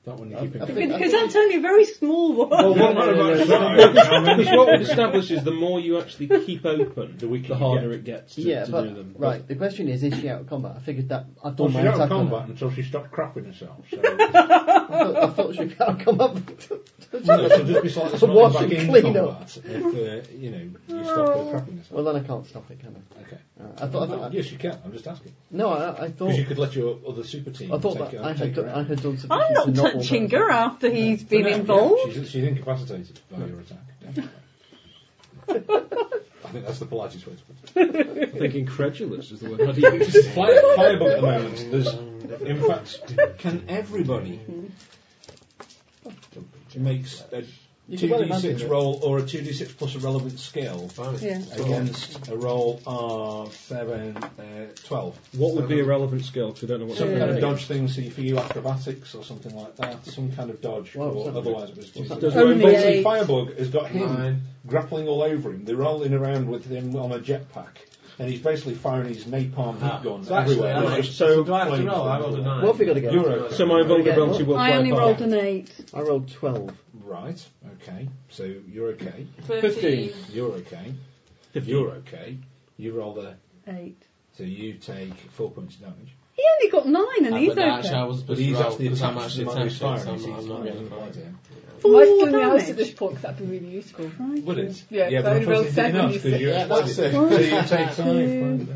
[SPEAKER 7] That one you're
[SPEAKER 9] I-
[SPEAKER 7] keeping.
[SPEAKER 9] I think- I
[SPEAKER 6] Because
[SPEAKER 9] think-
[SPEAKER 6] that's only a very small one.
[SPEAKER 8] Oh,
[SPEAKER 9] No, no, no, no, no, no.
[SPEAKER 8] Because what we've established is the more you actually keep open,
[SPEAKER 7] The weaker
[SPEAKER 8] the
[SPEAKER 7] you
[SPEAKER 8] harder
[SPEAKER 7] get.
[SPEAKER 8] it gets to,
[SPEAKER 9] Yeah,
[SPEAKER 8] to do
[SPEAKER 9] but
[SPEAKER 8] them.
[SPEAKER 9] right. The question is, is she out of combat? I figured that I've done
[SPEAKER 7] Well, she
[SPEAKER 9] my
[SPEAKER 7] got
[SPEAKER 9] attack. on
[SPEAKER 7] combat
[SPEAKER 9] her.
[SPEAKER 7] until she stopped crapping herself. So
[SPEAKER 9] I thought, I thought she was out of combat.
[SPEAKER 7] no, she'll just be slightly
[SPEAKER 9] To
[SPEAKER 7] smaller
[SPEAKER 9] wash
[SPEAKER 7] back
[SPEAKER 9] and
[SPEAKER 7] in
[SPEAKER 9] clean
[SPEAKER 7] combat if uh, you know you stop her crapping herself.
[SPEAKER 9] well, then I can't stop it, can I?
[SPEAKER 7] Okay.
[SPEAKER 9] Uh, I thought. I thought I,
[SPEAKER 7] yes, you can. I'm just asking.
[SPEAKER 9] no, I, I thought.
[SPEAKER 7] Because you could let your other super team.
[SPEAKER 9] I thought
[SPEAKER 7] take
[SPEAKER 9] that
[SPEAKER 7] her,
[SPEAKER 9] I
[SPEAKER 7] take
[SPEAKER 9] had,
[SPEAKER 7] her
[SPEAKER 9] done,
[SPEAKER 7] out.
[SPEAKER 9] I had done sufficient
[SPEAKER 6] I'm
[SPEAKER 9] to
[SPEAKER 6] not
[SPEAKER 9] knock all
[SPEAKER 6] touching
[SPEAKER 9] that.
[SPEAKER 6] her after he's
[SPEAKER 7] So
[SPEAKER 6] been
[SPEAKER 7] no, yeah,
[SPEAKER 6] involved.
[SPEAKER 7] she's, she's incapacitated by your attack. definitely. I think that's the politest way to put it.
[SPEAKER 8] I think incredulous is the word I'd use.
[SPEAKER 7] Fly, firebug at the moment. There's, in fact, can everybody makes a
[SPEAKER 9] You can well imagine
[SPEAKER 7] 2d6
[SPEAKER 9] it.
[SPEAKER 7] roll or a 2d6 plus a relevant skill
[SPEAKER 6] Yeah.
[SPEAKER 7] against a roll of 7, uh, 12?
[SPEAKER 8] What would be a relevant skill? 'Cause I don't know what.
[SPEAKER 7] Some
[SPEAKER 8] Yeah.
[SPEAKER 7] kind of dodge thing, so you for you acrobatics or something like that. Some kind of dodge,
[SPEAKER 9] Wow,
[SPEAKER 7] or
[SPEAKER 9] something.
[SPEAKER 7] otherwise it was
[SPEAKER 8] Does Hmm.
[SPEAKER 7] basically
[SPEAKER 8] it
[SPEAKER 6] Only
[SPEAKER 8] involve-
[SPEAKER 6] eight.
[SPEAKER 7] Firebug has got him
[SPEAKER 5] Nine.
[SPEAKER 7] grappling all over him. They're rolling around with him on a jetpack, and he's basically firing his napalm heat
[SPEAKER 8] Ah,
[SPEAKER 7] gun
[SPEAKER 5] So actually,
[SPEAKER 7] everywhere.
[SPEAKER 5] I'm
[SPEAKER 7] It's
[SPEAKER 5] like,
[SPEAKER 7] just
[SPEAKER 5] so do I have to
[SPEAKER 7] flames
[SPEAKER 5] roll? I rolled a
[SPEAKER 7] everywhere.
[SPEAKER 5] nine.
[SPEAKER 9] What have we got to get?
[SPEAKER 7] You're okay.
[SPEAKER 8] So my vulnerability will
[SPEAKER 6] I
[SPEAKER 8] play
[SPEAKER 6] only
[SPEAKER 8] back.
[SPEAKER 6] rolled an eight.
[SPEAKER 9] I rolled twelve.
[SPEAKER 7] Right. Okay. So you're okay.
[SPEAKER 8] 15.
[SPEAKER 7] You're okay. You're okay. You roll there.
[SPEAKER 6] Eight.
[SPEAKER 7] So you take four points of damage.
[SPEAKER 6] Yay! only got nine and
[SPEAKER 15] Uh,
[SPEAKER 6] he's
[SPEAKER 15] but
[SPEAKER 6] over.
[SPEAKER 15] actually, I was
[SPEAKER 5] But
[SPEAKER 15] but
[SPEAKER 5] he's
[SPEAKER 15] he's
[SPEAKER 5] actually
[SPEAKER 15] actually attached. I'm
[SPEAKER 5] attached,
[SPEAKER 15] actually
[SPEAKER 5] it might be
[SPEAKER 15] attached. so
[SPEAKER 5] firing,
[SPEAKER 15] I'm,
[SPEAKER 5] so
[SPEAKER 15] I'm
[SPEAKER 5] it's
[SPEAKER 15] not
[SPEAKER 5] not
[SPEAKER 15] really
[SPEAKER 5] really
[SPEAKER 15] quite.
[SPEAKER 6] Four
[SPEAKER 14] I've done the house at
[SPEAKER 6] damage.
[SPEAKER 14] this point because that'd be really useful.
[SPEAKER 7] Would it?
[SPEAKER 14] Yeah,
[SPEAKER 7] yeah
[SPEAKER 14] yeah I
[SPEAKER 7] but
[SPEAKER 14] rolled
[SPEAKER 7] unfortunately,
[SPEAKER 14] seven.
[SPEAKER 7] not
[SPEAKER 14] You
[SPEAKER 7] because you
[SPEAKER 14] said.
[SPEAKER 7] that's it.
[SPEAKER 14] One,
[SPEAKER 7] So you take five.
[SPEAKER 14] two,
[SPEAKER 7] won't you?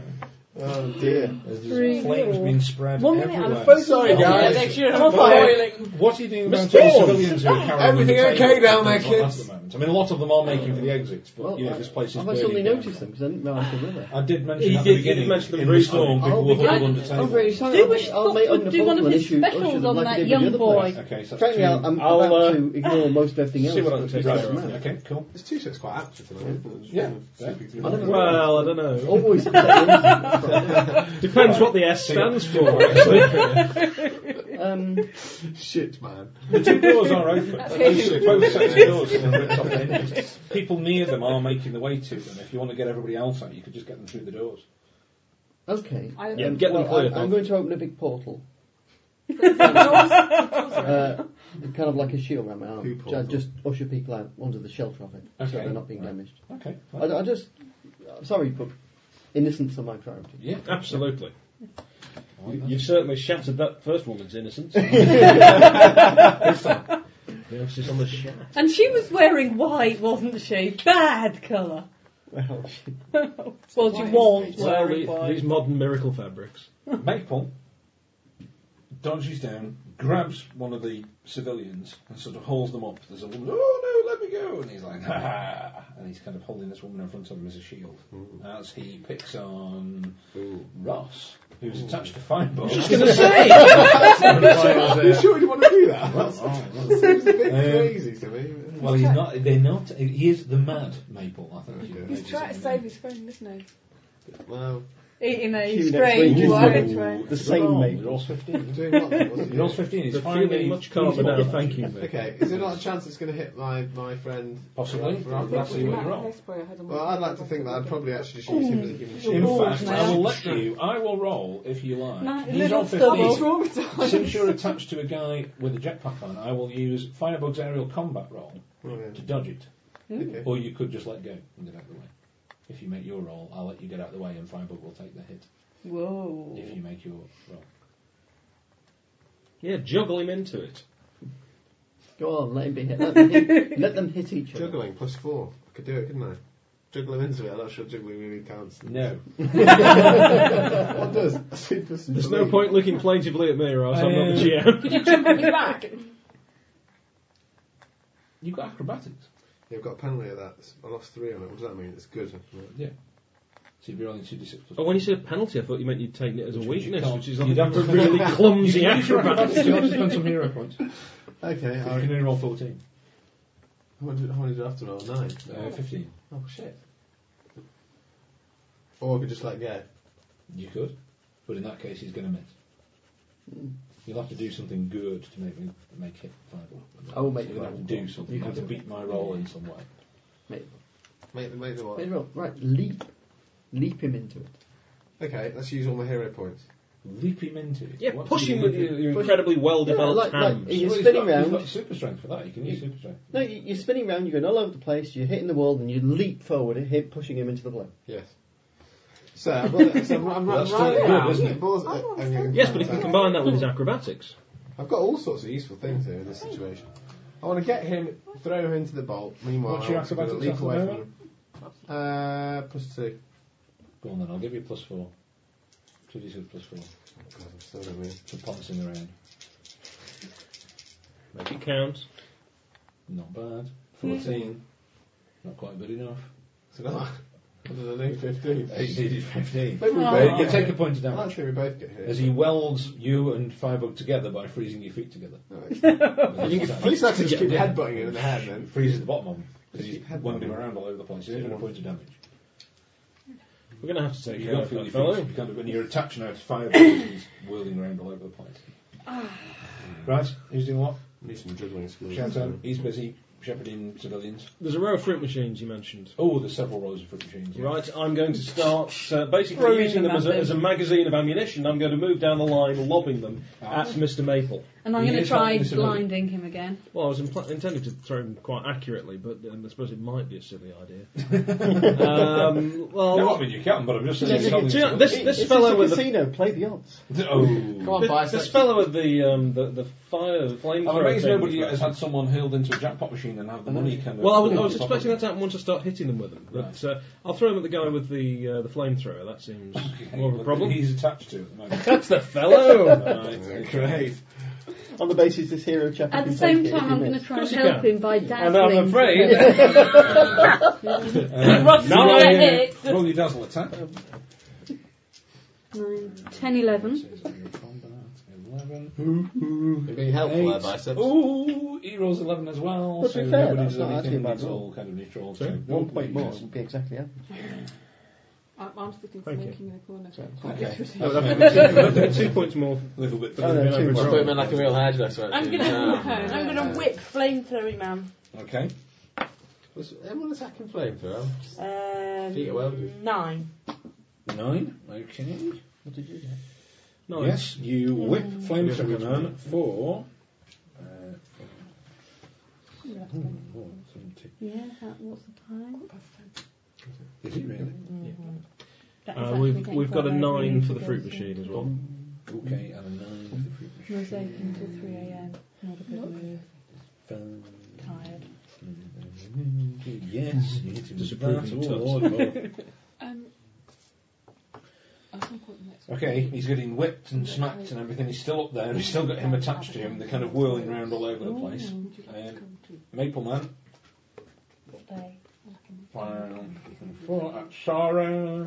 [SPEAKER 5] Oh dear.
[SPEAKER 7] There's
[SPEAKER 14] three,
[SPEAKER 7] flames
[SPEAKER 14] four.
[SPEAKER 7] being spread
[SPEAKER 14] One minute,
[SPEAKER 7] everywhere.
[SPEAKER 14] I'm frozen.
[SPEAKER 5] Sorry, guys. Yeah, they should have
[SPEAKER 7] What-
[SPEAKER 5] boiling.
[SPEAKER 7] What are you doing about
[SPEAKER 5] Mr.
[SPEAKER 7] the
[SPEAKER 5] Jones.
[SPEAKER 7] civilians who are carrying
[SPEAKER 5] Everything
[SPEAKER 7] the
[SPEAKER 5] okay
[SPEAKER 7] tables?
[SPEAKER 5] down there,
[SPEAKER 7] That's what- that's
[SPEAKER 5] kids?
[SPEAKER 7] the moment. I mean, a lot of them are making for the exits, but
[SPEAKER 9] Well,
[SPEAKER 7] you know, this place is
[SPEAKER 9] I've
[SPEAKER 7] burning
[SPEAKER 9] suddenly
[SPEAKER 7] down.
[SPEAKER 9] noticed them because I didn't realise they were there.
[SPEAKER 7] I did mention
[SPEAKER 9] He
[SPEAKER 7] at
[SPEAKER 9] did-
[SPEAKER 7] the
[SPEAKER 9] he
[SPEAKER 7] beginning.
[SPEAKER 9] mentioned them
[SPEAKER 7] in
[SPEAKER 9] very
[SPEAKER 7] the
[SPEAKER 9] small.
[SPEAKER 7] storm, people
[SPEAKER 9] I'll
[SPEAKER 7] were
[SPEAKER 9] be
[SPEAKER 7] huddled
[SPEAKER 9] glad-
[SPEAKER 7] under tables.
[SPEAKER 9] I'm very sorry.
[SPEAKER 6] Do
[SPEAKER 9] I'll
[SPEAKER 6] we
[SPEAKER 9] make- I'll
[SPEAKER 6] stop
[SPEAKER 9] make
[SPEAKER 6] and
[SPEAKER 9] under
[SPEAKER 6] do
[SPEAKER 9] bottle
[SPEAKER 6] one of
[SPEAKER 9] and
[SPEAKER 6] his
[SPEAKER 9] issue
[SPEAKER 6] specials
[SPEAKER 9] potions
[SPEAKER 6] on
[SPEAKER 9] like I
[SPEAKER 6] that
[SPEAKER 9] did with
[SPEAKER 6] young
[SPEAKER 9] the other
[SPEAKER 6] boy?
[SPEAKER 9] place.
[SPEAKER 7] Okay, so that's
[SPEAKER 9] Frankly, I'll- um,
[SPEAKER 7] two.
[SPEAKER 9] I'm
[SPEAKER 7] I'll,
[SPEAKER 9] about
[SPEAKER 7] uh,
[SPEAKER 9] to ignore most everything else.
[SPEAKER 7] See what
[SPEAKER 9] but
[SPEAKER 7] I can do.
[SPEAKER 9] this
[SPEAKER 7] Right,
[SPEAKER 9] doesn't matter.
[SPEAKER 7] Okay, cool.
[SPEAKER 5] This T-shirt's quite active tonight.
[SPEAKER 7] Yeah.
[SPEAKER 9] I never-
[SPEAKER 8] Well, I don't know.
[SPEAKER 9] Always.
[SPEAKER 7] Oh.
[SPEAKER 8] Depends what the S stands for.
[SPEAKER 9] um,
[SPEAKER 5] Shit, man.
[SPEAKER 7] The two doors are open.
[SPEAKER 5] it.
[SPEAKER 7] Both sets of doors have been ripped off the hinges. People near them are making the way to them. If you want to get everybody else out, you could just get them through the doors.
[SPEAKER 9] okay.
[SPEAKER 14] I-
[SPEAKER 8] Yeah, get them
[SPEAKER 9] Well,
[SPEAKER 8] cleared,
[SPEAKER 9] I- I'm
[SPEAKER 8] though.
[SPEAKER 9] going to open a big portal. uh, kind of like a shield around my
[SPEAKER 5] Who
[SPEAKER 9] arm.
[SPEAKER 5] portal?
[SPEAKER 9] Ju- Just usher people out onto the shelter of it, so
[SPEAKER 7] Okay.
[SPEAKER 9] they're not being damaged.
[SPEAKER 7] Okay.
[SPEAKER 9] I, I just, I'm sorry, but innocence of my priority.
[SPEAKER 7] Yeah.
[SPEAKER 8] Absolutely. You- You've certainly shattered that first woman's innocence. The emphasis on the shat.
[SPEAKER 6] And she was wearing white, wasn't she? Bad colour.
[SPEAKER 9] Well,
[SPEAKER 6] well, she was
[SPEAKER 8] Well,
[SPEAKER 6] wearing
[SPEAKER 8] the-
[SPEAKER 6] white.
[SPEAKER 8] these modern miracle fabrics.
[SPEAKER 7] Maple dodges down, grabs one of the civilians, and sort of hauls them up. There's a woman, oh no, let me go! And he's like, ha ha! And he's kind of holding this woman in front of him as a shield. As he picks on Ross, who's attached to Fireball. I was just going to
[SPEAKER 5] You sure you want to do that? That
[SPEAKER 7] Oh, say!
[SPEAKER 5] seems a bit
[SPEAKER 7] Um,
[SPEAKER 5] crazy to me.
[SPEAKER 7] Well, he's not, they're not, he is the mad Maple, I think. you
[SPEAKER 14] He's
[SPEAKER 7] notice
[SPEAKER 14] trying to
[SPEAKER 7] him.
[SPEAKER 14] save his friend, isn't
[SPEAKER 5] Well,
[SPEAKER 6] In a
[SPEAKER 9] Cue next
[SPEAKER 6] strange
[SPEAKER 9] week.
[SPEAKER 6] way.
[SPEAKER 9] Ooh. The
[SPEAKER 7] It's
[SPEAKER 9] same
[SPEAKER 14] Oh.
[SPEAKER 7] wrong.
[SPEAKER 9] Maple.
[SPEAKER 7] You're all 15.
[SPEAKER 5] doing what? then, wasn't
[SPEAKER 7] You're all
[SPEAKER 5] it?
[SPEAKER 7] 15. It's
[SPEAKER 8] They're
[SPEAKER 7] finally
[SPEAKER 8] feeling much calmer now, thank you. Vic.
[SPEAKER 5] Okay, is there not a chance it's going to hit my, my friend?
[SPEAKER 7] Possibly.
[SPEAKER 5] Rob?
[SPEAKER 7] That's the
[SPEAKER 14] he?
[SPEAKER 7] way you're wrong.
[SPEAKER 5] Well, I'd like to think that I'd probably actually just use him as a human shield.
[SPEAKER 7] In fact,
[SPEAKER 6] Wolves now.
[SPEAKER 7] I will let you. I will roll if you like.
[SPEAKER 6] No,
[SPEAKER 7] He's
[SPEAKER 6] little
[SPEAKER 7] on
[SPEAKER 6] stubble.
[SPEAKER 7] 15. Since you're attached to a guy with a jetpack on, I will use Firebug's aerial combat roll
[SPEAKER 5] Oh, yeah.
[SPEAKER 7] to dodge it.
[SPEAKER 5] Okay.
[SPEAKER 7] Or you could just let go and get out of the way. If you make your roll, I'll let you get out of the way and Firebug will take the hit.
[SPEAKER 6] Whoa.
[SPEAKER 7] If you make your roll.
[SPEAKER 8] Yeah, juggle him into it.
[SPEAKER 9] Go on, let him be hit. Let them hit, let them hit each other.
[SPEAKER 5] Juggling plus four. I could do it, couldn't I? Juggle him into it. I'm not sure juggling really counts.
[SPEAKER 7] No.
[SPEAKER 5] what does? Super
[SPEAKER 8] There's no point looking plaintively at me, Ross. I'm not the GM.
[SPEAKER 4] Could you jump on his back?
[SPEAKER 7] You've got acrobatics.
[SPEAKER 5] You've got a penalty of that. I lost three on it. What does that mean? It's good.
[SPEAKER 7] Yeah. So you'd be rolling 2d6 plus
[SPEAKER 8] Oh, when you said penalty, I thought you meant you'd taken it as a
[SPEAKER 7] means you
[SPEAKER 8] weakness,
[SPEAKER 7] can't-
[SPEAKER 8] which is like
[SPEAKER 7] you'd have
[SPEAKER 8] a
[SPEAKER 7] to-
[SPEAKER 8] really clumsy
[SPEAKER 7] You should
[SPEAKER 8] acrobat.
[SPEAKER 7] acrobatics. You have to spend some hero points. You
[SPEAKER 5] Okay. I,
[SPEAKER 7] can only roll 14.
[SPEAKER 5] how many- how many did I have to roll? Nine.
[SPEAKER 7] Uh, 15.
[SPEAKER 5] Oh shit. Or I could just let go.
[SPEAKER 7] You could, but in that case, he's going to miss. You'll have to do something good to make me make it viable.
[SPEAKER 9] I will make
[SPEAKER 7] You're going
[SPEAKER 9] the
[SPEAKER 7] to
[SPEAKER 9] roll.
[SPEAKER 7] have to do something.
[SPEAKER 9] You
[SPEAKER 7] You have to
[SPEAKER 9] can do
[SPEAKER 7] beat my roll in some way.
[SPEAKER 9] Make,
[SPEAKER 5] Make the make the
[SPEAKER 9] make
[SPEAKER 5] what?
[SPEAKER 9] the roll. Right, leap. Leap him into it.
[SPEAKER 5] Okay, let's use all my hero points.
[SPEAKER 7] Leap him into it.
[SPEAKER 8] Yeah,
[SPEAKER 7] What
[SPEAKER 8] push
[SPEAKER 7] do you
[SPEAKER 8] him with
[SPEAKER 7] do?
[SPEAKER 8] your, your
[SPEAKER 9] Push-
[SPEAKER 8] incredibly well-developed
[SPEAKER 9] Yeah, like- like-
[SPEAKER 8] hands.
[SPEAKER 9] you
[SPEAKER 7] Well, he's
[SPEAKER 9] spin
[SPEAKER 7] got-
[SPEAKER 9] around.
[SPEAKER 7] He's got super strength for that. You can use super strength.
[SPEAKER 9] No, you- you're spinning round, you're going all over the place, you're hitting the wall, and you leap forward, and hit, pushing him into the blow.
[SPEAKER 5] Yes. So, well, so I'm, I'm,
[SPEAKER 7] Well,
[SPEAKER 5] I'm
[SPEAKER 7] that's
[SPEAKER 5] right
[SPEAKER 7] still good,
[SPEAKER 5] now.
[SPEAKER 7] isn't it?
[SPEAKER 5] Balls-
[SPEAKER 14] I don't
[SPEAKER 5] uh,
[SPEAKER 14] understand.
[SPEAKER 5] okay,
[SPEAKER 8] Yes, but if you
[SPEAKER 5] so-
[SPEAKER 8] combine that with his acrobatics,
[SPEAKER 5] I've got all sorts of useful things here in this situation. I want to get him, throw him into the bolt. Meanwhile,
[SPEAKER 7] What's
[SPEAKER 5] I
[SPEAKER 7] your
[SPEAKER 5] want to kind of
[SPEAKER 7] acrobatics
[SPEAKER 5] leap away
[SPEAKER 7] at
[SPEAKER 5] from
[SPEAKER 7] the
[SPEAKER 5] him. Uh, plus two.
[SPEAKER 7] Go on then. I'll give you plus four. Two d six plus four.
[SPEAKER 5] God, I'm still gonna be-
[SPEAKER 7] For pouncing around.
[SPEAKER 8] make it count.
[SPEAKER 7] Not bad. Fourteen. Not quite good enough.
[SPEAKER 5] So now, what did I do? Fifteen.
[SPEAKER 7] He needed fifteen.
[SPEAKER 5] Maybe we
[SPEAKER 7] Uh,
[SPEAKER 5] both
[SPEAKER 7] You
[SPEAKER 5] get
[SPEAKER 7] take a
[SPEAKER 5] hit.
[SPEAKER 7] point of
[SPEAKER 5] Well,
[SPEAKER 7] damage
[SPEAKER 5] Actually, we both get hit.
[SPEAKER 7] as he welds you and Firebug together by freezing your feet together.
[SPEAKER 5] At least I can just keep
[SPEAKER 7] Yeah.
[SPEAKER 5] headbutting him in the head
[SPEAKER 7] It
[SPEAKER 5] then.
[SPEAKER 7] freezes the bottom of him because he's
[SPEAKER 5] Keep head
[SPEAKER 7] wandering
[SPEAKER 5] moving.
[SPEAKER 7] around all over the place. He's only got a point of damage.
[SPEAKER 8] We're going to have to
[SPEAKER 7] So
[SPEAKER 8] take
[SPEAKER 7] you
[SPEAKER 8] care
[SPEAKER 7] don't
[SPEAKER 8] of
[SPEAKER 7] feel
[SPEAKER 8] that
[SPEAKER 7] your
[SPEAKER 8] fellow.
[SPEAKER 7] feet. You kind of, when you're attached now to fire, he's whirling around all over the place. right, who's doing what?
[SPEAKER 5] Need some juggling skills.
[SPEAKER 7] Shout out. He's busy shepherding civilians.
[SPEAKER 8] There's a row of fruit machines you mentioned.
[SPEAKER 7] Oh, there's several rows of fruit machines. yeah.
[SPEAKER 8] Right, I'm going to start uh, basically
[SPEAKER 4] Throwing
[SPEAKER 8] using them
[SPEAKER 4] them
[SPEAKER 8] as
[SPEAKER 4] at
[SPEAKER 8] a,
[SPEAKER 4] them.
[SPEAKER 8] as a magazine of ammunition. I'm going to move down the line, lobbing them
[SPEAKER 7] Ah.
[SPEAKER 8] at Mr. Maple.
[SPEAKER 6] And I'm going to try blinding him again.
[SPEAKER 8] Well, I was impl- intending to throw him quite accurately, but um, I suppose it might be a silly idea. um, well,
[SPEAKER 7] No, I mean, you can, but I'm just saying it's not-
[SPEAKER 8] Do you know, this
[SPEAKER 7] It-
[SPEAKER 8] this
[SPEAKER 7] it's
[SPEAKER 8] fellow
[SPEAKER 7] a
[SPEAKER 8] with
[SPEAKER 7] casino,
[SPEAKER 8] the play the odds.
[SPEAKER 7] Oh. Come on,
[SPEAKER 8] this,
[SPEAKER 7] Bicep.
[SPEAKER 8] this fellow with the um, the, the fire the
[SPEAKER 7] I'm
[SPEAKER 8] flamethrower.
[SPEAKER 7] amazed
[SPEAKER 8] thing
[SPEAKER 7] nobody
[SPEAKER 8] was
[SPEAKER 7] has had someone hurled into a jackpot machine and have the money kind of.
[SPEAKER 8] Well, I was, I
[SPEAKER 7] pulled
[SPEAKER 8] was
[SPEAKER 7] off
[SPEAKER 8] expecting that to happen once I start hitting them with them. But uh, I'll throw him at the guy with the uh, the flamethrower. That seems more of a
[SPEAKER 7] but
[SPEAKER 8] problem.
[SPEAKER 7] he's attached to it at the moment.
[SPEAKER 8] That's the fellow.
[SPEAKER 7] Right.
[SPEAKER 8] Great.
[SPEAKER 9] On the basis this hero chap.
[SPEAKER 6] At the same time, I'm going to try and
[SPEAKER 9] Of course you
[SPEAKER 6] help
[SPEAKER 9] can.
[SPEAKER 6] him by
[SPEAKER 9] I'm
[SPEAKER 6] dazzling.
[SPEAKER 9] afraid-
[SPEAKER 7] Um,
[SPEAKER 6] Ross is
[SPEAKER 7] now
[SPEAKER 6] gonna
[SPEAKER 7] I-
[SPEAKER 6] hit.
[SPEAKER 7] Roll your dazzle attack.
[SPEAKER 6] Nine, 10, 11.
[SPEAKER 7] You're
[SPEAKER 15] being helpful there, Biceps.
[SPEAKER 6] Uh,
[SPEAKER 7] Ooh, he rolls 11 as well.
[SPEAKER 9] But to
[SPEAKER 7] so
[SPEAKER 9] be fair,
[SPEAKER 7] nobody
[SPEAKER 9] that's
[SPEAKER 7] does
[SPEAKER 9] not actually a
[SPEAKER 7] anything.
[SPEAKER 9] bad
[SPEAKER 7] It's
[SPEAKER 9] roll.
[SPEAKER 7] all kind of neutral.
[SPEAKER 9] Sorry?
[SPEAKER 7] so
[SPEAKER 9] One point more
[SPEAKER 7] nobody
[SPEAKER 9] would be exactly that.
[SPEAKER 14] I'm, I'm sticking to
[SPEAKER 9] Thank you.
[SPEAKER 14] making in the corner.
[SPEAKER 15] Okay.
[SPEAKER 8] No, that'd be two- that'd be two points more.
[SPEAKER 7] A little bit.
[SPEAKER 15] Oh, no, two more. Put him in like a real hairdresser.
[SPEAKER 4] I'm gonna, I'm gonna whip flamethrower man.
[SPEAKER 7] Okay.
[SPEAKER 15] Was everyone attacking flamethrower?
[SPEAKER 4] Um,
[SPEAKER 15] Feet are welded.
[SPEAKER 4] Nine.
[SPEAKER 7] Nine. Okay.
[SPEAKER 15] What did you do?
[SPEAKER 8] Nine.
[SPEAKER 7] Yes, you
[SPEAKER 9] Hmm.
[SPEAKER 7] whip
[SPEAKER 4] Mm.
[SPEAKER 7] flamethrower man for. Uh, oh, 70.
[SPEAKER 6] Yeah, that was the time.
[SPEAKER 7] Is it really?
[SPEAKER 6] That is
[SPEAKER 8] Uh,
[SPEAKER 6] actually
[SPEAKER 8] we've
[SPEAKER 6] getting
[SPEAKER 8] we've got a
[SPEAKER 6] quite late. We
[SPEAKER 8] nine
[SPEAKER 6] need
[SPEAKER 8] for
[SPEAKER 6] to
[SPEAKER 8] the
[SPEAKER 6] go
[SPEAKER 8] fruit
[SPEAKER 6] soon.
[SPEAKER 8] machine as well.
[SPEAKER 7] Okay, and a nine for the fruit machine.
[SPEAKER 6] I was open till 3 a.m. Not a good move. Tired.
[SPEAKER 7] Yes, you hit him with that.
[SPEAKER 8] Disapproving
[SPEAKER 7] Oh,
[SPEAKER 8] tubs.
[SPEAKER 7] Lord, Lord.
[SPEAKER 14] Um, I think what the next one-
[SPEAKER 7] Okay, he's getting whipped and smacked and everything. He's still up there. and He's still got him attached to him. They're kind of whirling around all over the
[SPEAKER 14] Oh,
[SPEAKER 7] place. Um, Maple Man. Wow. Four at Sarah.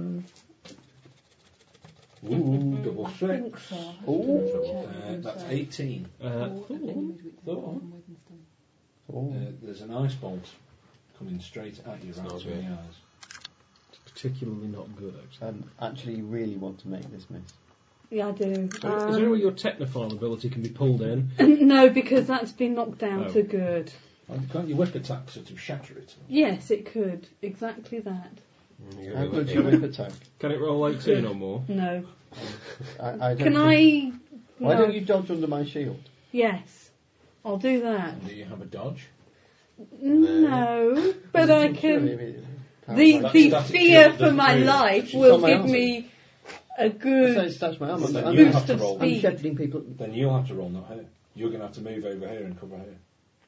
[SPEAKER 7] Ooh, double six. Ooh, uh, that's 18.
[SPEAKER 8] Uh,
[SPEAKER 7] Oh.
[SPEAKER 9] Oh,
[SPEAKER 7] Uh, there's an ice bolt coming straight at you right
[SPEAKER 15] Not
[SPEAKER 7] between
[SPEAKER 15] good.
[SPEAKER 7] the eyes.
[SPEAKER 9] Particularly not good, actually. Um, actually, you really want to make this miss.
[SPEAKER 6] Yeah, I do.
[SPEAKER 8] is there
[SPEAKER 6] Um,
[SPEAKER 8] any way your technophile ability can be pulled in?
[SPEAKER 6] no, because that's been knocked down
[SPEAKER 8] Oh.
[SPEAKER 6] to good.
[SPEAKER 7] And Can't you whip attack sort of shatter it?
[SPEAKER 6] Yes, it could. Exactly that.
[SPEAKER 9] How good's your whip attack?
[SPEAKER 8] Can it roll 18 or more?
[SPEAKER 6] No.
[SPEAKER 9] I, I don't
[SPEAKER 6] Can
[SPEAKER 9] think-
[SPEAKER 6] I?
[SPEAKER 9] Why
[SPEAKER 6] no.
[SPEAKER 9] don't you dodge under my shield?
[SPEAKER 6] Yes, I'll do that.
[SPEAKER 7] Do you have a dodge?
[SPEAKER 6] No, but I
[SPEAKER 9] Surely
[SPEAKER 6] can.
[SPEAKER 9] it-
[SPEAKER 6] The
[SPEAKER 9] That's-
[SPEAKER 6] the
[SPEAKER 9] that's-
[SPEAKER 6] fear
[SPEAKER 9] that
[SPEAKER 6] for
[SPEAKER 9] doesn't
[SPEAKER 6] my
[SPEAKER 9] really-
[SPEAKER 6] life
[SPEAKER 9] She's
[SPEAKER 6] will
[SPEAKER 9] on my
[SPEAKER 6] give
[SPEAKER 9] arm.
[SPEAKER 6] me a
[SPEAKER 9] I
[SPEAKER 6] good
[SPEAKER 9] say it's my arm.
[SPEAKER 7] Then
[SPEAKER 9] I'm,
[SPEAKER 7] you
[SPEAKER 9] I'm,
[SPEAKER 7] have to
[SPEAKER 6] of
[SPEAKER 7] roll.
[SPEAKER 9] I'm
[SPEAKER 6] speed.
[SPEAKER 9] shepherding people.
[SPEAKER 7] Then you'll have to roll, not her. You're going to have to move over here and cover her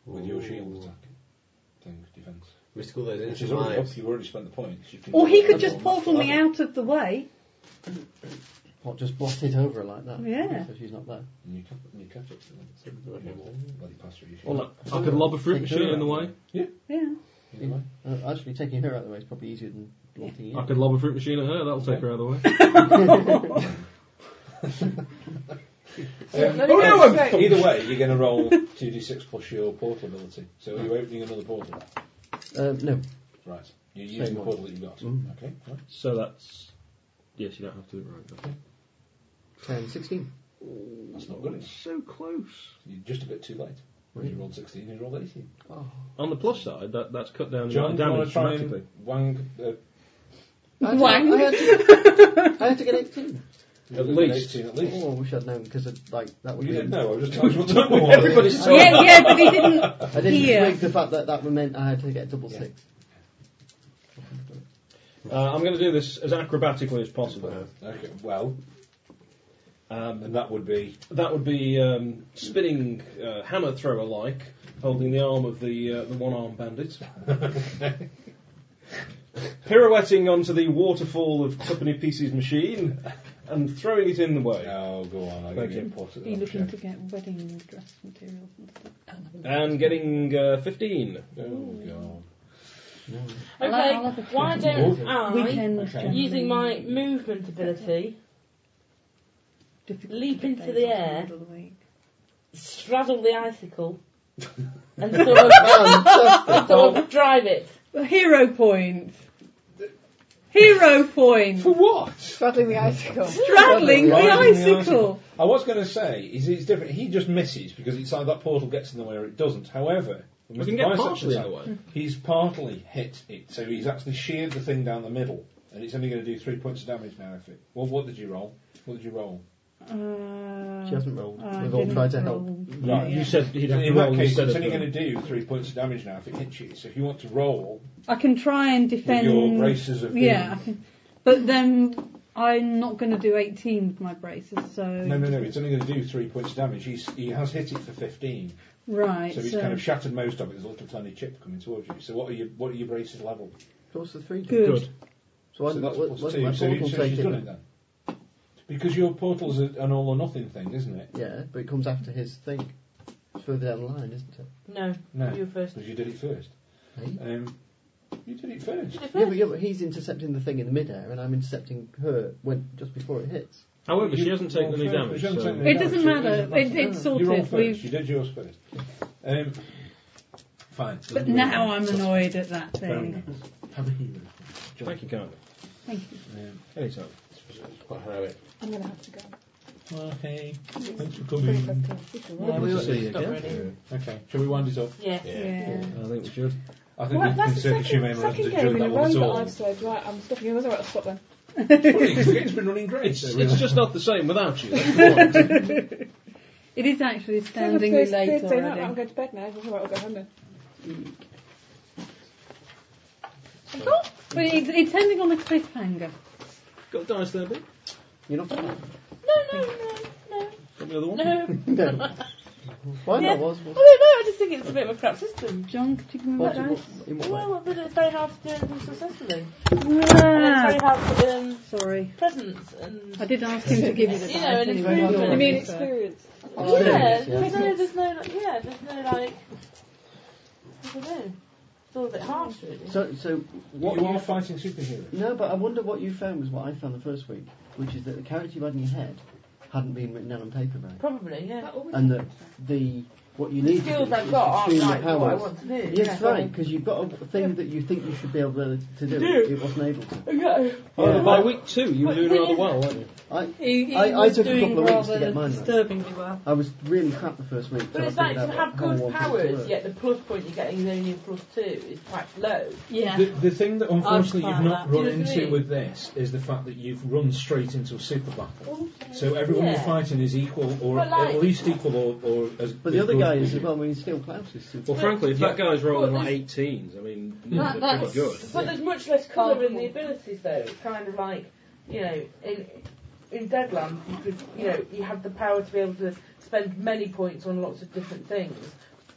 [SPEAKER 7] with your shield attack thing defense.
[SPEAKER 15] Risk all those
[SPEAKER 7] Which
[SPEAKER 15] injured
[SPEAKER 7] is already
[SPEAKER 15] lives.
[SPEAKER 7] up. You've already spent the points. You can-
[SPEAKER 6] Or he could just portal me out of the way.
[SPEAKER 9] What, just blot it over her like that?
[SPEAKER 6] Yeah.
[SPEAKER 9] So she's not there.
[SPEAKER 7] And you cut, and you cut it. and it's- Bloody pass through your shield.
[SPEAKER 9] Well,
[SPEAKER 8] I could lob a fruit
[SPEAKER 9] Take her
[SPEAKER 8] machine in
[SPEAKER 9] out.
[SPEAKER 8] the way.
[SPEAKER 7] Yeah.
[SPEAKER 6] Yeah.
[SPEAKER 7] Either way.
[SPEAKER 9] Uh, actually, taking her out of the way is probably easier than blotting you.
[SPEAKER 8] I could lob a fruit machine at her. That'll take her out of the way.
[SPEAKER 7] Um,
[SPEAKER 8] let me
[SPEAKER 7] oh,
[SPEAKER 8] guess.
[SPEAKER 7] no, either way, you're going to roll 2d6 plus your portal ability. So are you opening another portal?
[SPEAKER 9] Uh, no.
[SPEAKER 7] Right. You're using the
[SPEAKER 9] one.
[SPEAKER 7] portal that you've got.
[SPEAKER 9] Mm.
[SPEAKER 7] Okay. Right.
[SPEAKER 8] So that's yes. You don't have to right. Okay.
[SPEAKER 9] 10, 16.
[SPEAKER 7] That's not good.
[SPEAKER 8] So close.
[SPEAKER 7] You're just a bit too late. You rolled 16, you rolled 18.
[SPEAKER 9] Oh.
[SPEAKER 8] On the plus side, that, that's cut down the
[SPEAKER 7] John, do you want
[SPEAKER 8] damage
[SPEAKER 7] to try
[SPEAKER 8] dramatically.
[SPEAKER 7] and wang uh,
[SPEAKER 9] I
[SPEAKER 6] Wang.
[SPEAKER 9] had to- I had to get 18.
[SPEAKER 7] at least?
[SPEAKER 8] least.
[SPEAKER 7] Oh, 18 at least?
[SPEAKER 9] Oh, I wish I'd known because like that would
[SPEAKER 7] You
[SPEAKER 9] be.
[SPEAKER 7] didn't know, I just told you what time it was.
[SPEAKER 9] Everybody's
[SPEAKER 6] Yeah, yeah, but he didn't
[SPEAKER 9] I didn't
[SPEAKER 6] hear.
[SPEAKER 9] rig the fact that that meant I had to get double six.
[SPEAKER 8] Uh, I'm going to do this as acrobatically as possible.
[SPEAKER 7] Okay, well,
[SPEAKER 8] Um,
[SPEAKER 7] and that would be.
[SPEAKER 8] that would be um, spinning uh, hammer thrower like, holding the arm of the uh, the one armed bandit, pirouetting onto the waterfall of company pieces machine, and throwing it in the way.
[SPEAKER 7] Oh, go on, I'm
[SPEAKER 8] Thank
[SPEAKER 7] going to
[SPEAKER 8] you.
[SPEAKER 7] get portal.
[SPEAKER 6] Be looking to get wedding dress materials and stuff.
[SPEAKER 8] And getting uh, 15.
[SPEAKER 7] Oh, God.
[SPEAKER 6] I'll
[SPEAKER 4] Okay,
[SPEAKER 6] have- I'll have a
[SPEAKER 4] why
[SPEAKER 6] drink.
[SPEAKER 4] don't I,
[SPEAKER 6] Weekend generally-
[SPEAKER 4] using my movement ability,
[SPEAKER 6] difficult
[SPEAKER 4] leap
[SPEAKER 6] days
[SPEAKER 4] into
[SPEAKER 6] off
[SPEAKER 4] the air,
[SPEAKER 6] middle of the week.
[SPEAKER 4] straddle the icicle, and sort of, and sort of drive it?
[SPEAKER 6] Hero points. Hero points.
[SPEAKER 7] For what?
[SPEAKER 14] Straddling the icicle.
[SPEAKER 6] Straddling the
[SPEAKER 7] Riding the
[SPEAKER 6] icicle.
[SPEAKER 7] I was going to say, is it's different. He just misses because it's either that portal gets in the way or it doesn't. However, We
[SPEAKER 8] can get partially
[SPEAKER 7] that
[SPEAKER 8] away.
[SPEAKER 7] He's partly hit it, so he's actually sheared the thing down the middle, and it's only going to do three points of damage now. If it. Well, what did you roll? What did you roll?
[SPEAKER 6] Uh,
[SPEAKER 9] She hasn't rolled.
[SPEAKER 6] I
[SPEAKER 9] We've all
[SPEAKER 6] didn't
[SPEAKER 9] tried to help.
[SPEAKER 6] roll.
[SPEAKER 7] Right.
[SPEAKER 8] You said he'd have
[SPEAKER 7] in
[SPEAKER 8] to
[SPEAKER 7] that
[SPEAKER 8] roll
[SPEAKER 7] case,
[SPEAKER 8] instead
[SPEAKER 7] it's
[SPEAKER 8] of
[SPEAKER 7] only
[SPEAKER 8] the-
[SPEAKER 7] going to do three points of damage now if it hits you. So if you want to roll,
[SPEAKER 6] I can try and defend.
[SPEAKER 7] your braces of
[SPEAKER 6] yeah, I can, but then I'm not going to do 18 with my braces, so
[SPEAKER 7] no, no, no, it's only going to do three points of damage. He's, he has hit it for fifteen,
[SPEAKER 6] right.
[SPEAKER 7] so
[SPEAKER 6] So,
[SPEAKER 7] he's kind of shattered most of it. There's a little tiny chip coming towards you. So what are your what are your braces level?
[SPEAKER 9] What's the three?
[SPEAKER 6] Good. Good.
[SPEAKER 9] So,
[SPEAKER 7] So
[SPEAKER 9] I,
[SPEAKER 7] that's
[SPEAKER 9] what,
[SPEAKER 7] plus
[SPEAKER 9] what,
[SPEAKER 7] two.
[SPEAKER 9] my
[SPEAKER 7] so you-
[SPEAKER 9] portal
[SPEAKER 7] so
[SPEAKER 9] take
[SPEAKER 7] she's
[SPEAKER 9] it
[SPEAKER 7] done
[SPEAKER 9] then?
[SPEAKER 7] it then. Because your portal's a, an all or nothing thing, isn't it?
[SPEAKER 9] Yeah, but it comes after his thing. It's further down the line, isn't it?
[SPEAKER 4] No,
[SPEAKER 7] No,
[SPEAKER 4] you were first.
[SPEAKER 7] because you did it first. Um, you did it first.
[SPEAKER 9] Yeah, but, yeah, but he's intercepting the thing in midair, and I'm intercepting her when just before it hits.
[SPEAKER 8] However,
[SPEAKER 7] You-
[SPEAKER 8] she hasn't taken any
[SPEAKER 7] well,
[SPEAKER 8] damage.
[SPEAKER 7] she hasn't
[SPEAKER 8] so-
[SPEAKER 7] taken any
[SPEAKER 6] It doesn't
[SPEAKER 7] damage, so
[SPEAKER 6] matter.
[SPEAKER 7] doesn't
[SPEAKER 6] It- it's
[SPEAKER 7] matter. You're on
[SPEAKER 6] sorted. We've-
[SPEAKER 7] first. You did yours first. Um, fine.
[SPEAKER 6] but now I'm annoyed at that thing.
[SPEAKER 8] Thank you, kindly.
[SPEAKER 6] Thank you.
[SPEAKER 7] Um,
[SPEAKER 8] Anytime.
[SPEAKER 5] Quite heroic.
[SPEAKER 14] I'm going to have to go.
[SPEAKER 7] Okay. Thanks for
[SPEAKER 14] Pretty
[SPEAKER 7] coming.
[SPEAKER 14] close to-
[SPEAKER 8] Lovely to see you
[SPEAKER 9] stop
[SPEAKER 8] again.
[SPEAKER 9] ready.
[SPEAKER 7] Okay. Shall we wind this up?
[SPEAKER 4] Yeah.
[SPEAKER 6] Yeah.
[SPEAKER 8] I think we should.
[SPEAKER 7] I think
[SPEAKER 14] Well, that's
[SPEAKER 7] we've
[SPEAKER 14] the
[SPEAKER 7] considered
[SPEAKER 14] second,
[SPEAKER 7] humane rounds
[SPEAKER 14] second
[SPEAKER 7] and
[SPEAKER 14] game in
[SPEAKER 7] enjoyed
[SPEAKER 14] a
[SPEAKER 7] that
[SPEAKER 14] row
[SPEAKER 7] one at
[SPEAKER 14] that
[SPEAKER 7] all.
[SPEAKER 14] I've said, right, I'm stopping you. All right, I'll stop then.
[SPEAKER 7] it's been running great.
[SPEAKER 8] It's,
[SPEAKER 7] so
[SPEAKER 8] it's
[SPEAKER 7] really-
[SPEAKER 8] just not the same without you.
[SPEAKER 6] It is actually standingly
[SPEAKER 14] Thursday-
[SPEAKER 6] late
[SPEAKER 14] Thursday night, I'm
[SPEAKER 6] already.
[SPEAKER 14] going to bed now. All right, I'll go home then.
[SPEAKER 6] But it's, it's ending on a cliffhanger.
[SPEAKER 8] Got dice there, bit.
[SPEAKER 9] You're not fine.
[SPEAKER 4] No, no, no,
[SPEAKER 8] Got the other one.
[SPEAKER 4] no, no.
[SPEAKER 9] no. Why
[SPEAKER 4] Yeah.
[SPEAKER 9] not? Was,
[SPEAKER 4] I
[SPEAKER 9] was,
[SPEAKER 4] don't know. I just think it's a bit of a crap system.
[SPEAKER 6] John, could you give me
[SPEAKER 9] what,
[SPEAKER 6] that
[SPEAKER 9] what,
[SPEAKER 6] dice?
[SPEAKER 9] in what way?
[SPEAKER 4] Well, but it's very hard to do anything successfully. And
[SPEAKER 6] Ah,
[SPEAKER 4] it's very hard to um,
[SPEAKER 6] sorry.
[SPEAKER 4] presents and.
[SPEAKER 6] I did ask him to give you the
[SPEAKER 4] You
[SPEAKER 6] dice.
[SPEAKER 4] know, an
[SPEAKER 6] anyway,
[SPEAKER 4] improvement.
[SPEAKER 6] not
[SPEAKER 4] I mean,
[SPEAKER 6] me,
[SPEAKER 4] it's
[SPEAKER 6] so-
[SPEAKER 14] Experience.
[SPEAKER 9] Oh,
[SPEAKER 4] yeah,
[SPEAKER 9] yeah.
[SPEAKER 4] there's no, there's no, like, yeah, there's no like. I don't know. It's all a bit harsh, really.
[SPEAKER 9] So, so what
[SPEAKER 7] you are fighting superheroes.
[SPEAKER 9] No, but I wonder what you found was what I found the first week, which is that the character you had in your head hadn't been written down on paper, right?
[SPEAKER 4] Probably, yeah.
[SPEAKER 9] And that the what you
[SPEAKER 4] The
[SPEAKER 9] need to
[SPEAKER 4] skills
[SPEAKER 9] do
[SPEAKER 4] I've
[SPEAKER 9] is
[SPEAKER 4] got
[SPEAKER 9] to
[SPEAKER 4] aren't
[SPEAKER 9] tune
[SPEAKER 4] like
[SPEAKER 9] your
[SPEAKER 4] what I
[SPEAKER 9] powers.
[SPEAKER 4] want to do.
[SPEAKER 9] Yes, right, because you've got a thing that you think you should be able to, to do,
[SPEAKER 4] Do.
[SPEAKER 9] it wasn't able to.
[SPEAKER 4] Yeah.
[SPEAKER 8] Oh,
[SPEAKER 9] Yeah.
[SPEAKER 8] by week two, you were
[SPEAKER 4] But the
[SPEAKER 8] doing
[SPEAKER 4] thing
[SPEAKER 8] rather
[SPEAKER 4] is-
[SPEAKER 8] well, weren't you?
[SPEAKER 9] I,
[SPEAKER 4] He, he
[SPEAKER 9] I- I
[SPEAKER 4] was
[SPEAKER 9] took a
[SPEAKER 4] doing
[SPEAKER 9] couple of weeks to
[SPEAKER 4] rather
[SPEAKER 9] get mine right.
[SPEAKER 4] disturbingly well.
[SPEAKER 9] I was really crap the first week.
[SPEAKER 4] But
[SPEAKER 9] so
[SPEAKER 4] it's
[SPEAKER 9] I
[SPEAKER 4] like
[SPEAKER 9] figured
[SPEAKER 4] to
[SPEAKER 9] out
[SPEAKER 4] have
[SPEAKER 9] how I
[SPEAKER 4] good
[SPEAKER 9] wanted it to
[SPEAKER 4] powers,
[SPEAKER 9] work.
[SPEAKER 4] yet the plus point you're getting is only a plus two is quite low.
[SPEAKER 6] Yeah.
[SPEAKER 7] The, the thing that unfortunately you've
[SPEAKER 4] found
[SPEAKER 7] not
[SPEAKER 4] that.
[SPEAKER 7] run
[SPEAKER 4] Do you agree?
[SPEAKER 7] into with this is the fact that you've run straight into a super battle. So everyone you're
[SPEAKER 4] Yeah.
[SPEAKER 7] fighting is equal, or
[SPEAKER 4] But, like-
[SPEAKER 7] at least equal, or, or as.
[SPEAKER 9] But the other
[SPEAKER 7] good.
[SPEAKER 9] guy is as well, when he's still Klaus is super.
[SPEAKER 8] Well, frankly, if that guy's rolling
[SPEAKER 4] Well,
[SPEAKER 8] like 18s, I mean,
[SPEAKER 4] That-
[SPEAKER 8] they're pretty
[SPEAKER 4] that's-
[SPEAKER 8] good.
[SPEAKER 4] But there's much less colour in the abilities, though. It's kind of like, you know, in in Deadlands, you could, you know, you have the power to be able to spend many points on lots of different things,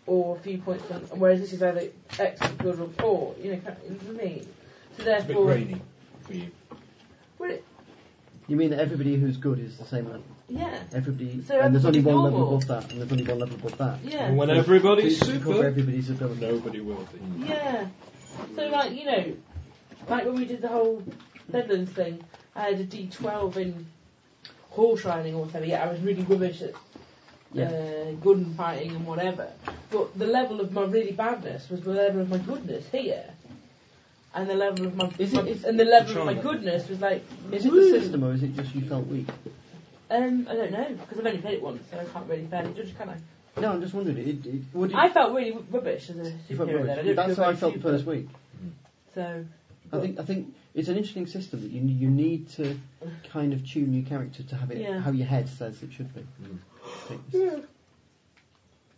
[SPEAKER 4] or a few points on. Whereas this is either excellent, good, or poor. You know, kind- you know what I mean? So
[SPEAKER 7] It's a bit
[SPEAKER 4] therefore,
[SPEAKER 7] grainy for you.
[SPEAKER 4] well, it-
[SPEAKER 9] You mean that everybody who's good is the same level?
[SPEAKER 4] yeah,
[SPEAKER 9] Everybody,
[SPEAKER 4] So
[SPEAKER 9] and there's only one
[SPEAKER 4] everybody's
[SPEAKER 9] level
[SPEAKER 4] normal.
[SPEAKER 9] above that, and there's only one level above that.
[SPEAKER 4] yeah.
[SPEAKER 8] And when
[SPEAKER 9] So
[SPEAKER 8] everybody's
[SPEAKER 9] to- to cover
[SPEAKER 8] super,
[SPEAKER 9] everybody's ability.
[SPEAKER 8] nobody will be.
[SPEAKER 4] Yeah. So like you know, like when we did the whole Deadlands thing, I had a D twelve in horse riding or whatever. Yeah, I was really rubbish at uh, gun fighting and whatever. But the level of my really badness was the level of my goodness here, and the level of my,
[SPEAKER 9] Is
[SPEAKER 4] my-
[SPEAKER 9] it- is-
[SPEAKER 4] and the level of my
[SPEAKER 8] Charlotte.
[SPEAKER 4] goodness was like.
[SPEAKER 9] Is it the system, or is it just you felt weak?
[SPEAKER 4] Um, I don't know because I've only played it once, so I can't really fairly judge, can I?
[SPEAKER 9] No, I'm just wondering. It, it, what did
[SPEAKER 4] I felt really rubbish as a
[SPEAKER 9] you felt
[SPEAKER 4] superhero.
[SPEAKER 9] rubbish.
[SPEAKER 4] then. I didn't feel
[SPEAKER 9] That's how I
[SPEAKER 4] very
[SPEAKER 9] felt the
[SPEAKER 4] super.
[SPEAKER 9] first week.
[SPEAKER 4] So
[SPEAKER 9] I think I think it's an interesting system that you you need to kind of tune your character to have it
[SPEAKER 4] Yeah.
[SPEAKER 9] how your head says it should be. Hmm.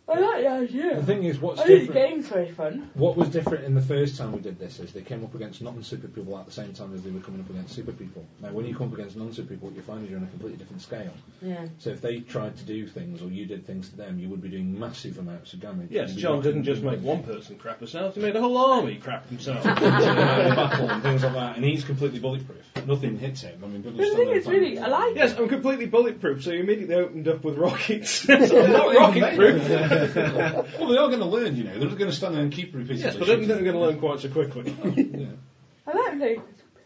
[SPEAKER 4] I like the idea.
[SPEAKER 7] The thing is, what's
[SPEAKER 4] I think the
[SPEAKER 7] different?
[SPEAKER 4] game's very fun.
[SPEAKER 7] What was different in the first time we did this is they came up against non super people at the same time as they were coming up against super people. Now, when you come up against non super people, what you find is you're on a completely different scale.
[SPEAKER 4] Yeah.
[SPEAKER 7] So if they tried to do things or you did things to them, you would be doing massive amounts of damage.
[SPEAKER 8] Yes,
[SPEAKER 7] You'd be
[SPEAKER 8] John
[SPEAKER 7] rocking
[SPEAKER 8] didn't just
[SPEAKER 7] people
[SPEAKER 8] make one person crap himself, he made a whole army crap himself.
[SPEAKER 7] in a battle and things like that, and he's completely bulletproof. Nothing hits him. I mean,
[SPEAKER 4] But the thing is, really, I like
[SPEAKER 8] yes, I'm completely bulletproof, so he immediately opened up with rockets. so I'm not rocket proof.
[SPEAKER 7] well, they are going to learn, you know. They're not going to stand there and keep repeating.
[SPEAKER 8] Yes, but I don't think they're going to learn quite so quickly.
[SPEAKER 4] I like playing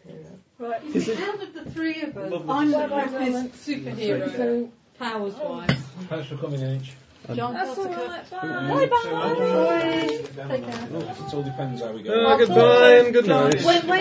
[SPEAKER 4] superhero.
[SPEAKER 6] Right, you see, out of the three of us,
[SPEAKER 8] Lovely
[SPEAKER 6] I'm the
[SPEAKER 8] to
[SPEAKER 6] roughest superhero,
[SPEAKER 14] So,
[SPEAKER 6] powers-wise.
[SPEAKER 7] Thanks for coming, H.
[SPEAKER 6] John,
[SPEAKER 4] That's all
[SPEAKER 6] Costa-
[SPEAKER 4] right. Bye. Bye.
[SPEAKER 7] It all depends how we go.
[SPEAKER 8] goodbye and good night.
[SPEAKER 6] Wait, wait.